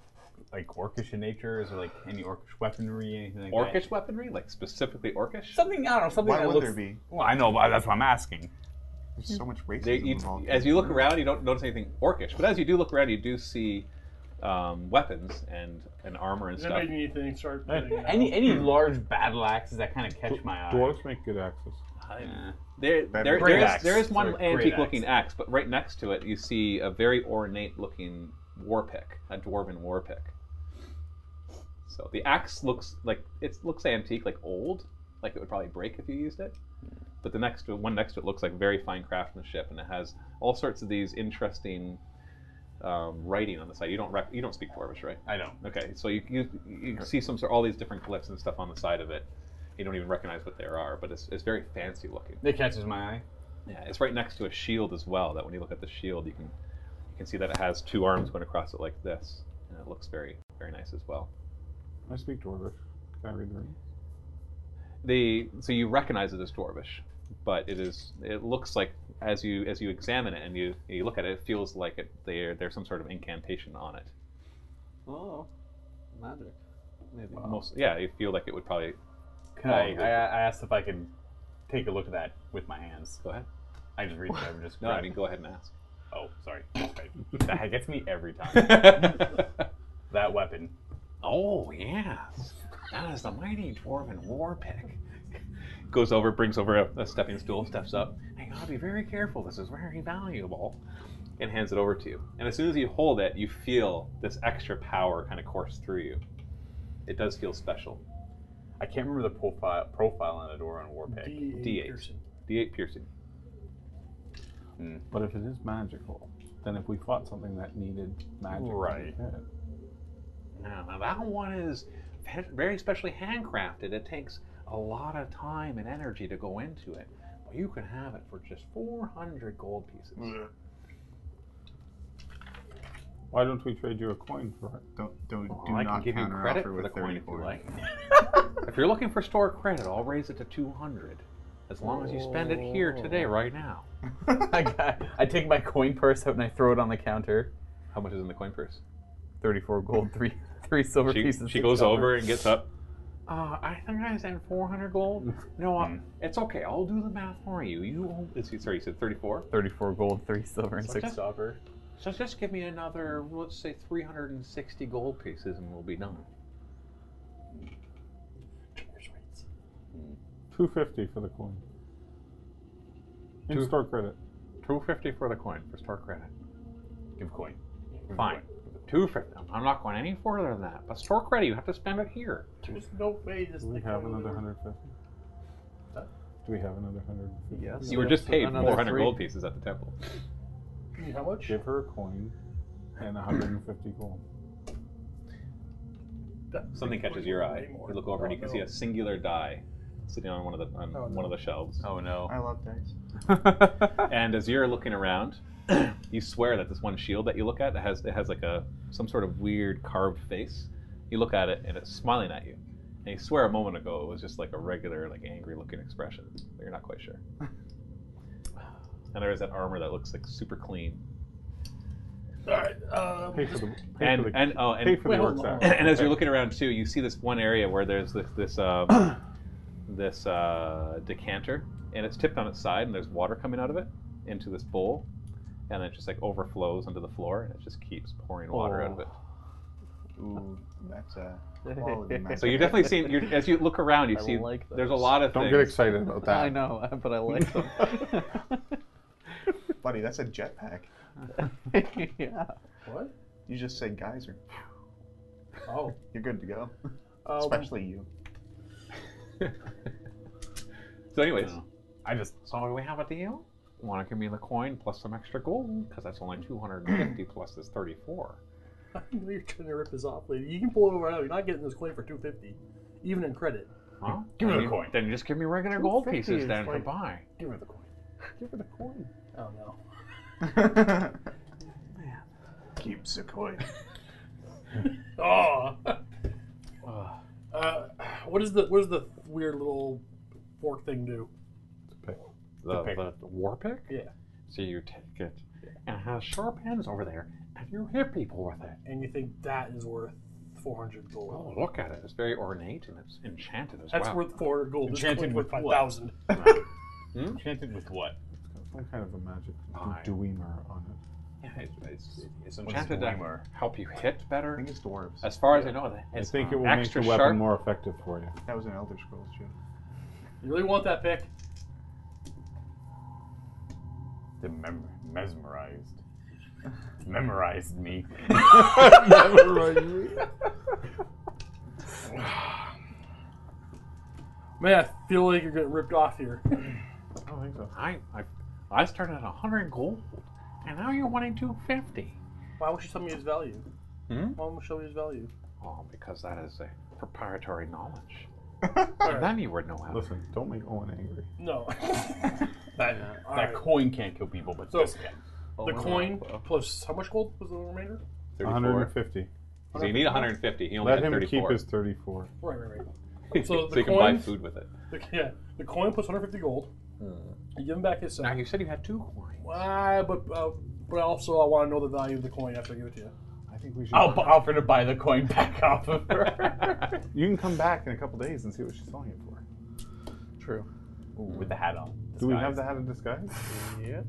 like orcish in nature? Is there like any orcish weaponry, anything like that?
Orcish weaponry? Like specifically orcish?
Something I don't know. Something
Why
that
would
looks.
there be?
Well, I know, but that's what I'm asking.
There's so much racism
They, you,
involved.
as you look around, you don't notice anything orcish. But as you do look around, you do see um, weapons and, and armor and
Does
stuff.
anybody need anything? Start.
Eh,
getting, uh,
Any any large battle axes that kind of catch my eye.
Dwarves make good axes.
Yeah.
There, there,
Great
there, is,
axe.
there is one
Sorry, great
antique
axe.
looking axe, but right next to it, you see a very ornate looking war pick, a dwarven war pick. So the axe looks like it looks antique, like old, like it would probably break if you used it. But the next one next to it looks like very fine craftsmanship, and it has all sorts of these interesting um, writing on the side. You don't rec- you don't speak Dwarvish, right?
I know.
Okay, so you you, you see some sort all these different glyphs and stuff on the side of it. You don't even recognize what they are, but it's, it's very fancy looking.
It catches my eye.
Yeah, it's right next to a shield as well. That when you look at the shield, you can you can see that it has two arms going across it like this, and it looks very very nice as well.
I speak Dwarvish. Can I read the room?
The so you recognize it as dwarvish, but it is it looks like as you as you examine it and you you look at it, it feels like it there there's some sort of incantation on it.
Oh, magic. Maybe.
Most yeah, you feel like it would probably
Can
All
I,
of it.
I? I asked if I could take a look at that with my hands.
go ahead.
I just reached over, just
No, I
grabbed-
mean go ahead and ask.
*laughs*
*laughs*
*laughs*
Oh, sorry. Okay. that gets me every time. that weapon.
Oh, yes. That is the mighty dwarven war pick.
Goes over, brings over a, a stepping stool, steps up,
I gotta be very careful. This is very valuable.
and hands it over to you. And as soon as you hold it, you feel this extra power kind of course through you. It does feel special.
I can't remember the profile profile on a door on
eh,
Warpick.
D8.
D8 piercing.
D8 piercing.
But if it is magical, then if we fought something that needed magic,
Right.
Now, now that one is ve- very specially handcrafted. It takes a lot of time and energy to go into it. But you can have it for just 400 gold pieces.
Why don't we trade you a coin for it?
Don't don't
Well, I can give you credit for the coin if you like.
*laughs*
if you're looking for store credit, I'll raise it to 200. As long as you spend it here today, right now.
*laughs* I, got, I take my coin purse out and I throw it on the counter.
How much is in the coin purse?
Thirty-four gold, *laughs* three three silver
She,
pieces.
she
six
goes
copper.
over and gets up.
Uh, I think I said 400 gold.
Hmm.
No, I, it's okay. I'll do the math for you. You owe
Is he- Sorry, you said 34?
34 gold, 3 silver, and
So
6
just-
copper.
So just give me another, let's say, 360 gold pieces and we'll be done.
Two fifty for the coin. In
Two-
store credit.
250 for the coin, for store credit.
Give coin. Give
Fine.
coin.
250. I'm- I'm not going any further than that. But store credit, you have to spend it here.
There's no way this
Do we
thing
have
went
another
over.
hundred fifty? Do we have another hundred fifty?
Yes.
You were just paid
Another
400
three.
gold pieces at the temple.
How much?
Give her a coin and hundred and fifty *laughs* gold.
That-
Something catches your eye.
Way more.
You look over and you can
Oh, no.
see a singular die sitting on one of the on
Oh,
one
no.
of the shelves.
Oh no.
I love
*laughs*
dice.
And as you're looking around, *clears throat* you swear that this one shield that you look at it has it has like a some sort of weird carved face. You look at it and it's smiling at you. And you swear a moment ago it was just like a regular like angry looking expression, but you're not quite
*laughs*
sure. and there is that armor that looks like super clean.
Alright, uh,
Pay for the pay
And
for the
and oh and
pay for
Wait,
the
hold
works
on.
out.
and as you're looking around too, you see this one area where there's this this um, this uh, decanter, and it's tipped on its side, and there's water coming out of it into this bowl, and it just like overflows onto the floor, and it just keeps pouring water out of it.
Ooh, that's a quality magic.
So you're definitely seeing you're, as you look around, you
I
see
like
there's a
those.
lot of
Don't
things.
get excited about *laughs* that.
*laughs* I know, but I like them.
buddy. That's a jetpack.
yeah.
What?
You just said geyser.
Oh.
*laughs* You're good to go.
Um,
Especially you.
*laughs* So, anyways,
I just.
So we have a deal? Want to give me the coin plus some extra gold? Because that's only 250 plus this 34.
I know *laughs* you're trying to rip this off, lady. You can pull it over now. You're not getting this coin for 250 even in credit.
Huh?
Give me
Then
the
you-
coin.
Then you just give me regular gold
250
pieces
is
then to
like-
buy.
Give her the coin.
Give her the coin.
Oh, no. *laughs*
Keeps
*laughs*
the coin.
Oh. uh, what is the what does the weird little fork thing do?
The,
pick.
the, the war pick?
Yeah.
So you take it and it has sharp ends over there, and you hit people with it.
And you think that is worth 400 gold?
Oh, look at it. It's very ornate and it's enchanted as
That's
well.
worth 400 gold. This
Enchanted
coin's worth
with what?
5,000.
Enchanted with what?
Some kind of a magic
Fine.
Dwemer on it.
Yeah, it's, it's, it's
What is
enchanted to
Dwemer?
help you hit
I
better.
think it's dwarves.
As far as I know, it's
I think it will make the
extra
weapon
sharp.
more effective for you.
That was an Elder Scrolls
*laughs*
joke.
You really want that pick?
The mem- mesmerized.
*laughs*
Memorized me.
*laughs*
Man, I feel like you're getting ripped off here.
I don't think so.
I, I, I started at 100 gold, and now you're wanting 250.
Why would you tell me his value?
Hmm?
Why would you show me his value?
Oh, because that is a proprietary *laughs* knowledge.
Alright,
Then you would know how.
Listen, don't make Owen angry.
*laughs* No.
That,
all right.
that coin can't kill people, but
So-
this can.
the coin plus how much gold was the remainder?
34.
150.
So you need 150. He only
Let
had
him
34.
keep his 34.
Right, right, right.
*laughs*
So the
you can buy
coin-
food with it.
The, yeah, the coin plus 150 gold. You give him back his
Now
set.
you said you had two coins.
Why? But uh, but also I want to know the value of the coin after I give it to you.
I think we should.
I'll b- offer to buy the coin back *laughs* off of her. *laughs*
You can come back in a couple days and see what she's selling it for.
True.
Ooh, with the hat on.
Do we have
Disguise.
the hat of disguise? *laughs*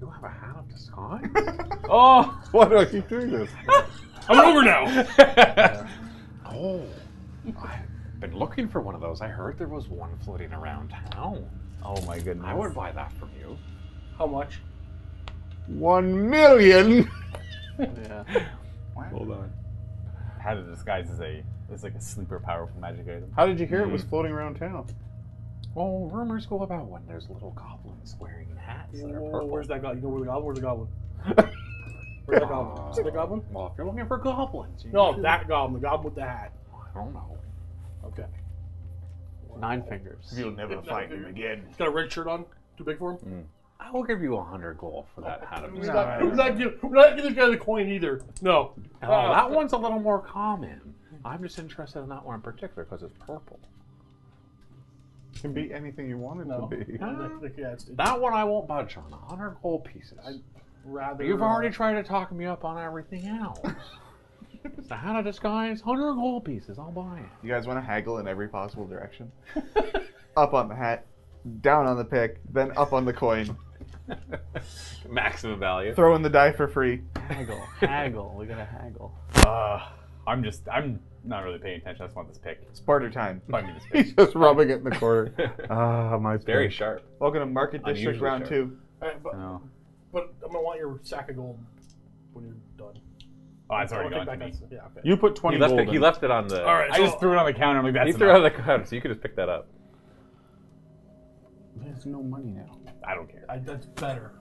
You have a hat of disguise?
Oh!
*laughs*
*laughs* Why do I keep doing this?
I'm over now.
oh, Oh, I've been looking for one of those. I heard there was one floating around town.
Oh my goodness.
I would buy that from you. How much?
One million.
yeah. Hold on. How to disguise is a is like a sleeper powerful magic item.
How did you hear it
Mm-hmm.
was floating around town?
Well, rumors go about when there's little goblins wearing hats that are
Whoa,
purple.
where's that goblin? You know where the goblin? Where's the goblin?
*laughs*
Where's the goblin? Is it the goblin?
Well, if you're looking for goblins, you
No, that goblin. The goblin with the hat.
I don't know.
Okay.
Nine fingers.
You'll never find him again.
He's got a red shirt on. Too big for him.
I will give you a hundred gold for that hat of
We're,
yours.
not, we're, not give, we're not giving this guy the coin either. No. Uh,
No, Oh,
Ah.
that one's a little more common. I'm just interested in that one in particular because it's purple.
Can be anything you want it
No.
to be.
Yeah, it's, it's
That one I won't budge on. A hundred gold pieces.
rather.
You've already tried to talk me up on everything
*laughs*
else. the hat of disguise, hundred gold pieces. I'll buy it.
You guys want to haggle in every possible
*laughs*
direction? up on the hat, down on the pick, then up on the coin.
Maximum value.
Throw in the die for free.
Haggle, haggle. We gotta haggle.
Uh, I'm just I'm not really paying attention. I just want this pick.
It's barter time.
Find me this
*laughs* He's
*laughs*
pick.
just rubbing it in
*laughs*
the corner. Ah, my
Very
pick.
sharp.
Welcome to Market District
Unusually
Round
sharp.
Two.
Alright, but,
No.
but I'm gonna want your sack of gold when you're done.
Oh, it's already
I'll take
gone to
back
me.
that- Yeah. Okay.
You put twenty
He left,
gold.
it, he
in.
left it on the.
All right.
I
so
just threw it on the counter. I'm like, that's
He
enough.
threw it on the card, so you could just pick that up.
There's no money now.
I don't care.
I, that's *laughs* better.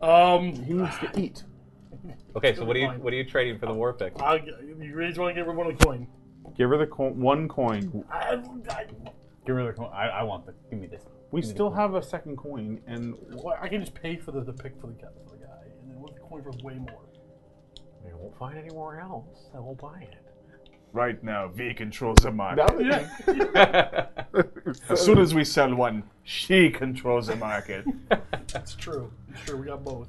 um,
He needs to eat.
Okay, so what are you what are you trading for the war pick?
I, you really just want to give everyone a coin?
Give her the co- one coin.
I, I,
Give her the coin. I, I want the. Give me this.
We still have a second coin, and
well, I can just pay for the, the pick for the guy, for the guy, and then what if the coin for way more?
You won't find anywhere else. I will buy it.
Right now, V controls the market.
*laughs*
*laughs*
As soon as we sell one, she controls the
*laughs*
market.
That's true. It's true. We got both.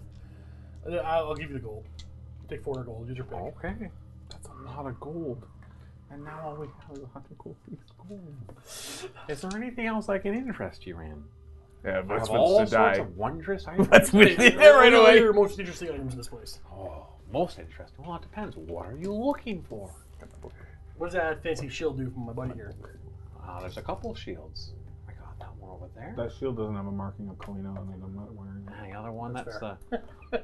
Uh, I'll, I'll give you the gold. Take four gold. Use your pick. *laughs*
Okay.
that's a lot of gold. And now all we have is a hundred gold pieces of gold.
Is there anything else I can interest you in?
Yeah,
I have
that's
all
what's
sorts
the die.
of wondrous items.
yeah, right away. Your most interesting items in this place.
Oh, most interesting. Well, it depends. What are you looking for?
What does that fancy shield do from my buddy here?
Uh, there's a couple shields. I got that one over there.
That shield doesn't have a marking of coin on it. I'm not wearing it.
and the other one, that's, uh, the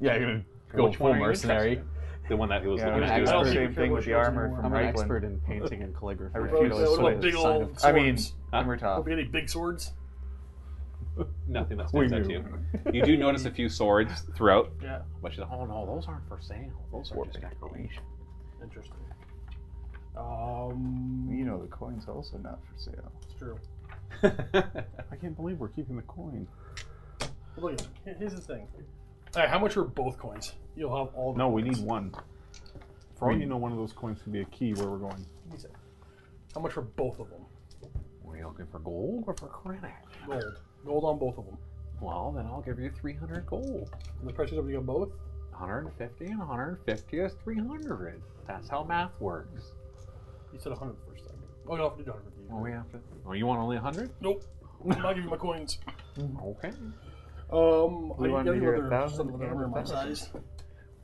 Yeah, you're gonna go
Which
full
one are you
mercenary.
The one that he was
Yeah,
looking
an
at.
expert.
I
don't
do the
think
same thing with the armor
I'm an
from Reichland.
expert in painting and calligraphy.
I
I
refuse
feel
to
Those
like
swear.
it's
big
a sign
old.
of-
I mean,
swords.
Hummer
Don't
top.
be any big swords.
Nothing that stands out to you. You do notice a few swords throughout,
Yeah.
but you don't.
Oh no, those aren't for sale. Those are just decoration.
Interesting. Um,
You know the coin's also not for sale.
it's true.
I can't believe we're keeping the coin.
Look, at it. here's the thing. All right, how much were both coins? You'll have all.
No, we need one. For all you know, one of those coins can be a key where we're
*laughs*
going.
He said, How much for both of them?
Were you looking for gold or for credit?
Gold. Gold on both of them.
Well, then I'll give you 300 gold.
And the prices of you got both?
150 and 150 is 300. That's how math works.
You said 100 the first time. Oh, you offered 100 for you.
Well, we have to. Oh, you want only 100?
Nope. I'm not giving my coins.
Okay.
Um,
You
I
want
got
me
you
to get a
other
thousand
some of the
and
armor
a
in my
thousand?
size.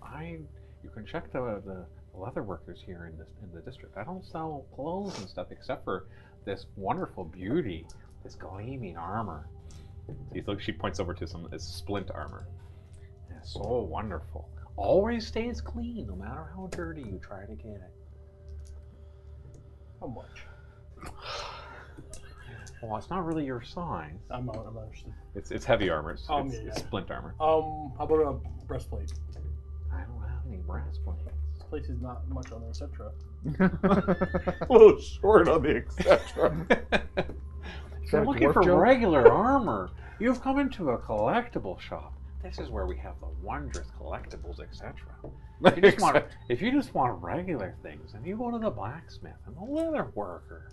I. You can check the the leather workers here in this in the district. I don't sell clothes and stuff except for this wonderful beauty, this gleaming armor.
He looks- she points over to some it's splint armor.
It's so wonderful. Always stays clean, no matter how dirty you try to get it.
How much?
Well, it's not really your size.
I'm not, I'm not interested.
It's it's heavy armor. It's,
Um,
it's,
yeah,
it's
yeah.
splint armor.
Um, how about a breastplate?
I don't have any brass plates.
This place is not much on the Etc.
a little short on
*laughs*
the etc.
If you're looking for regular armor, you've come into a collectible shop. This is where we have the wondrous collectibles, etc. If you just want, if you just want regular things, then you go to the blacksmith and the leather worker,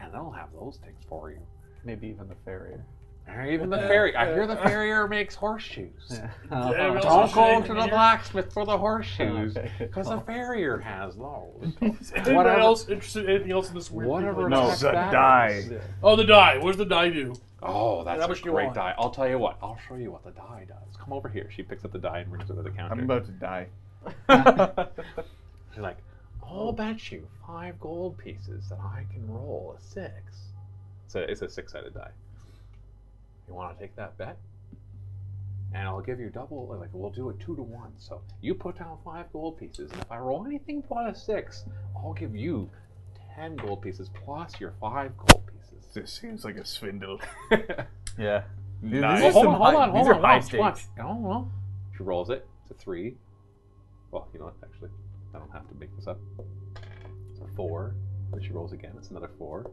and they'll have those things for you.
Maybe even the farrier.
Or even the farrier. I hear the farrier makes horseshoes. *laughs*
Yeah, we
Don't
also
go
should-
to the
yeah.
blacksmith for the horseshoes,
Okay.
because the farrier has those.
Is anybody
Whatever-
else interested in anything else in this weird
Whatever the
thing?
No,
heck
the
that
die.
is.
Oh, the die. What does the die do?
Oh, that's
How
a
much do you
great
want?
die. I'll tell you what. I'll show you what the die does. Come over here. She picks up the die and brings it to the counter.
I'm about to die.
She's like,
I'll bet you five gold pieces that I can roll a six. It's a, it's a six sided die. You want to take that bet? And I'll give you double, like, we'll do a two to one. So you put down five gold pieces, and if I roll anything but a six, I'll give you ten gold pieces plus your five gold pieces.
This seems like a swindle.
Yeah. Dude, these
Well,
are
hold
some
on, hold
high-
on, hold
these are
on.
high
watch, watch. Oh,
stakes.
I don't know. She rolls it. It's a three. Well, you know what? Actually, I don't have to make this up. It's a four. Then she rolls again. It's another four.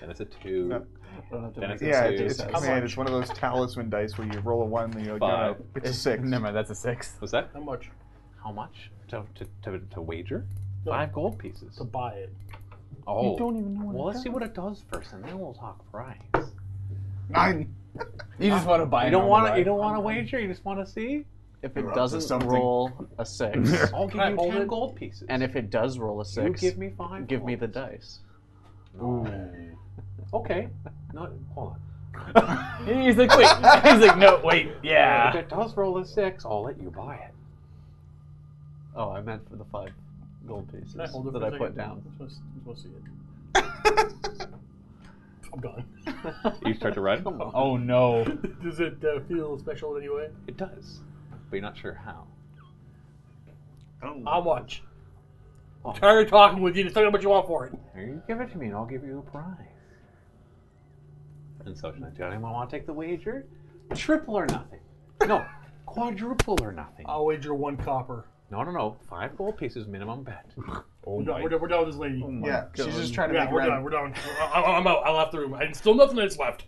Then it's a two. then it's a
yeah,
two.
it's, it's, man, it's one of those talisman dice where you roll a one and you're like, no, no,
Five.
it's a six.
mind, that's a six.
What's that?
How much?
How much to to, to, to wager? Five gold pieces.
To buy it.
Oh,
don't even know what
well,
it
let's see
does.
what it does first, and then we'll talk price.
Nine.
You just want to buy.
you don't want to. You don't want to wager. You just want to see.
If it
You're up to
doesn't
something.
roll a six,
I'll give
I
you
hold
ten
it?
gold pieces.
and if it does roll a
you
six,
give me five,
give me the
gold.
dice.
Okay. No, hold on.
He's like, wait. He's like, no, wait.
*laughs*
If
Yeah.
it does roll a six, I'll let you buy it.
Oh, I meant for the five gold pieces
Can I hold it
that
for a
I
second?
put down.
I just want to see it. I'm gone.
You start to run?
Oh no.
*laughs* Does it uh, feel special in any way?
It does, but you're not sure how.
How much?
Oh.
I'm tired of talking with you. Just tell me how much you want for it.
Here, you give it to me, and I'll give you a prize. And so, do anyone want to take the wager? Triple or nothing.
*laughs*
No, quadruple or nothing.
I'll wager one copper.
No, no, no. Five gold pieces minimum bet.
we're, done,
*laughs*
we're, done, we're done with this lady.
Yeah, she's just trying to
yeah,
make
we're done.
round.
We're done. I, I- I'm out. I left the room. And still nothing that's left.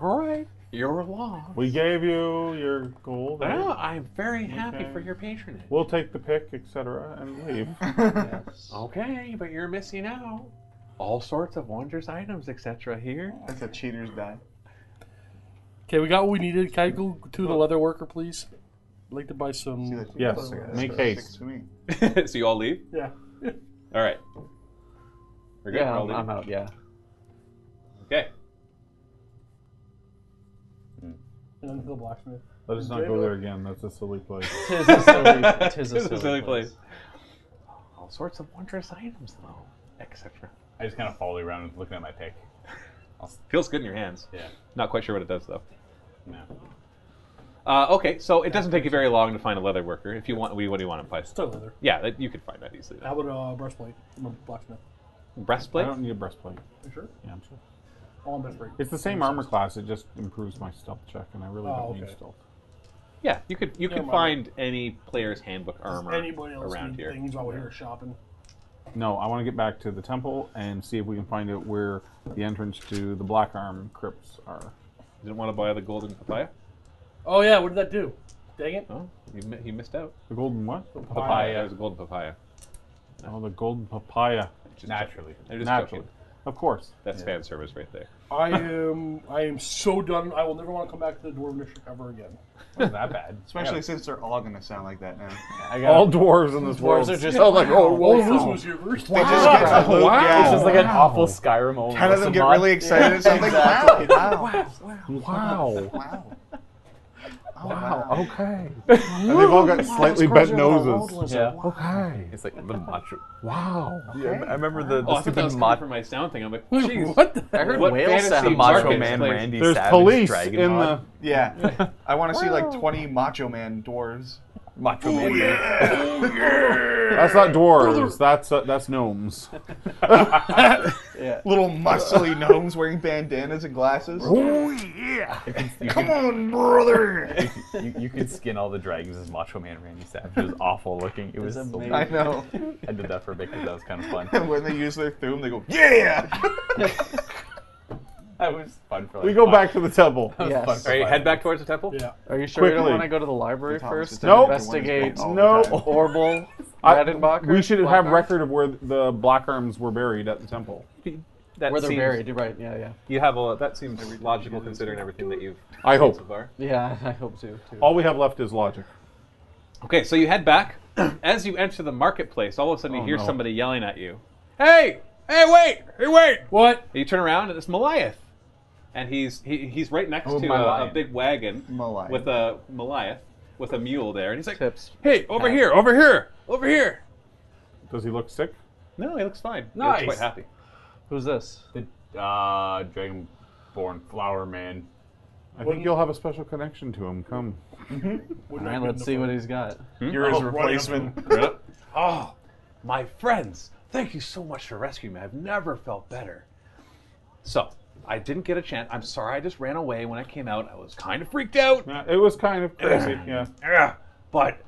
All right, you're along.
We gave you your gold. and
Well, I'm very happy
Okay.
for your patronage.
We'll take the pick, etc.,
*laughs*
and leave.
Okay, but you're missing out. All sorts of wondrous items, etc. Here.
*laughs* That's a cheater's die.
Okay, we got what we needed. Can I go to the leather worker, please? I'd like to buy some.
yes. Make haste.
To me.
*laughs* so you all leave?
Yeah.
All right. We're good.
Yeah,
We're all
I'm,
leaving?
I'm
*laughs*
out. Yeah.
Okay.
And then to the blacksmith.
Let us not go there again. That's a silly place.
*laughs* Tis a silly, tis a
This is a silly place.
All sorts of wondrous items, though, etc.
I just kind of follow you around, looking at my pick.
Feels good in your hands.
Yeah.
Not quite sure what it does, though.
No.
Uh, okay, so it doesn't take you very long to find a leather worker. If you want, we what do you want to buy?
Still leather.
Yeah, that, you could find that easily.
How about a uh, breastplate? I'm a blacksmith.
I
Breastplate?
don't need a breastplate.
You sure?
Yeah, I'm sure.
Oh, I'm breastplate.
It's the same armor class. It just improves my stealth check, and I really
Oh,
don't need
okay.
stealth.
Yeah, you could. You
Never
could
mind.
find any player's handbook armor
Anybody else
around
need
here.
things while we're here shopping?
No, I want to get back to the temple and see if we can find out where the entrance to the Black Arm crypts are.
You didn't want to buy the golden papaya?
Oh yeah, what did that do? Dang it!
Oh, you, mi- you missed out.
The golden what?
Papaya. It was a golden papaya.
Oh, the golden papaya.
Just
Naturally.
joking. I'm just
Naturally,
joking.
of course.
That's fan service right there.
I am I am so done. I will never want to come back to the dwarven district ever again.
Wasn't that bad.
Especially since they're all going to sound like that now. *laughs*
I got
All dwarves in this world.
Dwarves are just
sound like oh,
All of this was here first.
They just get to loot. Yeah.
It's just like an awful *laughs* Skyrim only.
None of them get really excited. It's like,
exactly.
wow, wow,
wow.
wow. Oh, *laughs* wow.
Okay.
And they've all got slightly bent noses.
Yeah.
Okay.
It's like the macho.
Wow.
Yeah, I remember the, the
Oh, I thought that
stupid
was coming
macho.
from my sound thing. I'm like,
*laughs* What the
I heard
What
whale
fantasy
sound.
market
Macho Man
place?
Randy
There's
Savage
police
Dragon
in
mod.
Yeah. I want to see like 20 Macho Man dwarves.
Macho
Oh,
Man.
the. That's not dwarves. That's uh, that's gnomes.
Little muscly *laughs* gnomes wearing bandanas and *laughs* glasses. Come on, brother.
You, you could skin all the dragons as Macho Man Randy Savage. It was awful looking. It was so
amazing.
I know.
I did that for a bit because that was kind of
*laughs*
fun.
And when they use their thum, they go, *laughs* yeah.
That was fun for like
We go
five-
back to the
*laughs*
temple.
that was
Yes.
fun for
All right,
five
head back
minutes.
towards the temple.
Yeah.
Are you sure you
Quickly.
don't want to go to the library
Tom,
first
just
and
Nope.
investigate
All the
No.
time.
Orbel,
I-
Redenbacher?
we should have
Blackarm?
record of where the black arms were buried at the temple.
That
Where they're
seems-
buried, right? Yeah, yeah,
You have a. That seems logical considering everything that you've.
I
So
hope.
far.
*laughs*
yeah. I hope so. Too.
All we have left is logic.
Okay, so you head
*coughs*
back. As you enter the marketplace, all of a sudden you hear
no.
somebody yelling at you. Hey! Hey, wait! Hey, wait!
What?
And you turn around and it's Moliath. And he's he, he's right next to a, a
Moliath.
big wagon
Moliath.
with a Moliath with a mule there, and he's like,
Tips.
"Hey, over here, over here, over here!"
Does he look sick?
No, he looks fine.
He looks quite Nice.
happy.
Who's this?
The uh, Dragonborn Flower Man.
I think you'll have a special connection to him. Come.
All right, let's see what he's got.
You're his Oh, right up to replacement.
*laughs*
him.
oh, my friends, thank you so much for rescuing me. I've never felt better. So, I didn't get a chance. I'm sorry I just ran away when I came out. I was kind of freaked out.
it was kind of crazy, *coughs* yeah.
But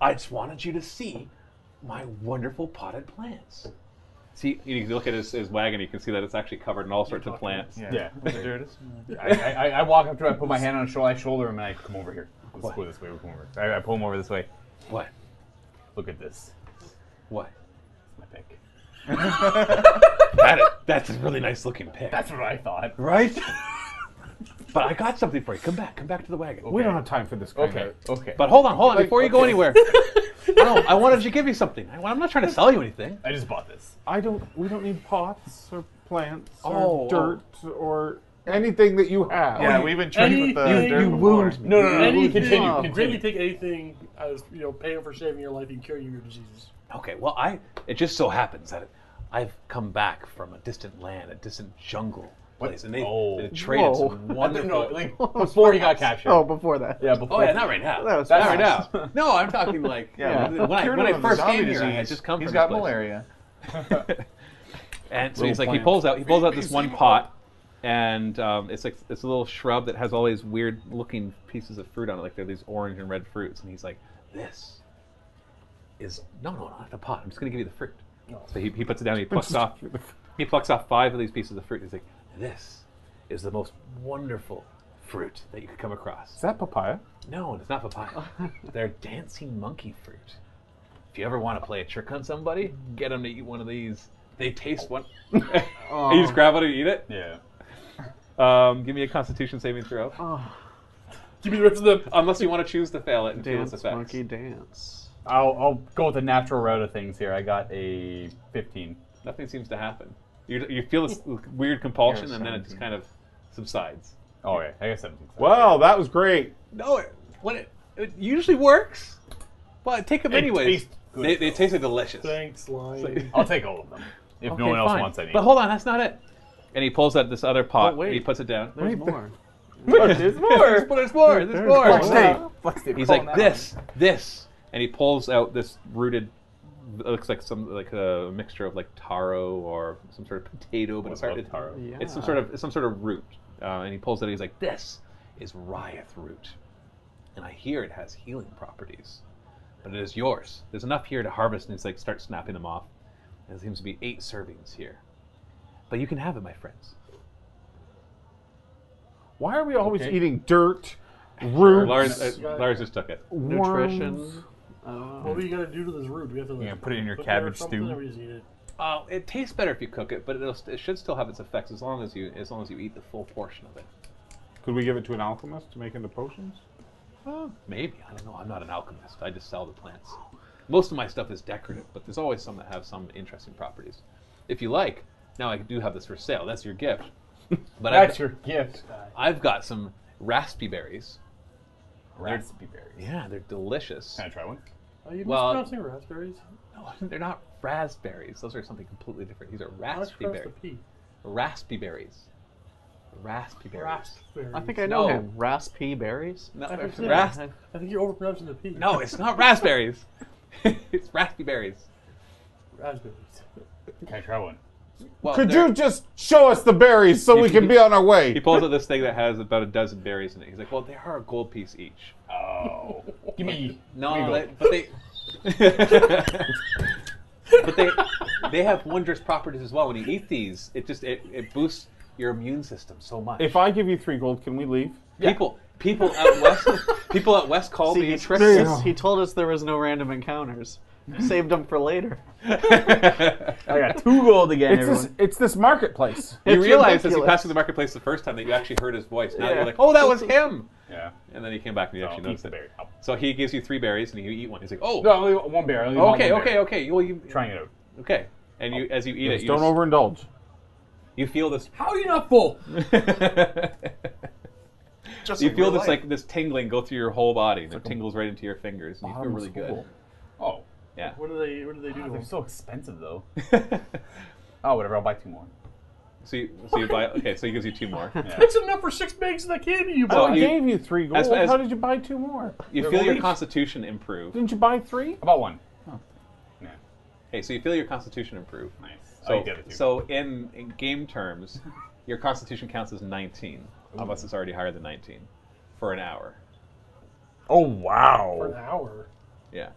I just wanted you to see my wonderful potted plants.
See, you can look at his, his wagon. You can see that it's actually covered in all sorts of plants.
Yeah. I, I, I walk up to him, I put my hand on his shoulder, I shoulder him, and I come over here. Let's go this way. We come over. I, I pull him over this way.
What?
Look at this.
What?
My pick.
That, that's a really nice looking pick.
That's what I thought.
*laughs*
Right? but I got something for you. Come back. Come back to the wagon.
We don't have time for this.
Okay. Okay.
But hold on, hold on.
Like,
Before you go
*laughs*
okay.
anywhere, no, I wanted to give you something. I, am not trying to sell you anything.
I just bought this.
I don't. We don't need pots or plants
Oh, oh.
or dirt or anything that you have.
Yeah, we've been tricked with
uh,
the
anything-
dirt
you
before.
wound me. No, no, no,
Anything,
continue,
really
continue.
take anything as you know, paying for saving your life and curing your diseases.
Okay, well, I it just so happens that I've come back from a distant land, a distant jungle place, and they,
Oh.
they traded
Whoa.
*laughs*
some wonderful.
No, like, before he got captured.
Oh, before that.
*laughs* Yeah, before.
Oh yeah, not right now.
That was
not right
fast.
now. No, I'm talking like
*laughs* Yeah.
when, I,
Cured
when
him
I
of the
first came
zombie
here, I had
disease.
just come
He's
from
got
this place.
malaria.
And so
Little
he's like, he
plant.
pulls out, he pulls out this one pot,
and um, it's like it's a little shrub that has all these weird looking pieces of fruit on it. Like they're these orange and red fruits, and he's like,
this is no, no, not the pot. I'm just gonna give you the fruit. So he, he puts it down. He plucks off.
he plucks off five of these pieces of fruit. And he's like,
This is the most wonderful fruit that you could come across.
Is that papaya?
No, it's not
*laughs*
papaya. They're dancing monkey fruit. If you ever want to play a trick on somebody, get them to eat one of these. They taste
*laughs*
one.
Oh.
you just grab it and eat it.
Yeah.
Um, give me a Constitution saving throw,
Oh.
Give me the rest of them.
unless you want to choose to fail it and feel its
Dance,
effects.
monkey, dance.
I'll, I'll go with the natural route of things here. I got a 15.
Nothing seems to happen. You, you
*laughs*
feel this weird compulsion, and then it just kind of subsides.
Oh, yeah. I got 17. sorry.
Well, Oh, that was great.
No, it, what it, it usually works. But take them
They
anyways.
taste good,
They, they tasted delicious.
Thanks, lion.
I'll take all of them. If no
Okay,
one else
fine.
wants any.
But hold on, that's not it. And he pulls out this other pot.
Oh, wait.
And he puts it down.
There's more.
there's
*laughs*
more.
There's, there's more. There's more.
Flex tape.
He's like this, this, and he pulls out this rooted. It looks like some like a mixture of like taro or some sort of potato, but it's
love
hard. It,
taro.
It's some sort of it's some sort of root, uh, and he pulls it. out, He's like, "This is riot root, and I hear it has healing properties, but it is yours. There's enough here to harvest." And he's like, starts snapping them off. And there seems to be eight servings here, but you can have it, my friends.
Why are we always
Okay.
eating dirt, roots,
Lars, uh, Lars just took it.
worms?
Nutrition. Uh,
What do you gotta do to this root? Do we have to like,
Yeah, put it in your
cook or
cabbage
something,
stew.
Or we just eat it?
Uh, it tastes better if you cook it, but it'll, st- it should still have its effects as long as you as long as you eat the full portion of it.
Could we give it to an alchemist to make into potions?
Maybe I don't know. I'm not an alchemist. I just sell the plants. Most of my stuff is decorative, but there's always some that have some interesting properties. If you like, now I do have this for sale. That's your gift. *laughs* But
That's
I've,
your gift.
I've got some raspy berries.
Raspberry berries.
Yeah, they're delicious.
Can I try one?
Are you
Well-
mispronouncing raspberries?
No, *laughs* they're not raspberries. Those are something completely different. These are
I always
raspy
pronounce
berries.
the P.
Raspy berries. Raspy berries.
Raspberries.
I think I know
No.
him. Raspy berries.
No, *laughs*
I
they're-
think-
ras-
I think you're overpronouncing the P.
No, it's not raspberries. *laughs* it's raspy berries.
raspberries.
Can I try one?
Well,
Could
they're-
you just show us the berries so we can be on
*laughs*
our
He
way?
pulls out this thing that has about a dozen berries in it. He's like, "Well, they are a gold piece each."
Oh. Give me.
No,
Regal.
they, but they, *laughs* but they, they have wondrous properties as well. When you eat these, it just it, it boosts your immune system so much.
If I give you three gold, can we leave?
people people out west, people out west call
See, he
these
tricked us. He told us there was no random *laughs* encounters. Saved them for later. *laughs*
*laughs*
I got two gold again,
It's
everyone.
this, it's this marketplace.
You
It's
realize as you
ridiculous.
passed through the marketplace the first time that you actually heard his voice. Now
Yeah.
you're like, "Oh, that was him,"
Yeah.
and then he came back and you
I'll
actually
eat
noticed
the
it.
berry. I'll-
So he gives you three berries and you eat one. He's like, "Oh,
No, I only want one berry. I only want
okay,
one
okay,
berry.
okay." Well, you
Trying it out.
Okay, and you as you eat it,
Just
you
don't
just-
overindulge.
You feel this.
How are you
*laughs*
not full?
Just
you
in
feel
real
this
life.
like this tingling go through your whole body. and It tingles right into your fingers. And you feel really good.
Oh.
Yeah.
What do they? What do they do?
Ah,
to
they're
them?
so expensive
*laughs*
though. oh, whatever. I'll buy two more.
So you, so you buy. Okay, so he gives you two more.
That's enough for six bags of that candy
Oh.
you
So
bought.
you- gave
you three
As-
gold.
as-
How did you buy two more?
You feel your constitution improve.
Didn't you buy three?
About one.
Oh. Hey, so you feel your constitution improve. Nice.
Oh,
So,
you did it too.
so in, in game terms, your constitution counts as 19, unless it's already higher than 19, for an hour.
Oh wow.
For an hour.
Yeah.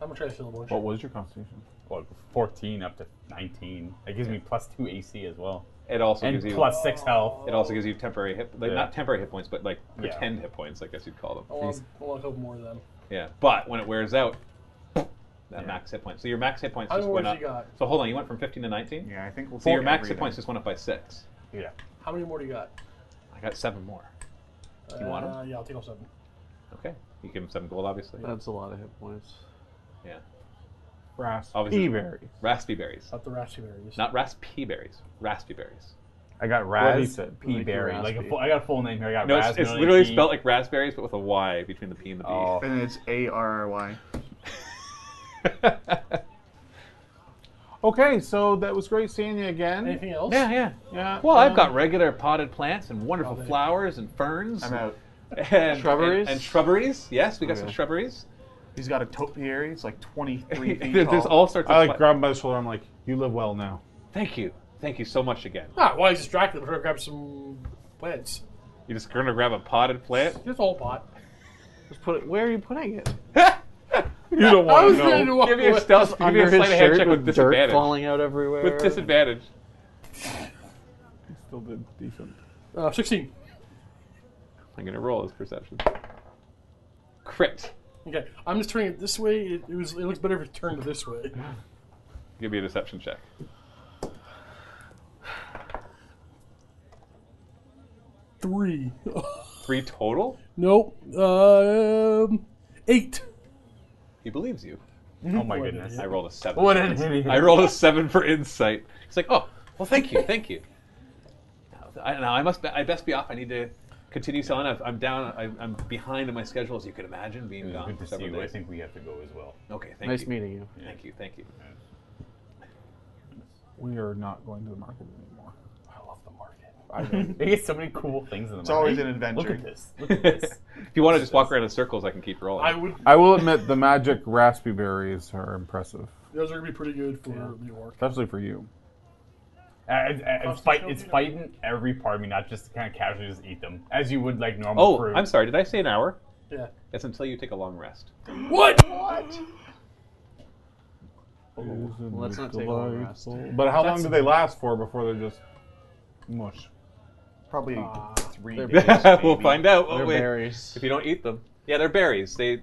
I'm gonna try to fill a bunch.
What was your constitution? Well, 14 up to 19. That gives me plus two AC as well.
It also
and
gives you Oh.
plus six health.
It also gives you temporary hit, like,
Yeah.
not temporary hit points, but like
Yeah.
pretend hit points, I guess you'd call them.
I want, I want a couple more of them.
Yeah, but when it wears out, that max hit point. So your max hit points
How
just
many
went
ones
up.
you got?
So hold on, you went from 15 to 19.
Yeah, I think we'll
So your
take
max hit
everything.
points just went up by six.
Yeah.
How many more do you got?
I got seven more. You want 'em?
Uh, yeah, I'll take off seven.
Okay, you give him seven gold, obviously.
Uh,
That's a lot of hit points.
Yeah.
Rasp.
Obviously, Raspy berries.
Not the raspberry berries.
Not raspy berries. Raspy berries.
I got
What he
Raz
said.
P
Like
Berry. Like a
raspy.
full, I got a full name here. I got
no,
Raz.
it's, it's
Millie
literally
P.
spelled like raspberries, but with a Y between the P and the B. *laughs*
Oh.
And it's A R R Y.
Okay, so that was great seeing you again.
Anything else?
*laughs* Yeah, yeah.
Yeah.
Well, I've
um,
got regular potted plants and wonderful flowers and ferns.
I'm
and-
out.
*laughs* And,
Shrubberies?
And, and shrubberies. Yes, we got
Okay.
some shrubberies.
He's got a topiary. It's
*laughs*
like 23 feet
There-
tall.
There's all sorts of.
I like
pla-
grab him by the shoulder. I'm like, "You live well now."
Thank you. Thank you so much again.
Ah, well, I was distracted. I'm trying to grab some plants.
You're just gonna grab a potted plant.
Just a whole pot.
Just put it. Where are you putting it?
You don't
*laughs*
I
want
was
to know.
ready to walk
give me a
away.
stealth.
Just
give me
under
a
his
sleight of hand
shirt
check with,
with dirt
disadvantage.
falling out everywhere.
With disadvantage.
He still did decent.
Uh, 16.
I'm gonna roll his perception. Crit.
Okay, I'm just turning it this way. It, it was. It looks better if it turned this way.
Give me a deception check.
Three. *laughs*
Three total.
nope. Um, eight.
He believes you.
Oh my
What an
goodness.
I rolled a seven.
What an idiot.
I rolled a seven for insight. He's like, oh, well, thank you, thank you. *laughs* I don't know. I must. Be, I best be off. I need to continue selling. I've, I'm down. I, I'm behind on my schedule, as you can imagine, being
It was
gone
good
for
to see
several
you. I
days.
think we have to go as well.
Okay, thank
Nice
you.
meeting you.
Thank you,
*laughs*
thank you. *laughs*
We are not going to the market anymore.
I love the market.
I
*laughs*
know. They get so many cool things in the
It's always
market.
an adventure.
Look at this. Look at this.
If you want to just walk around in circles, I can keep rolling.
I would.
I will admit the magic raspy berries are impressive,
Those are gonna be pretty good for the orc.
especially for you.
Uh, it's- uh, it's,
Constitution
fight, it's
check.
fighting every part of me, not just to kind of casually just eat them, as you would like normal
oh,
fruit.
I'm sorry. Did I say an hour?
Yeah.
It's until you take a long
*laughs*
rest.
What?
Well,
let's not take a long rest.
But how long do they last for before they're just mush?
Probably three
they're
days.
*laughs* we'll
maybe.
find out. won't
They're
we?
berries.
If you don't eat them, yeah, they're berries. They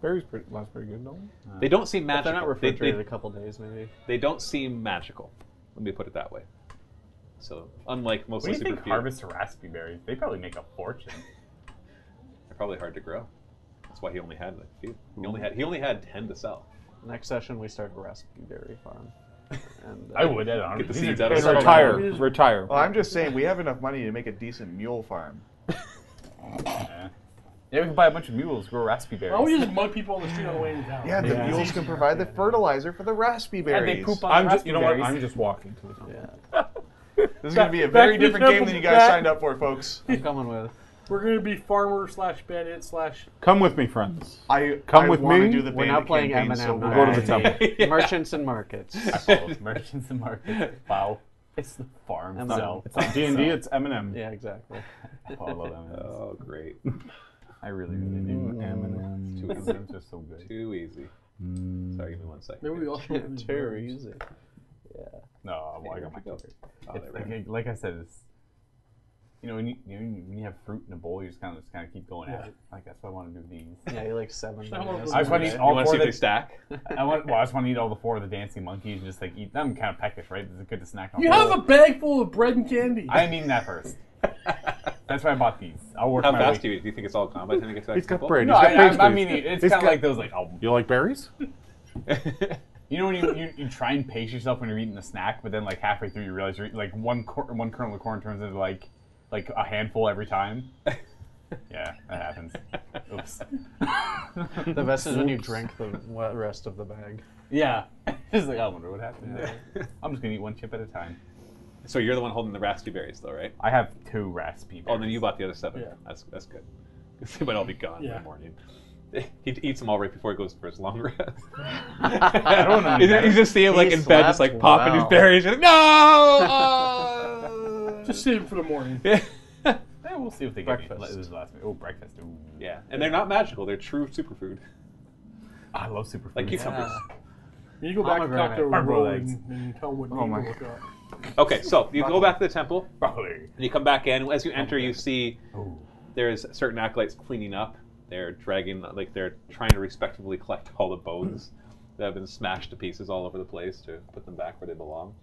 Berries pretty, last pretty good, don't they?
they don't seem
But
magical.
they're not
They-
refrigerated
they-
a couple days, maybe.
they don't seem magical. Let me put it that way. So, unlike most
What do you
super
think
few,
harvest raspberry berries? They probably make a fortune.
they're probably hard to grow. That's why he only had like a few. He only had he only had ten to sell.
Next session, we start a raspberry
*laughs*
farm. And, uh,
I would. I don't
Get the
These
seeds
are-
out of
these
the
are
ground.
Retire,
It is-
retire.
Well, I'm just saying we have enough money to make a decent mule farm.
Yeah, we can buy a bunch of mules, grow raspberry berries.
Why don't we just mug people on the street on the way into town?
Yeah, the mules can provide the fertilizer for the raspberry
and
berries.
they poop on
I'm just, you
raspberry
know what?
berries.
I'm just walking to the
*laughs*
yeah,
This is going to be a
Back-
very
back to the
different game than you guys
back.
signed up for, folks.
I'm coming with.
We're gonna be farmer slash bandit slash.
Come with me, friends.
I
Come
I
with
wanna
me.
Do the
We're not
bandit
playing
campaign
M&M.
so
not
Go to the
bad.
temple.
D&D. *laughs*
*laughs*
Merchants and markets.
Both merchants and markets. Wow, it's the farm
And
itself.
It's not D and D. It's Eminem.
Yeah, exactly.
Oh,
*laughs*
I love M&Ms.
Oh, great!
I really, really
Mm.
do.
M&Ms.
Two M&Ms are so good.
Too easy.
Mm.
Sorry, give me one second.
Maybe we all should.
*laughs*
be
Very
brothers.
easy.
No, well, I got my
go.
favorite.
Oh,
It's
there we
like,
go.
I- like I said, it's you know when you, you know, when you have fruit in a bowl, you just kind of just kind of keep going at it. Like that's what I want to do with these.
Yeah, you like seven.
Some of
bananas.
those-
I just want to eat
You
all
want to
four.
see
Of
if they
the,
stack?
I want. Well, I just want to eat all the four of the dancing monkeys and just like eat them. Kind of peckish, right? It's good to snack on.
You
whole.
have a bag full of bread and candy.
I am eating that
*laughs*
first. That's why I bought these. I'll work
How
my
fast do
way.
you eat? Do you think it's all gone by the time you get to that
He's got
temple?
brain.
No,
He's
I,
got
I, I
pastries.
mean it's
He's got-
kind of like those like oh,
You like berries?
you know when you, you, you try and pace yourself when you're eating a snack, but then like halfway through you realize you're eating, like one cor- one kernel *laughs* of corn turns into like like a handful every time. yeah, that happens. Oops.
the best is when you drink the wa- rest of the bag.
*laughs* Yeah. *laughs* it's like, I wonder what happened there. I'm just going to eat one chip at a time.
*laughs* So you're the one holding the raspy berries, though, right?
I have two raspy
Oh, then you bought the other seven.
Yeah.
That's that's good. *laughs* 'Cause they might all be gone in
Yeah.
the morning. *laughs* He eats them all right before he goes for his long rest.
*laughs* I don't know.
He's- He's just seeing like
He
in bed, just like
slept
popping his
well.
berries. You're like, no.
*laughs*
Uh,
Just save it for the morning.
Yeah.
Yeah, we'll see if they get me.
Breakfast.
It was the last Oh, breakfast. Ooh.
*laughs* Yeah, and they're not magical. They're true superfood.
Ah, I love superfood.
Like cucumbers.
You go back and talk to
Pomegranate.
Rowan and, and tell what
Oh
name
my
to look up.
Okay, so you go
Broccoli.
back to the temple,
Broccoli.
and you come back in. As you enter, you see there's certain acolytes cleaning up. They're dragging, like they're trying to respectfully collect all the bones that have been smashed to pieces all over the place to put them back where they belong.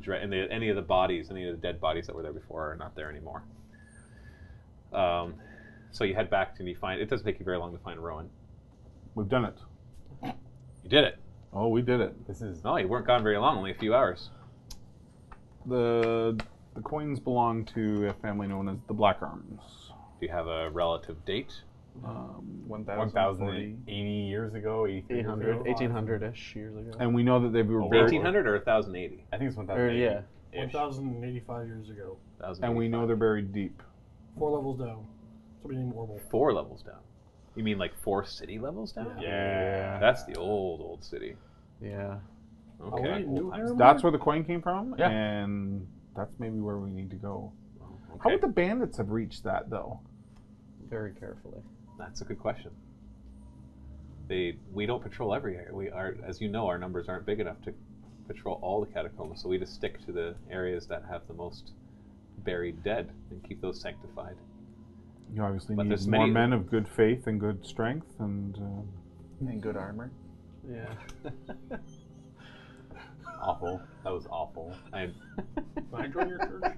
Dra- And they, any of the bodies, any of the dead bodies that were there before, are not there anymore. Um, so you head back and you find. It doesn't take you very long to find Rowan.
We've done it.
You did it.
Oh, we did it. This is
No, you weren't gone very long. Only a few hours.
the the coins belong to a family known as the Black Arms.
Do you have a relative date?
Um,
1,080 years ago,
800,
1800
1800-ish years ago.
And we know that they were buried.
1800 or 1080?
I think it's
Or, yeah.
1,085 years ago.
And we know they're buried deep.
Four levels down. Somebody named Orville.
Four levels down. You mean like four city levels down?
Yeah.
That's the old, old city.
Yeah.
Oh,
Okay.
Are we in New Harem?
That's where the coin came from,
Yeah.
and that's maybe where we need to go. How would the bandits have reached that though?
Very carefully.
That's a good question. They we don't patrol every area. We are, as you know, our numbers aren't big enough to patrol all the catacombs. So we just stick to the areas that have the most buried dead and keep those sanctified.
You obviously
But
need
there's
more
many-
men of good faith and good strength, and um,
And good armor.
Yeah.
Awful. That was awful. I'm.
I join your church?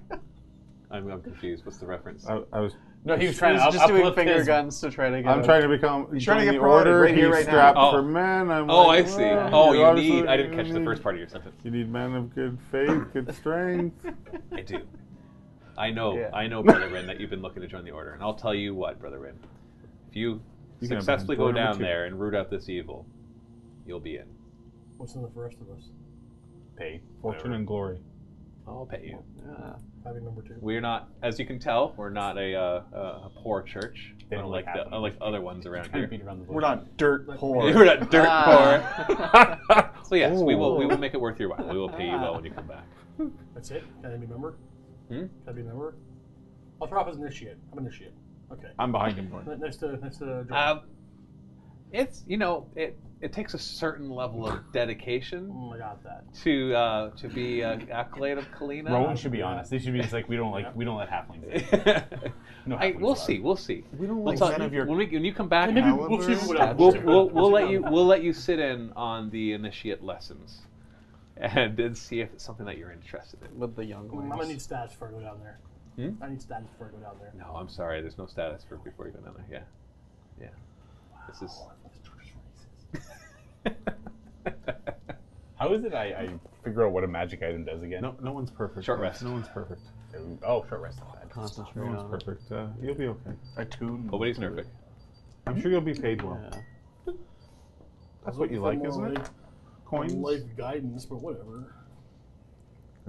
I'm, I'm confused. What's the reference?
I, I was.
No, he was trying to up-
just doing
uplift
finger
his-
guns to try to get
I'm
a-
trying to become.
He's trying to
join
get
the
promoted
order.
right here,
he's
right now.
strapped
Oh.
for men. I'm
Oh,
like,
I see.
well,
Oh, you
obviously-
need- I didn't catch the first part of your sentence.
You need men of good faith, *laughs* good strength.
I do. I know,
Yeah.
I know, Brother Rin, that you've been looking to join the order, and I'll tell you what, Brother Rin, if you,
You can have
successfully go
Emperor number
down
two.
there and root out this evil, you'll be in.
What's in it for the rest of us?
Pay
Fortune and glory.
I'll pay you.
Having number two.
We're not, as you can tell, we're not a uh, a a poor church,
They don't
unlike
like
the
that.
unlike other ones around
Kinda
here. *laughs*
beat around the
We're not dirt poor.
we're not dirt
Ah.
poor.
*laughs*
so yes, we will
Oh.
we will make it worth your while. We will pay you well when you come back.
That's it? Can I be a member?
Hmm?
Can I be a member? I'll throw up as initiate. I'm initiate. Okay.
Uh,
I'm behind him, Gordon.
Ne- Next to, next to Jordan.
Um, it's you know it it takes a certain level of dedication.
I got Oh that.
To uh, to be an accolade of Kalina. *laughs*
Rowan should be honest. They should be just like we don't like we don't let halflings. in. No
I,
halflings
we'll
allowed.
see. We'll see.
We don't
We'll
like
tell
men
you-
of your
when, we, when you come back.
Hey, maybe we'll see what happens.
We'll,
We'll see
we'll,
what happens.
we'll let you we'll let you sit in on the initiate lessons, and then see if it's something that you're interested in.
With the young
I'm gonna need stats before I go down there.
Hmm?
I need stats before I go down there.
No, I'm sorry. There's no status for before you go down there. Yeah, yeah. This is.
Oh,
*laughs*
How is it I, I figure out what a magic item does again?
No, no one's perfect.
Short rest.
No one's perfect.
Oh, short rest. Not bad.
No one's perfect. Uh, you'll be okay.
Attune.
Nobody's perfect.
I'm sure you'll be paid well. That's what you like,
For more
isn't it?
life-
Coins?
Life guidance, but whatever.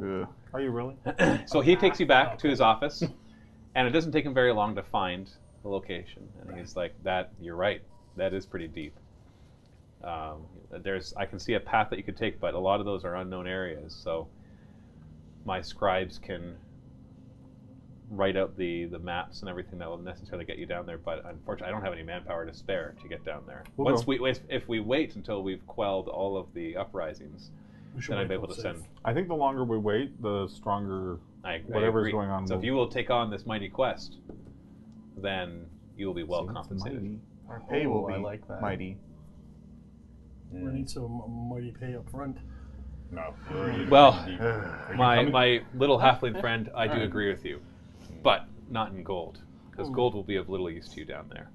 Ugh. Are you really?
So he takes you back to his office, and it doesn't take him very long to find the location. And he's like, "That you're right. That is pretty deep. Um, there's I can see a path that you could take, but a lot of those are unknown areas. So my scribes can write out the the maps and everything that will necessarily get you down there. But unfortunately, I don't have any manpower to spare to get down there.
We'll
Once
go.
we if, if we wait until we've quelled all of the uprisings,
We should
then I'd
wait
be
till
able to
it's
send
safe.
I think the longer we wait, the stronger
I,
whatever's
I agree.
going on.
So
will-
if you will take on this mighty quest, then you will be well
See, it's
compensated.
*sighs*
mighty. Our pay will
Oh,
be
I like
Uh,
that.
mighty.
We're gonna need some mighty pay up front.
No. we're already-
Well,
Are you
my
coming?
my little halfling friend, I do
Alright.
agree with you, but not in gold, because gold will be of little use to you down there.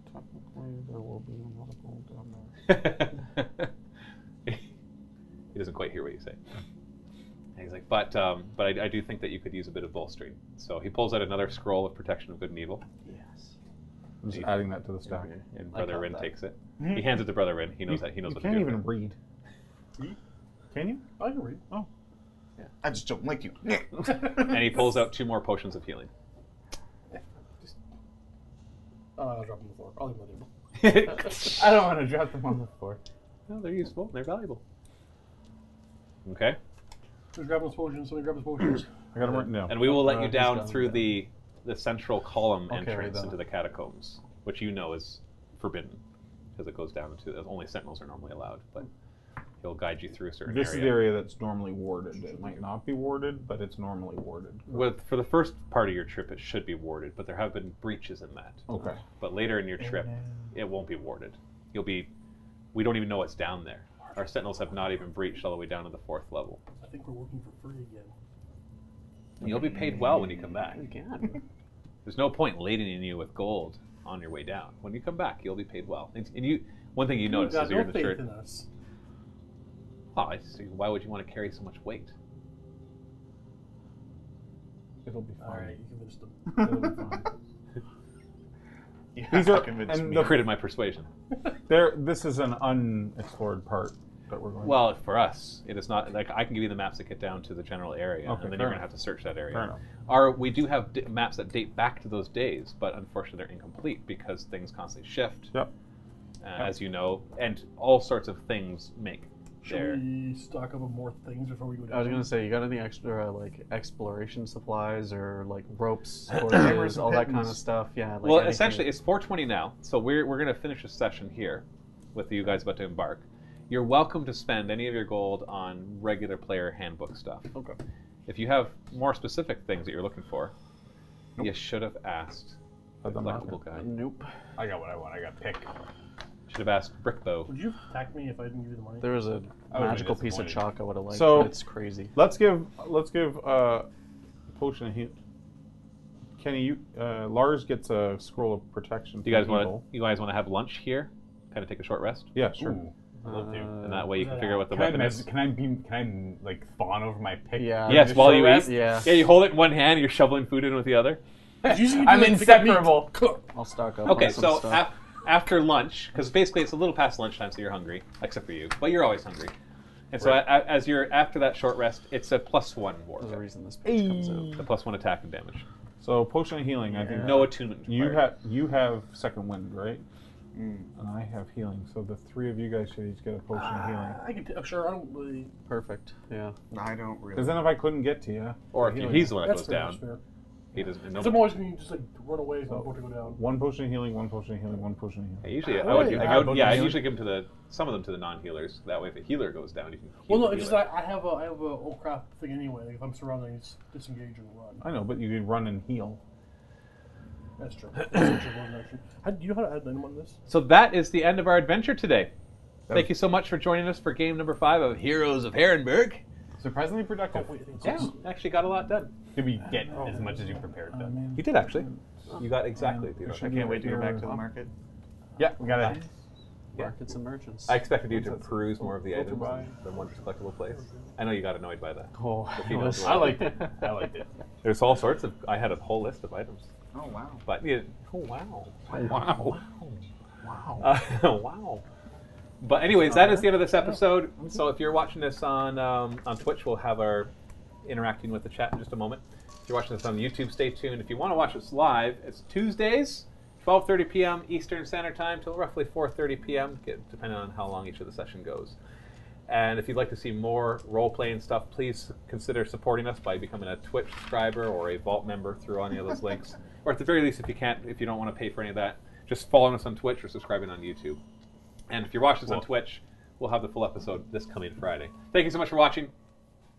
he doesn't quite hear what you say. And he's like, but um, but I, I do think that you could use a bit of bolstering. So he pulls out another scroll of protection of good and evil. Yes.
I'm just adding that to the stack.
And Brother Rin takes it. He hands it to Brother Rin. He knows that. He knows
you
what
can't
to do. with
even read. Can you?
I can read. Uh,
Oh.
Yeah.
I just don't like you.
it. and he pulls out two more potions of healing.
Oh, I'll drop them on the floor. I'll leave them on the table.
I
don't want to drop them on the floor.
No, they're useful. They're valuable. Okay.
Who's grabbing his potions? Somebody grab his potions.
I got them written down.
And we will let
Uh,
you
he's
down
got 'em
through the the central column
I'll carry
entrance
them.
into the catacombs, which you know is forbidden because it goes down to only sentinels are normally allowed. But he'll guide you through a certain
This is
area.
the area that's normally warded. It might not be warded, but it's normally warded.
With, for the first part of your trip, it should be warded, but there have been breaches in that.
Okay.
But later in your trip, it won't be warded. You'll be. We don't even know what's down there. Our sentinels have not even breached all the way down to the fourth level.
I think we're working for free again.
And you'll be paid well when you come back.
Again.
*laughs* There's no point laden you with gold on your way down. When you come back, you'll be paid well. And, and you, one thing you
You've
notice
got
is you're in
no
the
faith
church. *laughs*
in us.
Oh, I see. Why would you want to carry so much weight?
It'll be fine.
All right, you uh, convinced them.
These
*laughs*
are and
you created my persuasion.
There, this is an unexplored part that we're going.
Well, for us, it is not like I can give you the maps that get down to the general area,
Okay,
and then you're
fair
going
enough.
to have to search that
Fair
area.
enough.
Our, we do have d- maps that date back to those days, but unfortunately, they're incomplete because things constantly shift.
Yep.
Uh, As you know, and all sorts of things make
Should
their
we stock up on more things before we go down?
I was gonna say, you got any extra uh, like exploration supplies or like ropes,
Hammers
torches,
and
all that kind of
pittance.
stuff? Yeah. Like
well,
anything-
essentially, it's 4:20 now, so we're we're gonna finish this session here, with you guys about to embark. You're welcome to spend any of your gold on regular player handbook stuff.
Okay.
If you have more specific things that you're looking for, you should have asked the
At the
collectible guy.
Nope.
I got what I want. I got pick.
Should have asked Brickbow.
Would you attack me if I didn't give you the money?
there was a
I would've
magical
been
piece of
disappointed.
chalk I would have liked.
So-
but it's crazy.
Let's give let's give uh, potion a hint. Kenny, you, uh, Lars gets a scroll of protection.
You guys
from
want
evil.
to you guys want to have lunch here, kind of take a short rest,
Yeah, sure.
love to. and that way you can figure out what the
Can I,
weapon
mes-
is.
can I be? Can I like fawn over my pick?
Yeah.
Yes, while you eat.
Yeah.
Yeah, you hold it in one hand, you're shoveling food in with the other.
Usually you
I'm
do it to get meat.
inseparable.
Cook.
I'll stock up.
Okay,
on some
so
stuff.
af- after lunch, because basically it's a little past lunchtime, so you're hungry, except for you, but you're always hungry. And so a- a- as you're after that short rest, it's a plus one war.
there's a reason this page comes out.
The plus one attack and damage.
So potion of healing. I think
No attunement.
You
required.
have you have second wind, right? And I have healing. So the three of you guys should each get a potion of healing.
I can. T- I'm sure I don't really.
Perfect. Yeah.
I don't
Because
really.
then if I couldn't get to you,
Or if you,
healing.
he's the one that
That's
goes
fair, that's
down.
fair.
He doesn't.
So I'm
No,
always going to just like run away so I'm about to go down.
one potion of healing, one potion of healing, one potion of healing.
I usually, I would,
Really?
I would-
I got
yeah, I
both
usually give them to the some of them to the non-healers. That way, if a healer goes down, you can. Heal
Well, no,
the
it's just
healer.
I, I have a I have a old crap thing anyway. Like, if I'm surrounded, I just disengage and run.
I know, but you can run and heal.
That's true. That's such a one action. How, do you know how to add venom on this?
So that is the end of our adventure today. Thank you so much for joining us for game number five of Heroes of Herrenberg.
Surprisingly productive.
Wait, I think it's
Yeah, actually got a lot done.
Did we get as much as you prepared done?
You did actually. You got exactly. the
I can't wait to go back to the market.
Yeah, we gotta.
Markets and merchants.
I expected you to peruse more of the items than- than one collectible place. I know you got annoyed by that.
oh,
*laughs*
The
it
female
was-
dwarf.
it. I liked it.
There's all sorts of. I had a whole list of items,
Oh wow.
but yeah. Oh wow! Wow! Wow! Uh, *laughs* wow! But anyways, that is the end of this episode. So if you're watching this on um, on Twitch, we'll have our interacting with the chat in just a moment. If you're watching this on YouTube, stay tuned. If you want to watch us live, it's Tuesdays, 12:30 p.m. Eastern Standard Time till roughly 4:30 p.m. get- depending on how long each of the session goes. And if you'd like to see more role playing stuff, please consider supporting us by becoming a Twitch subscriber or a Vault member through any of those links. Or at the very least, if you can't, if you don't want to pay for any of that, just following us on Twitch or subscribing on YouTube. And if you're watching this on Twitch, we'll have the full episode this coming Friday. Thank you so much for watching.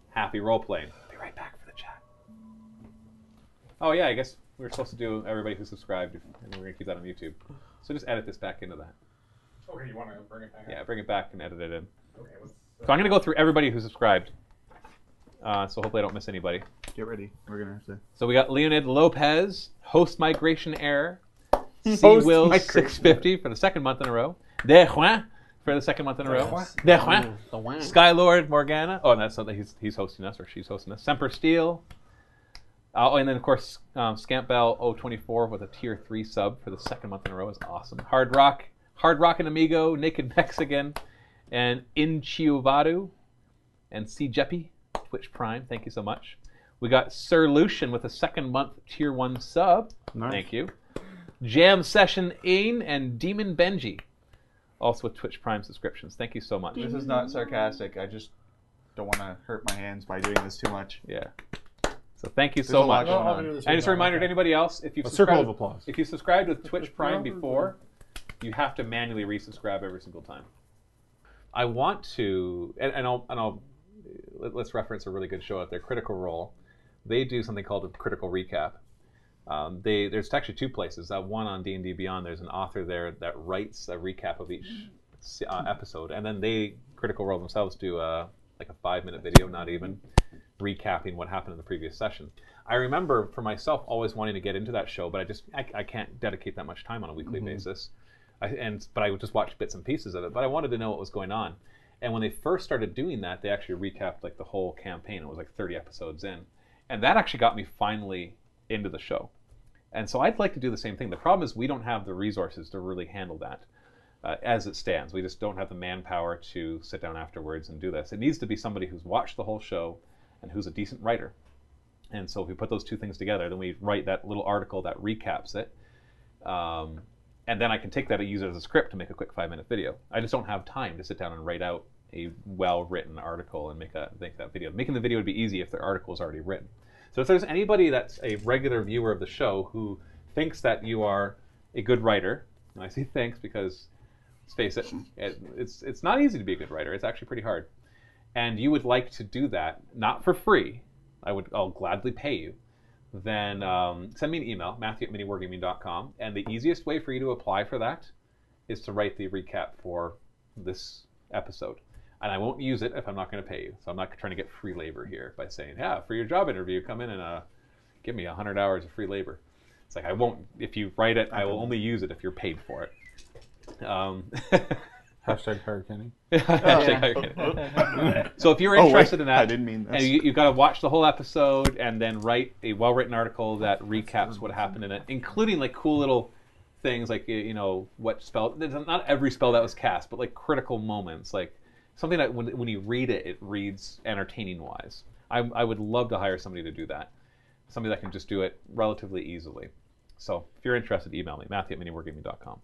Happy role playing. Be right back for the chat. Oh yeah, I guess we were supposed to do everybody who subscribed, and we we're gonna keep that on YouTube. So just edit this back into that.
Okay, you want to bring it back?
Yeah, bring it back and edit it in.
Okay, let's, uh,
So I'm gonna go through everybody who subscribed. Uh, so hopefully I don't miss anybody.
Get ready. We're gonna have to.
So we got Leonid Lopez, host migration error, C
Host
Will
migration
650 for the second month in a row, De Juan for the second month in a row, De Juan,
The wang.
Skylord Morgana. Oh, and that's not that he's he's hosting us or she's hosting us. Semper Steel, Uh, oh, and then, of course, um, Scampbell 024 with a tier 3 sub for the second month in a row is awesome. Hard Rock, Hard Rock and Amigo, Naked Mexican, and Inchiuvadu, and C. Jeppy, Twitch Prime. Thank you so much. We got Sir Lucian with a second month tier 1 sub.
Nice.
Thank you. Jam Session Ain and Demon Benji, also with Twitch Prime subscriptions. Thank you so much.
This is not sarcastic. I just don't want to hurt my hands by doing this too much.
Yeah. So thank you
There's
so
a lot
much.
going Well, I'll on. do this
And just a
without
reminder to
that.
anybody else, if you've
A circle
subscribed-
of applause.
If you subscribed with Twitch Prime before, you have to manually resubscribe every single time. I want to, and, and I'll, and I'll let, us reference a really good show out there, Critical Role. They do something called a critical recap. Um, they there's actually two places. Uh, one on D and D Beyond. There's an author there that writes a recap of each se- uh, episode, and then they Critical Role themselves do a, like a five minute video, not even recapping what happened in the previous session. I remember for myself always wanting to get into that show, but I just I, I can't dedicate that much time on a weekly
Mhm.
basis. I, and but I would just watch bits and pieces of it. But I wanted to know what was going on. And when they first started doing that, they actually recapped like the whole campaign. It was like 30 episodes in, and that actually got me finally into the show. And so I'd like to do the same thing. The problem is we don't have the resources to really handle that uh, as it stands. We just don't have the manpower to sit down afterwards and do this. It needs to be somebody who's watched the whole show and who's a decent writer. And so if we put those two things together, then we write that little article that recaps it. Um, and then I can take that and use it as a script to make a quick five minute video. I just don't have time to sit down and write out a well written article and make that, make that video. Making the video would be easy if the article is already written. So if there's anybody that's a regular viewer of the show who thinks that you are a good writer, and I say thanks because let's face it, it it's, it's not easy to be a good writer, it's actually pretty hard and you would like to do that not for free i would i'll gladly pay you then um, send me an email matthew at miniwargaming.com and the easiest way for you to apply for that is to write the recap for this episode and i won't use it if i'm not going to pay you so i'm not trying to get free labor here by saying yeah for your job interview come in and uh, give me 100 hours of free labor it's like i won't if you write it i will only use it if you're paid for it um, *laughs*
Hashtag Hurricane.
Hashtag
Oh,
Hurricane.
yeah.
so if you're
Oh, wait.
interested in that,
I didn't mean
And
this.
you, you've got to watch the whole episode and then write a well-written article that recaps what happened in it, including like cool little things like you- you know what spell. there's Not every spell that was cast, but like critical moments, like something that when when you read it, it reads entertaining wise. I, I would love to hire somebody to do that, somebody that can just do it relatively easily. So if you're interested, email me Matthew at miniwargaming.com.